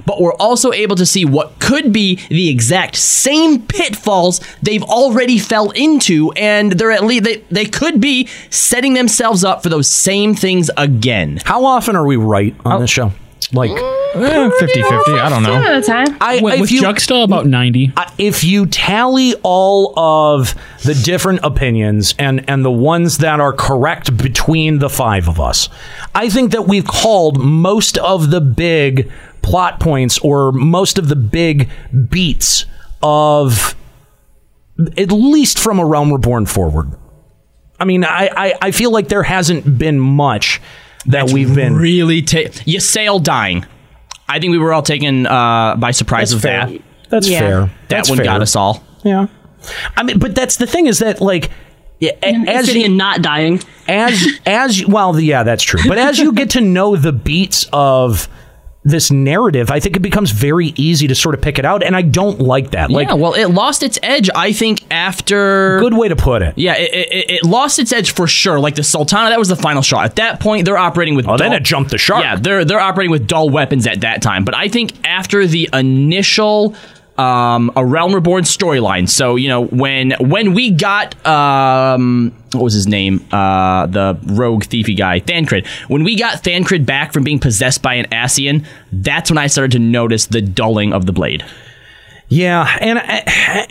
[SPEAKER 5] but we're also able to see what could be the exact same pitfalls they've already fell into and they're at least they, they could be setting themselves up for those same things again Oh.
[SPEAKER 2] how often are we right on this show like
[SPEAKER 1] 50 50 Eh, i don't know
[SPEAKER 8] At a time.
[SPEAKER 2] I,
[SPEAKER 3] Wait, with Juxta about ninety.
[SPEAKER 2] I- if you tally all of the different opinions and and the ones that are correct between the five of us, I think that we've called most of the big plot points or most of the big beats of at least from a realm reborn forward. I mean, I I, I feel like there hasn't been much that we've been
[SPEAKER 5] really ta- Yasale dying. I think we were all taken uh, by surprise of that.
[SPEAKER 2] That's
[SPEAKER 5] Yeah.
[SPEAKER 2] fair.
[SPEAKER 5] That
[SPEAKER 2] That's
[SPEAKER 5] one
[SPEAKER 2] fair.
[SPEAKER 5] got us all.
[SPEAKER 2] Yeah. I mean, but that's the thing is that like, yeah, a- as
[SPEAKER 8] sitting
[SPEAKER 2] you,
[SPEAKER 8] and not dying.
[SPEAKER 2] as as you- well, yeah, that's true. But as you get to know the beats of this narrative, I think it becomes very easy to sort of pick it out, and I don't like that. Like,
[SPEAKER 5] yeah, well, it lost its edge, I think, after.
[SPEAKER 2] Good way to put it.
[SPEAKER 5] Yeah, it, it, it lost its edge for sure. Like the Sultana, that was the final shot. At that point, they're operating with.
[SPEAKER 2] well, Oh, then it jumped the shark.
[SPEAKER 5] Yeah, they're they're operating with dull weapons at that time. But I think after the initial um, a Realm Reborn storyline, so you know when when we got um, what was his name, uh, the rogue thiefy guy, Thancred. When we got Thancred back from being possessed by an Asian, that's when I started to notice the dulling of the blade.
[SPEAKER 2] Yeah, and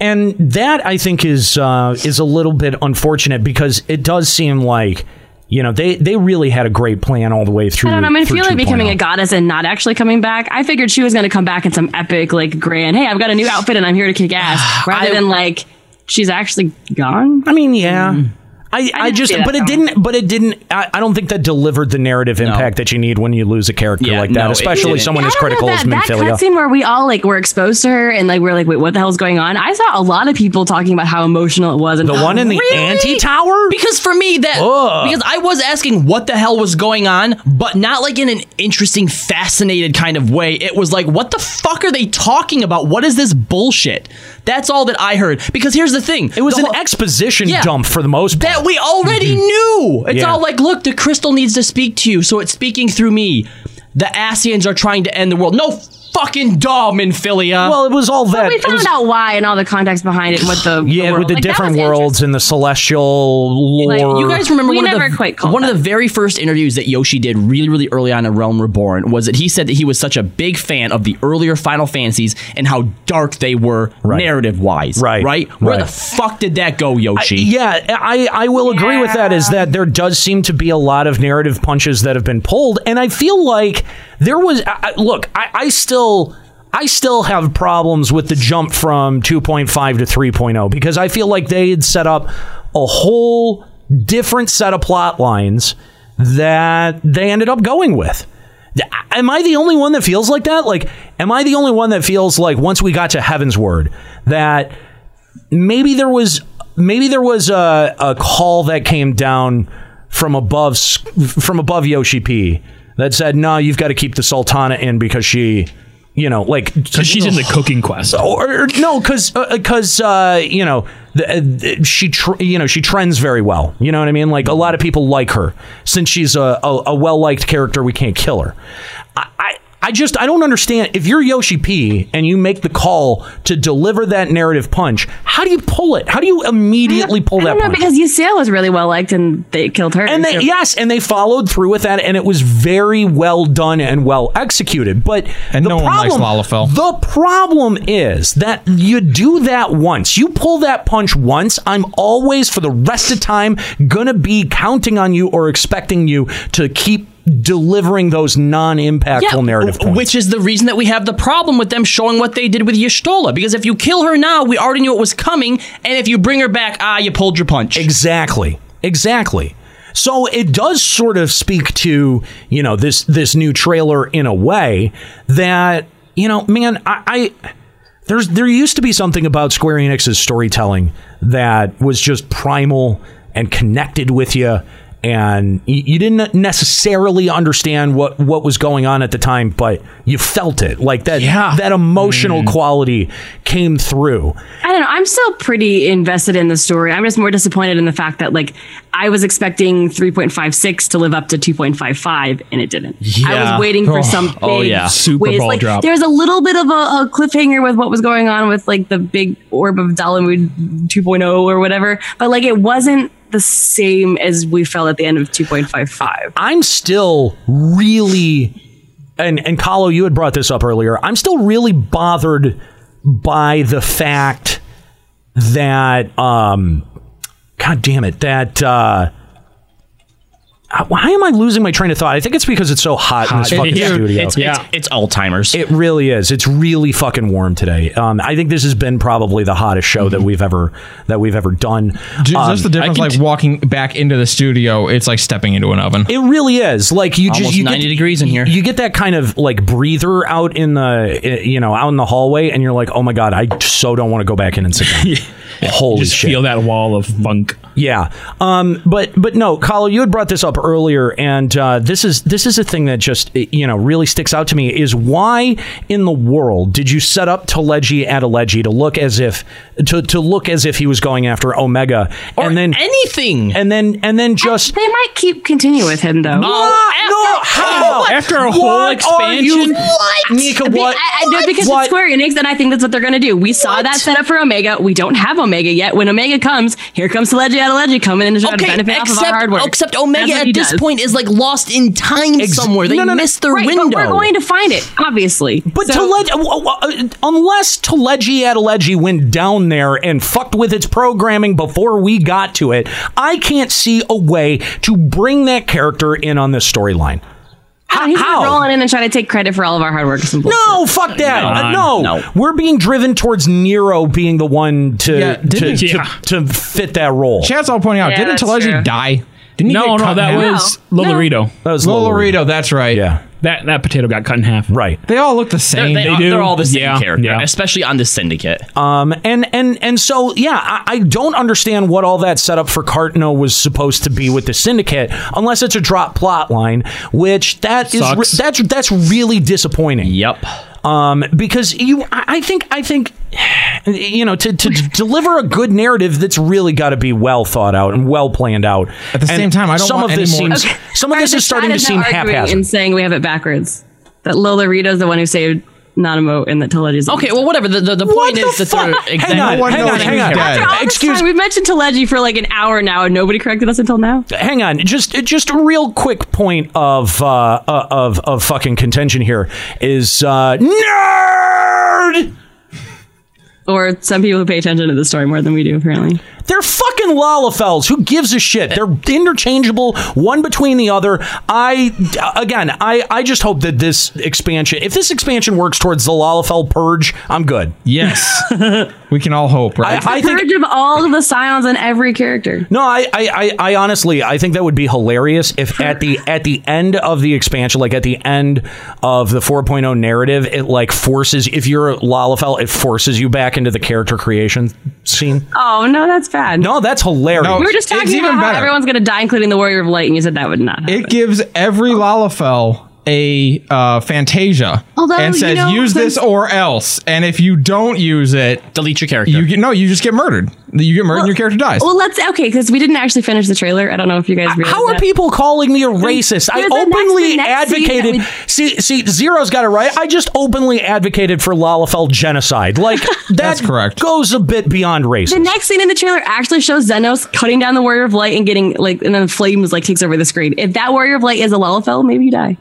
[SPEAKER 2] and that I think is uh, is a little bit unfortunate because it does seem like you know they they really had a great plan all the way through.
[SPEAKER 8] I don't know. I'm gonna
[SPEAKER 2] through oh.
[SPEAKER 8] feel like
[SPEAKER 2] 2.0.
[SPEAKER 8] becoming a goddess and not actually coming back. I figured she was gonna come back in some epic, like grand. Hey, I've got a new outfit and I'm here to kick ass, rather than like she's actually gone. Hmm.
[SPEAKER 2] I mean, yeah. I,
[SPEAKER 8] I
[SPEAKER 2] I
[SPEAKER 8] didn't
[SPEAKER 2] just
[SPEAKER 8] see that
[SPEAKER 2] but it
[SPEAKER 8] coming.
[SPEAKER 2] didn't but it didn't I, I don't think that delivered the narrative impact that you need when you lose a character like that
[SPEAKER 5] no, it
[SPEAKER 2] especially
[SPEAKER 5] didn't.
[SPEAKER 2] someone
[SPEAKER 5] Yeah,
[SPEAKER 2] as
[SPEAKER 5] I don't know
[SPEAKER 2] critical as
[SPEAKER 8] that, that
[SPEAKER 2] Minfilia.
[SPEAKER 8] cutscene where we all like were exposed to her and like we're like, wait, what the hell's going on? I saw a lot of people talking about how emotional it was, and
[SPEAKER 2] The one in the ante tower?
[SPEAKER 5] Because for me, that
[SPEAKER 2] Ugh.
[SPEAKER 5] because I was asking what the hell was going on, but not like in an interesting, fascinated kind of way. It was like, what the fuck are they talking about? What is this bullshit? That's all that I heard. Because here's the thing,
[SPEAKER 2] It was an exposition
[SPEAKER 5] Yeah.
[SPEAKER 2] dump for the most part. Mm-hmm.
[SPEAKER 5] that we already knew. It's
[SPEAKER 2] Yeah.
[SPEAKER 5] all like, look, the crystal needs to speak to you, so it's speaking through me. The Asians are trying to end the world. No fucking dumb in Philia.
[SPEAKER 2] Well, it was all that.
[SPEAKER 8] we
[SPEAKER 2] it
[SPEAKER 8] found
[SPEAKER 2] was,
[SPEAKER 8] out why and all the context behind it. What the
[SPEAKER 2] yeah,
[SPEAKER 8] world.
[SPEAKER 2] with the
[SPEAKER 8] Like, that
[SPEAKER 2] different
[SPEAKER 8] was
[SPEAKER 2] worlds and the celestial lore.
[SPEAKER 8] Like,
[SPEAKER 5] You guys remember
[SPEAKER 8] We
[SPEAKER 5] one of
[SPEAKER 8] never
[SPEAKER 5] the
[SPEAKER 8] quite caught
[SPEAKER 5] one of the very first interviews that Yoshi did really really early on in Realm Reborn was that he said that he was such a big fan of the earlier Final Fantasies and how dark they were narrative wise. Right. Right. Where the
[SPEAKER 2] Right.
[SPEAKER 5] fuck did that go, Yoshi?
[SPEAKER 2] Yeah, I, I will agree with that. Is that there does seem to be a lot of narrative punches that have been pulled, and I feel like there was. I, I- look, I, I still. I still have problems with the jump from 2.5 to 3.0 because I feel like they had set up a whole different set of plot lines that they ended up going with. Am I the only one that feels like that? Like, am I the only one that feels like once we got to Heaven's Word that maybe there was maybe there was a, a call that came down from above s- from above Yoshi P that said, "No, you've got to keep the Sultana in because she." You know, like because
[SPEAKER 3] she's in the cooking quest,
[SPEAKER 2] or, or- no, because because uh, you know the, uh, she tr- you know she trends very well. You know what I mean? Like a lot of people like her since she's a, a, a well liked character. We can't kill her. I, I I just I don't understand if you're Yoshi P and you make the call to deliver that narrative punch. How do you pull it? How do you immediately pull
[SPEAKER 8] I
[SPEAKER 2] that?
[SPEAKER 8] don't know
[SPEAKER 2] punch?
[SPEAKER 8] because Yuseo was really well liked and they killed her.
[SPEAKER 2] And they,
[SPEAKER 8] so-
[SPEAKER 2] yes, and they followed through with that, and it was very well done and well executed. But and the
[SPEAKER 1] no one likes
[SPEAKER 2] problem,
[SPEAKER 1] Lalafell.
[SPEAKER 2] the problem is that you do that once, you pull that punch once. I'm always for the rest of time gonna be counting on you or expecting you to keep delivering those non-impactful narrative points.
[SPEAKER 5] Which is the reason that we have the problem with them showing what they did with Yashtola. Because if you kill her now, we already knew it was coming. And if you bring her back, ah, you pulled your punch.
[SPEAKER 2] Exactly. Exactly. So it does sort of speak to, you know, this this new trailer in a way that, you know, man, I, I there's there used to be something about Square Enix's storytelling that was just primal and connected with you and y- you didn't necessarily understand what what was going on at the time but you felt it like that that emotional quality came through
[SPEAKER 8] I don't know. I'm still pretty invested in the story. I'm just more disappointed in the fact that like I was expecting 3.56 to live up to 2.55 and it didn't. I
[SPEAKER 5] Yeah.
[SPEAKER 8] was waiting for
[SPEAKER 5] Oh.
[SPEAKER 8] some big
[SPEAKER 5] Oh, yeah. Super
[SPEAKER 8] whiz.
[SPEAKER 5] ball
[SPEAKER 8] like,
[SPEAKER 5] drop.
[SPEAKER 8] There was a little bit of a, a cliffhanger with what was going on with like the big orb of Dalamud 2.0 or whatever, but like it wasn't the same as we felt at the end of 2.55.
[SPEAKER 2] I'm still really and and Kahlo, you had brought this up earlier. I'm still really bothered by the fact that um God damn it, that uh why am I losing my train of thought? I think it's because it's so hot, in this
[SPEAKER 5] Hot.
[SPEAKER 2] fucking
[SPEAKER 5] Yeah.
[SPEAKER 2] studio.
[SPEAKER 5] It's- it's- Yeah. it's Alzheimer's.
[SPEAKER 2] It really is. It's really fucking warm today. Um, I think this has been probably the hottest show
[SPEAKER 5] Mm-hmm.
[SPEAKER 2] that we've ever that we've ever done.
[SPEAKER 1] Dude,
[SPEAKER 2] Um,
[SPEAKER 1] that's the difference. Like walking back into the studio, it's like stepping into an oven.
[SPEAKER 2] It really is. Like you
[SPEAKER 1] Almost
[SPEAKER 2] just you
[SPEAKER 1] 90
[SPEAKER 2] degrees in here. You get that kind of like breather out in the eh, you know out in the hallway, and you're like, oh my god, I so don't want to go back in and sit down. Holy
[SPEAKER 3] just
[SPEAKER 2] shit.
[SPEAKER 3] feel that wall of funk.
[SPEAKER 2] Yeah, um, but but no, Kyle, you had brought this up earlier, and uh, this is this is a thing that just you know really sticks out to me is why in the world did you set up Teleji at Aleji to look as if to, to look as if he was going after Omega, and then
[SPEAKER 5] anything,
[SPEAKER 2] and then and then just
[SPEAKER 8] They might keep continue with him though.
[SPEAKER 2] no, how?
[SPEAKER 3] After a
[SPEAKER 2] What
[SPEAKER 3] whole
[SPEAKER 2] are
[SPEAKER 3] expansion,
[SPEAKER 2] you- What? Nika,
[SPEAKER 8] Be-
[SPEAKER 2] what?
[SPEAKER 8] I, I, no, because
[SPEAKER 2] What?
[SPEAKER 8] it's Square Enix, and I think that's what they're going to do. We saw that set up for Omega. We don't have Omega yet. When Omega comes, here comes Legend out of Legend coming in and trying to
[SPEAKER 5] Okay,
[SPEAKER 8] benefit off of our
[SPEAKER 5] except,
[SPEAKER 8] hardware.
[SPEAKER 5] except
[SPEAKER 8] That's
[SPEAKER 5] Omega
[SPEAKER 8] what
[SPEAKER 5] at
[SPEAKER 8] he
[SPEAKER 5] this
[SPEAKER 8] does.
[SPEAKER 5] point is like lost in time somewhere. They
[SPEAKER 8] No, no, no.
[SPEAKER 5] missed their
[SPEAKER 8] Right,
[SPEAKER 5] window.
[SPEAKER 8] But we're going to find it, obviously.
[SPEAKER 2] But Teleji, uh, unless Teleji Adeleji went down there and fucked with its programming before we got to it, I can't see a way to bring that character in on this storyline.
[SPEAKER 8] How? He's gonna roll on in and try to take credit for all of our hard work.
[SPEAKER 2] No, fuck that. Uh, no. we're being driven towards Nero being the one to
[SPEAKER 1] Yeah,
[SPEAKER 2] to,
[SPEAKER 1] didn't-
[SPEAKER 2] to,
[SPEAKER 1] yeah.
[SPEAKER 2] to fit that role.
[SPEAKER 1] Chad's all pointing out,
[SPEAKER 2] Yeah,
[SPEAKER 1] didn't
[SPEAKER 2] that's
[SPEAKER 1] Teleji
[SPEAKER 2] true.
[SPEAKER 1] die? Didn't he
[SPEAKER 3] No,
[SPEAKER 1] get
[SPEAKER 3] no,
[SPEAKER 1] cut in
[SPEAKER 3] that
[SPEAKER 1] half?
[SPEAKER 3] was No. Lolorito.
[SPEAKER 2] That was
[SPEAKER 1] Lolorito. That's right.
[SPEAKER 2] Yeah,
[SPEAKER 3] that that potato got cut in half.
[SPEAKER 2] Right.
[SPEAKER 1] They all look the same.
[SPEAKER 5] They, are,
[SPEAKER 1] do.
[SPEAKER 5] They're all the same
[SPEAKER 1] Yeah,
[SPEAKER 5] character,
[SPEAKER 1] yeah.
[SPEAKER 5] especially on the Syndicate.
[SPEAKER 2] Um, and and and so yeah, I, I don't understand what all that setup for Cartno was supposed to be with the syndicate, unless it's a drop plot line, which that is
[SPEAKER 3] Sucks.
[SPEAKER 2] re- that's that's really disappointing.
[SPEAKER 5] Yep.
[SPEAKER 2] Um, because you, I I think I think you know to to d- deliver a good narrative that's really got to be well thought out and well planned out.
[SPEAKER 1] At the same time, I don't
[SPEAKER 2] some
[SPEAKER 1] want
[SPEAKER 2] of this
[SPEAKER 1] any more-
[SPEAKER 2] seems
[SPEAKER 1] Okay.
[SPEAKER 2] some of
[SPEAKER 8] Alright,
[SPEAKER 2] this
[SPEAKER 8] but
[SPEAKER 2] is starting
[SPEAKER 8] Chad
[SPEAKER 2] to
[SPEAKER 8] is now
[SPEAKER 2] seem
[SPEAKER 8] arguing
[SPEAKER 2] haphazard.
[SPEAKER 8] And saying we have it backwards. That Lola Rita's the one who saved Nanamo and that Teleji's.
[SPEAKER 5] Okay, well, whatever. The, the, the point is that they're exactly.
[SPEAKER 8] After all Excuse me. We've mentioned Teleji for like an hour now, and nobody corrected us until now.
[SPEAKER 2] hang on just just a real quick point of uh of of fucking contention here is uh nerd
[SPEAKER 8] Or some people who pay attention to the story more than we do, apparently.
[SPEAKER 2] they're fucking lollifels. Who gives a shit? They're interchangeable, one between the other. I again, I I just hope that this expansion, if this expansion works towards the lollifel purge, I'm good.
[SPEAKER 1] Yes, we can all hope, right?
[SPEAKER 2] I, I
[SPEAKER 8] the
[SPEAKER 2] think
[SPEAKER 8] purge of all of the scions on every character.
[SPEAKER 2] No, I, I, I, I honestly, I think that would be hilarious if at the at the end of the expansion, like at the end of the 4.0 narrative, it like forces if you're a Lalafell, it forces you back into the character creation scene.
[SPEAKER 8] Oh no, that's bad.
[SPEAKER 2] No, that's hilarious.
[SPEAKER 8] we were just talking about how everyone's going to die, including the Warrior of Light, and you said that would not. Happen.
[SPEAKER 1] It gives every
[SPEAKER 8] Oh.
[SPEAKER 1] Lalafell a uh, Fantasia
[SPEAKER 8] Although,
[SPEAKER 1] and
[SPEAKER 8] you
[SPEAKER 1] says
[SPEAKER 8] know,
[SPEAKER 1] use this or else. And if you don't use it,
[SPEAKER 5] delete your character.
[SPEAKER 1] You get no, you just get murdered. You get murdered, and your character dies.
[SPEAKER 8] Well, let's okay because we didn't actually finish the trailer. I don't know if you guys.
[SPEAKER 2] How are people calling me a racist? I openly advocated. see, see, Zero's got it right. I just openly advocated for Lalafell genocide. Like that That's correct. goes a bit beyond race.
[SPEAKER 8] The next scene in the trailer actually shows Zenos cutting down the Warrior of Light and getting like, and then flames like takes over the screen. If that Warrior of Light is a Lalafell, maybe you die.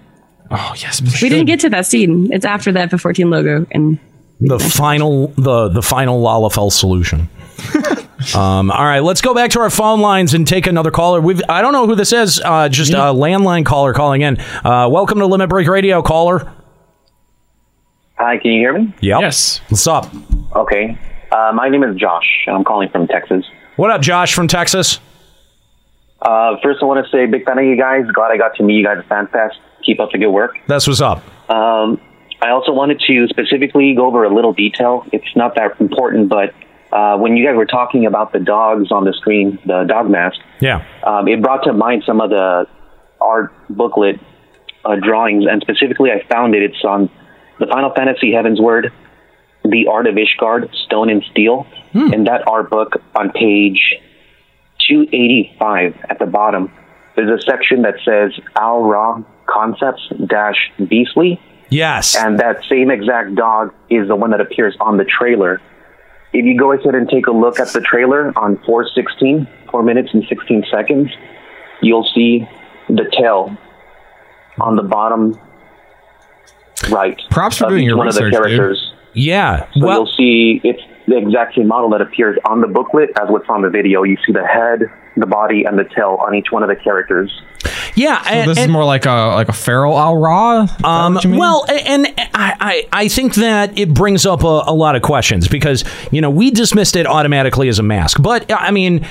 [SPEAKER 1] Oh yes,
[SPEAKER 8] We didn't get to that scene. It's after the FF14 logo, and
[SPEAKER 2] the final the the final Lalafell solution. um, all right, let's go back to our phone lines and take another caller. We've I don't know who this is, uh, just a landline caller calling in. Uh, welcome to Limit Break Radio, caller.
[SPEAKER 21] Hi, can you hear me?
[SPEAKER 2] Yep. Yes. What's up?
[SPEAKER 21] Okay. Uh, my name is Josh, and I'm calling from Texas.
[SPEAKER 2] What up, Josh from Texas?
[SPEAKER 21] Uh, first, I want to say big fan of you guys. Glad I got to meet you guys at FanFest. Keep up the good work.
[SPEAKER 2] That's what's up.
[SPEAKER 21] Um, I also wanted to specifically go over a little detail. It's not that important, but uh, when you guys were talking about the dogs on the screen, the dog mask,
[SPEAKER 2] Yeah.
[SPEAKER 21] um, it brought to mind some of the art booklet uh, drawings, and specifically, I found it. It's on the Final Fantasy Heaven's Word, The Art of Ishgard, Stone and Steel, and that art book on page 285 at the bottom. There's a section that says Al Ra Concepts Dash Beastly.
[SPEAKER 2] Yes.
[SPEAKER 21] And that same exact dog is the one that appears on the trailer. If you go ahead and take a look at the trailer on 416, 4 minutes and 16 seconds, you'll see the tail on the bottom right.
[SPEAKER 1] Props
[SPEAKER 21] for
[SPEAKER 1] doing
[SPEAKER 21] each
[SPEAKER 1] your
[SPEAKER 21] one of
[SPEAKER 1] research,
[SPEAKER 21] the
[SPEAKER 1] dude.
[SPEAKER 21] characters.
[SPEAKER 2] Yeah.
[SPEAKER 21] So you'll see it's the exact same model that appears on the booklet as what's on the video. You see the head, the body, and the tail on each one of the characters.
[SPEAKER 2] Yeah,
[SPEAKER 1] So this is more like a like a feral Al Ra.
[SPEAKER 2] Um, well, a- and I, I, I think that it brings up a, a lot of questions because, you know, we dismissed it automatically as a mask. But, uh, I mean,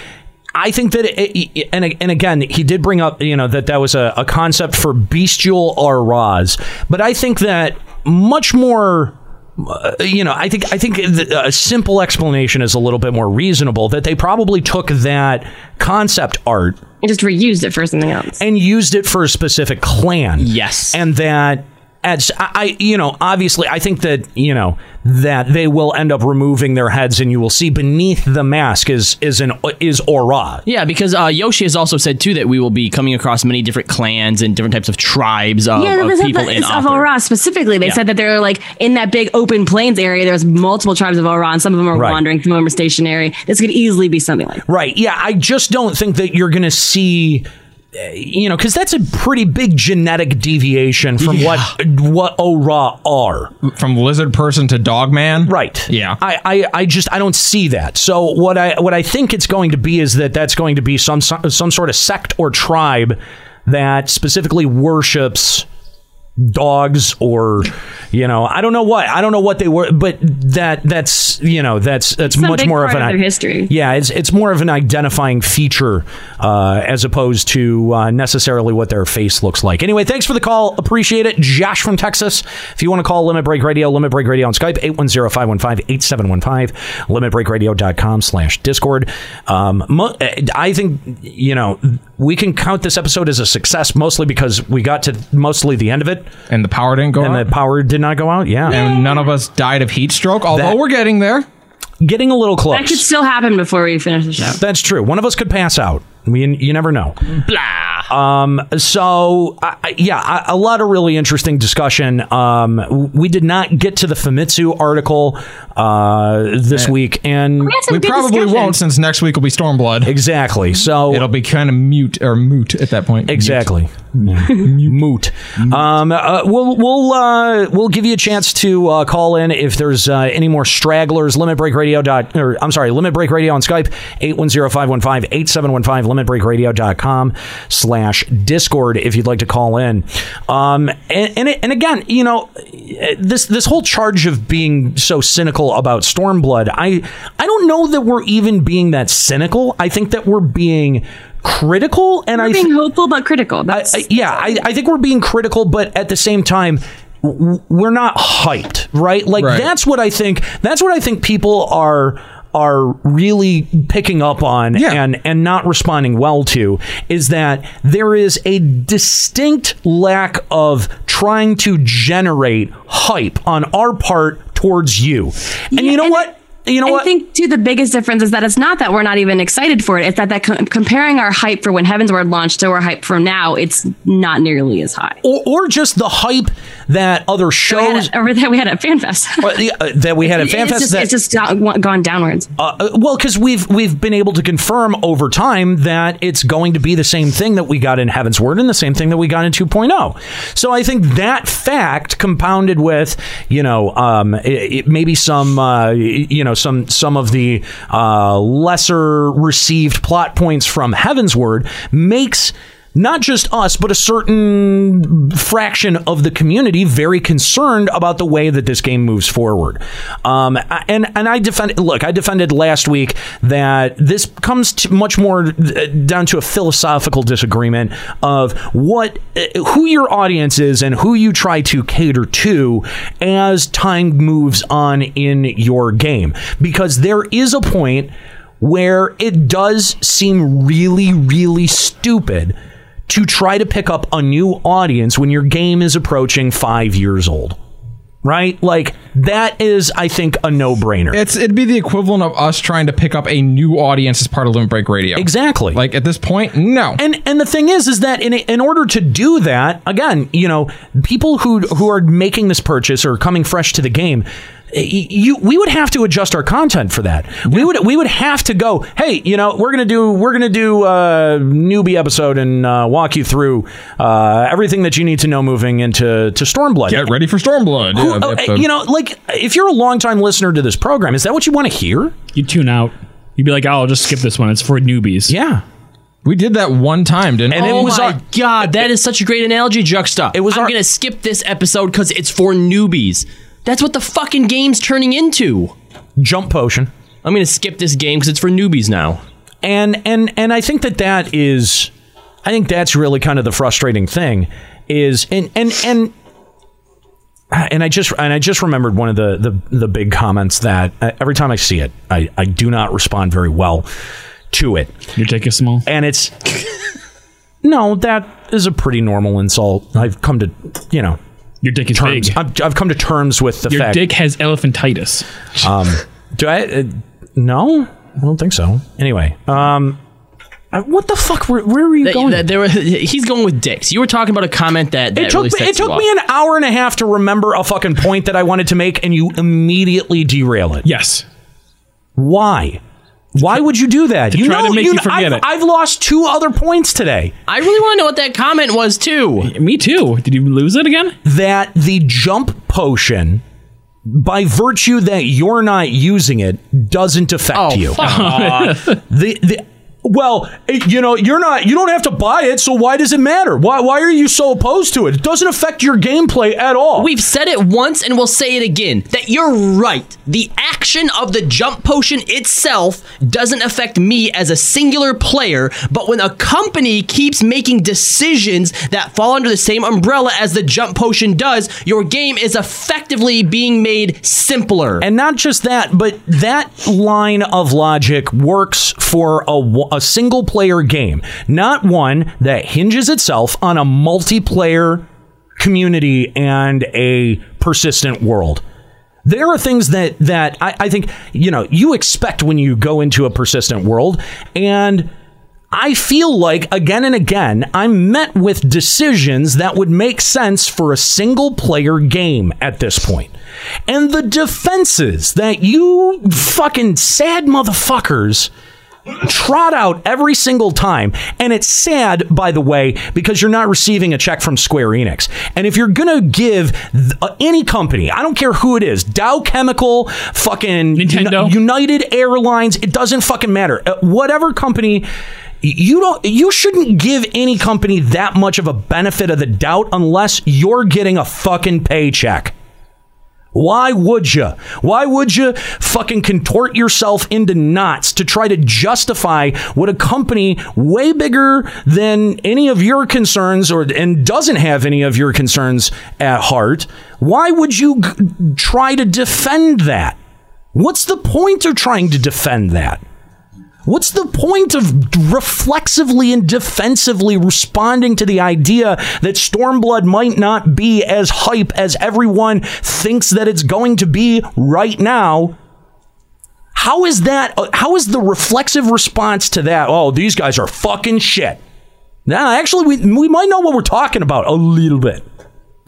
[SPEAKER 2] I think that, it, it- and, and again, he did bring up, you know, that that was a, a concept for bestial or Raz. But I think that much more uh, you know, I think I think the, a simple explanation is a little bit more reasonable. That they probably took that concept art
[SPEAKER 8] and just reused it for something else,
[SPEAKER 2] and used it for a specific clan.
[SPEAKER 5] Yes,
[SPEAKER 2] and that. As I, I- you know, obviously, I think that you know that they will end up removing their heads, and you will see beneath the mask is is an is aura.
[SPEAKER 5] Yeah, because uh, Yoshi has also said too that we will be coming across many different clans and different types of tribes of,
[SPEAKER 8] yeah,
[SPEAKER 5] of
[SPEAKER 8] was
[SPEAKER 5] people in
[SPEAKER 8] of
[SPEAKER 5] Othra.
[SPEAKER 8] Aura specifically. They
[SPEAKER 5] Yeah.
[SPEAKER 8] said that they're like in that big open plains area. There's multiple tribes of Aura, and some of them are
[SPEAKER 2] Right.
[SPEAKER 8] wandering, some of them are stationary. This could easily be something like.
[SPEAKER 2] Right. Yeah. I just don't think that you're going to see, uh, you know, because that's a pretty big genetic deviation from what what Ora are.
[SPEAKER 1] From lizard person to dog man.
[SPEAKER 2] Right.
[SPEAKER 1] Yeah.
[SPEAKER 2] I, I, I just I don't see that. So what I what I think it's going to be is that that's going to be some some, some sort of sect or tribe that specifically worships dogs or you know I don't know what I don't know what they were but that that's you know that's that's
[SPEAKER 8] Some
[SPEAKER 2] much
[SPEAKER 8] big
[SPEAKER 2] more
[SPEAKER 8] part
[SPEAKER 2] of an
[SPEAKER 8] of their history.
[SPEAKER 2] yeah it's it's more of an identifying feature uh, as opposed to uh, necessarily what their face looks like anyway thanks for the call appreciate it Josh from Texas if you want to call Limit Break Radio Limit Break Radio on Skype 810-515-8715 limitbreakradio.com slash discord um, mo- I think you know we can count this episode as a success mostly because we got to mostly the end of it
[SPEAKER 1] and the power didn't go
[SPEAKER 2] and the power did not go out yeah
[SPEAKER 1] And none of us died of heat stroke, although we're getting there.
[SPEAKER 2] Getting a little close.
[SPEAKER 8] That could still happen before we finish the show.
[SPEAKER 2] That's true. One of us could pass out. We, you never know. Blah. Um, so, I, I- yeah, I- a lot of really interesting discussion. Um, w- we did not get to the Famitsu article uh, this week, and
[SPEAKER 1] We had some We good probably discussion. won't since next week will be Stormblood.
[SPEAKER 2] Exactly. So
[SPEAKER 1] it'll be kind of mute or moot at that point.
[SPEAKER 2] Exactly. Moot. Um, uh, we'll we'll uh, we'll give you a chance to uh, call in if there's uh, any more stragglers. Limit Break Radio dot, or I'm sorry, Limit Break Radio on Skype 810-515-8715, limitbreakradio.com slash Discord if you'd like to call in. Um, and and, it, and again, you know, this this whole charge of being so cynical about Stormblood, I I don't know that we're even being that cynical. I think that we're being critical and I
[SPEAKER 8] being hopeful but critical. That's
[SPEAKER 2] I, yeah, I, I think we're being critical, but at the same time, w- we're not hyped, right? Like
[SPEAKER 1] Right.
[SPEAKER 2] that's what I think. That's what I think people are are really picking up on and and not responding well to is that there is a distinct lack of trying to generate hype on our part towards you. And you know what? You know
[SPEAKER 8] I
[SPEAKER 2] what?
[SPEAKER 8] think too the biggest difference is that it's not that we're not even excited for it. It's that that com- comparing our hype for when Heaven's Word launched to our hype from now, it's not nearly as high.
[SPEAKER 2] or, or just the hype that other shows
[SPEAKER 8] Or that we had at FanFest.
[SPEAKER 2] Well, the- uh, that we had at FanFest
[SPEAKER 8] It's just,
[SPEAKER 2] that-
[SPEAKER 8] it's just gone gone downwards.
[SPEAKER 2] Uh, uh, well, because we've we've been able to confirm over time that it's going to be the same thing that we got in Heaven's Word and the same thing that we got in 2.0. So I think that fact compounded with you know um, it, it- maybe some uh, y- you know some some of the uh, lesser received plot points from Heaven's Word makes. Not just us, but a certain fraction of the community very concerned about the way that this game moves forward. Um, I- and and I defend. Look, I defended last week that this comes to much more uh, down to a philosophical disagreement of what uh, who your audience is and who you try to cater to as time moves on in your game, because there is a point where it does seem really, really stupid to try to pick up a new audience when your game is approaching five years old. Right? Like, that is, I think, a no brainer.
[SPEAKER 1] It's it'd be the equivalent of us trying to pick up a new audience as part of Limit Break Radio.
[SPEAKER 2] Exactly.
[SPEAKER 1] Like at this point, no. Uh,
[SPEAKER 2] And and the thing is, is that in in order to do that, again, you know, people who who are making this purchase or coming fresh to the game. y- You, we would have to adjust our content for that. We would, we would have to go. Hey, you know, we're gonna do, we're gonna do a newbie episode and uh, walk you through uh, everything that you need to know moving into to Stormblood.
[SPEAKER 1] Get ready for Stormblood.
[SPEAKER 2] Who-
[SPEAKER 1] Yeah,
[SPEAKER 2] oh,
[SPEAKER 1] episode.
[SPEAKER 2] you know, like if you're a longtime listener to this program, is that what you want to hear?
[SPEAKER 3] You tune out. You'd be like, oh, I'll just skip this one. It's for newbies.
[SPEAKER 2] Yeah.
[SPEAKER 1] We did that one time, didn't
[SPEAKER 5] oh
[SPEAKER 1] we?
[SPEAKER 5] my god, that is such a great analogy, Juxta. It was I'm gonna skip this episode because it's for newbies. That's what the fucking game's turning into.
[SPEAKER 2] Jump potion.
[SPEAKER 5] I'm gonna skip this game because it's for newbies now.
[SPEAKER 2] and and and I think that that is, I think that's really kind of the frustrating thing, is and and and uh, and I just and I just remembered one of the the, the big comments that uh, every time I see it, I, I do not respond very well to it.
[SPEAKER 3] You take a small,
[SPEAKER 2] and it's no, that is a pretty normal insult. I've come to you know,
[SPEAKER 3] your dick is
[SPEAKER 2] terms.
[SPEAKER 3] big.
[SPEAKER 2] I'm, I've come to terms with the
[SPEAKER 3] Your
[SPEAKER 2] fact.
[SPEAKER 3] dick has elephantitis.
[SPEAKER 2] Um, do I? Uh, no, I don't think so. Anyway, um, I- what the fuck? Where, where were you
[SPEAKER 5] That-
[SPEAKER 2] going?
[SPEAKER 5] that there were, he's going with dicks. You were talking about a comment that, that
[SPEAKER 2] it took
[SPEAKER 5] really
[SPEAKER 2] me,
[SPEAKER 5] sets
[SPEAKER 2] it took
[SPEAKER 5] you
[SPEAKER 2] me
[SPEAKER 5] off.
[SPEAKER 2] an hour and a half to remember a fucking point that I wanted to make, and you immediately derail it.
[SPEAKER 3] Yes.
[SPEAKER 2] Why? Why would you do that?
[SPEAKER 5] to
[SPEAKER 2] you
[SPEAKER 5] try to make you
[SPEAKER 2] kn-
[SPEAKER 5] forget
[SPEAKER 2] I've,
[SPEAKER 5] it.
[SPEAKER 2] I've lost two other points today.
[SPEAKER 5] I really want to know what that comment was too.
[SPEAKER 3] Me too. Did you lose it again?
[SPEAKER 2] That the jump potion, by virtue that you're not using it, doesn't affect you.
[SPEAKER 5] Oh, fuck.
[SPEAKER 2] Aw. the the. Well, it- you know, you're not. You don't have to buy it, so why does it matter? Why? Why are you so opposed to it? It doesn't affect your gameplay at all.
[SPEAKER 5] We've said it once and we'll say it again that you're right. The action of the jump potion itself doesn't affect me as a singular player, but when a company keeps making decisions that fall under the same umbrella as the jump potion does, your game is effectively being made simpler.
[SPEAKER 2] And not just that, but that line of logic works for a, w- a single player game, not one that hinges itself on a multiplayer community and a persistent world. There are things that, that I, I think, you know, you expect when you go into a persistent world. And I feel like again and again, I'm met with decisions that would make sense for a single player game at this point. And the defenses that you fucking sad motherfuckers trot out every single time. And it's sad, by the way, because you're not receiving a check from Square Enix. And if you're going to give th- uh, any company, I don't care who it is, Dow Chemical, fucking Nintendo, United Airlines, it doesn't fucking matter. Uh, whatever company you don't you shouldn't give any company that much of a benefit of the doubt unless you're getting a fucking paycheck. Why would you? Why would you fucking contort yourself into knots to try to justify what a company way bigger than any of your concerns or and doesn't have any of your concerns at heart? Why would you g- try to defend that? What's the point of trying to defend that? What's the point of reflexively and defensively responding to the idea that Stormblood might not be as hype as everyone thinks that it's going to be right now? How is that? uh, How is the reflexive response to that? Oh, these guys are fucking shit. Nah, actually, we, we might know what we're talking about a little bit.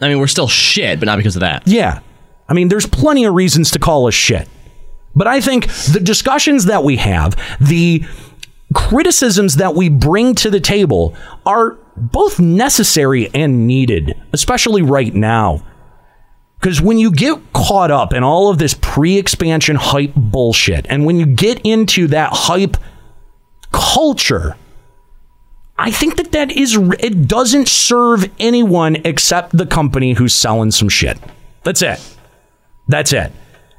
[SPEAKER 5] I mean, we're still shit, but not because of that.
[SPEAKER 2] Yeah. I mean, there's plenty of reasons to call us shit. But I think the discussions that we have, the criticisms that we bring to the table are both necessary and needed, especially right now. Because when you get caught up in all of this pre expansion hype bullshit, and when you get into that hype culture, I think that that is it doesn't serve anyone except the company who's selling some shit. That's it. That's it.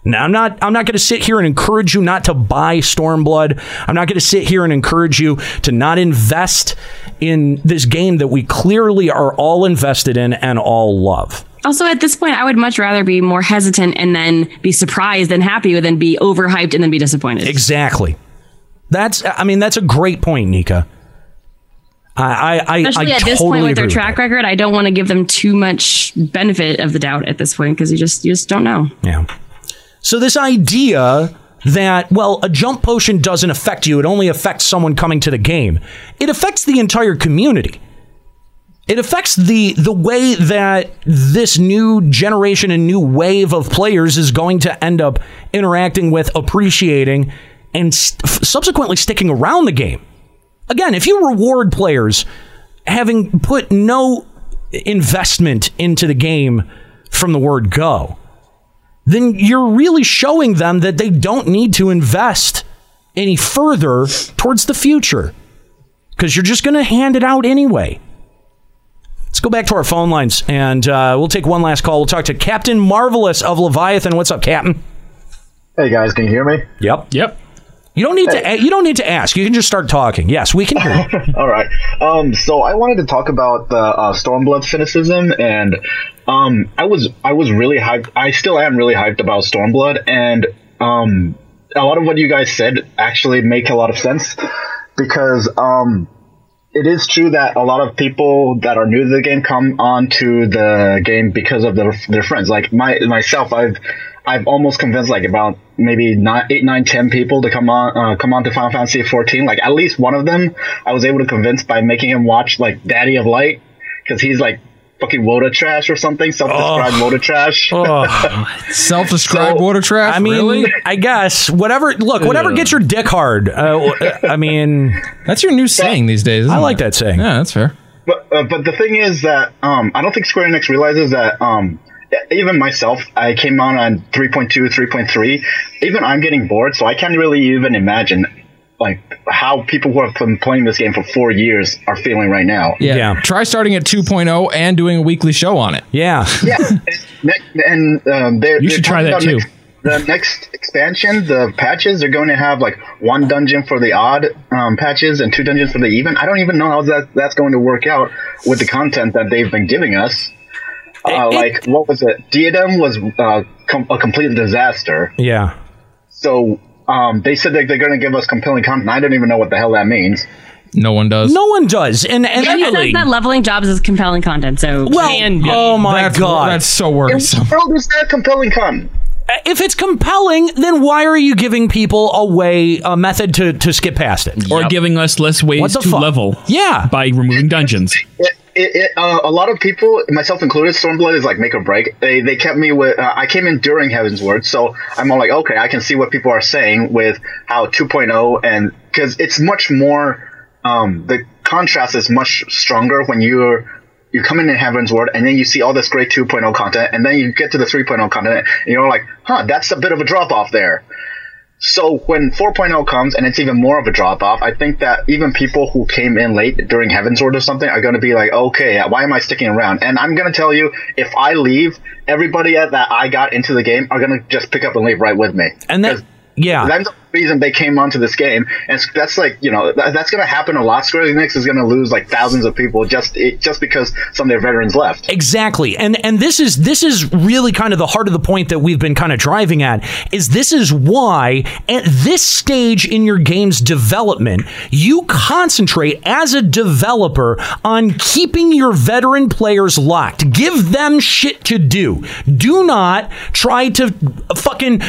[SPEAKER 2] Now I'm not I'm not going to sit here and encourage you not to buy Stormblood. I'm not going to sit here and encourage you to not invest in this game that we clearly are all invested in and all love.
[SPEAKER 8] Also, at this point, I would much rather be more hesitant and then be surprised than happy than be overhyped and then be disappointed.
[SPEAKER 2] Exactly. That's I mean that's a great point, Nika. I I I,
[SPEAKER 8] Especially
[SPEAKER 2] I
[SPEAKER 8] at
[SPEAKER 2] totally
[SPEAKER 8] this point
[SPEAKER 2] agree
[SPEAKER 8] with their
[SPEAKER 2] with that.
[SPEAKER 8] track record, I don't want to give them too much benefit of the doubt at this point because you just you just don't know.
[SPEAKER 2] Yeah. So this idea that well, a jump potion doesn't affect you; it only affects someone coming to the game. It affects the entire community. It affects the the way that this new generation and new wave of players is going to end up interacting with, appreciating, and st- f- subsequently sticking around the game. Again, if you reward players having put no investment into the game from the word go, then you're really showing them that they don't need to invest any further towards the future because you're just going to hand it out anyway. Let's go back to our phone lines and uh, we'll take one last call. We'll talk to Captain Marvelous of Leviathan. What's up, Captain?
[SPEAKER 9] Hey guys, can you hear me?
[SPEAKER 2] Yep.
[SPEAKER 3] Yep.
[SPEAKER 2] You don't need to. a- You don't need to ask. You can just start talking. Yes, we can hear. you.
[SPEAKER 9] All right. Um, so I wanted to talk about the uh, Stormblood cynicism, and um, I was I was really hyped. I still am really hyped about Stormblood, and um, a lot of what you guys said actually make a lot of sense because um, it is true that a lot of people that are new to the game come onto the game because of their, their friends. Like my myself, I've I've almost convinced like about maybe nine, eight, nine, ten people to come on uh, come on to Final Fantasy fourteen. Like at least one of them, I was able to convince by making him watch like Daddy of Light because he's like fucking Woda trash or something, self described Woda trash.
[SPEAKER 2] Oh. Self-described
[SPEAKER 1] water trash.
[SPEAKER 2] I mean,
[SPEAKER 1] Really?
[SPEAKER 2] I guess whatever. Look, whatever
[SPEAKER 1] Yeah.
[SPEAKER 2] gets your dick hard. Uh, I mean,
[SPEAKER 1] that's your new saying these days. Isn't
[SPEAKER 2] I like that saying.
[SPEAKER 1] Yeah, that's fair.
[SPEAKER 9] But uh, but the thing is that um, I don't think Square Enix realizes that um, even myself, I came on on 3.2, 3.3. Even I'm getting bored, so I can't really even imagine like how people who have been playing this game for four years are feeling right now.
[SPEAKER 1] Yeah. Try starting at 2.0 and doing a weekly show on it.
[SPEAKER 2] Yeah.
[SPEAKER 9] yeah. Ne- And um, they're,
[SPEAKER 1] You
[SPEAKER 9] they're
[SPEAKER 1] should try
[SPEAKER 9] talking
[SPEAKER 1] that
[SPEAKER 9] about
[SPEAKER 1] too.
[SPEAKER 9] next- the next expansion, the patches, they're going to have like one dungeon for the odd um, patches and two dungeons for the even. I don't even know how that that's going to work out with the content that they've been giving us. Uh, like what was it? Diadem was uh, com- a complete disaster.
[SPEAKER 2] Yeah.
[SPEAKER 9] So um, they said that they're going to give us compelling content. I don't even know what the hell that means.
[SPEAKER 1] No one does.
[SPEAKER 2] No one does. And
[SPEAKER 8] And he says that leveling jobs is compelling content. So
[SPEAKER 2] Well,
[SPEAKER 1] uh,
[SPEAKER 2] oh my god,
[SPEAKER 1] so
[SPEAKER 9] world is that compelling content?
[SPEAKER 2] If it's compelling, then why are you giving people a way, a method to, to skip past it,
[SPEAKER 3] Or giving us less ways to level?
[SPEAKER 2] Yeah,
[SPEAKER 3] by removing dungeons.
[SPEAKER 9] it, it, it, uh, a lot of people, myself included, Stormblood is like make or break. They, they kept me with. Uh, I came in during Heaven's Word, so I'm all like, okay, I can see what people are saying with how 2.0 and because it's much more. Um, the contrast is much stronger when you're you come in in Heaven's Word and then you see all this great 2.0 content, and then you get to the 3.0 content, and you're like, huh, that's a bit of a drop off there. So when 4.0 comes and it's even more of a drop off, I think that even people who came in late during Heaven's Word or something are going to be like, okay, why am I sticking around? And I'm going to tell you, if I leave, everybody that I got into the game are going to just pick up and leave right with me.
[SPEAKER 2] And that, yeah,
[SPEAKER 9] that's the reason they came onto this game, and it's- that's like you know that, that's going to happen a lot. Square Enix is going to lose like thousands of people just it, just because some of their veterans left.
[SPEAKER 2] Exactly. And and this is this is really kind of the heart of the point that we've been kind of driving at is this is why at this stage in your game's development, you concentrate as a developer on keeping your veteran players locked. Give them shit to do. Do not try to fucking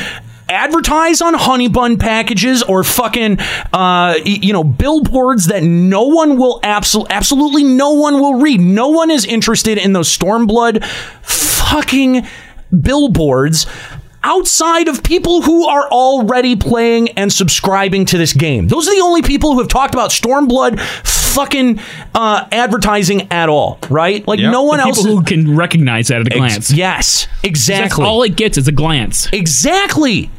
[SPEAKER 2] advertise on honey bun packages or fucking uh, y- you know billboards that no one will absol- absolutely no one will read no one is interested in those stormblood fucking billboards outside of people who are already playing and subscribing to this game those are the only people who have talked about stormblood fucking uh, advertising at all right like no one
[SPEAKER 3] The
[SPEAKER 2] else
[SPEAKER 3] people who can recognize that at a glance.
[SPEAKER 2] yes, exactly.
[SPEAKER 3] all it gets is a glance.
[SPEAKER 2] Exactly.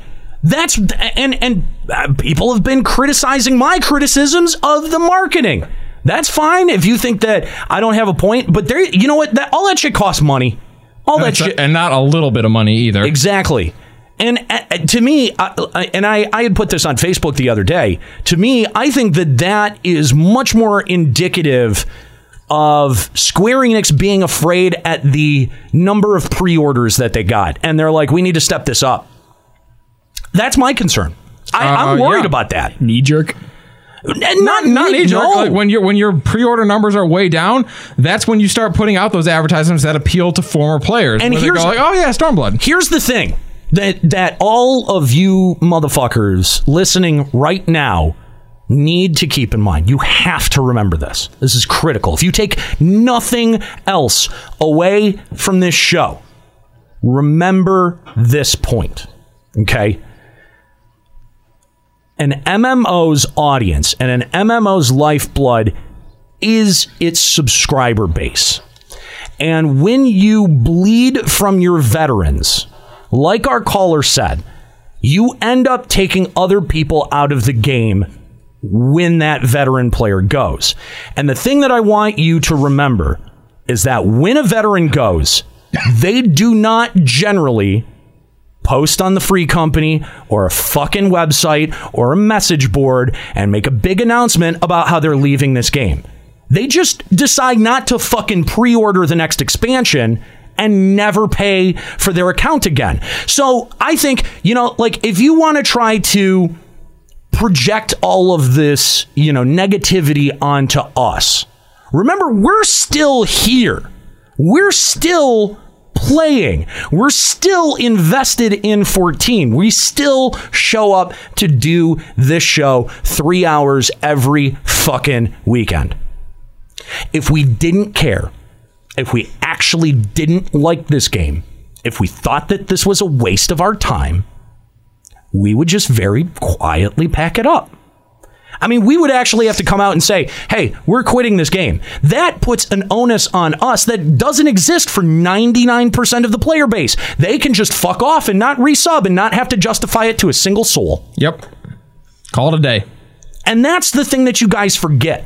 [SPEAKER 2] That's and and uh, people have been criticizing my criticisms of the marketing. That's fine if you think that I don't have a point, but there, you know what? That all that shit costs money. All that shit,
[SPEAKER 1] and not a little bit of money either.
[SPEAKER 2] Exactly. And uh, uh, to me, I, I- and I, I had put this on Facebook the other day. To me, I think that that is much more indicative of Square Enix being afraid at the number of pre-orders that they got, and they're like, "We need to step this up." That's my concern. I, I'm
[SPEAKER 1] Uh,
[SPEAKER 2] worried
[SPEAKER 1] yeah.
[SPEAKER 2] about that.
[SPEAKER 3] Knee jerk.
[SPEAKER 2] Not
[SPEAKER 1] not knee jerk.
[SPEAKER 2] no.
[SPEAKER 1] Like when your when your pre order numbers are way down, that's when you start putting out those advertisements that appeal to former players.
[SPEAKER 2] And
[SPEAKER 1] where they
[SPEAKER 2] here's
[SPEAKER 1] go like, oh yeah, Stormblood.
[SPEAKER 2] Here's the thing that that all of you motherfuckers listening right now need to keep in mind. You have to remember this. This is critical. If you take nothing else away from this show, remember this point. Okay? an MMO's audience and an MMO's lifeblood is its subscriber base. And when you bleed from your veterans, like our caller said, you end up taking other people out of the game when that veteran player goes. And the thing that I want you to remember is that when a veteran goes, they do not generally post on the free company or a fucking website or a message board and make a big announcement about how they're leaving this game. They just decide not to fucking pre order the next expansion and never pay for their account again. So I think, you know, like if you want to try to project all of this, you know, negativity onto us, remember, we're still here. We're still playing. We're still invested in 14. We still show up to do this show three hours every fucking weekend. If we didn't care, if we actually didn't like this game, if we thought that this was a waste of our time, we would just very quietly pack it up. I mean, we would actually have to come out and say, hey, we're quitting this game. That puts an onus on us that doesn't exist for 99% of the player base. They can just fuck off and not resub and not have to justify it to a single soul.
[SPEAKER 1] Yep. Call it a day.
[SPEAKER 2] And that's the thing that you guys forget.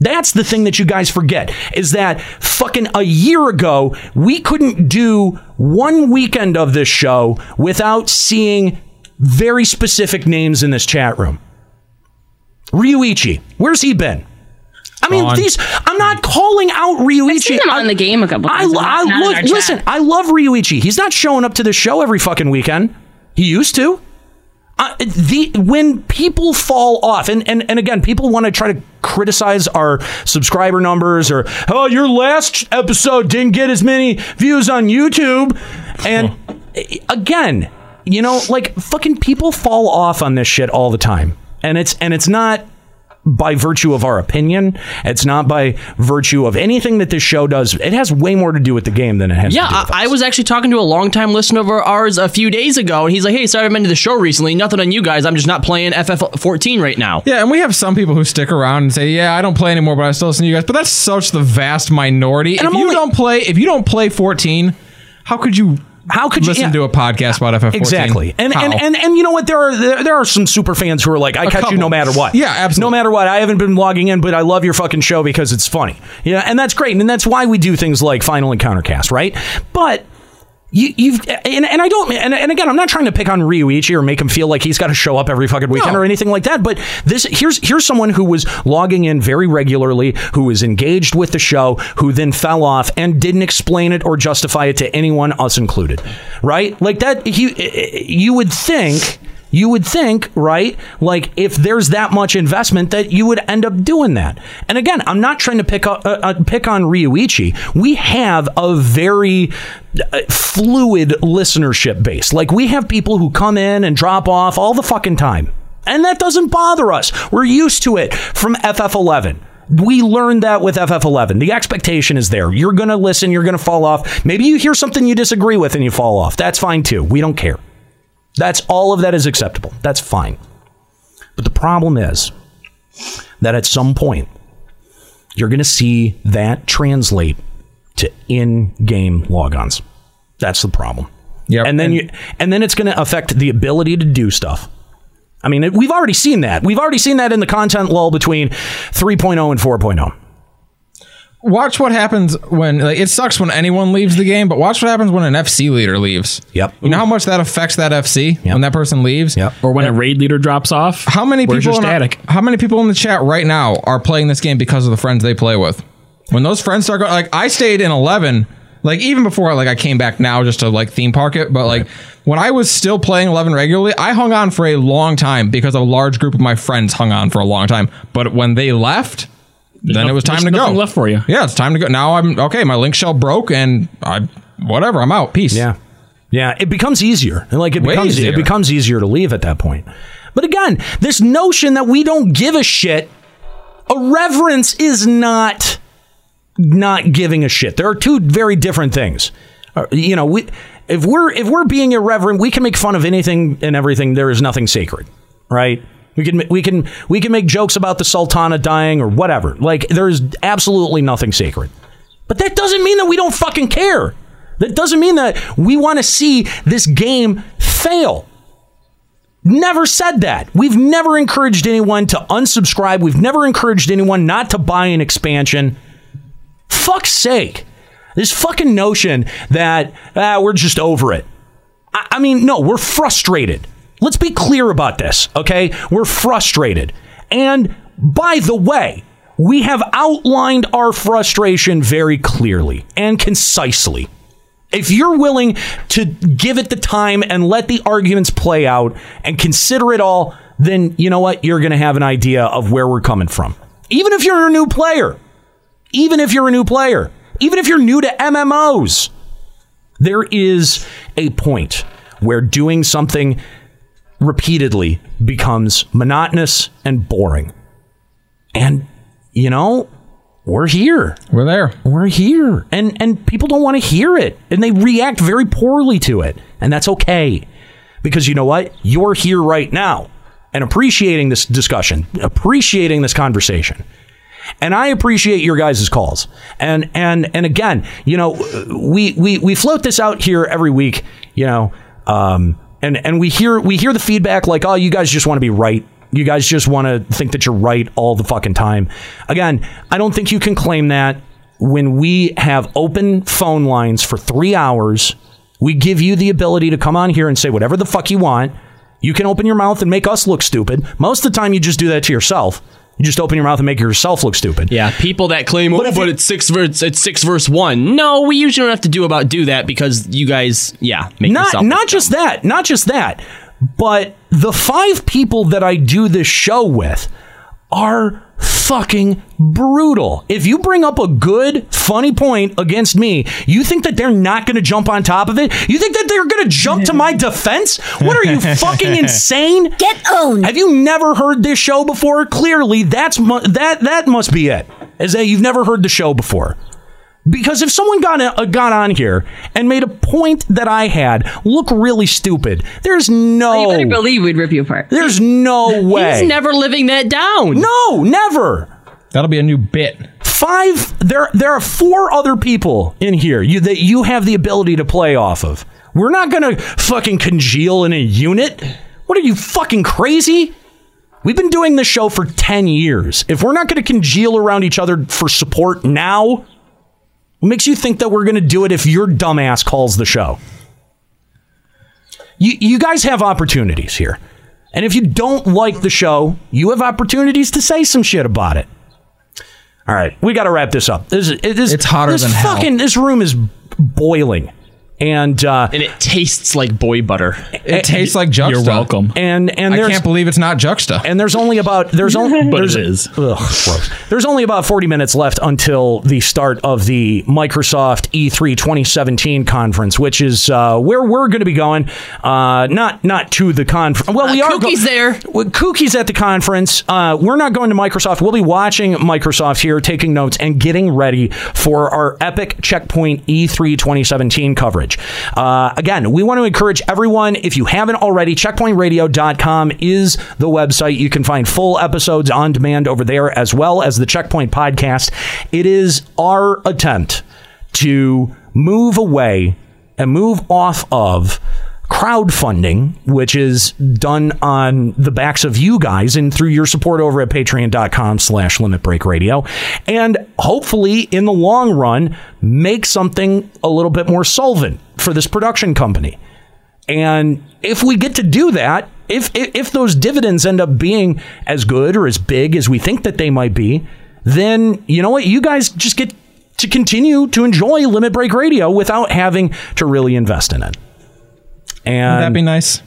[SPEAKER 2] That's the thing that you guys forget is that fucking a year ago, we couldn't do one weekend of this show without seeing very specific names in this chat room. Ryuichi, where's he been? I mean,
[SPEAKER 8] Gone.
[SPEAKER 2] these. I'm not calling out Ryuichi. I've
[SPEAKER 8] seen him on the game a couple
[SPEAKER 2] I,
[SPEAKER 8] times,
[SPEAKER 2] I,
[SPEAKER 8] but not in our
[SPEAKER 2] look,
[SPEAKER 8] chat.
[SPEAKER 2] listen. I love Ryuichi. He's not showing up to the show every fucking weekend. He used to. Uh, the when people fall off, and and, and again, people want to try to criticize our subscriber numbers or oh, your last episode didn't get as many views on YouTube, and again, you know, like fucking people fall off on this shit all the time, and it's and it's not by virtue of our opinion. It's not by virtue of anything that this show does. It has way more to do with the game than it has.
[SPEAKER 5] Yeah,
[SPEAKER 2] to do with
[SPEAKER 5] I, I was actually talking to a longtime listener of ours a few days ago, and he's like, "Hey, sorry I've been to the show recently. Nothing on you guys. I'm just not playing FF14 right now."
[SPEAKER 1] Yeah, and we have some people who stick around and say, "Yeah, I don't play anymore, but I still listen to you guys." But that's such the vast minority. if you don't play, if you don't play 14, how could you?
[SPEAKER 2] How could you-
[SPEAKER 1] listen
[SPEAKER 2] yeah.
[SPEAKER 1] to a podcast about FF14?
[SPEAKER 2] Exactly, and and,
[SPEAKER 1] How?
[SPEAKER 2] and and you know what? There are there, there are some super fans who are like, I
[SPEAKER 1] A
[SPEAKER 2] catch you
[SPEAKER 1] couple.
[SPEAKER 2] no matter what.
[SPEAKER 1] Yeah,
[SPEAKER 2] No
[SPEAKER 1] absolutely.
[SPEAKER 2] matter what, I haven't been logging in, but I love your fucking show because it's funny. Yeah, and that's great, and that's why we do things like Final Encounter Cast, right? But you, you've and, and I don't and, and again I'm not trying to pick on Ryuichi or make him feel like he's got to show up every fucking weekend or anything like that but this here's here's someone who was logging in very regularly who was engaged with the show who then fell off and didn't explain it or justify it to anyone us included right like that he you would think you would think, right? Like, if there's that much investment, that you would end up doing that. And again, I'm not trying to pick up, uh, uh, pick on Ryuichi. We have a very uh, fluid listenership base. Like, we have people who come in and drop off all the fucking time, and that doesn't bother us. We're used to it from FF11. We learned that with FF11. The expectation is there. You're going to listen. You're going to fall off. Maybe you hear something you disagree with and you fall off. That's fine too. We don't care. That's all of that is acceptable. That's fine. But the problem is that at some point, you're going to see that translate to in-game logons. That's the problem. Yeah, and then you, and then it's going to affect the ability to do stuff. I mean, it, we've already seen that. We've already seen that in the content lull between 3.0 and oh. 4.0.
[SPEAKER 1] watch what happens when like it sucks when anyone leaves the game, but watch what happens when an FC leader leaves.
[SPEAKER 2] Yep.
[SPEAKER 1] You know how much that affects that FC when that person leaves? Yep.
[SPEAKER 3] Or when a raid leader drops off.
[SPEAKER 1] How many
[SPEAKER 3] Where's
[SPEAKER 1] people
[SPEAKER 3] your
[SPEAKER 1] in our-
[SPEAKER 3] static?
[SPEAKER 1] how many people in the chat right now are playing this game because of the friends they play with? When those friends start going like I stayed in 11 like even before like I came back now just to like theme park it, but like when I was still playing 11 regularly, I hung on for a long time because a large group of my friends hung on for a long time. But when they left, then it was time to go. Left
[SPEAKER 3] for you.
[SPEAKER 1] Yeah, it's time to go. Now I'm okay. My link shell broke, and I whatever. I'm out. Peace.
[SPEAKER 2] Yeah, yeah. It becomes easier, and like it
[SPEAKER 1] Way
[SPEAKER 2] becomes
[SPEAKER 1] easier.
[SPEAKER 2] it becomes easier to leave at that point. But again, this notion that we don't give a shit, irreverence is not not giving a shit. There are two very different things. Uh, You know, we if we're if we're being irreverent, we can make fun of anything and everything. There is nothing sacred, right? We can we can we can make jokes about the sultana dying or whatever. Like there is absolutely nothing sacred. But that doesn't mean that we don't fucking care. That doesn't mean that we want to see this game fail. Never said that. We've never encouraged anyone to unsubscribe. We've never encouraged anyone not to buy an expansion. Fuck's sake. This fucking notion that ah, we're just over it. I, I mean, no, we're frustrated. Let's be clear about this, okay? We're frustrated. And by the way, we have outlined our frustration very clearly and concisely. If you're willing to give it the time and let the arguments play out and consider it all, then you know what? You're going to have an idea of where we're coming from. Even if you're a new player, even if you're a new player, even if you're new to MMOs, there is a point where doing something repeatedly becomes monotonous and boring. And you know, we're here.
[SPEAKER 1] We're there.
[SPEAKER 2] We're here. And and people don't want to hear it and they react very poorly to it. And that's okay. Because you know what? You're here right now and appreciating this discussion, appreciating this conversation. And I appreciate your guys' calls. And and and again, you know, we we we float this out here every week, you know, um and and we hear we hear the feedback like, "Oh, you guys just want to be right." You guys just want to think that you're right all the fucking time. Again, I don't think you can claim that when we have open phone lines for three hours. We give you the ability to come on here and say whatever the fuck you want. You can open your mouth and make us look stupid. Most of the time, you just do that to yourself. You just open your mouth and make yourself look stupid.
[SPEAKER 5] Yeah, people that claim, oh, but, it's six verse, it's six verse one. No, we usually don't have to do about do that because you guys, yeah, make
[SPEAKER 2] not
[SPEAKER 5] yourself
[SPEAKER 2] not just that, not just that, but the five people that I do this show with are fucking brutal. If you bring up a good, funny point against me, you think that they're not going to jump on top of it? You think that they're going to jump to my defense? What are you fucking insane?
[SPEAKER 13] Get owned.
[SPEAKER 2] Have you never heard this show before? Clearly, that's mu- that that must be it. Is that you've never heard the show before? Because if someone got uh, got on here and made a point that I had look really stupid, there's no
[SPEAKER 8] You better believe we'd rip you apart.
[SPEAKER 2] there's no way.
[SPEAKER 5] He's never living that down.
[SPEAKER 2] No, never.
[SPEAKER 1] That'll be a new bit.
[SPEAKER 2] Five. There, there are four other people in here you, that you have the ability to play off of. We're not gonna fucking congeal in a unit. What are you fucking crazy? We've been doing this show for ten years. If we're not gonna congeal around each other for support now, what makes you think that we're gonna do it if your dumbass calls the show? You, you guys have opportunities here. And if you don't like the show, you have opportunities to say some shit about it. All right, we got to wrap this up. This, is- this,
[SPEAKER 1] It's hotter
[SPEAKER 2] this
[SPEAKER 1] than hell.
[SPEAKER 2] fucking, This room is boiling. And uh,
[SPEAKER 5] and it tastes like boy butter.
[SPEAKER 1] It tastes like Juxta.
[SPEAKER 5] You're welcome.
[SPEAKER 2] eh, And and
[SPEAKER 1] I
[SPEAKER 2] there's
[SPEAKER 1] can't believe it's not Juxta.
[SPEAKER 2] and there's only about there's only
[SPEAKER 1] But it
[SPEAKER 2] there's,
[SPEAKER 1] is.
[SPEAKER 2] Ugh, gross. There's only about 40 minutes left until the start of the Microsoft E E3 2017 conference, which is uh, where we're going to be going. Uh, not not to the conference. Well, we are
[SPEAKER 5] Kookie's there.
[SPEAKER 2] Well, Kookie's at the conference. Uh, we're not going to Microsoft. We'll be watching Microsoft here, taking notes and getting ready for our epic Checkpoint E E3 2017 coverage. Uh, again, we want to encourage everyone, if you haven't already, checkpointradio.com is the website. You can find full episodes on demand over there, as well as the Checkpoint podcast. It is our attempt to move away and move off of crowdfunding, which is done on the backs of you guys and through your support over at patreon.com slash limit break radio. And hopefully in the long run, make something a little bit more solvent for this production company. And if we get to do that, if, if if those dividends end up being as good or as big as we think that they might be, then you know what? You guys just get to continue to enjoy Limit Break Radio without having to really invest in it. And
[SPEAKER 1] That'd be nice.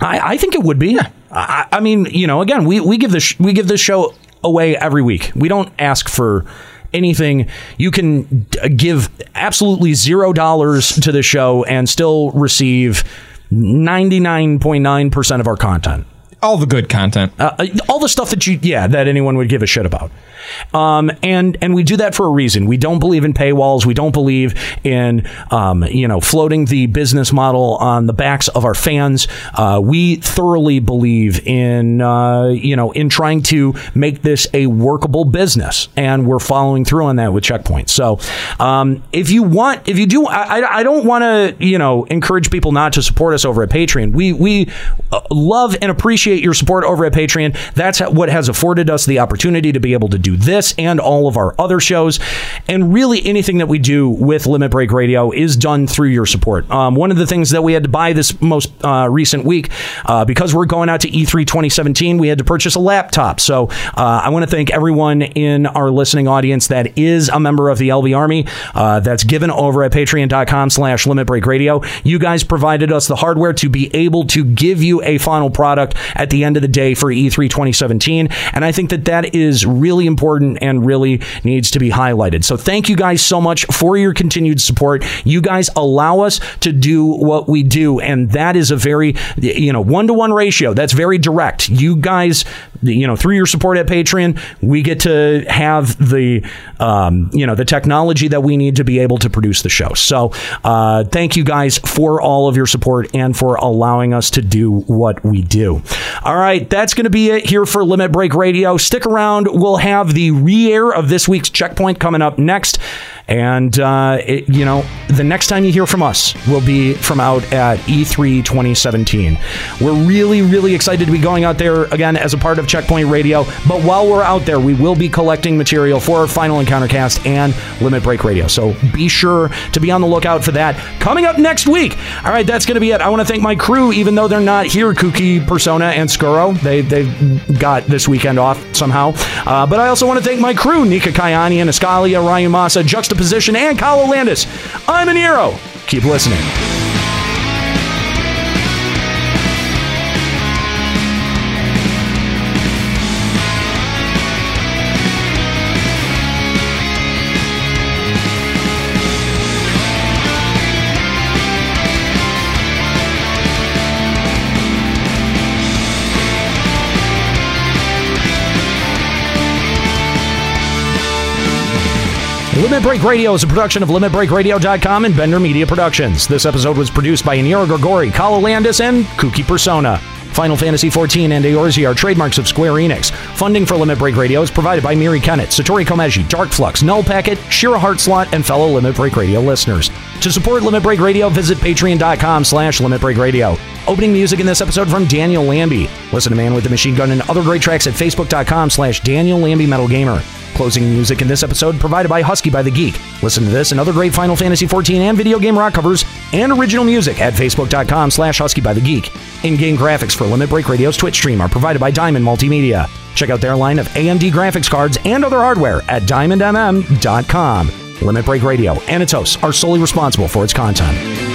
[SPEAKER 2] I, I think it would be. I, I mean, you know, again, we, we give this we give this show away every week. We don't ask for anything. You can d- give absolutely zero dollars to the show and still receive ninety nine point nine percent of our content.
[SPEAKER 1] All the good content.
[SPEAKER 2] Uh, uh, all the stuff that you, yeah, that anyone would give a shit about, um, and and we do that for a reason. We don't believe in paywalls. We don't believe in um, you know floating the business model on the backs of our fans. Uh, we thoroughly believe in uh, you know in trying to make this a workable business, and we're following through on that with checkpoints. So um, if you want, if you do, I, I- I don't want to you know encourage people not to support us over at Patreon. We we uh, love and appreciate your support over at Patreon. That's what has afforded us the opportunity to be able to do this and all of our other shows. And really, anything that we do with Limit Break Radio is done through your support. Um, one of the things that we had to buy this most uh, recent week, uh, because we're going out to E3 2017, we had to purchase a laptop. So uh, I want to thank everyone in our listening audience that is a member of the LV Army uh, that's given over at patreon.com slash limit break radio. You guys provided us the hardware to be able to give you a final product at the end of the day for E E3 2017. And I think that that is really important and really needs to be highlighted. So thank you guys so much for your continued support. You guys allow us to do what we do. And that is a very, you know, one to one ratio. That's very direct. You guys, you know, through your support at Patreon, we get to have the, um, you know, the technology that we need to be able to produce the show. So uh, thank you guys for all of your support and for allowing us to do what we do. All right, that's going to be it here for Limit Break Radio. Stick around. We'll have the re air of this week's checkpoint coming up next. And, uh, it, you know, the next time you hear from us will be from out at E E3 2017. We're really, really excited to be going out there again as a part of Checkpoint Radio. But while we're out there, we will be collecting material for our Final Encounter Cast and Limit Break Radio. So be sure to be on the lookout for that coming up next week. All right, that's going to be it. I want to thank my crew, even though they're not here, Kooky, Persona, and Skuro. They, they've got this weekend off somehow. Uh, but I also want to thank my crew, Nika Kayanian, Escalia, Ryumasa, Juxta position and Kyle Landis. I'm an hero. Keep listening. Limit Break Radio is a production of LimitBreakRadio.com and Bender Media Productions. This episode was produced by Anira Grigori, Kala Landis, and Kooky Persona. Final Fantasy XIV and Eorzea are trademarks of Square Enix. Funding for Limit Break Radio is provided by Miri Kennett, Satori Komeji, Dark Flux, Null Packet, Shira Heartslot, and fellow Limit Break Radio listeners. To support Limit Break Radio, visit patreon.com slash Limit Break Radio. Opening music in this episode from Daniel Lambie. Listen to Man with the Machine Gun and other great tracks at facebook.com slash Daniel Lambie Metal Gamer. Closing music in this episode provided by Husky by the Geek. Listen to this and other great Final Fantasy XIV and video game rock covers and original music at facebook.com slash Husky by the Geek. In-game graphics for Limit Break Radio's Twitch stream are provided by Diamond Multimedia. Check out their line of AMD graphics cards and other hardware at diamondmm.com. Limit Break Radio and its hosts are solely responsible for its content.